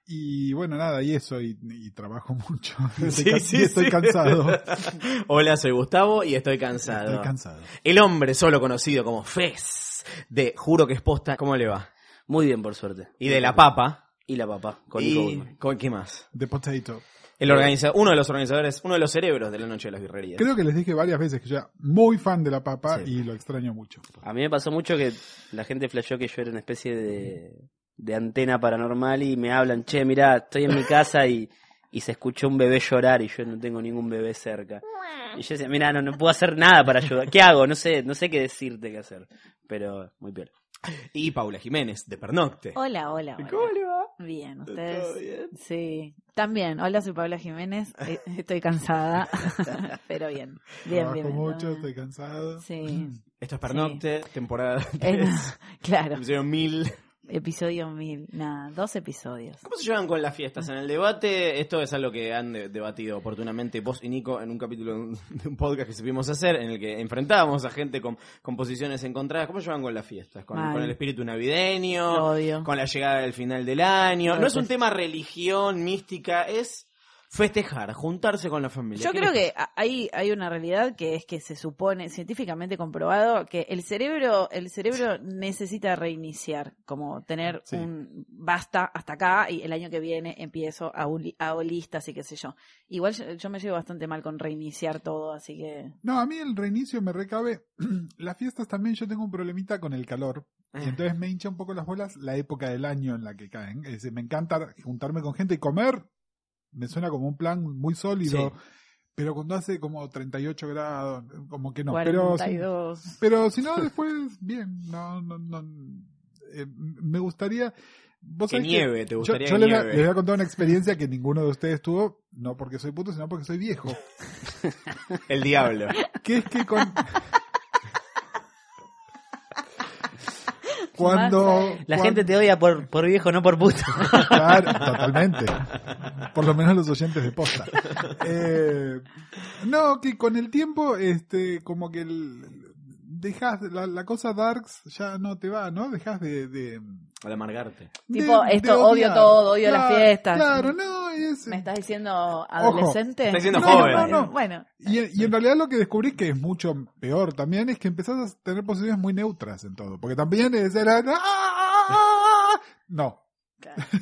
Speaker 23: Y bueno, nada, y eso, y, y trabajo (laughs) mucho.
Speaker 2: Sí,
Speaker 23: Estoy ca-
Speaker 2: sí,
Speaker 23: y estoy
Speaker 2: sí.
Speaker 23: cansado.
Speaker 2: (laughs) Hola, soy Gustavo y estoy cansado.
Speaker 23: Estoy cansado.
Speaker 2: El hombre solo conocido como Fez de Juro que es posta. ¿Cómo le va? Muy bien, por suerte. Y de La Papa.
Speaker 24: Y la papá, con Nico
Speaker 2: ¿Y
Speaker 24: Goodman.
Speaker 2: con qué más?
Speaker 23: The Potato.
Speaker 2: El organiza uno de los organizadores, uno de los cerebros de la noche de las birrerías.
Speaker 23: Creo que les dije varias veces que yo era muy fan de la papa y lo extraño mucho.
Speaker 24: A mí me pasó mucho que la gente flasheó que yo era una especie de, de antena paranormal y me hablan, che, mirá, estoy en mi casa y, y se escuchó un bebé llorar y yo no tengo ningún bebé cerca. Y yo decía, mirá, no, no puedo hacer nada para ayudar. ¿Qué hago? No sé, no sé qué decirte qué hacer. Pero muy bien.
Speaker 2: Y Paula Jiménez, de Pernocte.
Speaker 22: Hola, hola. hola.
Speaker 2: ¿Cómo le va?
Speaker 22: Bien, ustedes. Sí, también. Hola, soy
Speaker 2: (laughs)
Speaker 22: Paula Jiménez. Eh, Estoy cansada, pero bien. Bien,
Speaker 23: Trabajo
Speaker 22: bien. bien.
Speaker 23: mucho, estoy cansado. (clears throat)
Speaker 22: Sí.
Speaker 2: Esto es Pernocte, temporada
Speaker 22: Eh, no,
Speaker 2: 3.
Speaker 22: (laughs) claro.
Speaker 2: Episodio 1000.
Speaker 22: Episodio mil. Nada, dos episodios.
Speaker 2: ¿Cómo se llevan con las fiestas? En el debate, esto es algo que han de- debatido oportunamente vos y Nico en un capítulo de un- de un podcast que supimos hacer, en el que enfrentábamos a gente con, con posiciones encontradas. ¿Cómo se llevan con las fiestas? ¿Con,
Speaker 22: Mal.
Speaker 2: con el espíritu navideño?
Speaker 22: Lo odio.
Speaker 2: ¿Con la llegada del final del año?
Speaker 22: Lo
Speaker 2: No es un
Speaker 22: detesto.
Speaker 2: tema religión, mística, es festejar, juntarse con la familia.
Speaker 22: Yo
Speaker 2: ¿Qué
Speaker 22: creo
Speaker 2: les-
Speaker 22: que a- hay, hay una realidad que es que se supone, científicamente comprobado, que el cerebro, el cerebro necesita reiniciar, como tener
Speaker 1: Sí.
Speaker 22: un basta hasta acá y el año que viene empiezo a, uli- a listas y qué sé yo. Igual yo, yo me llevo bastante mal con reiniciar todo, así que...
Speaker 23: No, a mí el reinicio me recabe. (clears throat) Las fiestas también yo tengo un problemita con el calor.
Speaker 2: Eh.
Speaker 23: Y entonces me hincha un poco las bolas la época del año en la que caen. Es decir, me encanta juntarme con gente y comer. Me suena como un plan muy sólido.
Speaker 5: Sí.
Speaker 23: Pero cuando hace como 38 grados, como que no. Pero,
Speaker 22: 42.
Speaker 23: pero si no, después, bien. No, no, no. Eh, me gustaría. ¿vos
Speaker 2: Que
Speaker 23: sabés
Speaker 2: nieve, te
Speaker 23: yo-
Speaker 2: gustaría
Speaker 23: yo
Speaker 2: que
Speaker 23: les,
Speaker 2: nieve.
Speaker 23: les voy a contar una experiencia que ninguno de ustedes tuvo, no porque soy puto, sino porque soy
Speaker 2: (laughs)
Speaker 23: viejo.
Speaker 2: El diablo.
Speaker 23: Que es que con. Cuando.
Speaker 24: La
Speaker 23: cuan-
Speaker 24: gente te odia por, por viejo, no por puto.
Speaker 23: Claro, totalmente. Por lo menos los oyentes de
Speaker 22: (laughs)
Speaker 23: posta. Eh, no, que con el tiempo, este, como que el, dejas la, la cosa darks ya no te va, ¿no? Dejas de, de,
Speaker 2: Al amargarte.
Speaker 23: de-
Speaker 22: Tipo,
Speaker 23: de
Speaker 22: esto, odio
Speaker 23: odiar.
Speaker 22: todo, odio
Speaker 23: Claro,
Speaker 22: las fiestas.
Speaker 23: Claro, no, es... eh,
Speaker 22: ¿Me estás diciendo
Speaker 23: Ojo.
Speaker 22: adolescente?
Speaker 23: Estás diciendo
Speaker 22: No,
Speaker 23: joven.
Speaker 22: no,
Speaker 23: No, no.
Speaker 22: Bueno,
Speaker 23: Y, y en realidad lo que descubrí que es mucho peor también es que empezás a tener posiciones muy neutras en todo. Porque también es era- ¡Ah, ah, ah, ah! No.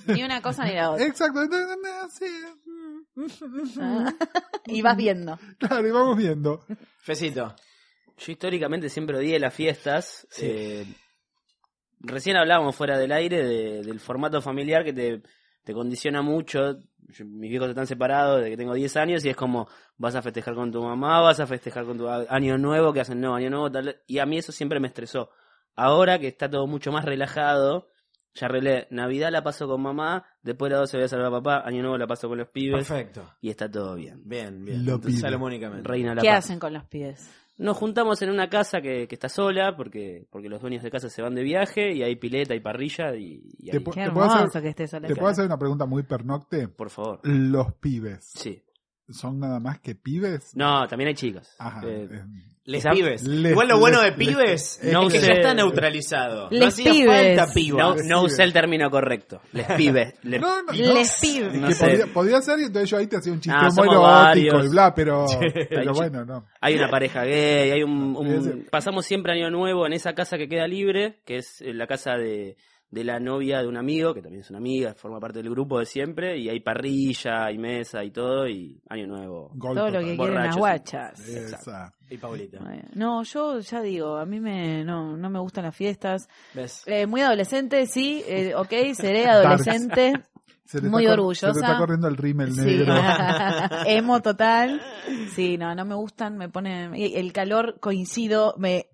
Speaker 22: ni una cosa ni la otra.
Speaker 23: Exacto. eh, mm,
Speaker 22: Ah. y vas viendo.
Speaker 23: Claro, y vamos viendo.
Speaker 2: Fecito.
Speaker 24: Yo históricamente siempre odié las fiestas. Eh, recién hablábamos fuera del aire de- del formato familiar que te, te condiciona mucho. Yo- mis viejos están separados desde que tengo 10 años y es como vas a festejar con tu mamá, vas a festejar con tu a- año nuevo, que hacen no, año nuevo, tal. Y a mí eso siempre me estresó. Ahora que está todo mucho más relajado, ya arreglé, Navidad la paso con mamá, después de la 12 voy a salvar a papá, año nuevo la paso con los pibes.
Speaker 2: Perfecto.
Speaker 24: Y está todo bien.
Speaker 2: Bien, bien. Lo Entonces, pido. salomónicamente.
Speaker 24: Reina la
Speaker 22: ¿Qué
Speaker 24: paz.
Speaker 22: hacen con los pies?
Speaker 24: Nos juntamos en una casa que, que está sola porque, porque los dueños de casa se van de viaje y hay pileta y parrilla y, y ahí-
Speaker 23: Te, pu- te puedo hacer, te puedo hacer una pregunta muy pernocte.
Speaker 24: Ah. Por favor.
Speaker 23: Los pibes.
Speaker 24: Sí.
Speaker 23: ¿Son nada más que pibes?
Speaker 24: No, también hay chicos.
Speaker 23: Ajá.
Speaker 24: Eh,
Speaker 2: Les
Speaker 24: esa-
Speaker 2: pibes. Igual lo bueno de pibes es que ya
Speaker 24: usé-
Speaker 2: está neutralizado.
Speaker 24: Les
Speaker 2: no hacía
Speaker 24: pibes.
Speaker 2: falta piba.
Speaker 24: No,
Speaker 2: Les
Speaker 24: no
Speaker 2: pibes.
Speaker 24: usé el término correcto. Les pibes. Les
Speaker 23: No, no,
Speaker 24: pibes.
Speaker 23: no.
Speaker 24: pibes.
Speaker 23: Que
Speaker 24: No sé.
Speaker 23: podía, podía ser y entonces yo ahí te hacía un chiste
Speaker 24: Ah,
Speaker 23: muy
Speaker 24: somos
Speaker 23: robótico
Speaker 24: varios.
Speaker 23: y bla, pero, (laughs)
Speaker 24: (laughs) Sí. Hay
Speaker 23: pero
Speaker 24: chi-
Speaker 23: bueno, no.
Speaker 24: Hay una pareja gay,
Speaker 23: (laughs)
Speaker 24: hay un, un-
Speaker 23: Ese-
Speaker 24: pasamos siempre año nuevo en esa casa que queda libre, que es eh, la casa de, de la novia de un amigo, que también es una amiga, forma parte del grupo de siempre, y hay parrilla, hay mesa y todo, y año nuevo.
Speaker 23: Gol
Speaker 22: Todo lo que quieren las
Speaker 24: Borrachos.
Speaker 22: guachas.
Speaker 24: Exacto.
Speaker 2: Y Paulita.
Speaker 22: No, yo ya digo, a mí me, no, no me gustan las fiestas.
Speaker 2: ¿Ves?
Speaker 22: Eh, muy adolescente, sí, eh, ok,
Speaker 2: (laughs)
Speaker 22: seré
Speaker 23: Darks.
Speaker 22: adolescente.
Speaker 23: (laughs) Se le
Speaker 22: muy
Speaker 23: está cor-
Speaker 22: orgullosa.
Speaker 23: Se le está corriendo el rímel
Speaker 22: Sí.
Speaker 23: negro.
Speaker 22: (laughs) Emo total. Sí, no, no me gustan, me ponen... y El calor coincido, me...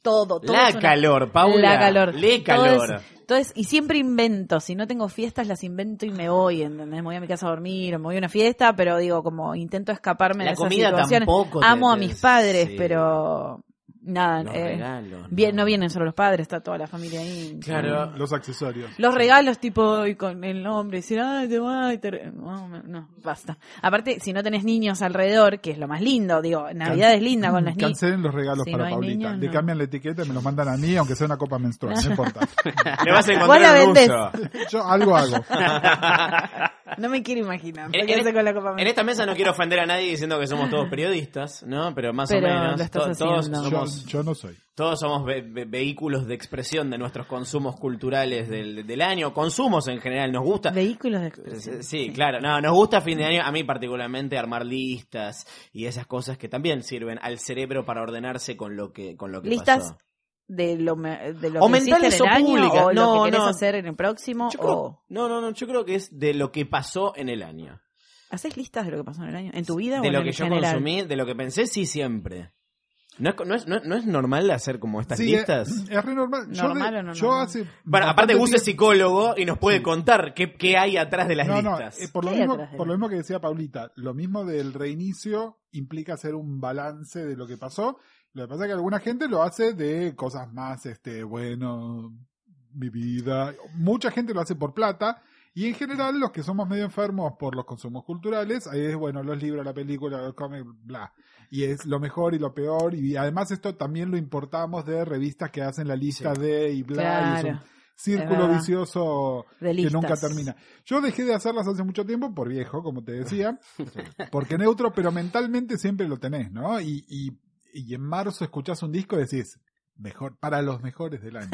Speaker 22: Todo, todo.
Speaker 2: La
Speaker 22: es una-
Speaker 2: calor, Paula.
Speaker 22: La calor.
Speaker 2: Le
Speaker 22: Todo es-
Speaker 2: calor.
Speaker 22: Entonces, y siempre invento, si no tengo fiestas las invento y me voy, ¿entendés? Me voy a mi casa a dormir, o me voy a una fiesta, pero digo, como intento escaparme
Speaker 2: La
Speaker 22: de esas
Speaker 2: comida
Speaker 22: situaciones.
Speaker 2: tampoco te-
Speaker 22: Amo a
Speaker 2: te-
Speaker 22: mis padres,
Speaker 2: sí.
Speaker 22: pero nada,
Speaker 2: Los
Speaker 22: eh,
Speaker 2: regalos,
Speaker 22: bien, no vienen solo los padres, está toda la familia ahí.
Speaker 23: Claro. Los accesorios.
Speaker 22: Los regalos tipo y con el nombre, decir, ay, te va, y te- no, me- no, basta. Aparte, si no tenés niños alrededor, que es lo más lindo, digo, Navidad es linda con los niños.
Speaker 23: Cancelen los regalos
Speaker 22: Si
Speaker 23: para
Speaker 22: no hay
Speaker 23: Paulita.
Speaker 22: niños,
Speaker 23: Le
Speaker 22: no.
Speaker 23: cambian la etiqueta y me los mandan a mí, aunque sea una copa menstrual. No
Speaker 24: (laughs)
Speaker 23: importa.
Speaker 2: Le vas a encontrar
Speaker 22: Vos la
Speaker 2: un
Speaker 22: vendés.
Speaker 2: uso.
Speaker 23: (laughs) Yo algo hago.
Speaker 22: (laughs)
Speaker 2: (laughs)
Speaker 22: No me quiero imaginar.
Speaker 2: En,
Speaker 22: quédense
Speaker 2: en-
Speaker 22: con la Copa
Speaker 2: en esta mesa no quiero ofender a nadie diciendo que somos
Speaker 22: (laughs)
Speaker 2: todos periodistas, ¿no? Pero más
Speaker 22: Pero
Speaker 2: o menos.
Speaker 22: lo estás
Speaker 2: to- todos
Speaker 22: haciendo.
Speaker 2: somos,
Speaker 23: Yo, yo no soy.
Speaker 2: todos somos ve- ve- vehículos de expresión de nuestros consumos culturales del, del año. Consumos en general, nos gusta.
Speaker 22: Vehículos de
Speaker 2: expresión. Sí, claro. No, nos gusta a fin de año, a mí particularmente, armar listas y esas cosas que también sirven al cerebro para ordenarse con lo que, con lo que
Speaker 22: listas
Speaker 2: pasó.
Speaker 22: de lo, me- de lo
Speaker 2: O
Speaker 22: que hiciste en
Speaker 2: mentales
Speaker 22: el
Speaker 2: o
Speaker 22: año
Speaker 2: públicas.
Speaker 22: o lo
Speaker 2: No,
Speaker 22: que querés
Speaker 2: no.
Speaker 22: hacer en el próximo
Speaker 2: Yo creo-
Speaker 22: o
Speaker 2: No, no, no, yo creo que es de lo que pasó en el año.
Speaker 22: haces listas de lo que pasó en el año en tu vida o
Speaker 2: De
Speaker 22: en
Speaker 2: lo
Speaker 22: el
Speaker 2: que yo
Speaker 22: general?
Speaker 2: consumí, de lo que pensé, sí, siempre. ¿No es, no, es, no es- no es normal hacer como estas
Speaker 23: Sí, eh,
Speaker 2: listas?
Speaker 23: Es, es re normal. Yo
Speaker 2: ¿Normal
Speaker 23: de-
Speaker 2: o no
Speaker 23: yo
Speaker 2: normal?
Speaker 23: hace
Speaker 2: Bueno,
Speaker 23: bastante
Speaker 2: aparte Gus es
Speaker 23: tiempo-
Speaker 2: psicólogo y nos puede contar qué, qué hay atrás de las
Speaker 23: No, no,
Speaker 2: listas.
Speaker 23: eh, por, lo
Speaker 2: ¿Qué hay
Speaker 23: mismo,
Speaker 2: atrás de
Speaker 23: por
Speaker 2: las-
Speaker 23: lo mismo que decía Paulita, lo mismo del reinicio implica hacer un balance de lo que pasó. Lo que pasa es que alguna gente lo hace de cosas más, este, bueno, mi vida. Mucha gente lo hace por plata. Y en general, los que somos medio enfermos por los consumos culturales, ahí es, bueno, los libros, la película, los cómics, bla. Y es lo mejor y lo peor. Y además esto también lo importamos de revistas que hacen la lista de y bla. Y es un
Speaker 22: Claro. Es
Speaker 23: círculo
Speaker 22: verdad.
Speaker 23: vicioso
Speaker 22: De
Speaker 23: que
Speaker 22: listas.
Speaker 23: nunca termina. Yo dejé de hacerlas hace mucho tiempo por viejo, como te decía, porque neutro, pero mentalmente siempre lo tenés, ¿no? Y, y, y en marzo escuchás un disco y decís, mejor, para los mejores del año.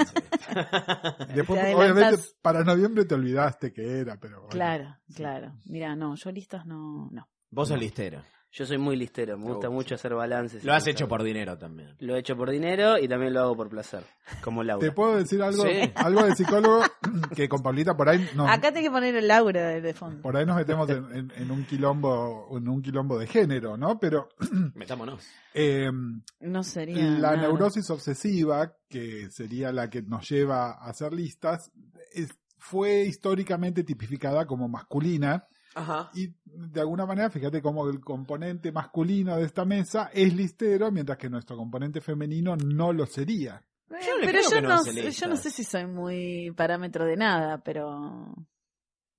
Speaker 23: Y Después,
Speaker 22: Te
Speaker 23: obviamente,
Speaker 22: adelantás.
Speaker 23: para noviembre te olvidaste que era, pero bueno.
Speaker 22: Claro, claro. Mira, no, yo listas no, no.
Speaker 2: Vos sos listero.
Speaker 24: Yo soy muy listero, me gusta mucho hacer balances.
Speaker 2: Lo has hecho por dinero también.
Speaker 24: Lo he hecho por dinero y también lo hago por placer, como Laura.
Speaker 23: Te puedo decir algo,
Speaker 24: Sí.
Speaker 23: algo de psicólogo que con Paulita por ahí no,
Speaker 22: Acá tenés que poner el Laura de,
Speaker 23: (clears throat)
Speaker 22: de fondo.
Speaker 23: por ahí nos metemos en, en- en un quilombo, en un quilombo de género, ¿no? Pero
Speaker 2: Metámonos.
Speaker 23: eh,
Speaker 22: No sería.
Speaker 23: la
Speaker 22: nada.
Speaker 23: neurosis obsesiva, que sería la que nos lleva a hacer listas, es- fue históricamente tipificada como masculina. Y de alguna manera, fíjate cómo el componente masculino de esta mesa es listero, mientras que nuestro componente femenino no lo sería.
Speaker 22: Eh,
Speaker 24: Yo le
Speaker 22: pero
Speaker 24: creo
Speaker 22: yo
Speaker 24: que no
Speaker 22: no,
Speaker 24: hace
Speaker 22: sé- yo
Speaker 24: listas.
Speaker 22: no sé si soy muy parámetro de nada, pero.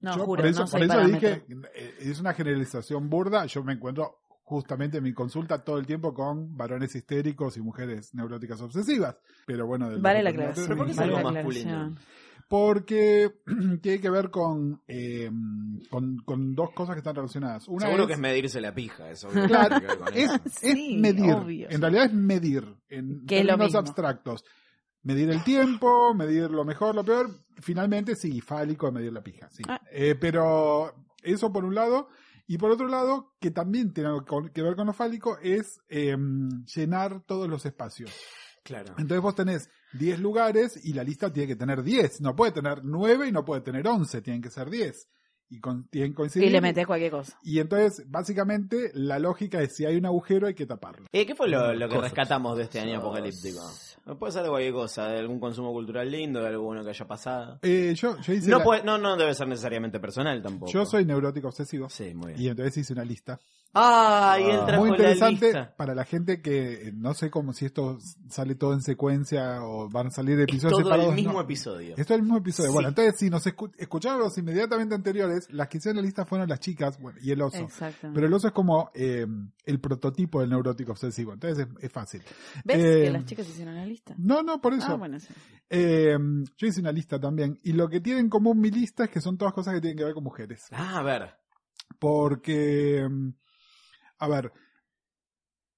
Speaker 22: No,
Speaker 23: Yo
Speaker 22: juro,
Speaker 23: por eso,
Speaker 22: no
Speaker 23: por
Speaker 22: soy
Speaker 23: eso
Speaker 22: parámetro.
Speaker 23: dije, eh, es una generalización burda. Yo me encuentro justamente en mi consulta todo el tiempo con varones histéricos y mujeres neuróticas obsesivas. Pero bueno, del-
Speaker 22: Vale la
Speaker 23: del- del-
Speaker 22: aclaración. ¿Pero por qué
Speaker 23: del-
Speaker 22: vale la aclaración?
Speaker 23: Porque (clears throat) tiene que ver con, eh, con, con dos cosas que están relacionadas. Una
Speaker 2: Seguro
Speaker 23: es-
Speaker 2: que es medirse la
Speaker 23: (laughs)
Speaker 2: pija, eso.
Speaker 23: Claro,
Speaker 2: tiene que ver con
Speaker 23: es,
Speaker 2: eso.
Speaker 23: es
Speaker 22: Sí,
Speaker 23: medir.
Speaker 22: obvio.
Speaker 23: En realidad es medir. En
Speaker 22: Que es lo
Speaker 23: términos
Speaker 22: mismo.
Speaker 23: abstractos. Medir el tiempo, medir lo mejor, lo peor. Finalmente, sí, fálico de medir la pija. Sí.
Speaker 22: Ah.
Speaker 23: Eh, pero eso por un lado. Y por otro lado, que también tiene algo con- que ver con lo fálico, es eh, llenar todos los espacios.
Speaker 2: Claro.
Speaker 23: Entonces vos tenés 10 lugares y la lista tiene que tener 10. No puede tener 9 y no puede tener 11. Tienen que ser 10. Y con, tienen que coincidir.
Speaker 22: Y le metes cualquier cosa.
Speaker 23: Y entonces, básicamente, la lógica es si hay un agujero hay que taparlo.
Speaker 2: Eh, ¿Qué fue lo, lo que
Speaker 23: Cosas.
Speaker 2: rescatamos de este año apocalíptico? Puede ser de cualquier cosa, de algún consumo cultural lindo, de alguno que haya pasado.
Speaker 23: Eh, yo, yo hice
Speaker 2: No,
Speaker 23: la-
Speaker 2: puede- no, no debe ser necesariamente personal tampoco.
Speaker 23: yo soy neurótico obsesivo. Y entonces hice una lista. Ah.
Speaker 2: Ay, él trajo
Speaker 23: Muy
Speaker 2: la
Speaker 23: interesante
Speaker 2: lista.
Speaker 23: para la gente que eh, no sé cómo si esto sale todo en secuencia o van a salir episodios
Speaker 2: Todo
Speaker 23: separados.
Speaker 2: el mismo
Speaker 23: no.
Speaker 2: episodio.
Speaker 23: Esto es el mismo episodio.
Speaker 2: Sí.
Speaker 23: Bueno, entonces si nos escu- escucharon los inmediatamente anteriores, las que hicieron la lista fueron las chicas bueno, y el oso.
Speaker 22: Exactamente.
Speaker 23: Pero el oso es como eh, el prototipo del neurótico obsesivo. Entonces es, es fácil.
Speaker 22: ¿Ves
Speaker 23: Eh,
Speaker 22: que las chicas hicieron la lista?
Speaker 23: No, no, por eso.
Speaker 22: Ah, bueno, sí.
Speaker 23: Eh, yo hice una lista también. Y lo que tiene en común mi lista es que son todas cosas que tienen que ver con mujeres.
Speaker 2: Ah, a ver.
Speaker 23: Porque, mm, a ver,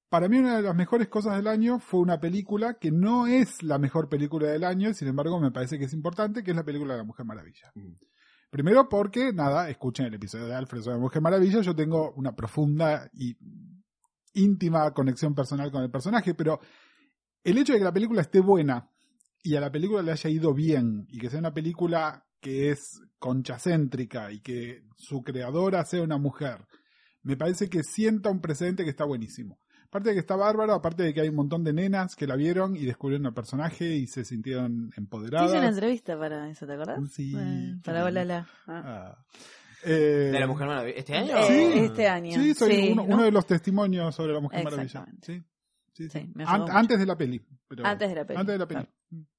Speaker 23: para mí una de las mejores cosas del año fue una película que no es la mejor película del año, y sin embargo me parece que es importante, que es la película de la Mujer Maravilla. Primero porque, nada, escuchen el episodio de Alfred sobre la Mujer Maravilla, yo tengo una profunda y íntima conexión personal con el personaje, pero el hecho de que la película esté buena y a la película le haya ido bien y que sea una película que es conchacéntrica y que su creadora sea una mujer, me parece que sienta un precedente que está buenísimo. Aparte de que está bárbaro, aparte de que hay un montón de nenas que la vieron y descubrieron al personaje y se sintieron
Speaker 22: Te hice una
Speaker 23: empoderadas. Uh,
Speaker 22: entrevista para eso, ¿te acordás?
Speaker 23: Sí.
Speaker 22: Eh, para Olala. Ah.
Speaker 23: Ah. Eh,
Speaker 2: ¿De la Mujer Maravilla? ¿Este año?
Speaker 22: Eh, este año.
Speaker 23: Sí, soy
Speaker 22: Sí,
Speaker 23: uno,
Speaker 22: ¿no?
Speaker 23: uno de los testimonios sobre la Mujer Maravilla. Sí, sí, sí.
Speaker 22: me
Speaker 23: An-
Speaker 22: ayudó mucho.
Speaker 23: antes de la peli. pero-
Speaker 22: Antes de la peli,
Speaker 23: Antes de la peli.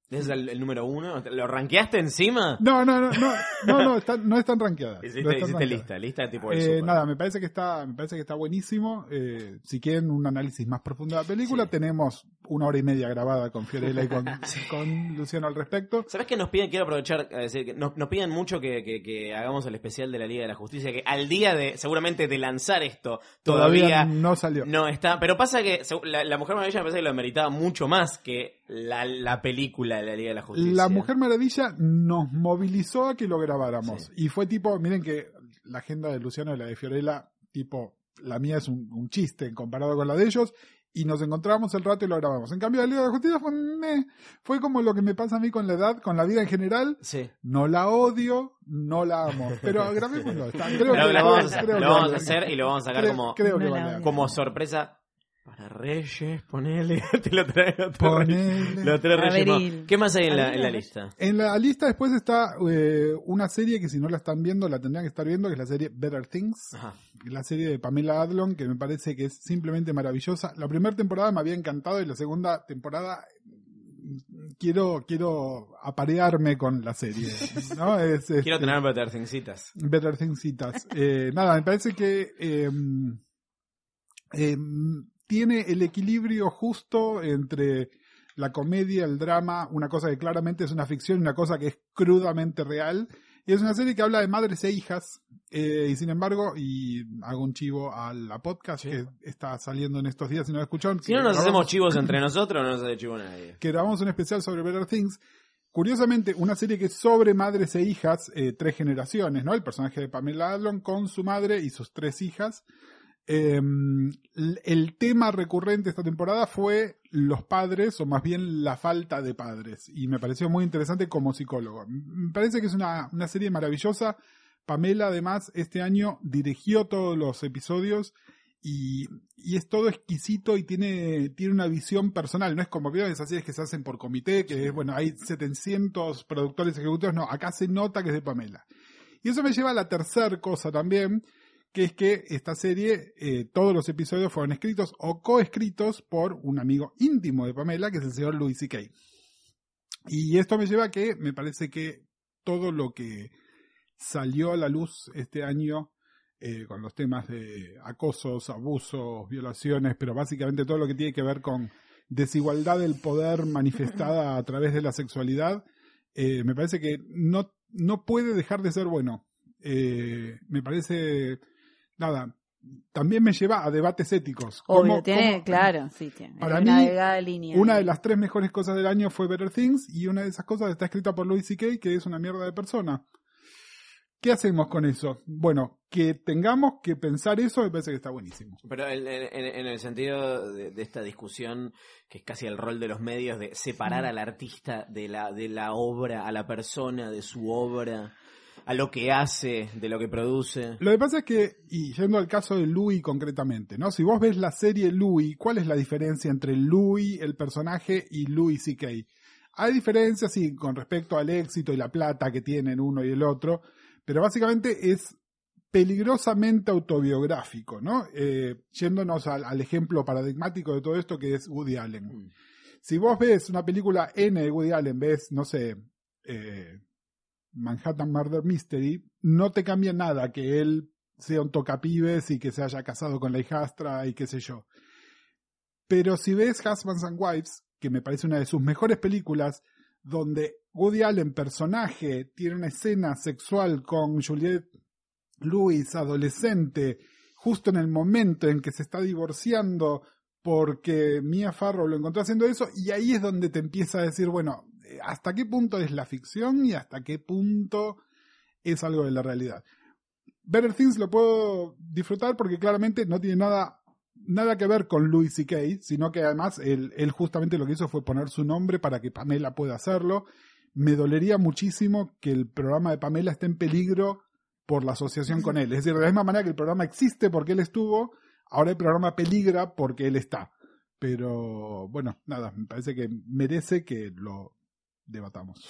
Speaker 2: ¿Ese es el, el número uno? ¿Lo rankeaste encima?
Speaker 23: No, no, no, no, no, no, está- no están rankeadas.
Speaker 2: (laughs) Hiciste,
Speaker 23: No están
Speaker 2: hiciste
Speaker 23: rankeadas.
Speaker 2: lista, lista tipo el
Speaker 23: Eh,
Speaker 2: super.
Speaker 23: nada, me parece que está, me parece que está buenísimo. Eh, si quieren un análisis más profundo de la película, tenemos una hora y media grabada con Fiorella y
Speaker 2: (laughs)
Speaker 23: con, con Luciano al respecto.
Speaker 2: ¿Sabes que nos piden? Quiero aprovechar a decir que nos, nos piden mucho que, que- que hagamos el especial de la Liga de la Justicia, que al día de, seguramente de lanzar esto, todavía,
Speaker 23: no salió.
Speaker 2: no está. Pero pasa que seg- la, la Mujer Maravilla me parece que lo meritaba mucho más que la, la película de la Liga de la Justicia.
Speaker 23: La Mujer Maravilla nos movilizó a que lo grabáramos. Y fue tipo, miren que la agenda de Luciano y la de Fiorella, tipo, la mía es un, un chiste comparado con la de ellos. Y nos encontramos el rato y lo grabamos. En cambio, la Liga de la Justicia fue, meh. fue como lo que me pasa a mí con la edad, con la vida en general.
Speaker 2: Sí.
Speaker 23: No la odio, no la amo.
Speaker 2: (laughs)
Speaker 23: Pero grabémoslo. está- creo
Speaker 2: Lo-
Speaker 23: que-
Speaker 2: lo vamos
Speaker 23: creo-
Speaker 2: a hacer,
Speaker 23: creo
Speaker 2: lo
Speaker 23: que
Speaker 2: vamos a
Speaker 23: vale.
Speaker 2: hacer y lo vamos a sacar
Speaker 23: Creo-
Speaker 2: como,
Speaker 23: creo que vale.
Speaker 2: como sorpresa Para Reyes, ponele. (laughs) Te lo trae los tres
Speaker 23: Ponele.
Speaker 2: Reyes. Los tres Reyes más.
Speaker 23: Abril.
Speaker 2: ¿Qué más hay en la,
Speaker 23: Abril,
Speaker 2: en la
Speaker 23: Abril.
Speaker 2: lista?
Speaker 23: En la lista después está eh, una serie que si no la están viendo la tendrían que estar viendo, que es la serie Better Things, la serie de Pamela Adlon, que me parece que es simplemente maravillosa. La primera temporada me había encantado y la segunda temporada mm, quiero quiero aparearme con la
Speaker 2: (laughs)
Speaker 23: serie. ¿no? Es, este,
Speaker 2: Quiero tener para citas.
Speaker 23: Better Things Citas. Eh, nada, me parece que eh, eh, tiene el equilibrio justo entre la comedia, el drama, una cosa que claramente es una ficción y una cosa que es crudamente real. Y es una serie que habla de madres e hijas, eh, y sin embargo, y hago un chivo a la podcast que está saliendo en estos días, si no lo escucharon.
Speaker 2: Si no nos
Speaker 23: grabamos-
Speaker 2: hacemos
Speaker 23: (laughs)
Speaker 2: chivos entre nosotros, no nos hace chivo nadie.
Speaker 23: que grabamos un especial sobre Better Things. Curiosamente, una serie que es sobre madres e hijas, eh, tres generaciones, ¿no? El personaje de Pamela Adlon con su madre y sus tres hijas. Eh, l- el tema recurrente esta temporada fue los padres, o más bien la falta de padres. Y me pareció muy interesante como psicólogo. M- Me parece que es una, una serie maravillosa. Pamela, además, este año dirigió todos los episodios y, y es todo exquisito y tiene, tiene una visión personal. No es como vieron esas series que se hacen por comité, que es, bueno, hay 700 productores ejecutivos. No, acá se nota que es de Pamela. Y eso me lleva a la tercera cosa también, que es que esta serie, eh, todos los episodios fueron escritos o coescritos por un amigo íntimo de Pamela, que es el señor Louis C.K. Y esto me lleva a que me parece que todo lo que salió a la luz este año eh, con los temas de acosos, abusos, violaciones, pero básicamente todo lo que tiene que ver con desigualdad del poder manifestada a través de la sexualidad, eh, me parece que no, no puede dejar de ser bueno. Eh, me parece, nada, también me lleva a debates éticos.
Speaker 22: Obvio,
Speaker 23: ¿Cómo-
Speaker 22: tiene,
Speaker 23: cómo-
Speaker 22: claro, sí, tiene.
Speaker 23: Para
Speaker 22: una
Speaker 23: mí,
Speaker 22: delgada línea.
Speaker 23: una de las tres mejores cosas del año fue Better Things y una de esas cosas está escrita por Louis C.K. que es una mierda de persona. ¿Qué hacemos con eso? Bueno, que tengamos que pensar eso me parece que está buenísimo.
Speaker 2: Pero en, en- en- en el sentido de, de esta discusión, que es casi el rol de los medios, de separar al artista de la, de la obra, a la persona, de su obra, a lo que hace, de lo que produce.
Speaker 23: Lo que pasa es que, y yendo al caso de Louis concretamente, ¿no? Si vos ves la serie Louis, ¿cuál es la diferencia entre Louis, el personaje, y Louis C.K.? Hay diferencias, sí, con respecto al éxito y la plata que tienen uno y el otro, pero básicamente es peligrosamente autobiográfico, ¿no? Eh, yéndonos al, al ejemplo paradigmático de todo esto que es Woody Allen. Si vos ves una película N de Woody Allen, ves, no sé, eh, Manhattan Murder Mystery, no te cambia nada que él sea un tocapibes y que se haya casado con la hijastra y qué sé yo. Pero si ves Husbands and Wives, que me parece una de sus mejores películas, donde Woody Allen, personaje, tiene una escena sexual con Juliette Lewis, adolescente, justo en el momento en que se está divorciando porque Mia Farrow lo encontró haciendo eso, y ahí es donde te empieza a decir, bueno, eh, hasta qué punto es la ficción y hasta qué punto es algo de la realidad. Better Things lo puedo disfrutar porque claramente no tiene nada, nada que ver con Louis C.K., sino que además él, él justamente lo que hizo fue poner su nombre para que Pamela pueda hacerlo. Me dolería muchísimo que el programa de Pamela esté en peligro por la asociación con él. Es decir, de la misma manera que el programa existe porque él estuvo, ahora el programa peligra porque él está. Pero bueno, nada, me parece que merece que lo debatamos.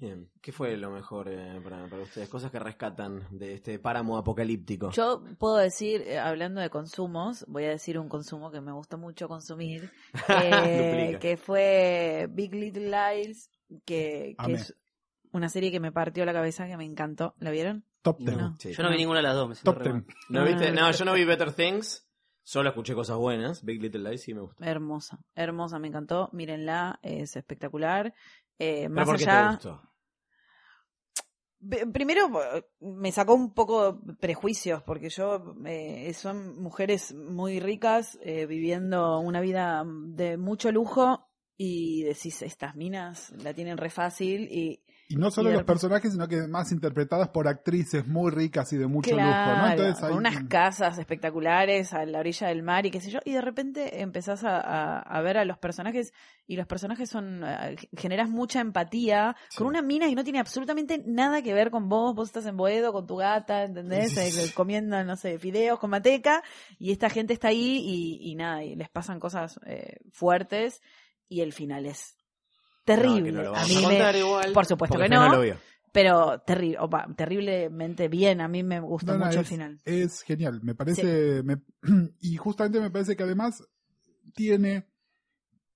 Speaker 2: Bien. ¿Qué fue lo mejor eh, para, para ustedes? Cosas que rescatan de este páramo apocalíptico.
Speaker 22: Yo puedo decir, eh, hablando de consumos, voy a decir un consumo que me gustó mucho (laughs) consumir, eh,
Speaker 2: Duplica.
Speaker 22: que fue Big Little Lies, que, que
Speaker 24: Amé.
Speaker 22: es una serie que me partió la cabeza, que me encantó. ¿La vieron?
Speaker 23: Top
Speaker 22: Ten.
Speaker 24: Yo no vi ninguna de las dos. me siento
Speaker 2: Top
Speaker 24: re mal.
Speaker 2: ¿No viste? No, yo no vi Better Things. Solo escuché cosas buenas. Big Little Lies sí me
Speaker 24: Eh,
Speaker 2: gustó.
Speaker 22: Hermosa, hermosa, me encantó. Mírenla, es espectacular. Eh,
Speaker 2: ¿Pero
Speaker 22: más
Speaker 2: por qué te
Speaker 22: allá.
Speaker 2: gustó?
Speaker 22: Be- Primero eh, me sacó un poco de prejuicios porque yo eh, son mujeres muy ricas eh, viviendo una vida de mucho lujo y decís estas minas la tienen re fácil y
Speaker 23: Y no solo
Speaker 22: Y de
Speaker 23: los personajes, sino que más interpretadas por actrices muy ricas y de mucho lujo, ¿no?
Speaker 22: Claro,
Speaker 23: Entonces ahí-
Speaker 22: con unas casas espectaculares a la orilla del mar y qué sé yo, y de repente empezás a, a- a ver a los personajes y los personajes son, eh, generas mucha empatía con una mina que no tiene absolutamente nada que ver con vos, vos estás en Boedo con tu gata, ¿entendés?
Speaker 4: Sí, sí,
Speaker 22: Eh, comiendo, no sé, fideos con mateca y esta gente está ahí y, y nada, y les pasan cosas eh, fuertes y el final es
Speaker 2: No,
Speaker 22: terrible.
Speaker 2: que no lo
Speaker 22: a
Speaker 2: vamos
Speaker 22: mí
Speaker 2: a
Speaker 22: me-
Speaker 2: contar igual,
Speaker 22: por supuesto
Speaker 2: porque
Speaker 22: que
Speaker 2: usted
Speaker 22: no,
Speaker 2: no lo vio.
Speaker 22: pero terri- opa, terriblemente bien. A mí me gustó
Speaker 23: No, no,
Speaker 22: mucho el
Speaker 23: es-
Speaker 22: final.
Speaker 23: Es genial, me parece. me- (clears throat) y justamente me parece que además tiene.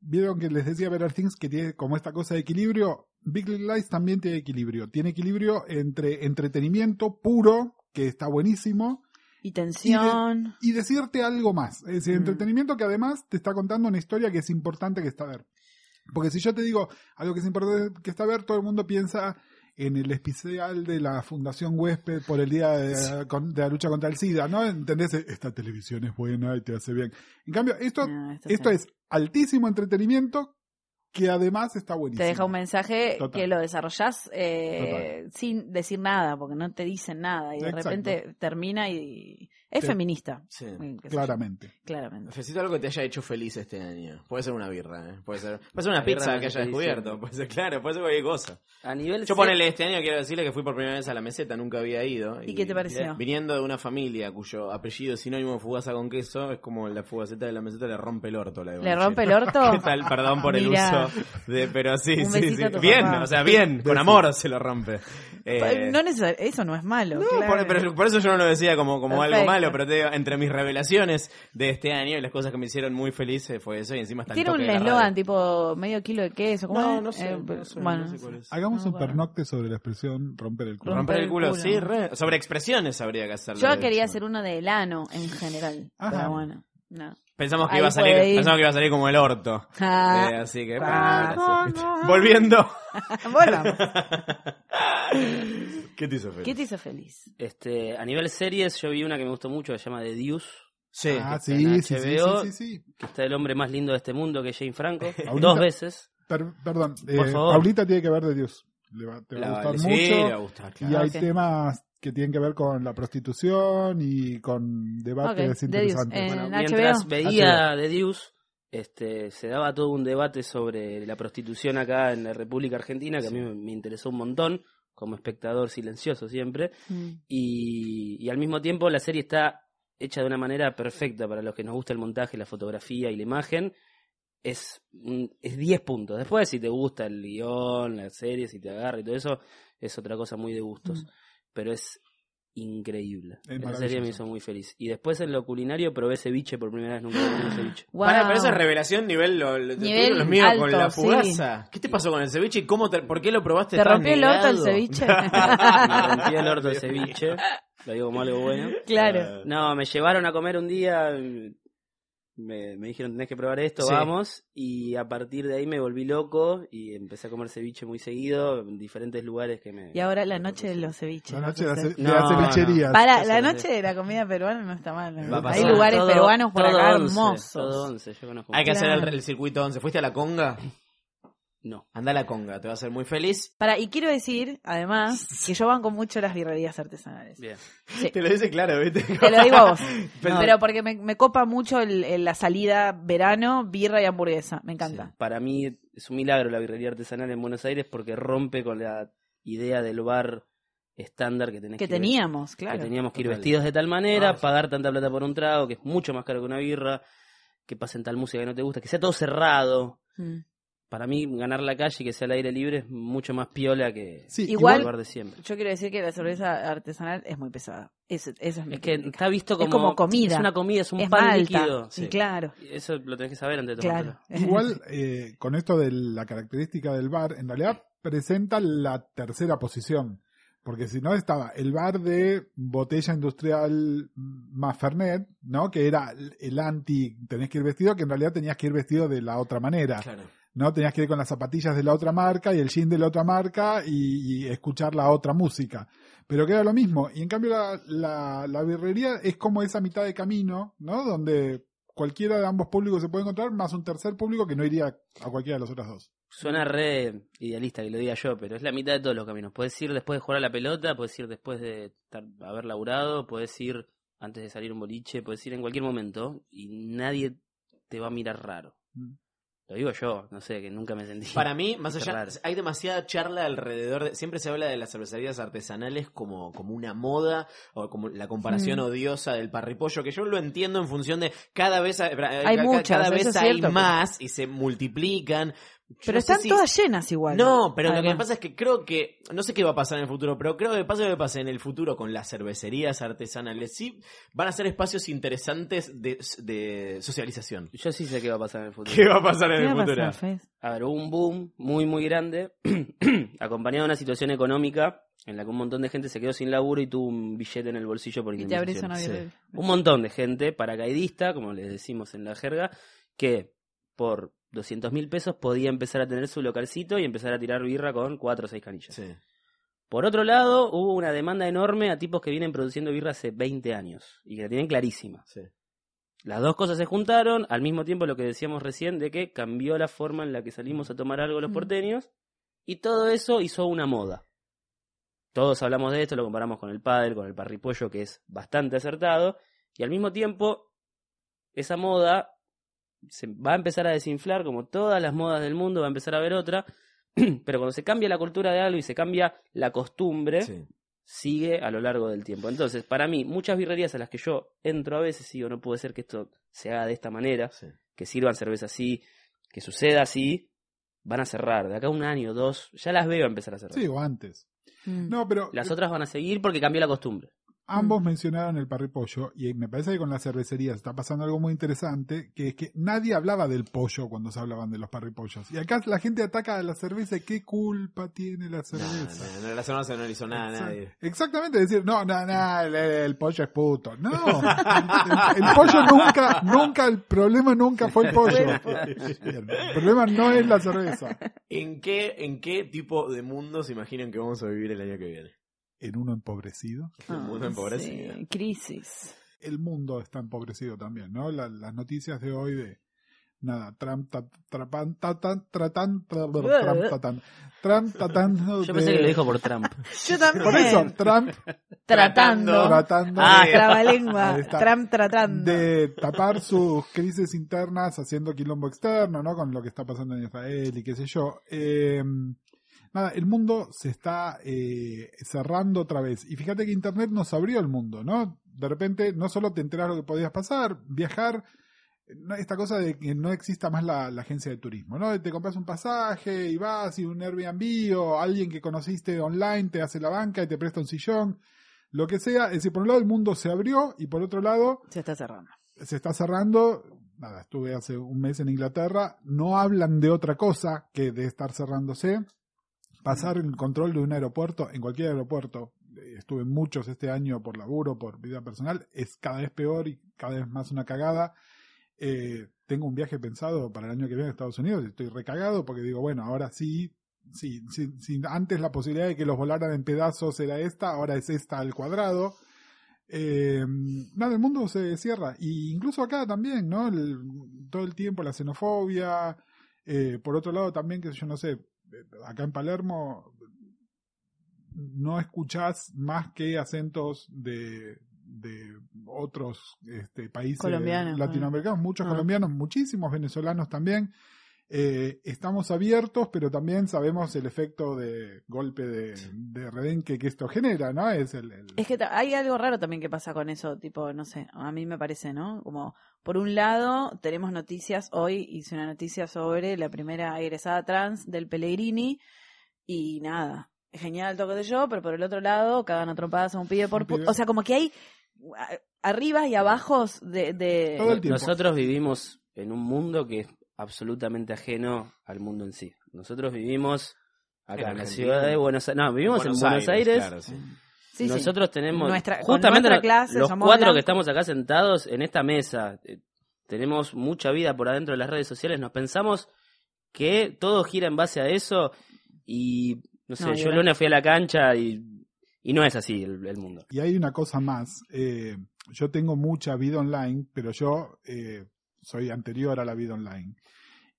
Speaker 23: Vieron que les decía Better Things que tiene como esta cosa de equilibrio. Big Little Lies también tiene equilibrio. Tiene equilibrio entre entretenimiento puro, que está buenísimo,
Speaker 22: Y
Speaker 23: y, de-
Speaker 22: tensión. Mm.
Speaker 23: y decirte algo más. Es decir, entretenimiento que además te está contando una historia que es importante que está a ver. Porque si yo te digo algo que es importante que está a ver, todo el mundo piensa en el especial de la Fundación Huésped por el día de, con- de la lucha contra el SIDA, ¿no? ¿Entendés? Esta televisión es buena y te hace bien. En cambio, esto,
Speaker 22: esto
Speaker 23: esto
Speaker 22: sí.
Speaker 23: es altísimo entretenimiento que además está buenísimo.
Speaker 22: Te deja un mensaje
Speaker 23: Total.
Speaker 22: que lo desarrollás eh, sin decir nada, porque no te dicen nada. Y de
Speaker 23: Exacto.
Speaker 22: repente termina y. Es
Speaker 23: Te-
Speaker 22: feminista.
Speaker 2: Sí.
Speaker 22: Mm, qué sé yo.
Speaker 23: Claramente.
Speaker 22: Claramente.
Speaker 2: Necesito algo que te haya hecho feliz este año. Puede ser una birra, ¿eh? Puede ser, puede ser una
Speaker 24: La birra
Speaker 2: pizza
Speaker 24: me
Speaker 2: que
Speaker 24: hace
Speaker 2: haya
Speaker 24: feliz,
Speaker 2: descubierto.
Speaker 24: sí.
Speaker 2: Puede ser, claro, puede ser cualquier cosa.
Speaker 24: A nivel se-
Speaker 2: Yo ponele este año, quiero decirle que fui por primera vez a la meseta, nunca había ido.
Speaker 22: ¿Y qué te pareció?
Speaker 2: Viniendo de una familia cuyo apellido es sinónimo de fugaza con queso, es como la fugaceta de la meseta le rompe el orto. La de
Speaker 22: ¿Le
Speaker 2: Bonche.
Speaker 22: rompe el orto?
Speaker 2: (laughs) ¿Qué tal? Perdón por el
Speaker 22: Mirá.
Speaker 2: uso. De, pero sí,
Speaker 22: Un
Speaker 2: sí,
Speaker 22: besito
Speaker 2: sí.
Speaker 22: a tu
Speaker 2: Bien,
Speaker 22: papá.
Speaker 2: o sea, bien, con amor se lo rompe. Eh,
Speaker 22: Pa- no necesar- eso no es malo.
Speaker 2: no,
Speaker 22: claro.
Speaker 2: por, pero por eso yo no lo decía como, como algo
Speaker 22: Perfecto.
Speaker 2: malo, pero te digo, entre mis revelaciones de este año y las cosas que me hicieron muy felices fue eso y encima está el
Speaker 22: Tiene un
Speaker 2: toque de la
Speaker 22: eslogan tipo medio kilo de queso. ¿cómo
Speaker 2: No,
Speaker 22: es?
Speaker 2: no sé,
Speaker 22: Eh,
Speaker 2: no sé,
Speaker 22: bueno,
Speaker 2: no sé cuál es.
Speaker 23: Hagamos un pernocte sobre la expresión romper el culo.
Speaker 2: radio. Romper el culo, sí, re. Sobre expresiones habría que hacerlo.
Speaker 22: Yo quería hacer uno de elano en general. Pero bueno, no.
Speaker 2: Pensamos que,
Speaker 22: Ahí
Speaker 2: iba a salir,
Speaker 22: puede ir.
Speaker 2: pensamos que iba a salir como el orto.
Speaker 22: Ah.
Speaker 2: Eh, así que.
Speaker 22: Ah.
Speaker 2: bueno, no sé. (laughs) Volviendo.
Speaker 22: (laughs) Volvamos.
Speaker 2: ¿Qué te hizo feliz?
Speaker 22: ¿Qué te hizo feliz?
Speaker 24: Este, a nivel series, yo vi una que me gustó mucho que se llama The Deuce.
Speaker 2: Sí.
Speaker 23: Ah,
Speaker 24: Está
Speaker 23: sí,
Speaker 24: en
Speaker 23: sí, sí,
Speaker 24: HBO,
Speaker 23: sí, sí,
Speaker 24: Que está el hombre más lindo de este mundo, que es
Speaker 23: (laughs)
Speaker 24: Jane Franco.
Speaker 23: Eh, Paulita,
Speaker 24: dos veces.
Speaker 23: per- perdón, eh,
Speaker 24: Por favor.
Speaker 23: Paulita tiene que ver de Dios. Le va, te va
Speaker 24: La-
Speaker 23: a gustar
Speaker 24: sí,
Speaker 23: mucho.
Speaker 24: le va a gustar, claro.
Speaker 23: Y hay
Speaker 24: Ok.
Speaker 23: temas que tienen que ver con la prostitución y con debates
Speaker 22: Ok, de Dios.
Speaker 23: interesantes.
Speaker 22: En
Speaker 24: Bueno,
Speaker 22: HBO.
Speaker 24: mientras veía The Deuce, este, se daba todo un debate sobre la prostitución acá en la República Argentina, que a mí me- me interesó un montón, como espectador silencioso siempre. Y, y al mismo tiempo la serie está hecha de una manera perfecta para los que nos gusta el montaje, la fotografía y la imagen. Es, un- es 10 puntos. Después, si te gusta el guión, la serie, si te agarra y todo eso, es otra cosa muy de gustos.
Speaker 23: Mm.
Speaker 24: Pero es increíble. la serie
Speaker 23: maravilloso.
Speaker 24: me hizo muy feliz. Y después en lo culinario probé ceviche por primera vez, nunca había comido ceviche.
Speaker 2: Pará, pero eso es revelación nivel, lo, lo-
Speaker 24: Nivel
Speaker 2: tuvieron los míos con
Speaker 24: alto,
Speaker 2: la
Speaker 24: sí.
Speaker 2: fugaza. ¿Qué te pasó con el ceviche y cómo te- por qué lo probaste
Speaker 22: ¿Te
Speaker 2: tan
Speaker 22: rompió el orto el
Speaker 2: negado?
Speaker 22: ceviche?
Speaker 24: (laughs) me rompí el orto el ceviche. Lo digo como algo bueno. Eh,
Speaker 22: Claro.
Speaker 24: No, me llevaron a comer un día. Me, me dijeron, tenés que probar esto,
Speaker 22: Sí.
Speaker 24: vamos. Y a partir de ahí me volví loco y empecé a comer ceviche muy seguido en diferentes lugares que me.
Speaker 22: Y ahora la noche de los ceviches.
Speaker 24: La noche de
Speaker 22: no sé.
Speaker 24: las ce- de las No, cevicherías. no.
Speaker 22: Para,
Speaker 24: Eso
Speaker 22: la
Speaker 24: no
Speaker 22: noche de la comida peruana no está mal.
Speaker 24: Va a
Speaker 22: Hay
Speaker 24: pasar.
Speaker 22: lugares
Speaker 24: Todo-
Speaker 22: peruanos por
Speaker 24: todo
Speaker 22: acá
Speaker 24: once, todo
Speaker 22: hermosos.
Speaker 24: once, yo conozco.
Speaker 2: Hay que hacer
Speaker 22: Claro.
Speaker 2: el, el circuito 11. ¿Fuiste a la conga?
Speaker 24: No.
Speaker 2: Anda a la conga, te va a hacer muy feliz.
Speaker 22: Para, y quiero decir, además, (laughs) que yo banco mucho las birrerías artesanales.
Speaker 24: Bien.
Speaker 2: Te lo dice claro, ¿viste?
Speaker 22: (laughs) Te lo digo a vos.
Speaker 24: Pero-
Speaker 22: Pero porque me, me copa mucho el- el- la salida verano, birra y hamburguesa. Me encanta.
Speaker 24: Para mí es un milagro la birrería artesanal en Buenos Aires porque rompe con la idea del bar estándar que tenés
Speaker 22: Que
Speaker 24: ir-
Speaker 22: teníamos, claro.
Speaker 24: Que teníamos que ir
Speaker 22: Total.
Speaker 24: vestidos de tal manera,
Speaker 22: Ah, sí.
Speaker 24: pagar tanta plata por un trago, que es mucho más caro que una birra, que pasen tal música que no te gusta, que sea todo cerrado.
Speaker 22: Mm.
Speaker 24: Para mí ganar la calle y que sea al aire libre es mucho más piola que
Speaker 22: Sí,
Speaker 24: que
Speaker 22: igual-
Speaker 24: el bar de siempre.
Speaker 22: Yo quiero decir que la cerveza artesanal es muy pesada. Eso, eso es, mi
Speaker 24: Es que
Speaker 22: crítica.
Speaker 24: está visto como,
Speaker 22: Es como comida.
Speaker 24: Es una comida, es un
Speaker 22: Es
Speaker 24: pan
Speaker 22: malta.
Speaker 24: líquido.
Speaker 22: Sí, claro.
Speaker 24: Eso lo tenés que saber antes de
Speaker 22: Claro.
Speaker 24: tomártelo.
Speaker 23: (laughs) Igual, eh, con esto de la característica del bar, en realidad presenta la tercera posición. Porque si no estaba el bar de botella industrial más Fernet, ¿no? Que era el- el anti, tenés que ir vestido, que en realidad tenías que ir vestido de la otra manera. ¿No? Tenías que ir con las zapatillas de la otra marca y el jean de la otra marca y, y escuchar la otra música. Pero que era lo mismo. Y en cambio la, la, la birrería es como esa mitad de camino, ¿no? Donde cualquiera de ambos públicos se puede encontrar, más un tercer público que no iría a cualquiera de las otras dos.
Speaker 24: Suena re idealista que lo diga yo, pero es la mitad de todos los caminos. Puedes ir después de jugar a la pelota, puedes ir después de estar- haber laburado, puedes ir antes de salir un boliche, puedes ir en cualquier momento y nadie te va a mirar raro. Lo digo yo, no sé, que nunca me sentí.
Speaker 2: Para mí, más
Speaker 24: (laughs) qué
Speaker 2: allá,
Speaker 24: raro.
Speaker 2: hay demasiada charla alrededor de. Siempre se habla de las cervecerías artesanales como, como una moda o como la comparación
Speaker 22: Mm.
Speaker 2: odiosa del parripollo, que yo lo entiendo en función de cada vez hay,
Speaker 22: Hay muchas,
Speaker 2: cada
Speaker 22: eso es
Speaker 2: vez
Speaker 22: cierto,
Speaker 2: hay
Speaker 22: pero-
Speaker 2: más y se multiplican. Yo
Speaker 22: Pero
Speaker 2: no sé
Speaker 22: están
Speaker 2: si-
Speaker 22: todas llenas igual.
Speaker 2: No, pero
Speaker 22: Ah,
Speaker 2: lo que
Speaker 22: no.
Speaker 2: pasa es que creo que, no sé qué va a pasar en el futuro, pero creo que pase lo que pase en el futuro con las cervecerías artesanales, sí van a ser espacios interesantes de, de socialización.
Speaker 24: Yo sí sé qué va a pasar en el futuro.
Speaker 2: (laughs) ¿Qué va a pasar en
Speaker 24: ¿Qué
Speaker 2: el
Speaker 24: va a
Speaker 2: futuro?
Speaker 24: pasar, A ver, hubo un boom muy, muy grande, (clears throat) acompañado de una situación económica en la que un montón de gente se quedó sin laburo y tuvo un billete en el bolsillo por
Speaker 22: Y te abrís
Speaker 24: indemnización.
Speaker 22: una birra.
Speaker 24: Un montón de gente, paracaidista, como les decimos en la jerga, que por 200 mil pesos podía empezar a tener su localcito y empezar a tirar birra con cuatro o seis canillas. Por otro lado, hubo una demanda enorme a tipos que vienen produciendo birra hace 20 años y que la tienen clarísima. Las dos cosas se juntaron, al mismo tiempo lo que decíamos recién de que cambió la forma en la que salimos a tomar algo los porteños y todo eso hizo una moda. Todos hablamos de esto, lo comparamos con el pádel, con el parripollo, que es bastante acertado, y al mismo tiempo esa moda se va a empezar a desinflar como todas las modas del mundo, va a empezar a haber otra, (clears throat) pero cuando se cambia la cultura de algo y se cambia la costumbre, sigue a lo largo del tiempo. Entonces, para mí, muchas birrerías a las que yo entro a veces, digo, no puede ser que esto se haga de esta manera, que sirvan cerveza así, que suceda así, van a cerrar. De acá a un año, dos, ya las veo empezar a cerrar.
Speaker 23: Sí, o antes. No, pero
Speaker 24: Las otras van a seguir porque cambió la costumbre.
Speaker 23: Ambos mencionaron el parripollo y me parece que con las cervecerías está pasando algo muy interesante, que es que nadie hablaba del pollo cuando se hablaban de los parripollos. Y acá la gente ataca a la cerveza, ¿qué culpa tiene la cerveza?
Speaker 2: No, no, la zona no le hizo nada a nadie.
Speaker 23: Exactamente, decir, no, no, no, el, el pollo es puto. No, el, el pollo nunca, nunca, el problema nunca fue el pollo. El problema no es la cerveza.
Speaker 2: ¿En qué, ¿En qué tipo de mundo se imaginan que vamos a vivir el año que viene?
Speaker 23: En uno empobrecido.
Speaker 2: Un
Speaker 22: Ah,
Speaker 2: mundo empobrecido.
Speaker 23: crisis. El mundo está empobrecido también, ¿no? La- las noticias de hoy de nada, Trump ta- trapan tatan tratan tra- Trump tatan Trump tatan
Speaker 24: Yo pensé que lo dijo por Trump.
Speaker 22: (laughs) Yo también.
Speaker 23: Por eso Trump
Speaker 22: Tratando.
Speaker 23: tratando
Speaker 22: Ah,
Speaker 23: de-
Speaker 22: trabalengua.
Speaker 23: Ahí está.
Speaker 22: Trump tratando.
Speaker 23: de tapar sus crisis internas haciendo quilombo externo, ¿no? Con lo que está pasando en Israel y qué sé yo. Eh, nada, el mundo se está eh, cerrando otra vez. Y fíjate que Internet nos abrió el mundo, ¿no? De repente no solo te enteras lo que podías pasar, viajar, no- esta cosa de que no exista más la, la agencia de turismo, ¿no? Te compras un pasaje y vas y un Airbnb o alguien que conociste online te hace la banca y te presta un sillón, lo que sea. Es decir, por un lado el mundo se abrió y por otro lado...
Speaker 22: Se está cerrando.
Speaker 23: Se está cerrando. Nada, estuve hace un mes en Inglaterra. No hablan de otra cosa que de estar cerrándose. Pasar el control de un aeropuerto, en cualquier aeropuerto, eh, estuve en muchos este año por laburo, por vida personal, es cada vez peor y cada vez más una cagada. Eh, tengo un viaje pensado para el año que viene a Estados Unidos y estoy recagado porque digo, bueno, ahora sí, sí, sí, sí, antes la posibilidad de que los volaran en pedazos era esta, ahora es esta al cuadrado. Eh, nada, el mundo se cierra. Y incluso acá también, ¿no? El- todo el tiempo la xenofobia. eh, por otro lado también, que yo no sé, eh, acá en Palermo no escuchás más que acentos de, de otros este, países
Speaker 22: Colombianos,
Speaker 23: latinoamericanos, muchos colombianos, muchísimos venezolanos también. Eh, estamos abiertos, pero también sabemos el efecto de golpe de, de redenque que esto genera, ¿no? Es el- el
Speaker 22: Es que ta- hay algo raro también que pasa con eso, tipo, no sé, a mí me parece, ¿no? Como, por un lado, tenemos noticias, hoy hice una noticia sobre la primera egresada trans del Pellegrini y nada, genial todo que yo, pero por el otro lado, cagan atropadas a un pibe por... pu- O sea, como que hay a- arribas y abajos de... de-
Speaker 24: Eh, Nosotros vivimos en un mundo que es absolutamente ajeno al mundo en sí. Nosotros vivimos
Speaker 2: En
Speaker 24: acá en la
Speaker 2: Argentina.
Speaker 24: ciudad de Buenos Aires. No, vivimos
Speaker 2: En
Speaker 24: en
Speaker 2: Buenos
Speaker 24: Buenos
Speaker 2: Aires,
Speaker 24: Aires.
Speaker 2: claro, sí.
Speaker 22: Sí, sí.
Speaker 24: Nosotros tenemos
Speaker 22: Nuestra- con
Speaker 24: justamente
Speaker 22: nuestra
Speaker 24: lo-
Speaker 22: clase
Speaker 24: los
Speaker 22: somos
Speaker 24: cuatro
Speaker 22: blancos.
Speaker 24: que estamos acá sentados en esta mesa. eh, tenemos mucha vida por adentro de las redes sociales. Nos pensamos que todo gira en base a eso y no sé,
Speaker 23: No, y
Speaker 24: yo
Speaker 23: ahora-
Speaker 24: el lunes fui a la cancha y, y no es así el- el mundo.
Speaker 23: Y hay una cosa más. eh, yo tengo mucha vida online, pero yo eh, soy anterior a la vida online.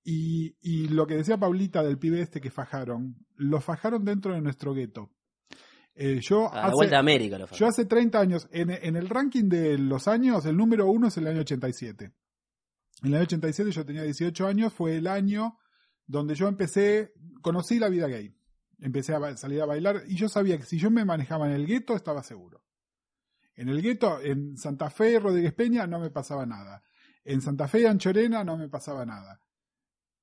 Speaker 23: Y, y lo que decía Paulita del pibe este que fajaron, lo fajaron dentro de nuestro gueto. Eh, yo,
Speaker 24: A la Ah, vuelta a América lo fajaron.
Speaker 23: yo hace 30 años, en, en el ranking de los años, el número uno es el año 87. En el año 87 yo tenía 18 años, fue el año donde yo empecé, conocí la vida gay. Empecé a ba- salir a bailar y yo sabía que si yo me manejaba en el gueto estaba seguro. En el gueto, en Santa Fe, Rodríguez Peña, no me pasaba nada. En Santa Fe, Anchorena, no me pasaba nada.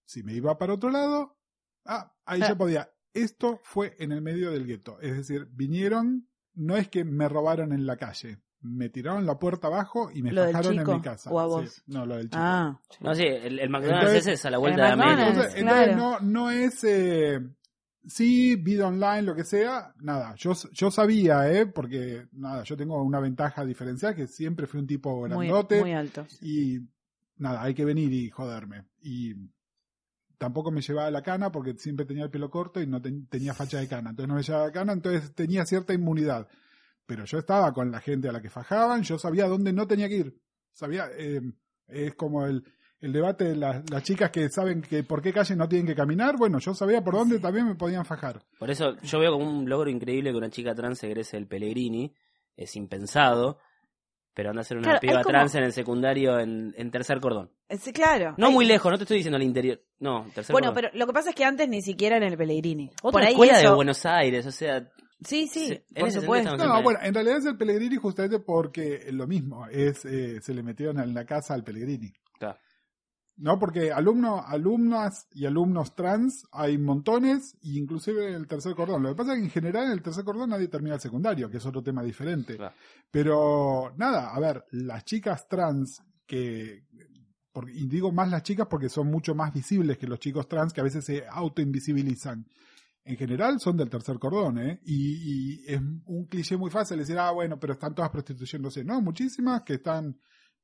Speaker 23: Si me iba para otro lado, ah, ahí yo podía. Esto fue en el medio del gueto. Es decir, vinieron, no es que me robaron en la calle. Me tiraron la puerta abajo y me
Speaker 22: Lo del
Speaker 23: fajaron en
Speaker 22: chico,
Speaker 23: mi casa.
Speaker 22: o a
Speaker 23: Sí,
Speaker 22: vos.
Speaker 23: no, lo del chico.
Speaker 22: Ah.
Speaker 24: No, sí, el, el McDonald's ese es a la vuelta de América.
Speaker 23: Entonces, entonces no, no es, eh, sí, vida online, lo que sea, nada, yo, yo sabía, eh, porque nada, yo tengo una ventaja diferencial que siempre fui un tipo grandote.
Speaker 22: muy alto.
Speaker 23: Y nada, hay que venir y joderme. Y tampoco me llevaba la cana porque siempre tenía el pelo corto y no ten- tenía facha de cana, entonces no me llevaba la cana, entonces tenía cierta inmunidad. Pero yo estaba con la gente a la que fajaban, yo sabía dónde no tenía que ir. Sabía, eh, es como el, el debate de las, las chicas que saben que por qué calle no tienen que caminar. Bueno, yo sabía por dónde también me podían fajar.
Speaker 24: Por eso yo veo como un logro increíble que una chica trans egrese del Pellegrini. Es impensado. Pero anda a ser una
Speaker 22: Claro,
Speaker 24: piba
Speaker 22: hay como-
Speaker 24: trans en el secundario en, en tercer cordón.
Speaker 22: Eh, sí, claro.
Speaker 24: No
Speaker 22: Hay-
Speaker 24: muy lejos, no te estoy diciendo al interior. No, tercer
Speaker 22: Bueno,
Speaker 24: cordón.
Speaker 22: pero lo que pasa es que antes ni siquiera en el Pellegrini.
Speaker 24: Otra
Speaker 22: Por ahí
Speaker 24: escuela de
Speaker 22: eso-
Speaker 24: Buenos Aires, o sea.
Speaker 23: Eh,
Speaker 22: Sí, sí,
Speaker 24: Sí, en
Speaker 22: por
Speaker 24: ese
Speaker 22: supuesto.
Speaker 24: sentido
Speaker 23: No, bueno, en realidad es el Pellegrini justamente porque lo mismo, es eh, se le metieron en la casa al Pellegrini.
Speaker 24: Claro.
Speaker 23: No, porque alumno, alumnas y alumnos trans hay montones, e inclusive en el tercer cordón. Lo que pasa es que en general en el tercer cordón nadie termina el secundario, que es otro tema diferente. Pero nada, a ver, las chicas trans que por- y digo más las chicas porque son mucho más visibles que los chicos trans que a veces se autoinvisibilizan. En general son del tercer cordón, ¿eh? Y, y es un cliché muy fácil decir, ah, bueno, pero están todas prostituyéndose. No, muchísimas que están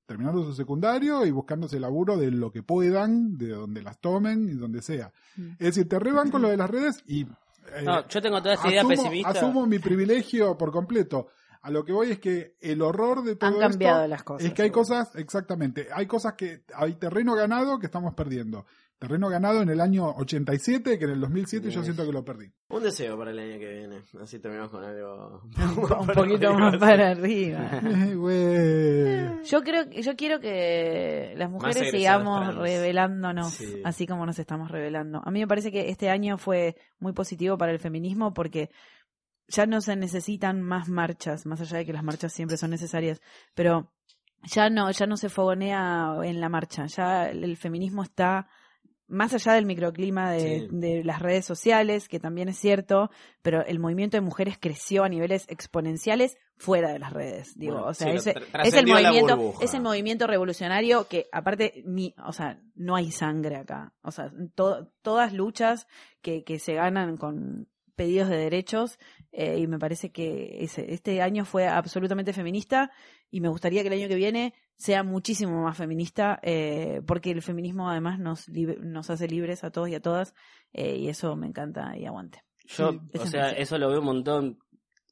Speaker 23: terminando su secundario y buscándose laburo de lo que puedan, de donde las tomen y donde sea.
Speaker 22: Mm.
Speaker 23: Es decir, te reban con lo de las redes y... eh,
Speaker 24: No, yo tengo toda esa idea
Speaker 23: asumo-
Speaker 24: pesimista.
Speaker 23: Asumo mi privilegio por completo. A lo que voy es que el horror de todo
Speaker 22: Han cambiado
Speaker 23: esto
Speaker 22: las cosas,
Speaker 23: Es que hay cosas, exactamente, hay cosas que hay terreno ganado que estamos perdiendo. Terreno ganado en el año 87, que en el 2007 yo
Speaker 2: Yes.
Speaker 23: siento que lo perdí.
Speaker 2: Un deseo para el año que viene. Así terminamos con algo. (laughs)
Speaker 22: Un poquito más para
Speaker 23: (laughs)
Speaker 22: arriba.
Speaker 23: Eh, güey.
Speaker 22: Yo creo, yo quiero que las mujeres
Speaker 2: egresadas
Speaker 22: sigamos
Speaker 2: trans.
Speaker 22: revelándonos,
Speaker 2: Sí.
Speaker 22: así como nos estamos revelando. A mí me parece que este año fue muy positivo para el feminismo porque ya no se necesitan más marchas, más allá de que las marchas siempre son necesarias, pero ya no, ya no se fogonea en la marcha, ya el feminismo está más allá del microclima de, de las redes sociales, que también es cierto, pero el movimiento de mujeres creció a niveles exponenciales fuera de las redes. Digo,
Speaker 2: Bueno,
Speaker 22: o sea,
Speaker 2: sí, lo
Speaker 22: ese-
Speaker 2: tr-
Speaker 22: es el
Speaker 2: trascendió la
Speaker 22: movimiento,
Speaker 2: burbuja.
Speaker 22: es el movimiento revolucionario que aparte ni, o sea, no hay sangre acá. O sea, to- todas luchas que, que se ganan con pedidos de derechos eh, y me parece que ese- este año fue absolutamente feminista y me gustaría que el año que viene sea muchísimo más feminista eh, porque el feminismo además nos lib- nos hace libres a todos y a todas eh, y eso me encanta y aguante.
Speaker 24: Yo,
Speaker 22: Sí, esa
Speaker 24: o
Speaker 22: es
Speaker 24: sea,
Speaker 22: mi
Speaker 24: eso lo veo un montón.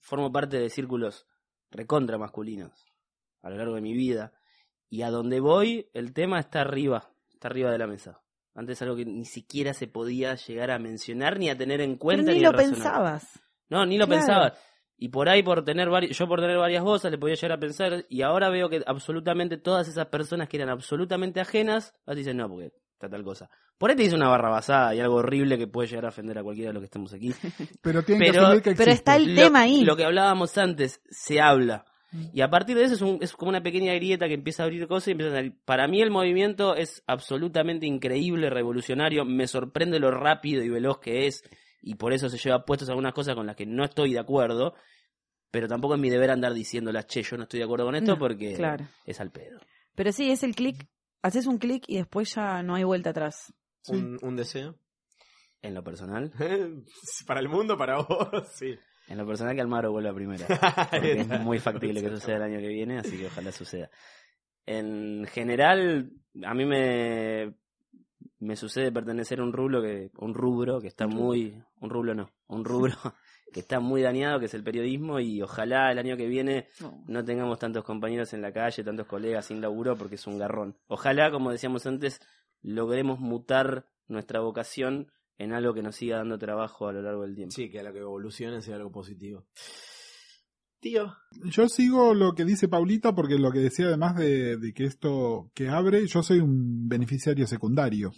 Speaker 24: Formo parte de círculos recontra masculinos a lo largo de mi vida. Y a donde voy, el tema está arriba, está arriba de la mesa. Antes algo que ni siquiera se podía llegar a mencionar ni a tener en cuenta.
Speaker 22: Pero ni
Speaker 24: a
Speaker 22: lo
Speaker 24: razonar.
Speaker 22: pensabas.
Speaker 24: No, ni lo
Speaker 22: Claro.
Speaker 24: pensaba. Y por ahí, por tener vari- yo por tener varias voces, le podía llegar a pensar. Y ahora veo que absolutamente todas esas personas que eran absolutamente ajenas, ahora dicen, no, porque está tal cosa. Por ahí te dice una barra basada y algo horrible que puede llegar a ofender a cualquiera de los que estamos
Speaker 22: (laughs)
Speaker 24: aquí.
Speaker 23: Pero tienen que asumir que existe. Mm.
Speaker 24: lo- Lo que hablábamos antes, se habla. Y a partir de eso es, un- es como una pequeña grieta que empieza a abrir cosas y empiezan a salir. Para mí el movimiento es absolutamente increíble, revolucionario. Me sorprende lo rápido y veloz que es. Y por eso se lleva puestos algunas cosas con las que no estoy de acuerdo. Pero tampoco es mi deber andar diciéndolas, che, yo no estoy de acuerdo con esto
Speaker 22: No,
Speaker 24: porque
Speaker 22: claro.
Speaker 24: es al pedo.
Speaker 22: Pero sí, es el clic, haces un clic y después ya no hay vuelta atrás.
Speaker 2: ¿Un, un deseo?
Speaker 24: En lo
Speaker 2: (laughs)
Speaker 24: personal.
Speaker 2: para el mundo, para vos, sí.
Speaker 24: En lo personal que Almagro vuelva (laughs) primero. Porque es muy factible que suceda el año que viene, así que ojalá suceda. En general, a mí me, me sucede pertenecer a un rubro que, un rubro que está Un rubro. muy, un rubro no, un rubro (laughs) que está muy dañado, que es el periodismo, y ojalá el año que viene
Speaker 22: No.
Speaker 24: no tengamos tantos compañeros en la calle, tantos colegas sin laburo, porque es un garrón. Ojalá, como decíamos antes, logremos mutar nuestra vocación en algo que nos siga dando trabajo a lo largo del tiempo.
Speaker 2: Sí, que a lo que evolucione sea algo positivo.
Speaker 23: Yo sigo lo que dice Paulita porque lo que decía además de, de que esto que abre, yo soy un beneficiario secundario,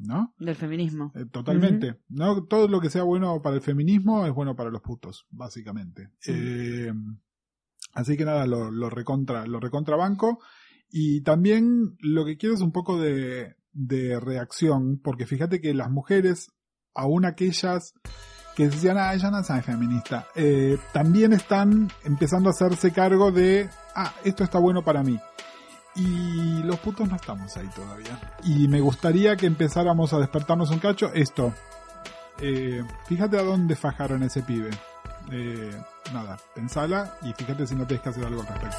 Speaker 23: ¿no?
Speaker 22: Del feminismo.
Speaker 23: Eh, Totalmente. ¿no? Todo lo que sea bueno para el feminismo es bueno para los putos, básicamente. Eh, así que nada, lo, lo recontra, lo recontrabanco. Y también lo que quiero es un poco de, de reacción, porque fíjate que las mujeres, aún aquellas que decían, ah, ella no sabe feminista, eh, también están empezando a hacerse cargo de, ah, esto está bueno para mí. Y los putos no estamos ahí todavía. Y me gustaría que empezáramos a despertarnos un cacho. Esto. Eh, fíjate a dónde fajaron ese pibe. Eh, nada, pensala y fíjate si no tienes que hacer algo al respecto.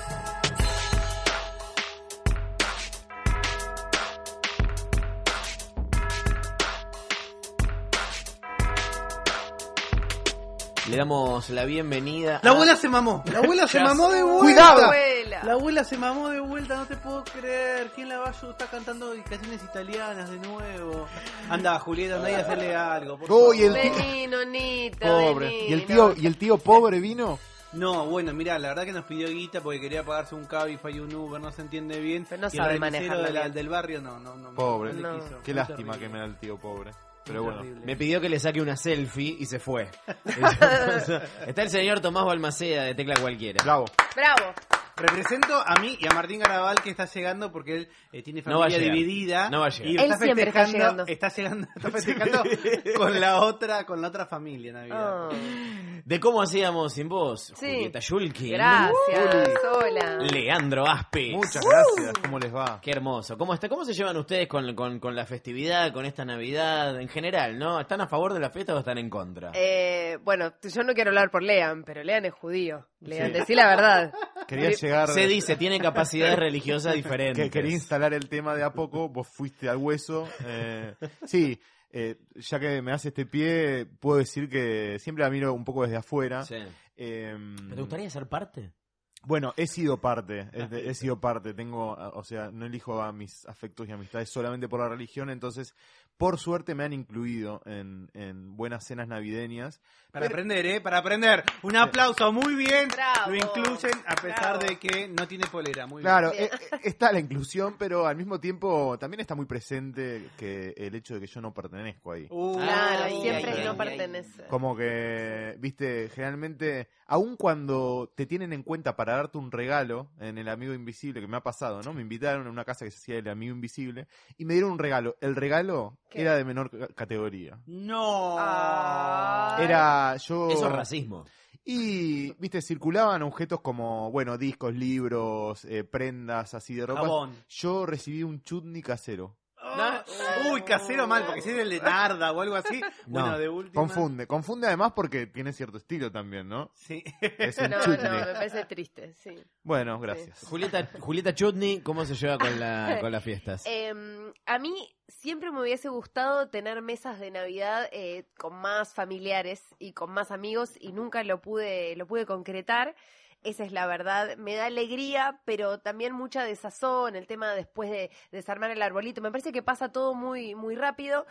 Speaker 2: Le damos la bienvenida.
Speaker 16: La
Speaker 2: a-
Speaker 16: abuela se mamó. La abuela se
Speaker 2: Ya
Speaker 16: mamó
Speaker 2: sé.
Speaker 16: de vuelta.
Speaker 2: Cuidado.
Speaker 16: La abuela se mamó de vuelta, no te puedo creer. ¿Quién la va a ayudar? Está cantando canciones italianas de nuevo. Anda, Julieta, anda y hacerle algo. por favor.
Speaker 25: Uy, el tío- Pobre. ¿Y el tío, y el tío pobre vino?
Speaker 16: No, bueno, mirá, la verdad que nos pidió guita porque quería pagarse un Cabify, un Uber, no se entiende bien. Pero
Speaker 25: no
Speaker 16: y
Speaker 25: sabe
Speaker 16: el remisero
Speaker 25: manejarla
Speaker 16: de la-
Speaker 25: bien.
Speaker 16: del barrio no, no, no.
Speaker 25: Pobre.
Speaker 16: no le quiso.
Speaker 25: Qué
Speaker 16: Muy
Speaker 25: lástima
Speaker 16: terrible.
Speaker 25: que me da el tío pobre.
Speaker 2: Pero bueno,
Speaker 16: Terrible.
Speaker 2: me pidió que le saque una selfie y se
Speaker 25: (laughs)
Speaker 2: fue. Está el señor Tomás Balmaceda de Tecla Cualquiera.
Speaker 25: Bravo.
Speaker 26: Bravo.
Speaker 16: Represento a mí y a Martín Garabal que está llegando porque él eh, tiene
Speaker 2: No va a
Speaker 16: familia
Speaker 2: llegar.
Speaker 16: dividida.
Speaker 2: No va a llegar.
Speaker 16: Y
Speaker 2: Él
Speaker 16: está
Speaker 2: siempre está
Speaker 16: festejando, está llegando, (laughs) está festejando con la otra, con la otra familia Navidad.
Speaker 2: De cómo hacíamos sin vos,
Speaker 26: Sí.
Speaker 2: Julieta Yulkin.
Speaker 26: Gracias, Uh.
Speaker 2: Juli.
Speaker 26: hola.
Speaker 2: Leandro Aspe.
Speaker 25: Muchas gracias. ¿Cómo les va?
Speaker 2: Qué hermoso. ¿Cómo está? ¿Cómo se llevan ustedes con, con, con la festividad, con esta Navidad en general, no? ¿Están a favor de la fiesta o están en contra?
Speaker 26: Eh, bueno, t- yo no quiero hablar por Lean, pero Lean es judío. Lean,
Speaker 2: Sí.
Speaker 26: decí la verdad.
Speaker 25: Quería
Speaker 26: Muy-
Speaker 25: llegar.
Speaker 2: Se dice, tiene capacidades religiosas diferentes.
Speaker 25: (laughs) Que quería instalar el tema de a poco, vos fuiste al hueso.
Speaker 2: (laughs)
Speaker 25: eh, sí, eh, ya que me hace este pie, puedo decir que siempre la miro un poco desde afuera.
Speaker 2: Sí.
Speaker 25: Em,
Speaker 2: ¿Pero ¿Te gustaría ser parte?
Speaker 25: Bueno, he sido parte, es de- he sido parte, tengo, a- o sea, no elijo a mis afectos y amistades solamente por la religión, entonces, por suerte me han incluido en, en buenas cenas navideñas.
Speaker 16: Para
Speaker 25: Pero-
Speaker 16: aprender, ¿eh? Para aprender. Un aplauso, muy bien.
Speaker 26: Bravo.
Speaker 16: Lo incluyen a pesar de que no tiene polera. Muy
Speaker 25: Claro,
Speaker 16: bien.
Speaker 25: eh, eh, está la inclusión, pero al mismo tiempo también está muy presente que el hecho de que yo no pertenezco ahí.
Speaker 2: Uh.
Speaker 26: Claro, siempre no (laughs) pertenece.
Speaker 25: Como que, viste, generalmente, aun cuando te tienen en cuenta para darte un regalo en el amigo invisible, que me ha pasado, ¿no? Me invitaron a una casa que se hacía el amigo invisible y me dieron un regalo. El regalo era de menor ca- categoría.
Speaker 16: No.
Speaker 25: Era yo.
Speaker 2: Eso es racismo.
Speaker 25: Y, viste, circulaban objetos como, bueno, discos, libros, eh, prendas así de ropa.
Speaker 16: Jabón.
Speaker 25: Yo recibí un chutney casero.
Speaker 16: Ah, Uy, casero mal, porque si es el de Narda o algo así.
Speaker 25: No,
Speaker 16: Bueno, de última.
Speaker 25: Confunde, confunde además porque tiene cierto estilo también, ¿no?
Speaker 16: Sí.
Speaker 25: Es un
Speaker 26: (laughs) no, no,
Speaker 25: chutney.
Speaker 26: me parece triste, sí.
Speaker 25: Bueno, gracias.
Speaker 2: Julieta, Julieta Chutney, ¿cómo se lleva con,
Speaker 26: (laughs)
Speaker 2: la, con las fiestas?
Speaker 26: Eh, a mí siempre me hubiese gustado tener mesas de Navidad eh, con más familiares y con más amigos y nunca lo pude, lo pude concretar. Esa es la verdad. Me da alegría, pero también mucha desazón, el tema después de desarmar el arbolito. Me parece que pasa todo muy, muy rápido.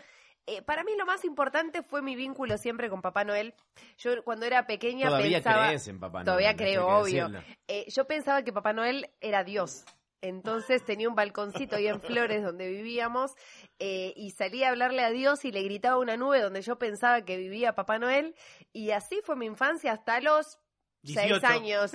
Speaker 26: Eh, para mí lo más importante fue mi vínculo siempre con Papá Noel. Yo cuando era pequeña
Speaker 2: Todavía
Speaker 26: pensaba...
Speaker 2: crees en Papá Noel,
Speaker 26: Todavía
Speaker 2: esto hay
Speaker 26: creo,
Speaker 2: que
Speaker 26: obvio.
Speaker 2: decirlo.
Speaker 26: Eh, yo pensaba que Papá Noel era Dios. Entonces tenía un balconcito
Speaker 16: (laughs)
Speaker 26: ahí en Flores donde vivíamos eh, y salía a hablarle a Dios y le gritaba a una nube donde yo pensaba que vivía Papá Noel. Y así fue mi infancia hasta los
Speaker 9: 18.
Speaker 16: (laughs)
Speaker 26: seis años.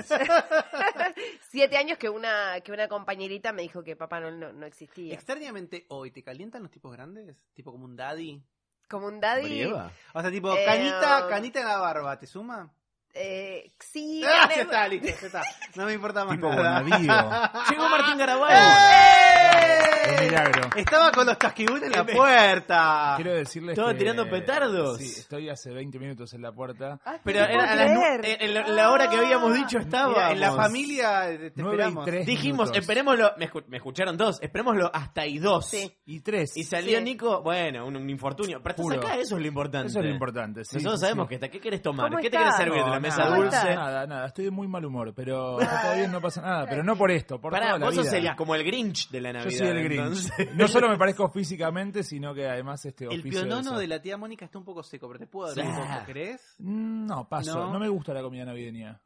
Speaker 26: Siete años que una, que una compañerita me dijo que Papá Noel no, no existía.
Speaker 16: Extrañamente hoy, ¿te calientan los tipos grandes? Tipo como un daddy.
Speaker 26: Como un daddy.
Speaker 16: O sea, tipo,
Speaker 26: Eh,
Speaker 16: canita, canita en la barba, ¿te suma?
Speaker 26: eh, sí.
Speaker 16: Ah,
Speaker 26: gané-
Speaker 16: ya está, listo, ya está. No me importa más
Speaker 26: Tipo
Speaker 16: nada. (laughs)
Speaker 26: Bonadío.
Speaker 16: Llegó Martín
Speaker 26: Garabal.
Speaker 2: (laughs)
Speaker 1: milagro.
Speaker 16: ¡Eh! Estaba con los casquibules en la puerta.
Speaker 1: Quiero decirles
Speaker 16: Estaba
Speaker 1: que-
Speaker 16: tirando petardos.
Speaker 1: Sí, estoy hace 20 minutos en la puerta.
Speaker 16: Pero no era puedo a las nu- creer. en la- la hora que habíamos dicho estábamos. Mira, en la familia te Nueve y esperamos. tres
Speaker 2: Dijimos,
Speaker 16: minutos.
Speaker 2: esperémoslo, me, escu- me escucharon dos, esperémoslo hasta y dos. Y tres. Y salió
Speaker 1: Sí.
Speaker 2: Nico, bueno, un, un infortunio. Pero estás
Speaker 1: Juro.
Speaker 2: acá, eso es lo importante.
Speaker 1: Eso es lo importante, sí,
Speaker 2: Nosotros
Speaker 1: sí,
Speaker 2: sabemos
Speaker 1: sí.
Speaker 2: que está. ¿Qué querés tomar? ¿Qué te querés servir de la
Speaker 1: No,
Speaker 2: mesa
Speaker 1: nada,
Speaker 2: dulce?
Speaker 1: Nada, nada, estoy de muy mal humor, pero todavía no pasa nada, pero no por esto, por
Speaker 2: Pará,
Speaker 1: toda la
Speaker 2: vos sos
Speaker 1: vida.
Speaker 2: el- como el Grinch de la Navidad.
Speaker 1: Yo soy el Grinch.
Speaker 2: entonces.
Speaker 1: (laughs) No solo me parezco físicamente, sino que además este
Speaker 16: eh, El
Speaker 1: oficio
Speaker 16: pionono
Speaker 1: de
Speaker 16: de la tía Mónica está un poco seco, pero te puedo dar un
Speaker 1: Sí.
Speaker 16: poco, ¿crees?
Speaker 1: Mm, No, paso.
Speaker 16: No.
Speaker 1: No, me gusta la comida navideña.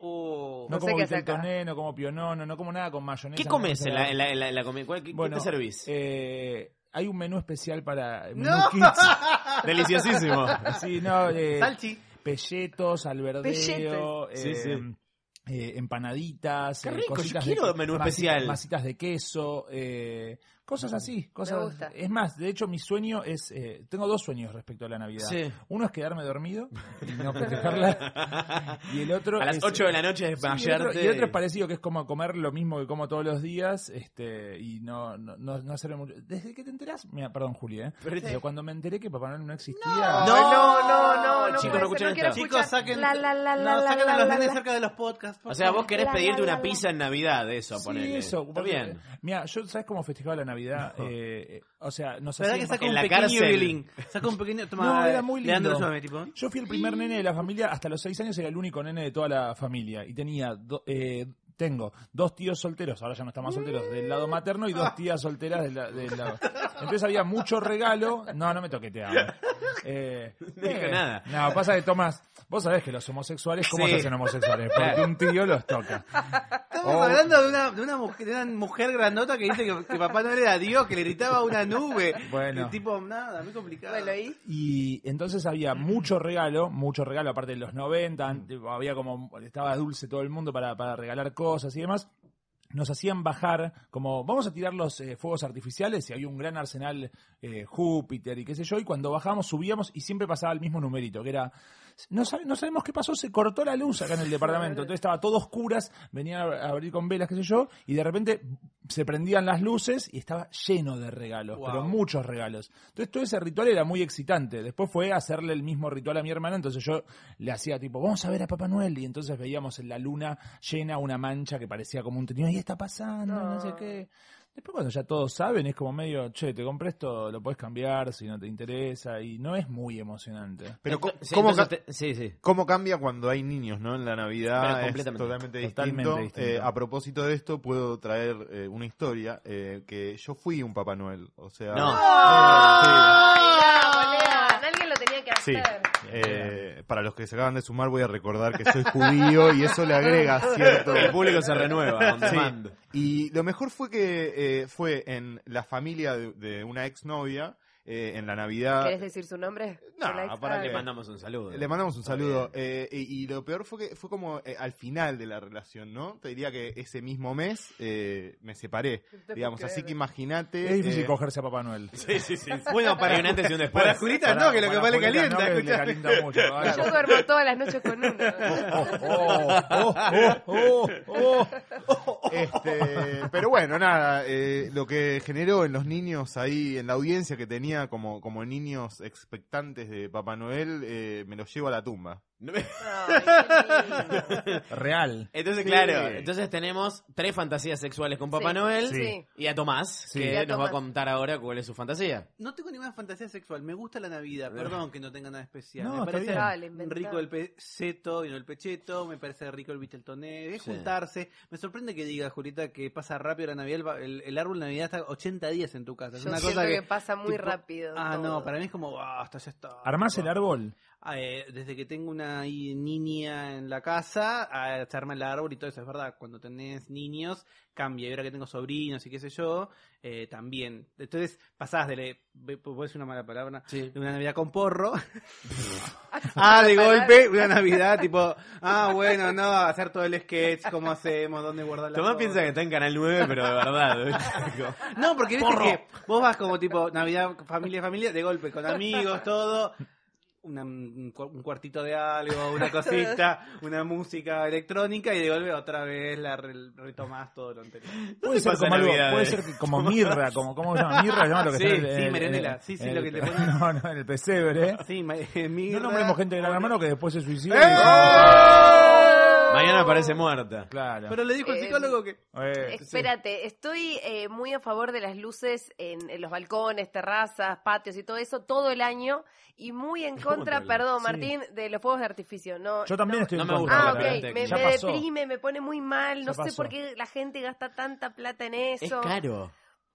Speaker 16: Oh.
Speaker 1: No, como viteltoné, no como pionono, no como nada con
Speaker 2: (laughs)
Speaker 1: mayonesa.
Speaker 2: ¿Qué comes
Speaker 1: no
Speaker 2: en
Speaker 1: como
Speaker 2: la,
Speaker 1: salada.
Speaker 2: en la- en la- en la comi- cuál- ¿Qué, qué
Speaker 1: Bueno,
Speaker 2: te servís?
Speaker 1: eh, hay un menú especial para menú
Speaker 2: ¡No!
Speaker 1: kids.
Speaker 2: (laughs) Deliciosísimo.
Speaker 1: Sí, no, eh,
Speaker 16: Salchi.
Speaker 1: Pelletos, alberdeo, eh,
Speaker 2: Pelletes. Sí, sí.
Speaker 1: eh, empanaditas,
Speaker 2: Qué
Speaker 1: eh,
Speaker 2: rico, yo
Speaker 1: cositas
Speaker 2: quiero
Speaker 1: de,
Speaker 2: menú
Speaker 1: masitas-
Speaker 2: especial.
Speaker 1: masitas de queso, eh, cosas así, cosas.
Speaker 26: Me gusta.
Speaker 1: Es más, de hecho mi sueño es, eh, tengo dos sueños respecto a la Navidad.
Speaker 2: Sí.
Speaker 1: Uno es quedarme dormido y
Speaker 2: (laughs)
Speaker 1: no festejarla, y el otro
Speaker 2: A las
Speaker 1: es-
Speaker 2: 8 de la noche
Speaker 1: y, el otro,
Speaker 2: desmayarte.
Speaker 1: y el otro es parecido, que es como comer lo mismo que como todos los días este y no, no, no, no hacer mucho. ¿Desde que te enterás? Mira, perdón, Juli, ¿eh?
Speaker 2: Pero-
Speaker 1: Pero, cuando me enteré que Papá Noel no existía.
Speaker 16: No, este no, no, no, no
Speaker 1: Chicos,
Speaker 16: puede
Speaker 1: no
Speaker 16: ser,
Speaker 1: escuchan
Speaker 16: no quiero
Speaker 1: esto.
Speaker 16: escuchar.
Speaker 1: Chicos, saquen-
Speaker 16: La, la, la, la,
Speaker 1: no,
Speaker 16: la,
Speaker 1: saquen
Speaker 16: la,
Speaker 1: a los
Speaker 16: la,
Speaker 1: nenes
Speaker 16: la.
Speaker 1: cerca
Speaker 16: de los podcasts.
Speaker 2: O sea, vos querés
Speaker 16: La, la,
Speaker 2: pedirte
Speaker 16: la,
Speaker 2: una
Speaker 16: la.
Speaker 2: pizza en Navidad, eso,
Speaker 1: Sí,
Speaker 2: ponele.
Speaker 1: eso. eh,
Speaker 2: Está bien.
Speaker 1: Mira, yo, ¿sabes cómo festejaba la Navidad? Eh, eh, o sea, nos
Speaker 16: La verdad
Speaker 1: hacían-
Speaker 16: que saca un pequeño violín. Saca un
Speaker 1: (laughs)
Speaker 16: pequeño. Toma,
Speaker 1: no, era muy lindo.
Speaker 16: Leandro, suave, tipo.
Speaker 1: Yo fui el primer nene de la familia, hasta los seis años era el único nene de toda la familia. Y tenía, do- eh, tengo dos tíos solteros, ahora ya no están más solteros, del lado materno y dos tías solteras del la, del lado. Entonces había mucho regalo. No, no me toqueteaba. Eh,
Speaker 2: No dijo nada.
Speaker 1: No, pasa que Tomás, vos sabés que los homosexuales, ¿cómo
Speaker 2: Sí.
Speaker 1: se hacen homosexuales? Porque un tío los toca.
Speaker 16: Estamos
Speaker 1: Oh.
Speaker 16: hablando de una, de, una mujer, de una mujer grandota que dice que, que papá no era Dios, que le gritaba a una nube.
Speaker 1: Bueno.
Speaker 16: Y tipo, nada, muy complicado.
Speaker 1: Y entonces había mucho regalo, mucho regalo, aparte de los 90, an- tipo, había como, estaba dulce todo el mundo para, para regalar cosas y demás. Nos hacían bajar, como vamos a tirar los eh, fuegos artificiales, y había un gran arsenal eh, Júpiter y qué sé yo, y cuando bajábamos subíamos y siempre pasaba el mismo numerito, que era, no, sabe- no sabemos qué pasó, se cortó la luz acá en el departamento, entonces estaba todo oscuras, venían a a abrir con velas, qué sé yo, y de repente se prendían las luces y estaba lleno de regalos, pero muchos regalos. Entonces todo ese ritual era muy excitante. Después fue hacerle el mismo ritual a mi hermana, entonces yo le hacía tipo, vamos a ver a Papá Noel, y entonces veíamos en la luna llena una mancha que parecía como un teñido, y está pasando, no
Speaker 16: Ah.
Speaker 1: sé qué. Después cuando ya todos saben, es como medio, che, te compré esto, lo podés cambiar si no te interesa, y no es muy emocionante.
Speaker 25: Pero co-
Speaker 2: sí,
Speaker 25: ¿cómo,
Speaker 2: entonces
Speaker 25: ca-
Speaker 2: te- sí, sí.
Speaker 25: cómo cambia cuando hay niños, ¿no? En la Navidad
Speaker 2: Pero
Speaker 25: es
Speaker 2: completamente.
Speaker 25: totalmente distinto.
Speaker 2: Totalmente distinto.
Speaker 25: Eh, a propósito de esto, puedo traer eh, una historia eh, que yo fui un Papá Noel, o sea...
Speaker 2: No.
Speaker 25: Eh, sí.
Speaker 26: Lean, Ah, alguien lo tenía que
Speaker 25: Sí,
Speaker 26: hacer.
Speaker 25: eh, para los que se acaban de sumar voy a recordar que soy judío y eso le agrega cierto...
Speaker 2: El público se renueva, on demand.
Speaker 25: Y lo mejor fue que eh, fue en la familia de, de una exnovia, eh, en la Navidad...
Speaker 26: ¿Querés decir su nombre?
Speaker 25: No,
Speaker 26: ¿De la ex?
Speaker 25: para
Speaker 26: Ah.
Speaker 1: eh,
Speaker 25: que-
Speaker 2: Le mandamos un saludo.
Speaker 25: Le mandamos un saludo. Eh, y, y lo peor fue que fue como eh, al final de la relación, ¿no? Te diría que ese mismo mes eh, me separé,
Speaker 1: puedo
Speaker 25: digamos. Así
Speaker 1: creer.
Speaker 25: que imagínate.
Speaker 1: Es difícil
Speaker 25: eh,
Speaker 1: cogerse a Papá Noel.
Speaker 2: Sí, sí, sí. Bueno, para un antes y un después.
Speaker 25: Para Julita no, que lo que
Speaker 1: para
Speaker 25: vale
Speaker 1: Julita
Speaker 25: calienta.
Speaker 1: no, que le
Speaker 25: escuchá.
Speaker 1: calienta mucho. Ay,
Speaker 26: Yo duermo todas las noches con uno.
Speaker 25: (laughs) Este, pero bueno, nada, eh, lo que generó en los niños ahí, en la audiencia que tenía como, como niños expectantes de Papá Noel, eh, me los llevo a
Speaker 2: (laughs)
Speaker 25: la tumba. (laughs)
Speaker 1: Real.
Speaker 2: Entonces,
Speaker 25: Sí.
Speaker 2: claro, entonces tenemos tres fantasías sexuales con Papá
Speaker 16: Sí.
Speaker 2: Noel
Speaker 16: Sí.
Speaker 2: y a Tomás,
Speaker 16: Sí. Y
Speaker 2: que
Speaker 16: a
Speaker 2: nos va a
Speaker 16: Tomás.
Speaker 2: contar ahora cuál es su fantasía.
Speaker 16: No tengo ninguna fantasía sexual, me gusta la Navidad, perdón que no tenga nada especial.
Speaker 2: Eh. No,
Speaker 16: me
Speaker 2: está
Speaker 16: parece
Speaker 2: bien. Dale,
Speaker 26: inventá.
Speaker 16: rico el peseto y no el pecheto, me parece rico el viteltoné, es
Speaker 2: Sí.
Speaker 16: juntarse. Me sorprende que digas, Julita, que pasa rápido la Navidad, el va- el, el árbol de Navidad está 80 días en tu casa. Es
Speaker 26: Yo
Speaker 16: una
Speaker 26: siento
Speaker 16: cosa
Speaker 26: que pasa muy rápido
Speaker 16: Ah,
Speaker 26: todo.
Speaker 16: no, para mí es como, ah, hasta ya está.
Speaker 1: Armás el árbol.
Speaker 16: Ah, eh, desde que tengo una i- niña en la casa, ah, se arma el árbol y todo eso, es verdad. Cuando tenés niños, cambia. Y ahora que tengo sobrinos y qué sé yo, eh, también. Entonces, pasás de, le- ve- puedo decir una mala palabra, de una Navidad con porro. ah, de golpe, una Navidad tipo, ah, bueno, no, hacer todo el sketch, cómo hacemos, dónde guardar la
Speaker 2: Tomás piensa que está en Canal 9, pero de (laughs) verdad.
Speaker 16: no, porque viste
Speaker 2: Porro.
Speaker 16: que vos vas como tipo Navidad, familia, familia, de golpe, con amigos, todo. una- un, cu- un cuartito de algo, una cosita, una música electrónica y de golpe otra vez la re- retomás todo lo anterior.
Speaker 1: Puede ser, como algo,
Speaker 25: eh?
Speaker 1: puede ser
Speaker 25: (laughs)
Speaker 1: que como eh? (laughs) mirra, como ¿cómo se llama? Mirra, se llama lo que
Speaker 16: Sí,
Speaker 1: está en el-
Speaker 16: sí,
Speaker 1: en el-
Speaker 16: merendela.
Speaker 1: en el-
Speaker 16: Sí, sí,
Speaker 1: en
Speaker 16: lo que
Speaker 1: el-
Speaker 16: te ponen.
Speaker 1: No, no, en el pesebre.
Speaker 16: Sí, eh, mirra.
Speaker 25: ¡Eh!
Speaker 1: No nombremos gente de Gran Hermano que después se suicida.
Speaker 16: ¡Eh!
Speaker 1: Mañana
Speaker 2: parece muerta.
Speaker 12: Claro.
Speaker 16: Pero le dijo el
Speaker 26: Eh,
Speaker 16: psicólogo que.
Speaker 26: Espérate, estoy eh, muy a favor de las luces en, en los balcones, terrazas, patios y todo eso todo el año y muy en
Speaker 1: ¿Cómo todo el
Speaker 26: contra,
Speaker 1: año?
Speaker 26: perdón
Speaker 1: Sí.
Speaker 26: Martín, de los fuegos de artificio. No,
Speaker 1: Yo también
Speaker 26: no-
Speaker 1: estoy
Speaker 2: no
Speaker 1: en
Speaker 2: me
Speaker 1: contra.
Speaker 26: Ah,
Speaker 2: la
Speaker 26: ok,
Speaker 2: verdad.
Speaker 26: me,
Speaker 2: Ya
Speaker 26: me
Speaker 2: pasó.
Speaker 26: deprime, me pone muy mal, no
Speaker 2: Ya
Speaker 26: sé
Speaker 2: pasó.
Speaker 26: por qué la gente gasta tanta plata en eso.
Speaker 2: Es caro.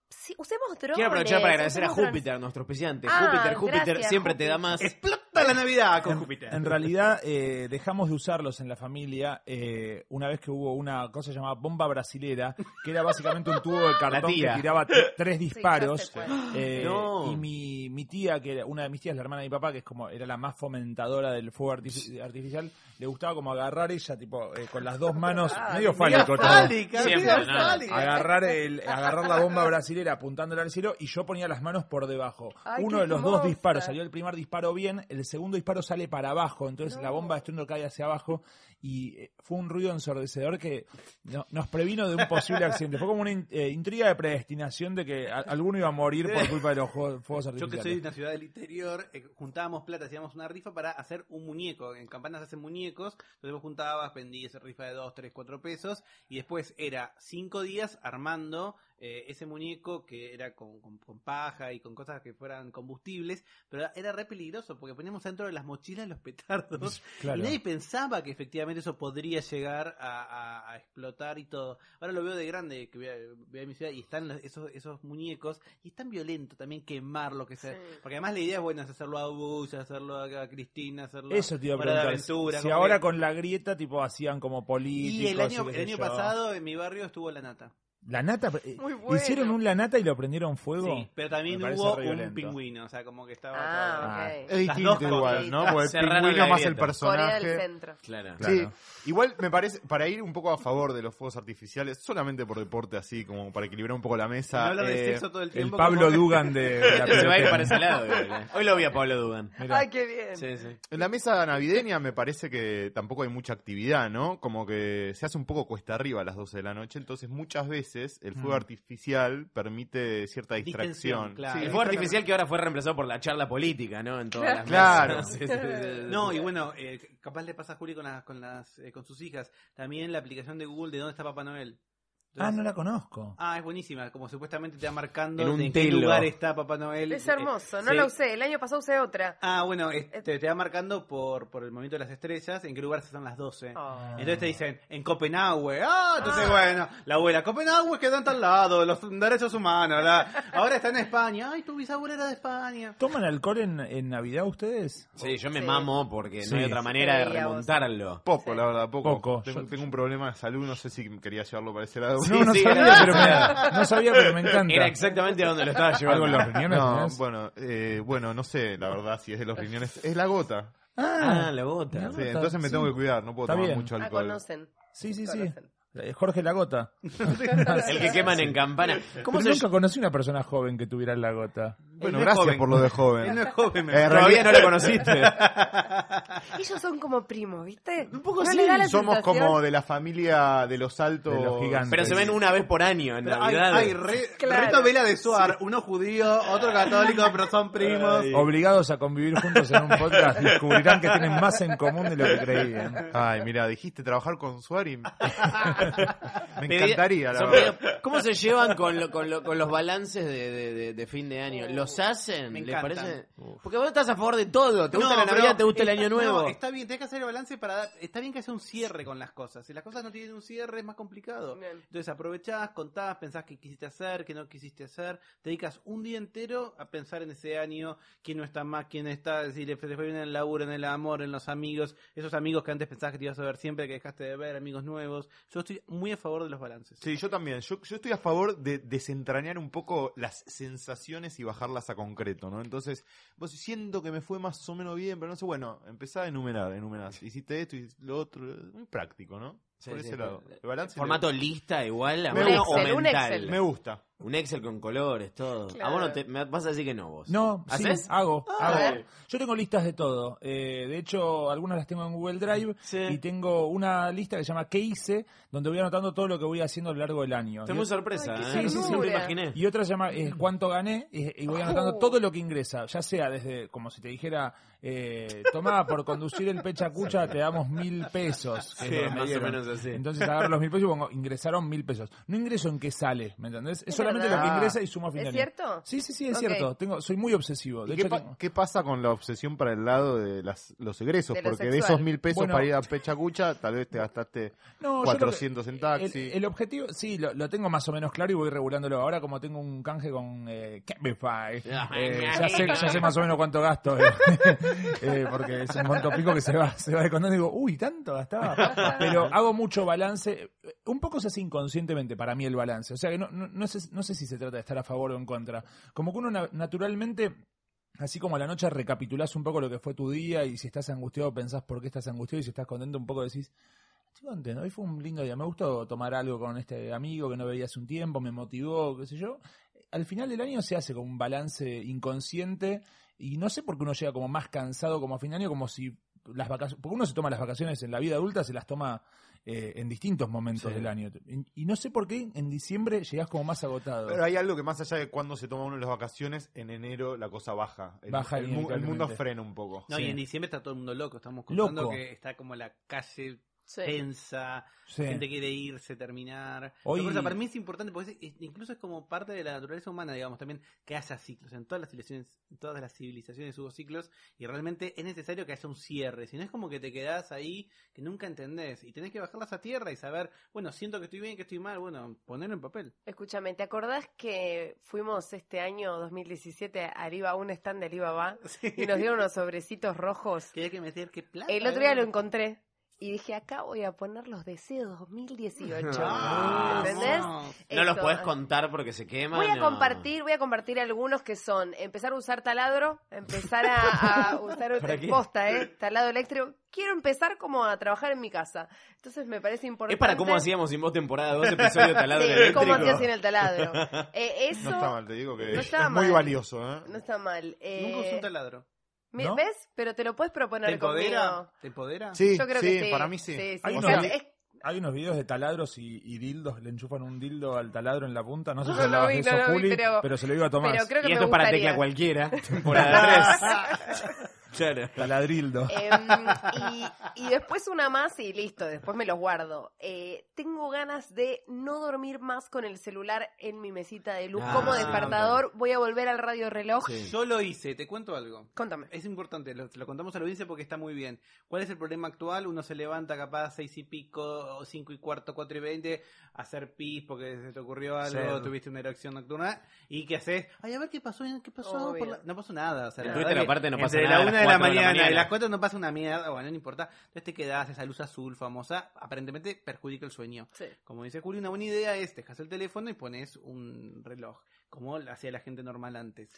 Speaker 26: Sí, usemos drones.
Speaker 2: Quiero aprovechar para agradecer a
Speaker 26: usemos drones.
Speaker 2: Júpiter, nuestro auspiciante.
Speaker 26: Ah,
Speaker 2: Júpiter, Júpiter
Speaker 26: gracias,
Speaker 2: siempre te da más.
Speaker 16: ¡Explota la Navidad con Júpiter!
Speaker 1: En realidad, eh, dejamos de usarlos en la familia eh, una vez que hubo una cosa llamada bomba brasilera, que era básicamente un tubo de
Speaker 12: La
Speaker 1: cartón que
Speaker 12: tira.
Speaker 1: tiraba t- tres
Speaker 12: Sí,
Speaker 1: disparos.
Speaker 12: ya sé cuál.
Speaker 1: eh,
Speaker 12: No.
Speaker 1: Y mi, mi tía, que era una de mis tías, la hermana de mi papá, que es como era la más fomentadora del fuego artifi- artificial, le gustaba como agarrar ella, tipo, eh, con las dos manos,
Speaker 12: Ah,
Speaker 1: medio
Speaker 12: mira,
Speaker 1: fálico todo.
Speaker 12: fálica, mira,
Speaker 1: ¿no?
Speaker 12: fálica.
Speaker 1: Agarrar, el, agarrar la bomba brasilera apuntándola al cielo y yo ponía las manos por debajo.
Speaker 12: Ay,
Speaker 1: Uno
Speaker 12: qué
Speaker 1: de los dos
Speaker 12: hermosa.
Speaker 1: disparos salió el primer disparo bien, el segundo disparo sale para abajo, entonces la bomba de estruendo cae hacia abajo y eh, fue un ruido ensordecedor que no- nos previno de un
Speaker 16: (laughs)
Speaker 1: posible accidente. Fue como una in- eh, intriga de predestinación de que a- alguno iba a morir por culpa de los juegos- fuegos
Speaker 16: Yo que soy de
Speaker 1: artificiales.
Speaker 16: una ciudad del interior, eh, juntábamos plata, hacíamos una rifa para hacer un muñeco. En campanas hacen muñecos, entonces vos juntabas, vendías rifa de 2, 3, 4 pesos, y después era 5 días armando eh, ese muñeco que era con, con- con paja y con cosas que fueran combustibles, pero era re peligroso porque poníamos dentro de las mochilas los petardos
Speaker 1: (laughs) Claro.
Speaker 16: y nadie pensaba que efectivamente eso podría llegar a, a- a explotar y todo. Ahora lo veo de grande, que veo, veo mi ciudad y están los- esos, esos muñecos y es tan violento también quemarlo, que sea. Porque además la idea es buena, es hacerlo a Bush, hacerlo a, a Cristina, hacerlo
Speaker 1: Eso te iba a
Speaker 16: Hora de
Speaker 1: preguntar.
Speaker 16: Aventura,
Speaker 1: si
Speaker 16: como
Speaker 1: ahora
Speaker 16: que-
Speaker 1: con la grieta tipo hacían como políticos.
Speaker 16: Y el año,
Speaker 1: qué
Speaker 16: el
Speaker 1: sé
Speaker 16: año
Speaker 1: yo.
Speaker 16: pasado en mi barrio estuvo la nata.
Speaker 1: La nata, eh,
Speaker 16: Muy bueno.
Speaker 1: hicieron un la nata y lo prendieron fuego.
Speaker 16: Sí, pero también
Speaker 1: Me parece
Speaker 16: hubo
Speaker 1: re
Speaker 16: un
Speaker 1: violento.
Speaker 16: pingüino, o sea, como que estaba...
Speaker 26: Ah,
Speaker 16: todo-
Speaker 26: ok.
Speaker 16: Las
Speaker 26: Es
Speaker 16: dos
Speaker 26: distinto
Speaker 16: cosas.
Speaker 26: igual,
Speaker 16: Sí.
Speaker 26: ¿no? Porque
Speaker 16: Cerraron
Speaker 26: pingüino
Speaker 16: la
Speaker 26: más
Speaker 16: grieta.
Speaker 26: el personaje. Corea del Centro. Claro.
Speaker 25: Sí.
Speaker 26: Claro.
Speaker 25: Igual me parece, para ir un poco a favor de los fuegos artificiales, solamente por deporte así, como para equilibrar un poco la mesa. eh,
Speaker 16: Y hablar de sexo todo el
Speaker 1: el tiempo, Pablo como- Dugan
Speaker 2: (laughs)
Speaker 1: de- de
Speaker 2: Se va a
Speaker 1: la
Speaker 2: ir
Speaker 1: pelotera.
Speaker 2: para ese lado. ¿verdad? Hoy lo vi a Pablo Dugan.
Speaker 26: Ay, qué bien.
Speaker 2: Sí, sí.
Speaker 25: En la mesa navideña me parece que tampoco hay mucha actividad, ¿no? Como que se hace un poco cuesta arriba a las 12 de la noche, entonces muchas veces el
Speaker 2: Mm.
Speaker 25: fuego artificial permite cierta
Speaker 2: Distensión,
Speaker 25: distracción.
Speaker 2: claro.
Speaker 25: Sí,
Speaker 2: el fuego
Speaker 25: distracción.
Speaker 2: artificial que ahora fue reemplazado por la charla política, ¿no? En todas las
Speaker 25: Claro.
Speaker 1: (laughs)
Speaker 2: mesas. (laughs) Sí, sí, sí, sí.
Speaker 16: No, y bueno, eh, capaz le pasa a Juli con, las, con, las, eh, con sus hijas. También la aplicación de Google de dónde está Papá Noel.
Speaker 1: Ah, no la conozco.
Speaker 16: Ah, es buenísima. Como supuestamente te va marcando
Speaker 1: En un
Speaker 16: de en qué
Speaker 1: telo.
Speaker 16: lugar está Papá Noel.
Speaker 26: Es hermoso, no
Speaker 16: lo
Speaker 26: la usé, el año pasado usé otra.
Speaker 16: Ah, bueno, es-
Speaker 1: Eh,
Speaker 16: te, te va marcando por, por el movimiento de las estrellas en qué lugar están las 12.
Speaker 1: Ah.
Speaker 16: Entonces te dicen, en Copenhague. Ah, entonces
Speaker 26: Ah.
Speaker 16: bueno, la abuela, Copenhague quedó en tal lado, los derechos humanos. la- Ahora está en España. Ay, tu bisabuela era de España.
Speaker 1: ¿Toman alcohol en, en Navidad ustedes?
Speaker 2: Sí, yo me mamo porque
Speaker 1: Sí.
Speaker 2: no hay otra manera de
Speaker 1: Sí, a vos.
Speaker 2: remontarlo.
Speaker 25: Poco, la verdad, poco.
Speaker 1: Poco.
Speaker 25: Tengo,
Speaker 1: Yo-
Speaker 25: tengo un problema de salud, no sé si quería llevarlo para ese lado.
Speaker 1: No, no sabía, pero me, no sabía, pero me encanta.
Speaker 2: Era exactamente a donde lo estaba llevando.
Speaker 1: Algo en los riñones,
Speaker 25: No,
Speaker 1: ¿tenés?
Speaker 25: bueno, eh, bueno, no sé, la verdad, si es de los riñones. Es la gota.
Speaker 1: Ah,
Speaker 2: Ah, la gota.
Speaker 1: la
Speaker 25: Sí,
Speaker 1: gota,
Speaker 25: entonces me
Speaker 1: sí.
Speaker 25: tengo que cuidar, no puedo
Speaker 1: Está
Speaker 25: tomar
Speaker 1: bien.
Speaker 25: mucho
Speaker 26: Ah,
Speaker 25: alcohol.
Speaker 26: conocen.
Speaker 1: Sí, sí, sí. Eh, Jorge
Speaker 25: (laughs)
Speaker 1: la gota. (laughs)
Speaker 2: El que queman en campana. ¿Cómo
Speaker 1: ¿Cómo
Speaker 2: se
Speaker 1: nunca conocí una persona joven que tuviera la gota.
Speaker 25: Bueno, gracias por lo de joven.
Speaker 16: Él no es joven, me-
Speaker 25: Eh, en
Speaker 16: Todavía
Speaker 25: realidad-
Speaker 16: no lo
Speaker 25: (laughs)
Speaker 16: conociste.
Speaker 26: Ellos son como
Speaker 2: (laughs)
Speaker 26: primos, ¿viste? Un
Speaker 2: poco
Speaker 25: Somos como de la familia de los altos.
Speaker 1: De los gigantes.
Speaker 2: Pero se ven una vez por año en
Speaker 25: Pero hay-
Speaker 2: Navidad.
Speaker 25: hay
Speaker 16: re-
Speaker 26: Claro.
Speaker 16: Reto Vela de Suar, uno judío, otro católico, pero son primos.
Speaker 1: Obligados a convivir juntos en un podcast, descubrirán que tienen más en común de lo que creían.
Speaker 25: Ay, mira, dijiste trabajar con Suarim. (laughs) Me
Speaker 2: Te
Speaker 25: encantaría, la
Speaker 2: son
Speaker 25: verdad.
Speaker 2: medio- ¿Cómo se llevan con, lo- con, lo- con los balances de, de- de- de fin de año? ¿Los hacen?
Speaker 16: me
Speaker 2: ¿Les
Speaker 16: encantan.
Speaker 2: parece? Porque vos estás a favor de todo. ¿Te gusta
Speaker 16: No,
Speaker 2: la Navidad?
Speaker 16: pero
Speaker 2: ¿Te gusta el
Speaker 16: está-
Speaker 2: Año Nuevo?
Speaker 16: no, está bien, tenés que hacer el balance para dar- Está bien que hace un cierre con las cosas. Si las cosas no tienen un cierre, es más complicado. Entonces aprovechás, contás, pensás qué quisiste hacer, qué no quisiste hacer. Te dedicas un día entero a pensar en ese año, quién no está más, quién está, si le fue bien en el laburo, en el amor, en los amigos, esos amigos que antes pensabas que te ibas a ver siempre, que dejaste de ver, amigos nuevos. Yo estoy muy a favor de los balances.
Speaker 25: Sí, yo también. Yo, yo estoy a favor de desentrañar un poco las sensaciones y bajarlas a concreto, ¿no? Entonces, vos siento que me fue más o menos bien, pero no sé, bueno, empezá a enumerar, enumerás. Hiciste esto y lo otro, muy práctico, ¿no?
Speaker 2: Sí,
Speaker 25: Por
Speaker 2: sí,
Speaker 25: ese lado.
Speaker 2: pero-
Speaker 25: El balance
Speaker 2: ¿Formato
Speaker 25: me-
Speaker 2: lista igual?
Speaker 25: Me
Speaker 2: ¿Ahora
Speaker 25: gusta.
Speaker 2: o mental?
Speaker 25: Me gusta.
Speaker 2: Un Excel con colores, todo. A vos no te, me vas a decir que no vos.
Speaker 1: No, sí,
Speaker 2: ¿Haces?
Speaker 1: hago,
Speaker 2: Ah,
Speaker 1: hago.
Speaker 2: a ver.
Speaker 1: Yo tengo listas de todo. Eh, de hecho, algunas las tengo en Google Drive y tengo una lista que se llama ¿Qué hice? donde voy anotando todo lo que voy haciendo a lo largo del año.
Speaker 2: Está
Speaker 1: Y-
Speaker 2: muy sorpresa,
Speaker 1: Sí,
Speaker 2: ¿eh?
Speaker 1: sí, sí,
Speaker 2: No
Speaker 1: sí.
Speaker 2: me lo imaginé.
Speaker 1: Y otra se llama eh, ¿Cuánto gané? Y, y voy anotando
Speaker 2: Oh.
Speaker 1: todo lo que ingresa, ya sea desde, como si te dijera, eh, tomá, por conducir el pechacucha te damos mil pesos.
Speaker 2: Sí,
Speaker 1: que es lo que me
Speaker 2: más o
Speaker 1: dieron.
Speaker 2: menos así.
Speaker 1: Entonces agarro los mil pesos y pongo, ingresaron mil pesos. No ingreso en qué sale, ¿me entendés? Es
Speaker 26: Es
Speaker 1: solamente
Speaker 18: Ah.
Speaker 26: verdad.
Speaker 1: lo que ingresa y sumo a final. de
Speaker 26: ¿Es
Speaker 1: año.
Speaker 26: cierto?
Speaker 1: Sí, sí, sí, es
Speaker 26: Ok.
Speaker 1: cierto. Tengo, soy muy obsesivo. De
Speaker 25: ¿Y qué,
Speaker 1: hecho,
Speaker 25: pa-
Speaker 1: tengo-
Speaker 25: qué pasa con la obsesión para el lado de las, los egresos?
Speaker 1: De lo
Speaker 25: Porque de
Speaker 1: sexual.
Speaker 25: esos mil pesos
Speaker 1: Bueno.
Speaker 25: para ir a Pechacucha, tal vez te gastaste
Speaker 1: No, yo lo que-
Speaker 25: 400 en taxi.
Speaker 1: El, el objetivo, sí, lo, lo tengo más o menos claro y voy regulándolo. Ahora, como tengo un canje con eh, Cabify, eh, ya, sé, ya sé más o menos cuánto gasto. eh. (laughs) Eh, porque es un monto pico que se va, se va descontando y digo, uy, tanto
Speaker 25: Ah,
Speaker 1: gastaba. Pero hago mucho balance. Un poco se hace inconscientemente para mí el balance. O sea que no, no, no sé, no sé si se trata de estar a favor o en contra. Como que uno na- naturalmente Así como a la noche recapitulás un poco lo que fue tu día y si estás angustiado pensás por qué estás angustiado y si estás contento un poco decís, estoy contento, hoy fue un lindo día, me gustó tomar algo con este amigo que no veía hace un tiempo, me motivó, qué sé yo. Al final del año se hace como un balance inconsciente y no sé por qué uno llega como más cansado como a fin de año, como si las vacaciones, porque uno se toma las vacaciones en la vida adulta, se las toma eh, en distintos momentos
Speaker 25: Sí.
Speaker 1: del año. Y, y no sé por qué en diciembre llegás como más agotado.
Speaker 25: Pero hay algo que más allá de cuando se toma uno las vacaciones, en enero la cosa baja. El,
Speaker 1: Baja
Speaker 25: el mu- el mundo
Speaker 1: inevitablemente.
Speaker 25: frena un poco.
Speaker 16: No, y en diciembre está todo el mundo loco. Estamos contando
Speaker 1: Loco.
Speaker 16: que está como la calle
Speaker 26: Sí.
Speaker 16: tensa,
Speaker 1: Sí.
Speaker 16: la gente quiere irse, terminar.
Speaker 1: Hoy-
Speaker 16: Pero por eso para mí es importante porque es- es- incluso es como parte de la naturaleza humana, digamos, también que haya ciclos. En todas las civilizaciones, en todas las civilizaciones hubo ciclos y realmente es necesario que haya un cierre. Si no es como que te quedás ahí, que nunca entendés y tenés que bajarlas a tierra y saber, bueno, siento que estoy bien, que estoy mal, bueno, ponerlo en papel.
Speaker 26: Escúchame, ¿te acordás que fuimos este año 2017 a Ariba, un stand de
Speaker 2: (laughs)
Speaker 26: Alibaba y nos dieron unos sobrecitos rojos?
Speaker 16: Que hay que meter qué plata.
Speaker 26: El otro día
Speaker 16: ¿eh?
Speaker 26: lo encontré y dije, acá voy a poner los deseos 2018.
Speaker 2: Ah,
Speaker 26: ¿Entendés?
Speaker 2: No los
Speaker 26: Esto.
Speaker 2: podés contar porque se queman.
Speaker 26: Voy a
Speaker 2: no.
Speaker 26: compartir, voy a compartir algunos que son empezar a usar taladro, empezar a, a usar
Speaker 2: ¿Para qué?
Speaker 26: posta, ¿eh? Taladro eléctrico. Quiero empezar como a trabajar en mi casa. Entonces me parece importante.
Speaker 2: Es para cómo hacíamos sin vos temporada 2,
Speaker 26: (laughs)
Speaker 2: episodio taladro
Speaker 26: Sí,
Speaker 2: eléctrico.
Speaker 26: cómo hacías sin
Speaker 2: (laughs)
Speaker 26: el taladro. Eh, eso
Speaker 25: No está mal, te digo que
Speaker 26: no
Speaker 25: es
Speaker 26: está
Speaker 25: muy
Speaker 26: mal.
Speaker 25: valioso. ¿eh?
Speaker 26: No está mal. Eh,
Speaker 16: Nunca usé un taladro.
Speaker 26: mi-
Speaker 16: ¿No?
Speaker 26: ¿Ves? Pero te lo puedes
Speaker 16: ¿Te
Speaker 26: proponer
Speaker 16: empodera?
Speaker 26: conmigo.
Speaker 16: ¿Te empodera?
Speaker 25: Sí,
Speaker 26: Yo creo
Speaker 25: sí,
Speaker 26: que sí.
Speaker 25: para mí sí.
Speaker 1: Hay
Speaker 26: O
Speaker 1: unos,
Speaker 26: sea,
Speaker 1: vi-
Speaker 26: es-
Speaker 1: hay unos videos de taladros y, y dildos, le enchufan un dildo al taladro en la punta, no sé si
Speaker 26: No lo
Speaker 1: hablabas
Speaker 26: vi,
Speaker 1: de eso,
Speaker 26: no lo vi,
Speaker 1: Juli,
Speaker 26: pero-
Speaker 1: pero, se lo iba a tomar.
Speaker 26: pero creo que Y me esto es para gustaría. tecla (laughs)
Speaker 2: cualquiera,
Speaker 26: temporada (laughs)
Speaker 1: Taladrildo.
Speaker 26: Eh, Em, y, y después una más y listo, después me los guardo. Eh, tengo ganas de no dormir más con el celular en mi mesita de luz
Speaker 16: Ah,
Speaker 26: como
Speaker 16: sí,
Speaker 26: despertador. Voy a volver al radio reloj.
Speaker 16: Yo lo hice, te cuento algo.
Speaker 26: Contame.
Speaker 16: Es importante, lo, lo contamos a la audiencia porque está muy bien. ¿Cuál es el problema actual? Uno se levanta capaz seis y pico, o cinco y cuarto, cuatro y veinte, a hacer pis porque se te ocurrió algo,
Speaker 2: Sí.
Speaker 16: tuviste una erección nocturna, y ¿qué haces? Ay, a ver qué pasó, qué pasó.
Speaker 26: Obvio.
Speaker 16: por la- No pasó nada. O sea,
Speaker 2: En
Speaker 16: la
Speaker 2: Twitter
Speaker 16: verdad
Speaker 2: aparte
Speaker 16: que
Speaker 2: no pasa
Speaker 16: entre
Speaker 2: nada a
Speaker 16: la una de la
Speaker 2: las cuatro de la
Speaker 16: mañana y
Speaker 2: mañana.
Speaker 16: las cuatro no pasa una mierda, bueno, no importa. Entonces te quedás, esa luz azul famosa, aparentemente perjudica el sueño.
Speaker 26: Sí.
Speaker 16: Como dice Julio, una buena idea es dejas el teléfono y pones un reloj, como lo hacía la gente normal antes.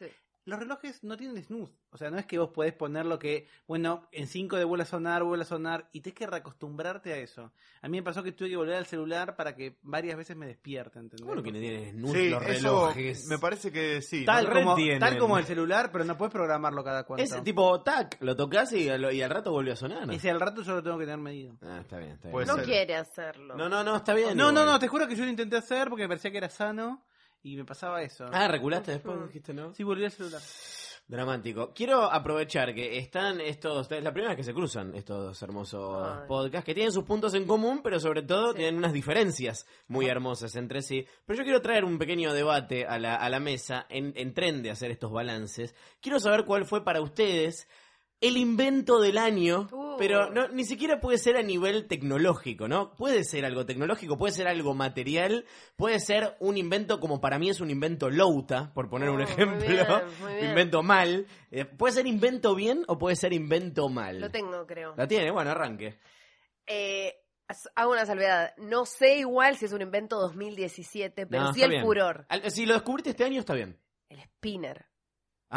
Speaker 16: Los relojes no tienen snooze, o sea, no es que vos podés poner lo que, bueno, en 5 de vuelta a sonar, vuelve a sonar, y tenés que reacostumbrarte a eso. A mí me pasó que tuve que volver al celular para que varias veces me despierte, ¿entendés?
Speaker 2: ¿Cómo no que no tienen snooze
Speaker 25: Sí,
Speaker 2: los
Speaker 25: eso
Speaker 2: relojes?
Speaker 25: me parece que sí.
Speaker 16: Tal,
Speaker 2: no
Speaker 16: como,
Speaker 2: retienen.
Speaker 16: tal como el celular, pero no puedes programarlo cada cuanto.
Speaker 2: Es tipo, tac, lo tocas y, al- y al rato vuelve a sonar.
Speaker 16: Y si al rato yo lo tengo que tener medido.
Speaker 2: Ah, está bien, está bien.
Speaker 26: no quiere hacerlo.
Speaker 2: No, no, no, está bien.
Speaker 16: No, no,
Speaker 2: igual.
Speaker 16: no, te juro que yo lo intenté hacer porque me parecía que era sano y me pasaba eso.
Speaker 2: Ah, reculaste después, dijiste, ¿no?
Speaker 16: Sí, volví al celular.
Speaker 2: Dramático. Quiero aprovechar que están estos, es la primera vez que se cruzan estos dos hermosos podcasts, que tienen sus puntos en común, pero sobre todo tienen unas diferencias muy hermosas entre sí. Pero yo quiero traer un pequeño debate a la, a la mesa, en, en tren de hacer estos balances. Quiero saber cuál fue para ustedes el invento del año, pero no, ni siquiera puede ser a nivel tecnológico, ¿no? Puede ser algo tecnológico, puede ser algo material, puede ser un invento como para mí es un invento louta, por poner un ejemplo,
Speaker 26: Oh, bien, muy bien.
Speaker 2: (laughs) invento mal. Eh, ¿Puede ser invento bien o puede ser invento mal?
Speaker 26: Lo tengo, creo.
Speaker 2: La tiene, bueno, arranque.
Speaker 26: Eh, as- hago una salvedad. No sé igual si es un invento 2017, pero
Speaker 2: No,
Speaker 26: sí
Speaker 2: está
Speaker 26: el
Speaker 2: bien.
Speaker 26: furor.
Speaker 2: Al- si lo descubriste este año está bien.
Speaker 26: Spinner.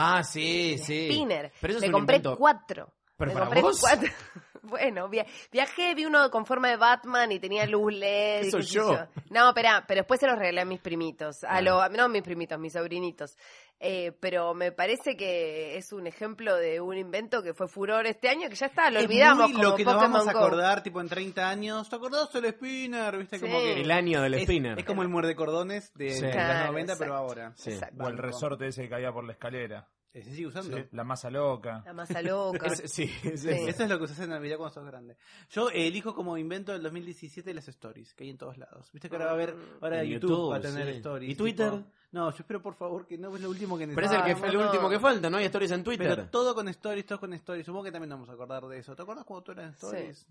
Speaker 2: Ah, sí, sí.
Speaker 26: Spinner.
Speaker 2: Pero eso
Speaker 26: Me
Speaker 2: es un
Speaker 26: compré
Speaker 2: invento-
Speaker 26: cuatro.
Speaker 2: Pero
Speaker 26: Me
Speaker 2: para
Speaker 26: compré
Speaker 2: vos.
Speaker 26: cuatro. (laughs) Bueno, via- viajé, vi uno con forma de Batman y tenía luz LED. y
Speaker 25: Eso
Speaker 26: qué sé
Speaker 25: yo.
Speaker 26: No, espera, pero después se los regalé a mis primitos. A lo, a- no, mis primitos, mis sobrinitos. Eh, pero me parece que es un ejemplo de un invento que fue furor este año, que ya está, lo
Speaker 16: Es
Speaker 26: olvidamos.
Speaker 16: muy
Speaker 26: como
Speaker 16: lo que nos
Speaker 26: Pokémon
Speaker 16: vamos a
Speaker 26: Go.
Speaker 16: acordar, tipo en 30 años. ¿Te acordás del spinner? ¿Viste?
Speaker 26: Sí.
Speaker 16: Como que
Speaker 2: El año del
Speaker 16: es-
Speaker 2: spinner.
Speaker 16: Es como el muerde cordones de
Speaker 2: Sí.
Speaker 16: los
Speaker 2: Claro,
Speaker 16: 90, pero
Speaker 26: exacto.
Speaker 16: ahora.
Speaker 2: Sí. Exacto.
Speaker 1: O el resorte ese que caía por la escalera.
Speaker 16: ¿Se sigue usando?
Speaker 1: Sí, La masa loca.
Speaker 26: La masa
Speaker 2: (laughs)
Speaker 1: (laughs)
Speaker 26: loca.
Speaker 1: Es- sí, es
Speaker 16: Sí,
Speaker 1: eso.
Speaker 16: Eso es lo que usas en Navidad cuando sos grande. Yo eh, elijo como invento del 2017 las stories, que hay en todos lados. Viste que ahora va a haber,
Speaker 26: Ah.
Speaker 16: ahora
Speaker 2: En
Speaker 16: YouTube,
Speaker 2: YouTube,
Speaker 16: va a tener
Speaker 2: sí.
Speaker 16: stories.
Speaker 2: ¿Y Twitter?
Speaker 16: tipo, no, yo espero por favor que no es lo último que
Speaker 2: Pero es el, que,
Speaker 16: necesitamos.
Speaker 2: el último que falta, ¿no? Hay stories en Twitter.
Speaker 16: Pero todo con stories, todo con stories. Supongo que también nos vamos a acordar de eso. ¿Te acuerdas cuando tú eras en stories?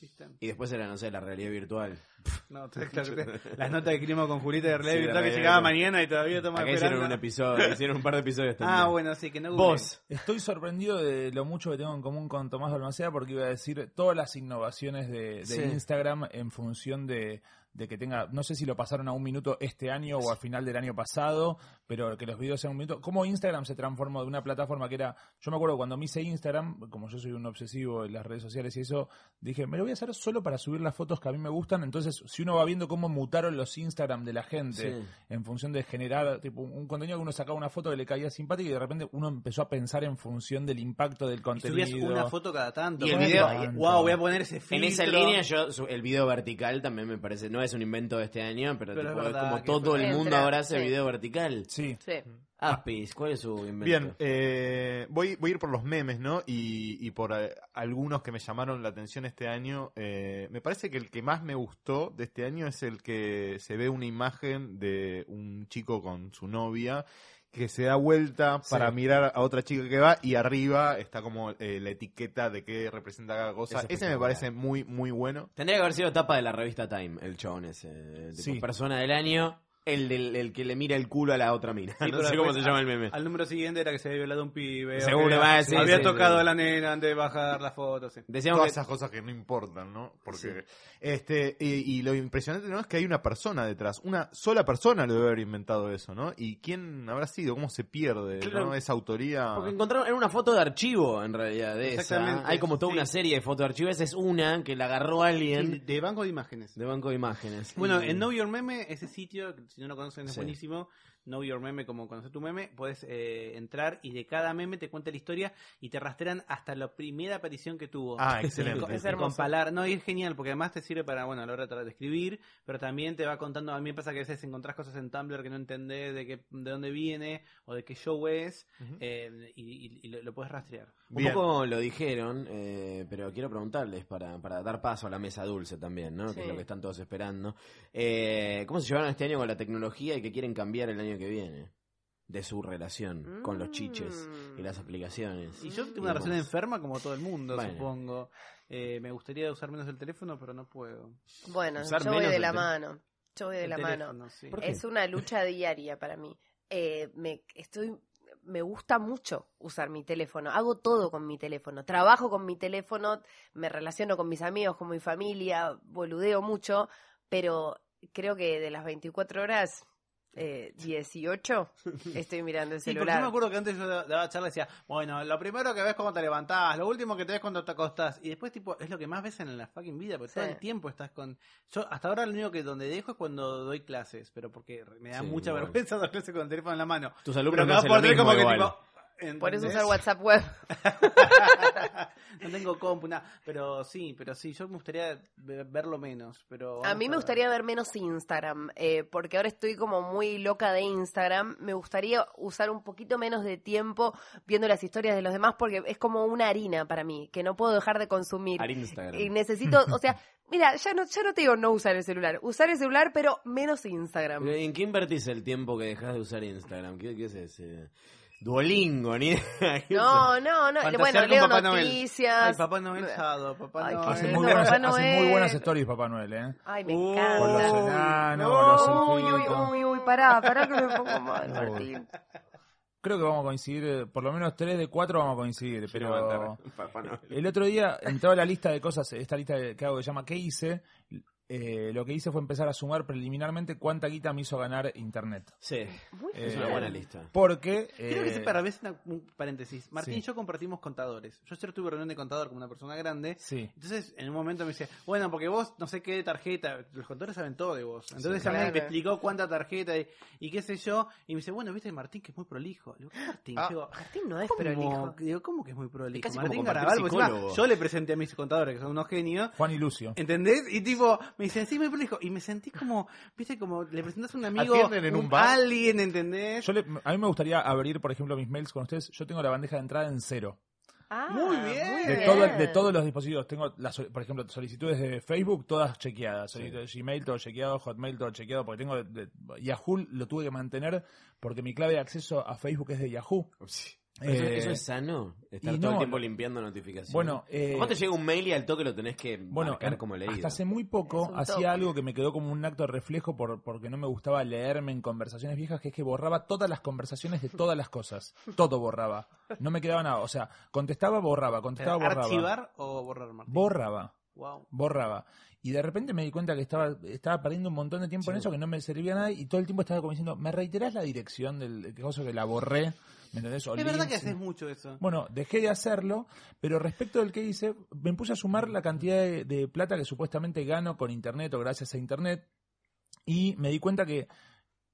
Speaker 16: ¿Viste?
Speaker 2: Y después era, (laughs) no sé, la realidad virtual.
Speaker 16: No, te- (laughs) claro,
Speaker 2: (laughs)
Speaker 16: te- las notas de clima con Julita de realidad
Speaker 2: Sí,
Speaker 16: virtual
Speaker 2: la
Speaker 16: que
Speaker 2: realidad
Speaker 16: llegaba
Speaker 2: virtual.
Speaker 16: mañana y todavía estamos
Speaker 2: Acá
Speaker 16: esperando.
Speaker 2: hicieron un episodio, hicieron un par de episodios también.
Speaker 16: Ah, bueno, sí, que no googleen.
Speaker 2: Vos.
Speaker 1: Estoy sorprendido de lo mucho que tengo en común con Tomás Balmaceda porque iba a decir todas las innovaciones de, de
Speaker 2: Sí.
Speaker 1: Instagram en función de, de que tenga, no sé si lo pasaron a un minuto este año o al final del año pasado, pero que los videos sean un minuto. ¿Cómo Instagram se transformó de una plataforma que era, yo me acuerdo cuando me hice Instagram, como yo soy un obsesivo en las redes sociales y eso, dije, me lo voy a hacer solo para subir las fotos que a mí me gustan, entonces si uno va viendo cómo mutaron los Instagram de la gente
Speaker 2: Sí.
Speaker 1: en función de generar tipo, un contenido que uno sacaba una foto que le caía simpática y de repente uno empezó a pensar en función del impacto del contenido.
Speaker 16: Subías una foto cada tanto.
Speaker 2: Y el
Speaker 16: Como,
Speaker 2: video-
Speaker 16: tipo, Wow, voy a poner ese filtro.
Speaker 2: En esa línea, yo su- el video vertical también me parece, no es un invento de este año, pero,
Speaker 16: Pero
Speaker 2: tipo,
Speaker 16: es
Speaker 2: es
Speaker 16: verdad
Speaker 2: como
Speaker 16: que
Speaker 2: todo el
Speaker 16: fue-
Speaker 2: mundo
Speaker 16: Entra,
Speaker 2: ahora hace
Speaker 16: sí.
Speaker 2: video vertical.
Speaker 1: Sí.
Speaker 26: Sí.
Speaker 2: Aspis, ¿cuál es su invento?
Speaker 25: Bien, eh, voy, voy a ir por los memes, ¿no? Y, y por eh, algunos que me llamaron la atención este año. Eh, me parece que el que más me gustó de este año es el que se ve una imagen de un chico con su novia que se da vuelta
Speaker 2: Sí.
Speaker 25: para mirar a otra chica que va y arriba está como eh, la etiqueta de qué representa cada cosa.
Speaker 2: Es
Speaker 25: Ese me
Speaker 2: espectacular.
Speaker 25: parece muy, muy bueno.
Speaker 2: Tendría que haber sido tapa de la revista Time, el chabón ese. eh, tipo,
Speaker 25: Sí.
Speaker 2: persona del año, el, del, el que le mira el culo a la otra mina.
Speaker 16: Sí,
Speaker 2: (laughs) no
Speaker 16: pero
Speaker 2: sé cómo se
Speaker 16: después
Speaker 2: llama el
Speaker 16: al-
Speaker 2: meme.
Speaker 16: Al número siguiente era que se había violado un pibe. o
Speaker 2: Seguro,
Speaker 16: que
Speaker 2: va,
Speaker 16: había-
Speaker 2: sí,
Speaker 16: Había
Speaker 2: sí,
Speaker 16: tocado
Speaker 2: sí.
Speaker 16: a la nena antes de bajar la foto. sí.
Speaker 25: Todas esas cosas que no importan, ¿no? Porque este y, y lo impresionante no es que hay una persona detrás, una sola persona lo debe haber inventado eso, ¿no? Y quién habrá sido, cómo se pierde,
Speaker 2: Claro.
Speaker 25: ¿no? Esa autoría.
Speaker 2: Porque encontraron, era una foto de archivo en realidad de esa.
Speaker 25: Exactamente,
Speaker 2: Hay como toda una serie de fotos de archivo, esa es una que la agarró alguien.
Speaker 16: Sí, de banco de imágenes.
Speaker 2: De banco de imágenes.
Speaker 16: Bueno,
Speaker 2: Y-
Speaker 16: en Know Your Meme, ese sitio, que si no lo conocen, es
Speaker 2: Sí.
Speaker 16: buenísimo. Know Your Meme, como conocer tu meme, puedes eh, entrar y de cada meme te cuenta la historia y te rastrean hasta la primera aparición que tuvo.
Speaker 25: Ah, excelente.
Speaker 16: Y con-
Speaker 25: Es
Speaker 16: y
Speaker 25: hermoso.
Speaker 16: comparar- no, y es genial, porque además te sirve para, bueno, a la hora de tratar de escribir, pero también te va contando. A mí me pasa que a veces encontrás cosas en Tumblr que no entendés de, qué, de dónde viene o de qué show es, eh, y, y- y lo, lo puedes rastrear.
Speaker 2: Un poco lo dijeron, eh, pero quiero preguntarles para, para dar paso a la mesa dulce también, ¿no? Que es
Speaker 16: Sí.
Speaker 2: lo que están todos esperando. Eh, ¿Cómo se llevaron este año con la tecnología y qué quieren cambiar el año que viene? De su relación con los chiches y las aplicaciones.
Speaker 16: Y yo
Speaker 2: y
Speaker 16: tengo una relación
Speaker 2: demás.
Speaker 16: enferma como todo el mundo,
Speaker 2: Bueno.
Speaker 16: supongo. Eh, me gustaría usar menos el teléfono, pero no puedo.
Speaker 26: Bueno, yo voy de la mano. Yo voy de
Speaker 16: El
Speaker 26: la
Speaker 16: teléfono,
Speaker 26: mano.
Speaker 16: sí. ¿Por qué?
Speaker 26: Es una lucha diaria para mí. Eh, me estoy me gusta mucho usar mi teléfono. Hago todo con mi teléfono. Trabajo con mi teléfono, me relaciono con mis amigos, con mi familia, boludeo mucho, pero creo que de las 24 horas eh,
Speaker 16: (laughs)
Speaker 26: 18 estoy mirando el
Speaker 16: Sí, porque yo
Speaker 26: celular.
Speaker 16: me acuerdo que antes yo da- daba charla y decía, bueno, lo primero que ves cuando te levantás, lo último que te ves cuando te acostás, y después tipo, es lo que más ves en la fucking vida, porque todo
Speaker 26: Sí.
Speaker 16: el tiempo estás con... Yo hasta ahora lo único que donde dejo es cuando doy clases, pero porque me da
Speaker 2: Sí,
Speaker 16: mucha
Speaker 2: igual.
Speaker 16: vergüenza (laughs) dar clases con el teléfono en la mano.
Speaker 2: Tus
Speaker 16: Pero
Speaker 2: alumnos no
Speaker 16: cada
Speaker 2: hacen lo
Speaker 16: por tres
Speaker 2: mismo
Speaker 16: como que,
Speaker 2: igual.
Speaker 16: tipo,
Speaker 26: Por eso
Speaker 16: ¿entendés?
Speaker 26: usar WhatsApp web.
Speaker 16: (laughs) no tengo compu, nada, pero sí, pero sí, yo me gustaría ve- verlo menos, pero...
Speaker 26: A
Speaker 16: vamos
Speaker 26: mí me
Speaker 16: ver.
Speaker 26: gustaría ver menos Instagram, eh, porque ahora estoy como muy loca de Instagram. Me gustaría usar un poquito menos de tiempo viendo las historias de los demás, porque es como una harina para mí, que no puedo dejar de consumir.
Speaker 2: Al Instagram.
Speaker 26: Y necesito, o sea, (laughs) mira, ya no, ya no te digo no usar el celular, usar el celular, pero menos Instagram.
Speaker 2: Pero, Eh, ¿En qué invertís el tiempo que dejas de usar Instagram? ¿Qué, qué es ese? Duolingo, ni idea. (laughs)
Speaker 26: No, no, no.
Speaker 2: Fantasear
Speaker 26: Bueno,
Speaker 2: con
Speaker 26: leo
Speaker 2: Papá Noel.
Speaker 26: noticias.
Speaker 16: Ay, Papá Noel Jado, Papá
Speaker 26: Ay,
Speaker 16: Noel.
Speaker 1: Hace muy,
Speaker 26: Ay, no,
Speaker 1: buenas,
Speaker 26: Papá
Speaker 1: hace muy
Speaker 26: Noel.
Speaker 1: buenas stories, Papá Noel, ¿eh?
Speaker 26: Ay, me
Speaker 1: Con los
Speaker 26: encanta.
Speaker 1: enanos, con los
Speaker 26: uy, uy,
Speaker 1: elfitos.
Speaker 26: uy, uy, pará, pará que me pongo mal, Martín.
Speaker 1: Creo que vamos a coincidir, eh, por lo menos tres de cuatro vamos a coincidir, pero... El otro día entraba la lista de cosas, esta lista que hago que se llama ¿Qué hice? eh, lo que hice fue empezar a sumar preliminarmente cuánta guita me hizo ganar Internet. Eh,
Speaker 2: Sí, es una buena lista.
Speaker 1: Porque...
Speaker 16: Creo que
Speaker 1: eh,
Speaker 16: sí, para vez una- un paréntesis. Martín
Speaker 1: sí.
Speaker 16: y yo compartimos contadores. Yo ayer tuve reunión de contador con una persona grande.
Speaker 1: Sí.
Speaker 16: Entonces, en un momento me dice, bueno, porque vos no sé qué tarjeta, los contadores saben todo de vos. Entonces,
Speaker 1: Sí.
Speaker 16: a mí
Speaker 1: Claro.
Speaker 16: me explicó cuánta tarjeta y, y qué sé yo. Y me dice, bueno, viste Martín que es muy prolijo. Le digo, ¿qué Martín?
Speaker 4: Ah,
Speaker 16: Digo,
Speaker 4: Martín no es
Speaker 16: ¿cómo?
Speaker 4: prolijo.
Speaker 16: Digo, ¿cómo que es muy prolijo?
Speaker 4: casi como
Speaker 16: Martín
Speaker 4: compartir
Speaker 16: Garabal, ah, porque encima
Speaker 4: psicólogo.
Speaker 16: yo le presenté a mis contadores, que son unos genios.
Speaker 1: Juan y Lucio.
Speaker 16: ¿Entendés? Y tipo, me dicen, sí, muy prolijo. Y me sentí como, viste, como le presentas a un amigo,
Speaker 1: Atienden en un bar.
Speaker 16: alguien, ¿entendés?
Speaker 1: Yo le- a mí me gustaría abrir, por ejemplo, mis mails con ustedes. Yo tengo la bandeja de entrada en cero.
Speaker 13: Ah,
Speaker 16: muy bien.
Speaker 1: De, todo- de todos los dispositivos. Tengo, las, por ejemplo, solicitudes de Facebook, todas chequeadas. Solicitudes de Gmail, todo chequeado. Hotmail, todo chequeado. Porque tengo. de- Yahoo lo tuve que mantener porque mi clave de acceso a Facebook es de Yahoo.
Speaker 2: Pero eso-
Speaker 1: Eh,
Speaker 2: eso es sano, estar
Speaker 1: y
Speaker 2: todo el
Speaker 1: no,
Speaker 2: tiempo limpiando notificaciones.
Speaker 1: Bueno, eh,
Speaker 2: ¿Cómo te llega un mail y al toque lo tenés que
Speaker 1: Bueno,
Speaker 2: marcar
Speaker 1: en-
Speaker 2: como leído?
Speaker 1: hasta hace muy poco hacía algo que me quedó como un acto de reflejo por, porque no me gustaba leerme en conversaciones viejas, que es que borraba todas las conversaciones de todas las cosas. Todo borraba. No me quedaba nada. O sea, contestaba, borraba, contestaba, borraba.
Speaker 16: ¿Archivar o borrar, Martín?
Speaker 1: Borraba.
Speaker 16: Wow.
Speaker 1: Borraba. Y de repente me di cuenta que estaba, estaba perdiendo un montón de tiempo en eso, que no me servía nada, y todo el tiempo estaba como diciendo, ¿me reiterás la dirección del que cosa que la borré? ¿Me entendés? O
Speaker 16: Es verdad
Speaker 1: links,
Speaker 16: que
Speaker 1: ¿sí?
Speaker 16: haces mucho eso.
Speaker 1: Bueno, dejé de hacerlo, pero respecto del que hice, me puse a sumar la cantidad de, de plata que supuestamente gano con Internet o gracias a Internet, y me di cuenta que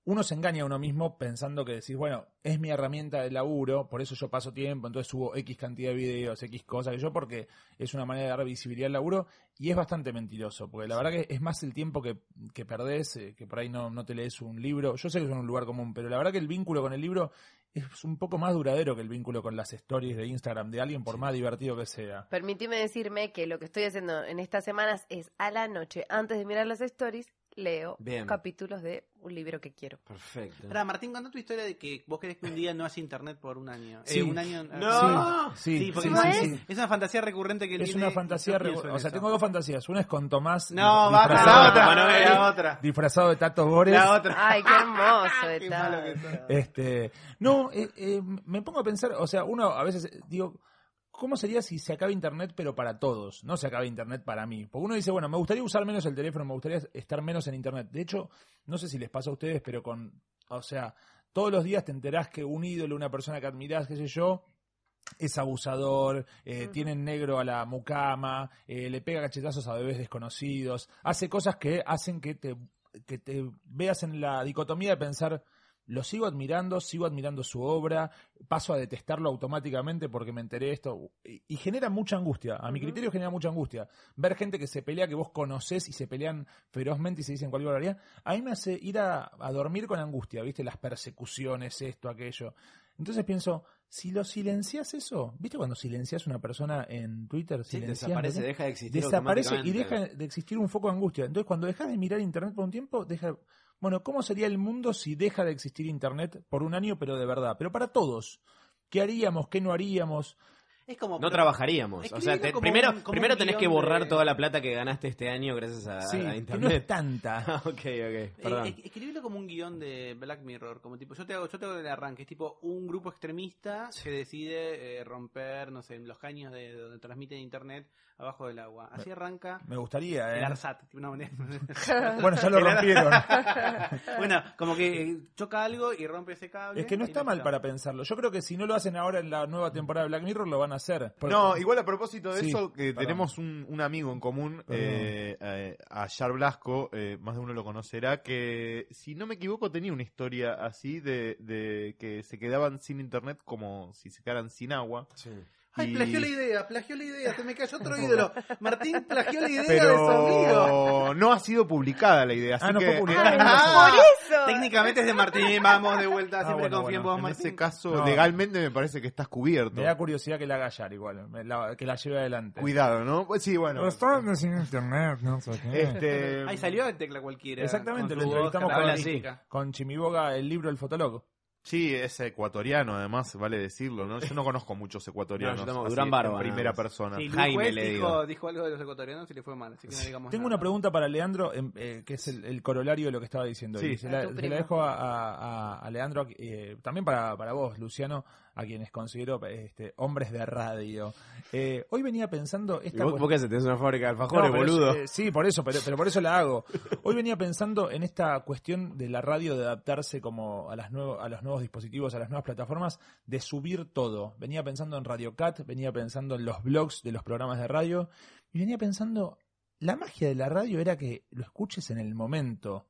Speaker 1: uno se engaña a uno mismo pensando que decís, bueno, es mi herramienta de laburo, por eso yo paso tiempo, entonces subo X cantidad de videos, X cosas que yo, porque es una manera de dar visibilidad al laburo, y es bastante mentiroso, porque la verdad que es más el tiempo que, que perdés, eh, que por ahí no, no te lees un libro. Yo sé que es un lugar común, pero la verdad que el vínculo con el libro es un poco más duradero que el vínculo con las stories de Instagram de alguien, por más divertido que sea.
Speaker 4: Permitime decirme que lo que estoy haciendo en estas semanas es a la noche, antes de mirar las stories, leo
Speaker 16: Bien.
Speaker 4: capítulos de un libro que quiero.
Speaker 2: Perfecto.
Speaker 16: Ahora, Martín, contá tu historia de que vos querés que un día no haya internet por un año.
Speaker 1: Sí.
Speaker 16: Eh, un año.
Speaker 1: No. Sí, sí,
Speaker 16: porque
Speaker 1: sí,
Speaker 16: es, una-
Speaker 1: sí, sí.
Speaker 16: es una fantasía recurrente que él
Speaker 1: Es
Speaker 16: tiene,
Speaker 1: una fantasía,
Speaker 16: yo pienso
Speaker 1: re-
Speaker 16: en
Speaker 1: o sea,
Speaker 16: eso.
Speaker 1: tengo dos fantasías. Una es con Tomás
Speaker 16: No,
Speaker 1: di-
Speaker 16: va, la otra, la otra.
Speaker 1: disfrazado de Tato Bores.
Speaker 4: Ay, qué
Speaker 2: (laughs)
Speaker 4: hermoso. de tal.
Speaker 1: Este, no, eh, eh, me pongo a pensar, o sea, uno a veces eh, digo, ¿cómo sería si se acaba internet pero para todos? No se acaba internet para mí. Porque uno dice, bueno, me gustaría usar menos el teléfono, me gustaría estar menos en internet. De hecho, no sé si les pasa a ustedes, pero con, o sea, todos los días te enterás que un ídolo, una persona que admirás, qué sé yo, es abusador, eh, tiene en negro a la mucama, eh, le pega cachetazos a bebés desconocidos, hace cosas que hacen que te, que te veas en la dicotomía de pensar, lo sigo admirando, sigo admirando su obra, paso a detestarlo automáticamente porque me enteré de esto. Y, y genera mucha angustia, a mi criterio genera mucha angustia. Ver gente que se pelea, que vos conocés y se pelean ferozmente y se dicen cualquier barbaridad, a mí me hace ir a, a dormir con angustia, ¿viste? Las persecuciones, esto, aquello. Entonces pienso, si lo silencias eso, ¿viste cuando silencias una persona en Twitter? Silencias,
Speaker 2: desaparece,
Speaker 1: ¿verdad?
Speaker 2: deja de existir
Speaker 1: Desaparece y
Speaker 2: automáticamente.
Speaker 1: deja de existir un foco de angustia. Entonces, cuando dejas de mirar Internet por un tiempo, deja. Bueno, ¿cómo sería el mundo si deja de existir Internet por un año, pero de verdad? Pero para todos. ¿Qué haríamos? ¿Qué no haríamos?
Speaker 16: Es como,
Speaker 2: No trabajaríamos. O sea,
Speaker 1: Escribilo
Speaker 2: te-
Speaker 1: como
Speaker 2: primero,
Speaker 1: un- como
Speaker 2: primero
Speaker 1: un
Speaker 2: tenés que
Speaker 1: guión
Speaker 2: borrar
Speaker 1: de-
Speaker 2: toda la plata que ganaste este año gracias a,
Speaker 1: Sí,
Speaker 2: a
Speaker 1: que
Speaker 2: internet.
Speaker 1: no es tanta.
Speaker 2: Ah, (laughs) ok, ok. Perdón.
Speaker 16: Eh, eh, escribilo como un guión de Black Mirror, como tipo, yo te hago, yo te hago el arranque, es tipo un grupo extremista que decide eh, romper, no sé, los caños de donde transmiten internet abajo del agua. Así arranca.
Speaker 1: Me gustaría, ¿eh?
Speaker 16: El ARSAT, tipo, no, mentira.
Speaker 1: (laughs) Bueno, ya
Speaker 16: (laughs)
Speaker 1: lo
Speaker 16: El Ar-
Speaker 1: rompieron.
Speaker 16: (laughs) bueno, como que eh, choca algo y rompe ese cable.
Speaker 1: Es que no
Speaker 16: y
Speaker 1: está mal para pensarlo. Yo creo que si no lo hacen ahora en la nueva temporada de Black Mirror, lo van a hacer. Porque-
Speaker 3: No, igual a propósito de
Speaker 1: Sí,
Speaker 3: eso, que
Speaker 1: perdón.
Speaker 3: tenemos un, un amigo en común, eh, eh, a Yar Blasco, eh, más de uno lo conocerá, que si no me equivoco tenía una historia así de, de que se quedaban sin internet como si se quedaran sin agua.
Speaker 16: Ay,
Speaker 3: Y-
Speaker 16: plagió la idea, plagió la idea, se me cayó
Speaker 1: (laughs)
Speaker 16: otro ídolo. Martín plagió la idea de su amigo.
Speaker 3: Pero no ha sido publicada la idea,
Speaker 1: Ah,
Speaker 3: así
Speaker 16: no
Speaker 3: que...
Speaker 16: fue publicada. Ah, por eso. Técnicamente es de Martín, vamos de
Speaker 1: Ah,
Speaker 16: vuelta, siempre confío en vos,
Speaker 3: En
Speaker 16: Martín.
Speaker 3: ese caso,
Speaker 1: No.
Speaker 3: legalmente me parece que estás cubierto.
Speaker 1: Me da curiosidad que la haga Yar igual, me la- que la lleve adelante.
Speaker 3: Cuidado, ¿no? Pues Sí, bueno.
Speaker 1: Restaurantes sin internet, no sé qué.
Speaker 16: (laughs)
Speaker 3: Este-
Speaker 16: Ahí salió el tecla cualquiera.
Speaker 1: Ah. Exactamente,
Speaker 16: con su
Speaker 1: lo
Speaker 16: voz
Speaker 1: entrevistamos con,
Speaker 16: característica.
Speaker 1: con Chimiboga, el libro El Fotolog.
Speaker 3: Sí, es ecuatoriano, además, vale decirlo, ¿no? Yo no conozco muchos ecuatorianos.
Speaker 2: No, yo tampoco,
Speaker 3: así,
Speaker 2: Durán
Speaker 3: en
Speaker 2: Barba,
Speaker 3: primera
Speaker 2: nada más.
Speaker 3: persona.
Speaker 16: Y Luis Juez dijo, dijo algo de los ecuatorianos y le fue mal, así que no digamos
Speaker 1: Tengo una pregunta para Leandro, em, eh, que es el, el corolario de lo que estaba diciendo.
Speaker 3: Sí.
Speaker 1: y se
Speaker 3: A
Speaker 1: la,
Speaker 3: tu
Speaker 1: se la
Speaker 3: primo.
Speaker 1: dejo a, a- a- a Leandro, eh, también para, para vos, Luciano, a quienes considero este, hombres de radio. Eh, hoy venía pensando
Speaker 2: ¿Y
Speaker 1: esta
Speaker 2: vos,
Speaker 1: cuest-
Speaker 2: vos qué haces? Tenés una fábrica de alfajores,
Speaker 1: no, pero
Speaker 2: boludo.
Speaker 1: es- eh, sí, por eso, pero, pero por eso la hago. Hoy venía pensando en esta cuestión de la radio de adaptarse como a, las nuevo- a los nuevos dispositivos, a las nuevas plataformas, de subir todo. Venía pensando en Radio Cat, venía pensando en los blogs de los programas de radio y venía pensando, la magia de la radio era que lo escuches en el momento.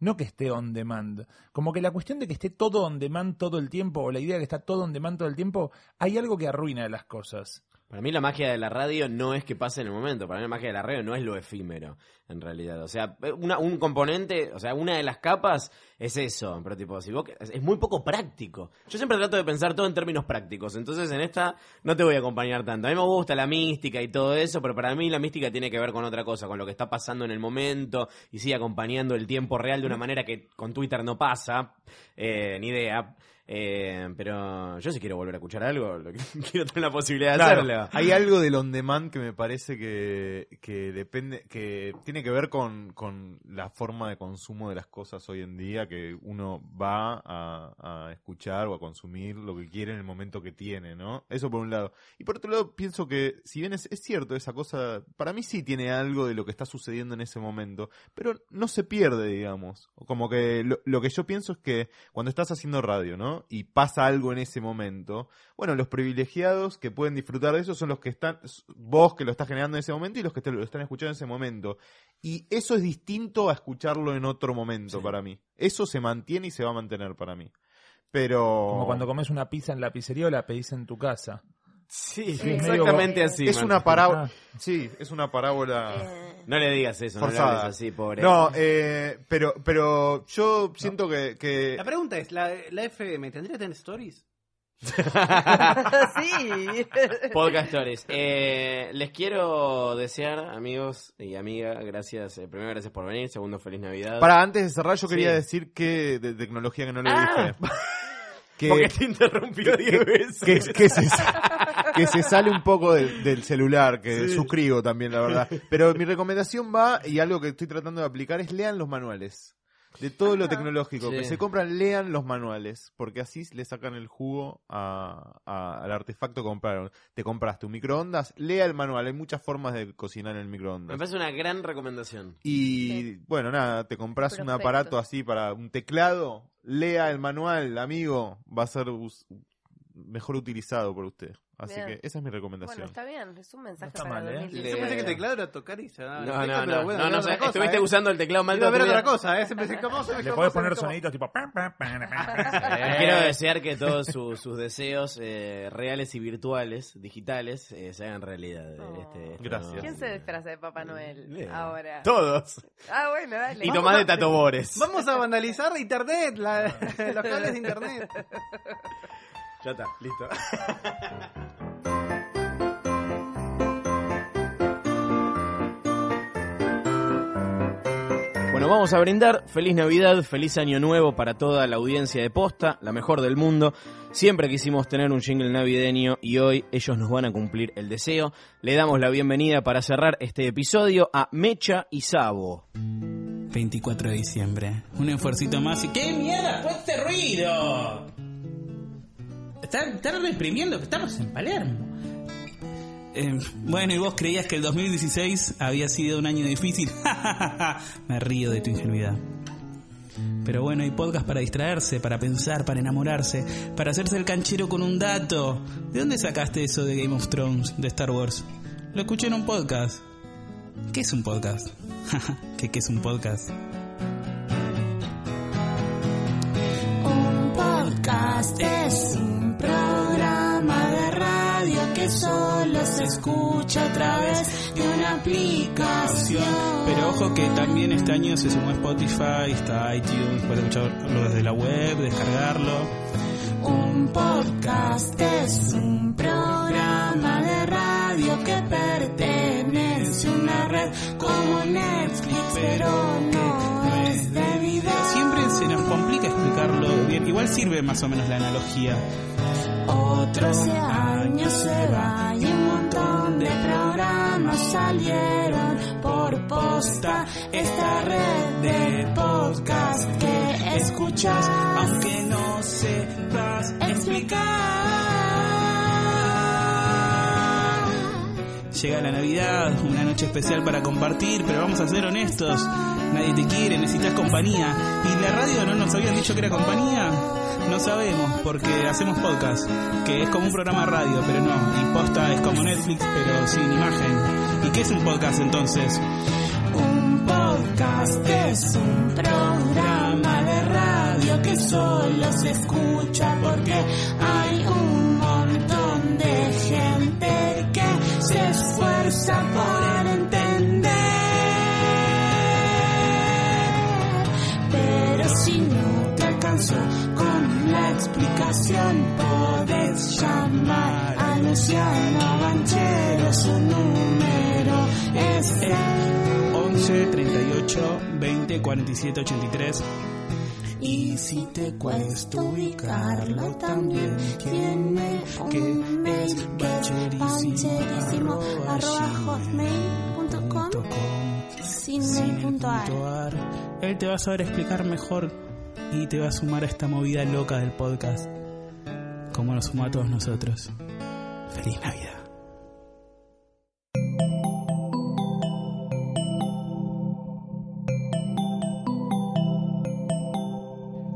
Speaker 1: No que esté on demand. Como que la cuestión de que esté todo on demand todo el tiempo, o la idea de que está todo on demand todo el tiempo, hay algo que arruina las cosas.
Speaker 2: Para mí la magia de la radio no es que pase en el momento, para mí la magia de la radio no es lo efímero, en realidad. O sea, eh, una- un componente, o sea, una de las capas es eso, pero tipo, si vos, que- es muy poco práctico. Yo siempre trato de pensar todo en términos prácticos, entonces en esta no te voy a acompañar tanto. A mí me gusta la mística y todo eso, pero para mí la mística tiene que ver con otra cosa, con lo que está pasando en el momento y sí, acompañando el tiempo real de una manera que con Twitter no pasa, eh, ni idea. Eh, pero yo si quiero volver a escuchar algo, lo que- (laughs) quiero tener la posibilidad de
Speaker 25: Claro,
Speaker 2: hacerlo.
Speaker 25: Hay algo del on demand que me parece que, que depende, que tiene que ver con, con la forma de consumo de las cosas hoy en día, que uno va a, a escuchar o a consumir lo que quiere en el momento que tiene, ¿no? Eso por un lado. Y por otro lado, pienso que, si bien es, es cierto esa cosa, para mí sí tiene algo de lo que está sucediendo en ese momento, pero no se pierde, digamos. Como que lo, lo que yo pienso es que cuando estás haciendo radio, ¿no? Y pasa algo en ese momento, bueno, los privilegiados que pueden disfrutar de eso son los que están, s- vos que lo estás generando en ese momento y los que te lo están escuchando en ese momento. Y eso es distinto a escucharlo en otro momento para mí. Eso se mantiene y se va a mantener para mí. Pero...
Speaker 1: Como cuando comes una pizza en la pizzería o la pedís en tu casa.
Speaker 2: Sí,
Speaker 1: medio-
Speaker 25: Es una parábola. Sí, es una parábola.
Speaker 2: No le digas eso, no le
Speaker 25: forzada.
Speaker 2: hables así, pobre.
Speaker 25: No, eh, pero, pero yo siento que, que-
Speaker 16: La pregunta es, ¿la, la FM tendría que tener stories?
Speaker 2: (laughs)
Speaker 27: sí.
Speaker 2: Podcastores, eh, les quiero desear, amigos y amigas, gracias. eh, primero, gracias por venir. Segundo, feliz Navidad.
Speaker 25: Para antes de cerrar, yo quería
Speaker 2: Sí.
Speaker 25: decir que de tecnología que no le
Speaker 2: (laughs) Ah.
Speaker 25: dije.
Speaker 2: Porque te interrumpió
Speaker 25: que-
Speaker 2: diez
Speaker 25: que-
Speaker 2: veces.
Speaker 25: Que, que se,
Speaker 2: (laughs)
Speaker 25: que se sale un poco del, del celular, que suscribo también, la
Speaker 2: (laughs)
Speaker 25: verdad. Pero mi recomendación va, y algo que estoy tratando de aplicar, es lean los manuales. De todo lo tecnológico
Speaker 2: Ah, Sí.
Speaker 25: que se compran, lean los manuales, porque así le sacan el jugo a- a- al artefacto que compraron. Te compraste un microondas, lea el manual, hay muchas formas de cocinar en el
Speaker 2: Me
Speaker 25: microondas.
Speaker 2: parece una gran
Speaker 25: (laughs)
Speaker 2: recomendación.
Speaker 25: Y bueno, nada, te compras un
Speaker 2: Perfecto.
Speaker 25: aparato así para un teclado, lea el manual, amigo, va a ser us- mejor utilizado por usted. Así
Speaker 26: Bien.
Speaker 25: que esa es mi recomendación.
Speaker 26: Bueno, está bien, es un mensaje
Speaker 25: está
Speaker 26: para
Speaker 25: mal, ¿eh?
Speaker 26: 2019.
Speaker 16: Yo pensé que el teclado era tocar y ya.
Speaker 2: No,
Speaker 16: listo, pero
Speaker 2: no, no,
Speaker 16: bueno,
Speaker 2: no,
Speaker 16: era
Speaker 2: no,
Speaker 16: otra
Speaker 2: sé, estuviste
Speaker 16: ¿eh?
Speaker 2: usando el teclado mal
Speaker 16: Iba a
Speaker 2: toda
Speaker 16: ver
Speaker 2: tu
Speaker 16: otra
Speaker 2: vida.
Speaker 16: cosa, ¿eh? Siempre decía,
Speaker 2: (laughs)
Speaker 16: ¿cómo se me
Speaker 1: Le
Speaker 16: cómo
Speaker 1: podés
Speaker 16: se me
Speaker 1: poner
Speaker 16: cómo?
Speaker 1: soniditos tipo... pam, pam, pam, pam.
Speaker 2: Eh, Quiero desear que todos sus, sus deseos eh, reales y virtuales, digitales, eh, se hagan realidad. eh, este- este
Speaker 25: Gracias.
Speaker 2: nuevo
Speaker 26: ¿Quién
Speaker 2: año.
Speaker 26: se disfraza de Papá Noel
Speaker 2: Bien.
Speaker 26: ahora?
Speaker 2: Todos.
Speaker 26: Ah, bueno, dale.
Speaker 2: Y Tomás de Tatobores.
Speaker 16: Vamos a vandalizar internet, la- (laughs) los cables de internet.
Speaker 2: Ya está, listo.
Speaker 1: (laughs)
Speaker 2: Bueno, vamos a brindar. Feliz Navidad, feliz Año Nuevo para toda la audiencia de Posta, la mejor del mundo. Siempre quisimos tener un jingle navideño y hoy ellos nos van a cumplir el deseo. Le damos la bienvenida para cerrar este episodio a Mecha y Sabo.
Speaker 17: 24 de diciembre. Un esfuercito más y... ¿Qué mierda fue este ruido? Están, están reprimiendo que estamos en Palermo. Eh, bueno, y vos creías que el 2016 había sido un año difícil. (laughs) Me río de tu ingenuidad. Pero bueno, hay podcast para distraerse, para pensar, para enamorarse, para hacerse el canchero con un dato. ¿De dónde sacaste eso de Game of Thrones, de Star Wars? Lo escuché en un podcast. ¿Qué es un podcast? (laughs) ¿Qué, ¿Qué es un podcast?
Speaker 11: Un podcast es un programa de radio que solo se escucha a través de una aplicación.
Speaker 17: Pero ojo que también este año se sumó Spotify, está iTunes, puedes escucharlo desde la web, descargarlo.
Speaker 11: Un podcast es un programa de radio que pertenece a una red como Netflix, pero no es de video.
Speaker 17: Eh, Siempre se nos complica explicarlo bien, igual sirve más o menos la analogía.
Speaker 11: Otros años se va y un montón de programas salieron por posta. Esta red de podcast que escuchas, aunque no sepas explicar.
Speaker 17: Llega la Navidad, una noche especial para compartir, pero vamos a ser honestos. Nadie te quiere, necesitas compañía. ¿Y la radio no nos habían dicho que era compañía? No sabemos, porque hacemos podcast, que es como un programa de radio, pero no. Y posta es como Netflix, pero sin imagen. ¿Y qué es un podcast entonces?
Speaker 11: Un podcast es un programa de radio que solo se escucha porque hay un montón de gente que se esfuerza por entender. Pero si no te alcanzó con la explicación, podés llamar a Luciano Banchero. Su número es el
Speaker 17: 11 38 20 47 83.
Speaker 11: Y si te cuesta ubicarlo también, tiene que mail que es bancherísimo arroba hotmail.com sin el punto ar.
Speaker 17: Él te va a saber explicar mejor y te va a sumar a esta movida loca del podcast. Como nos suma a todos nosotros. Feliz Navidad.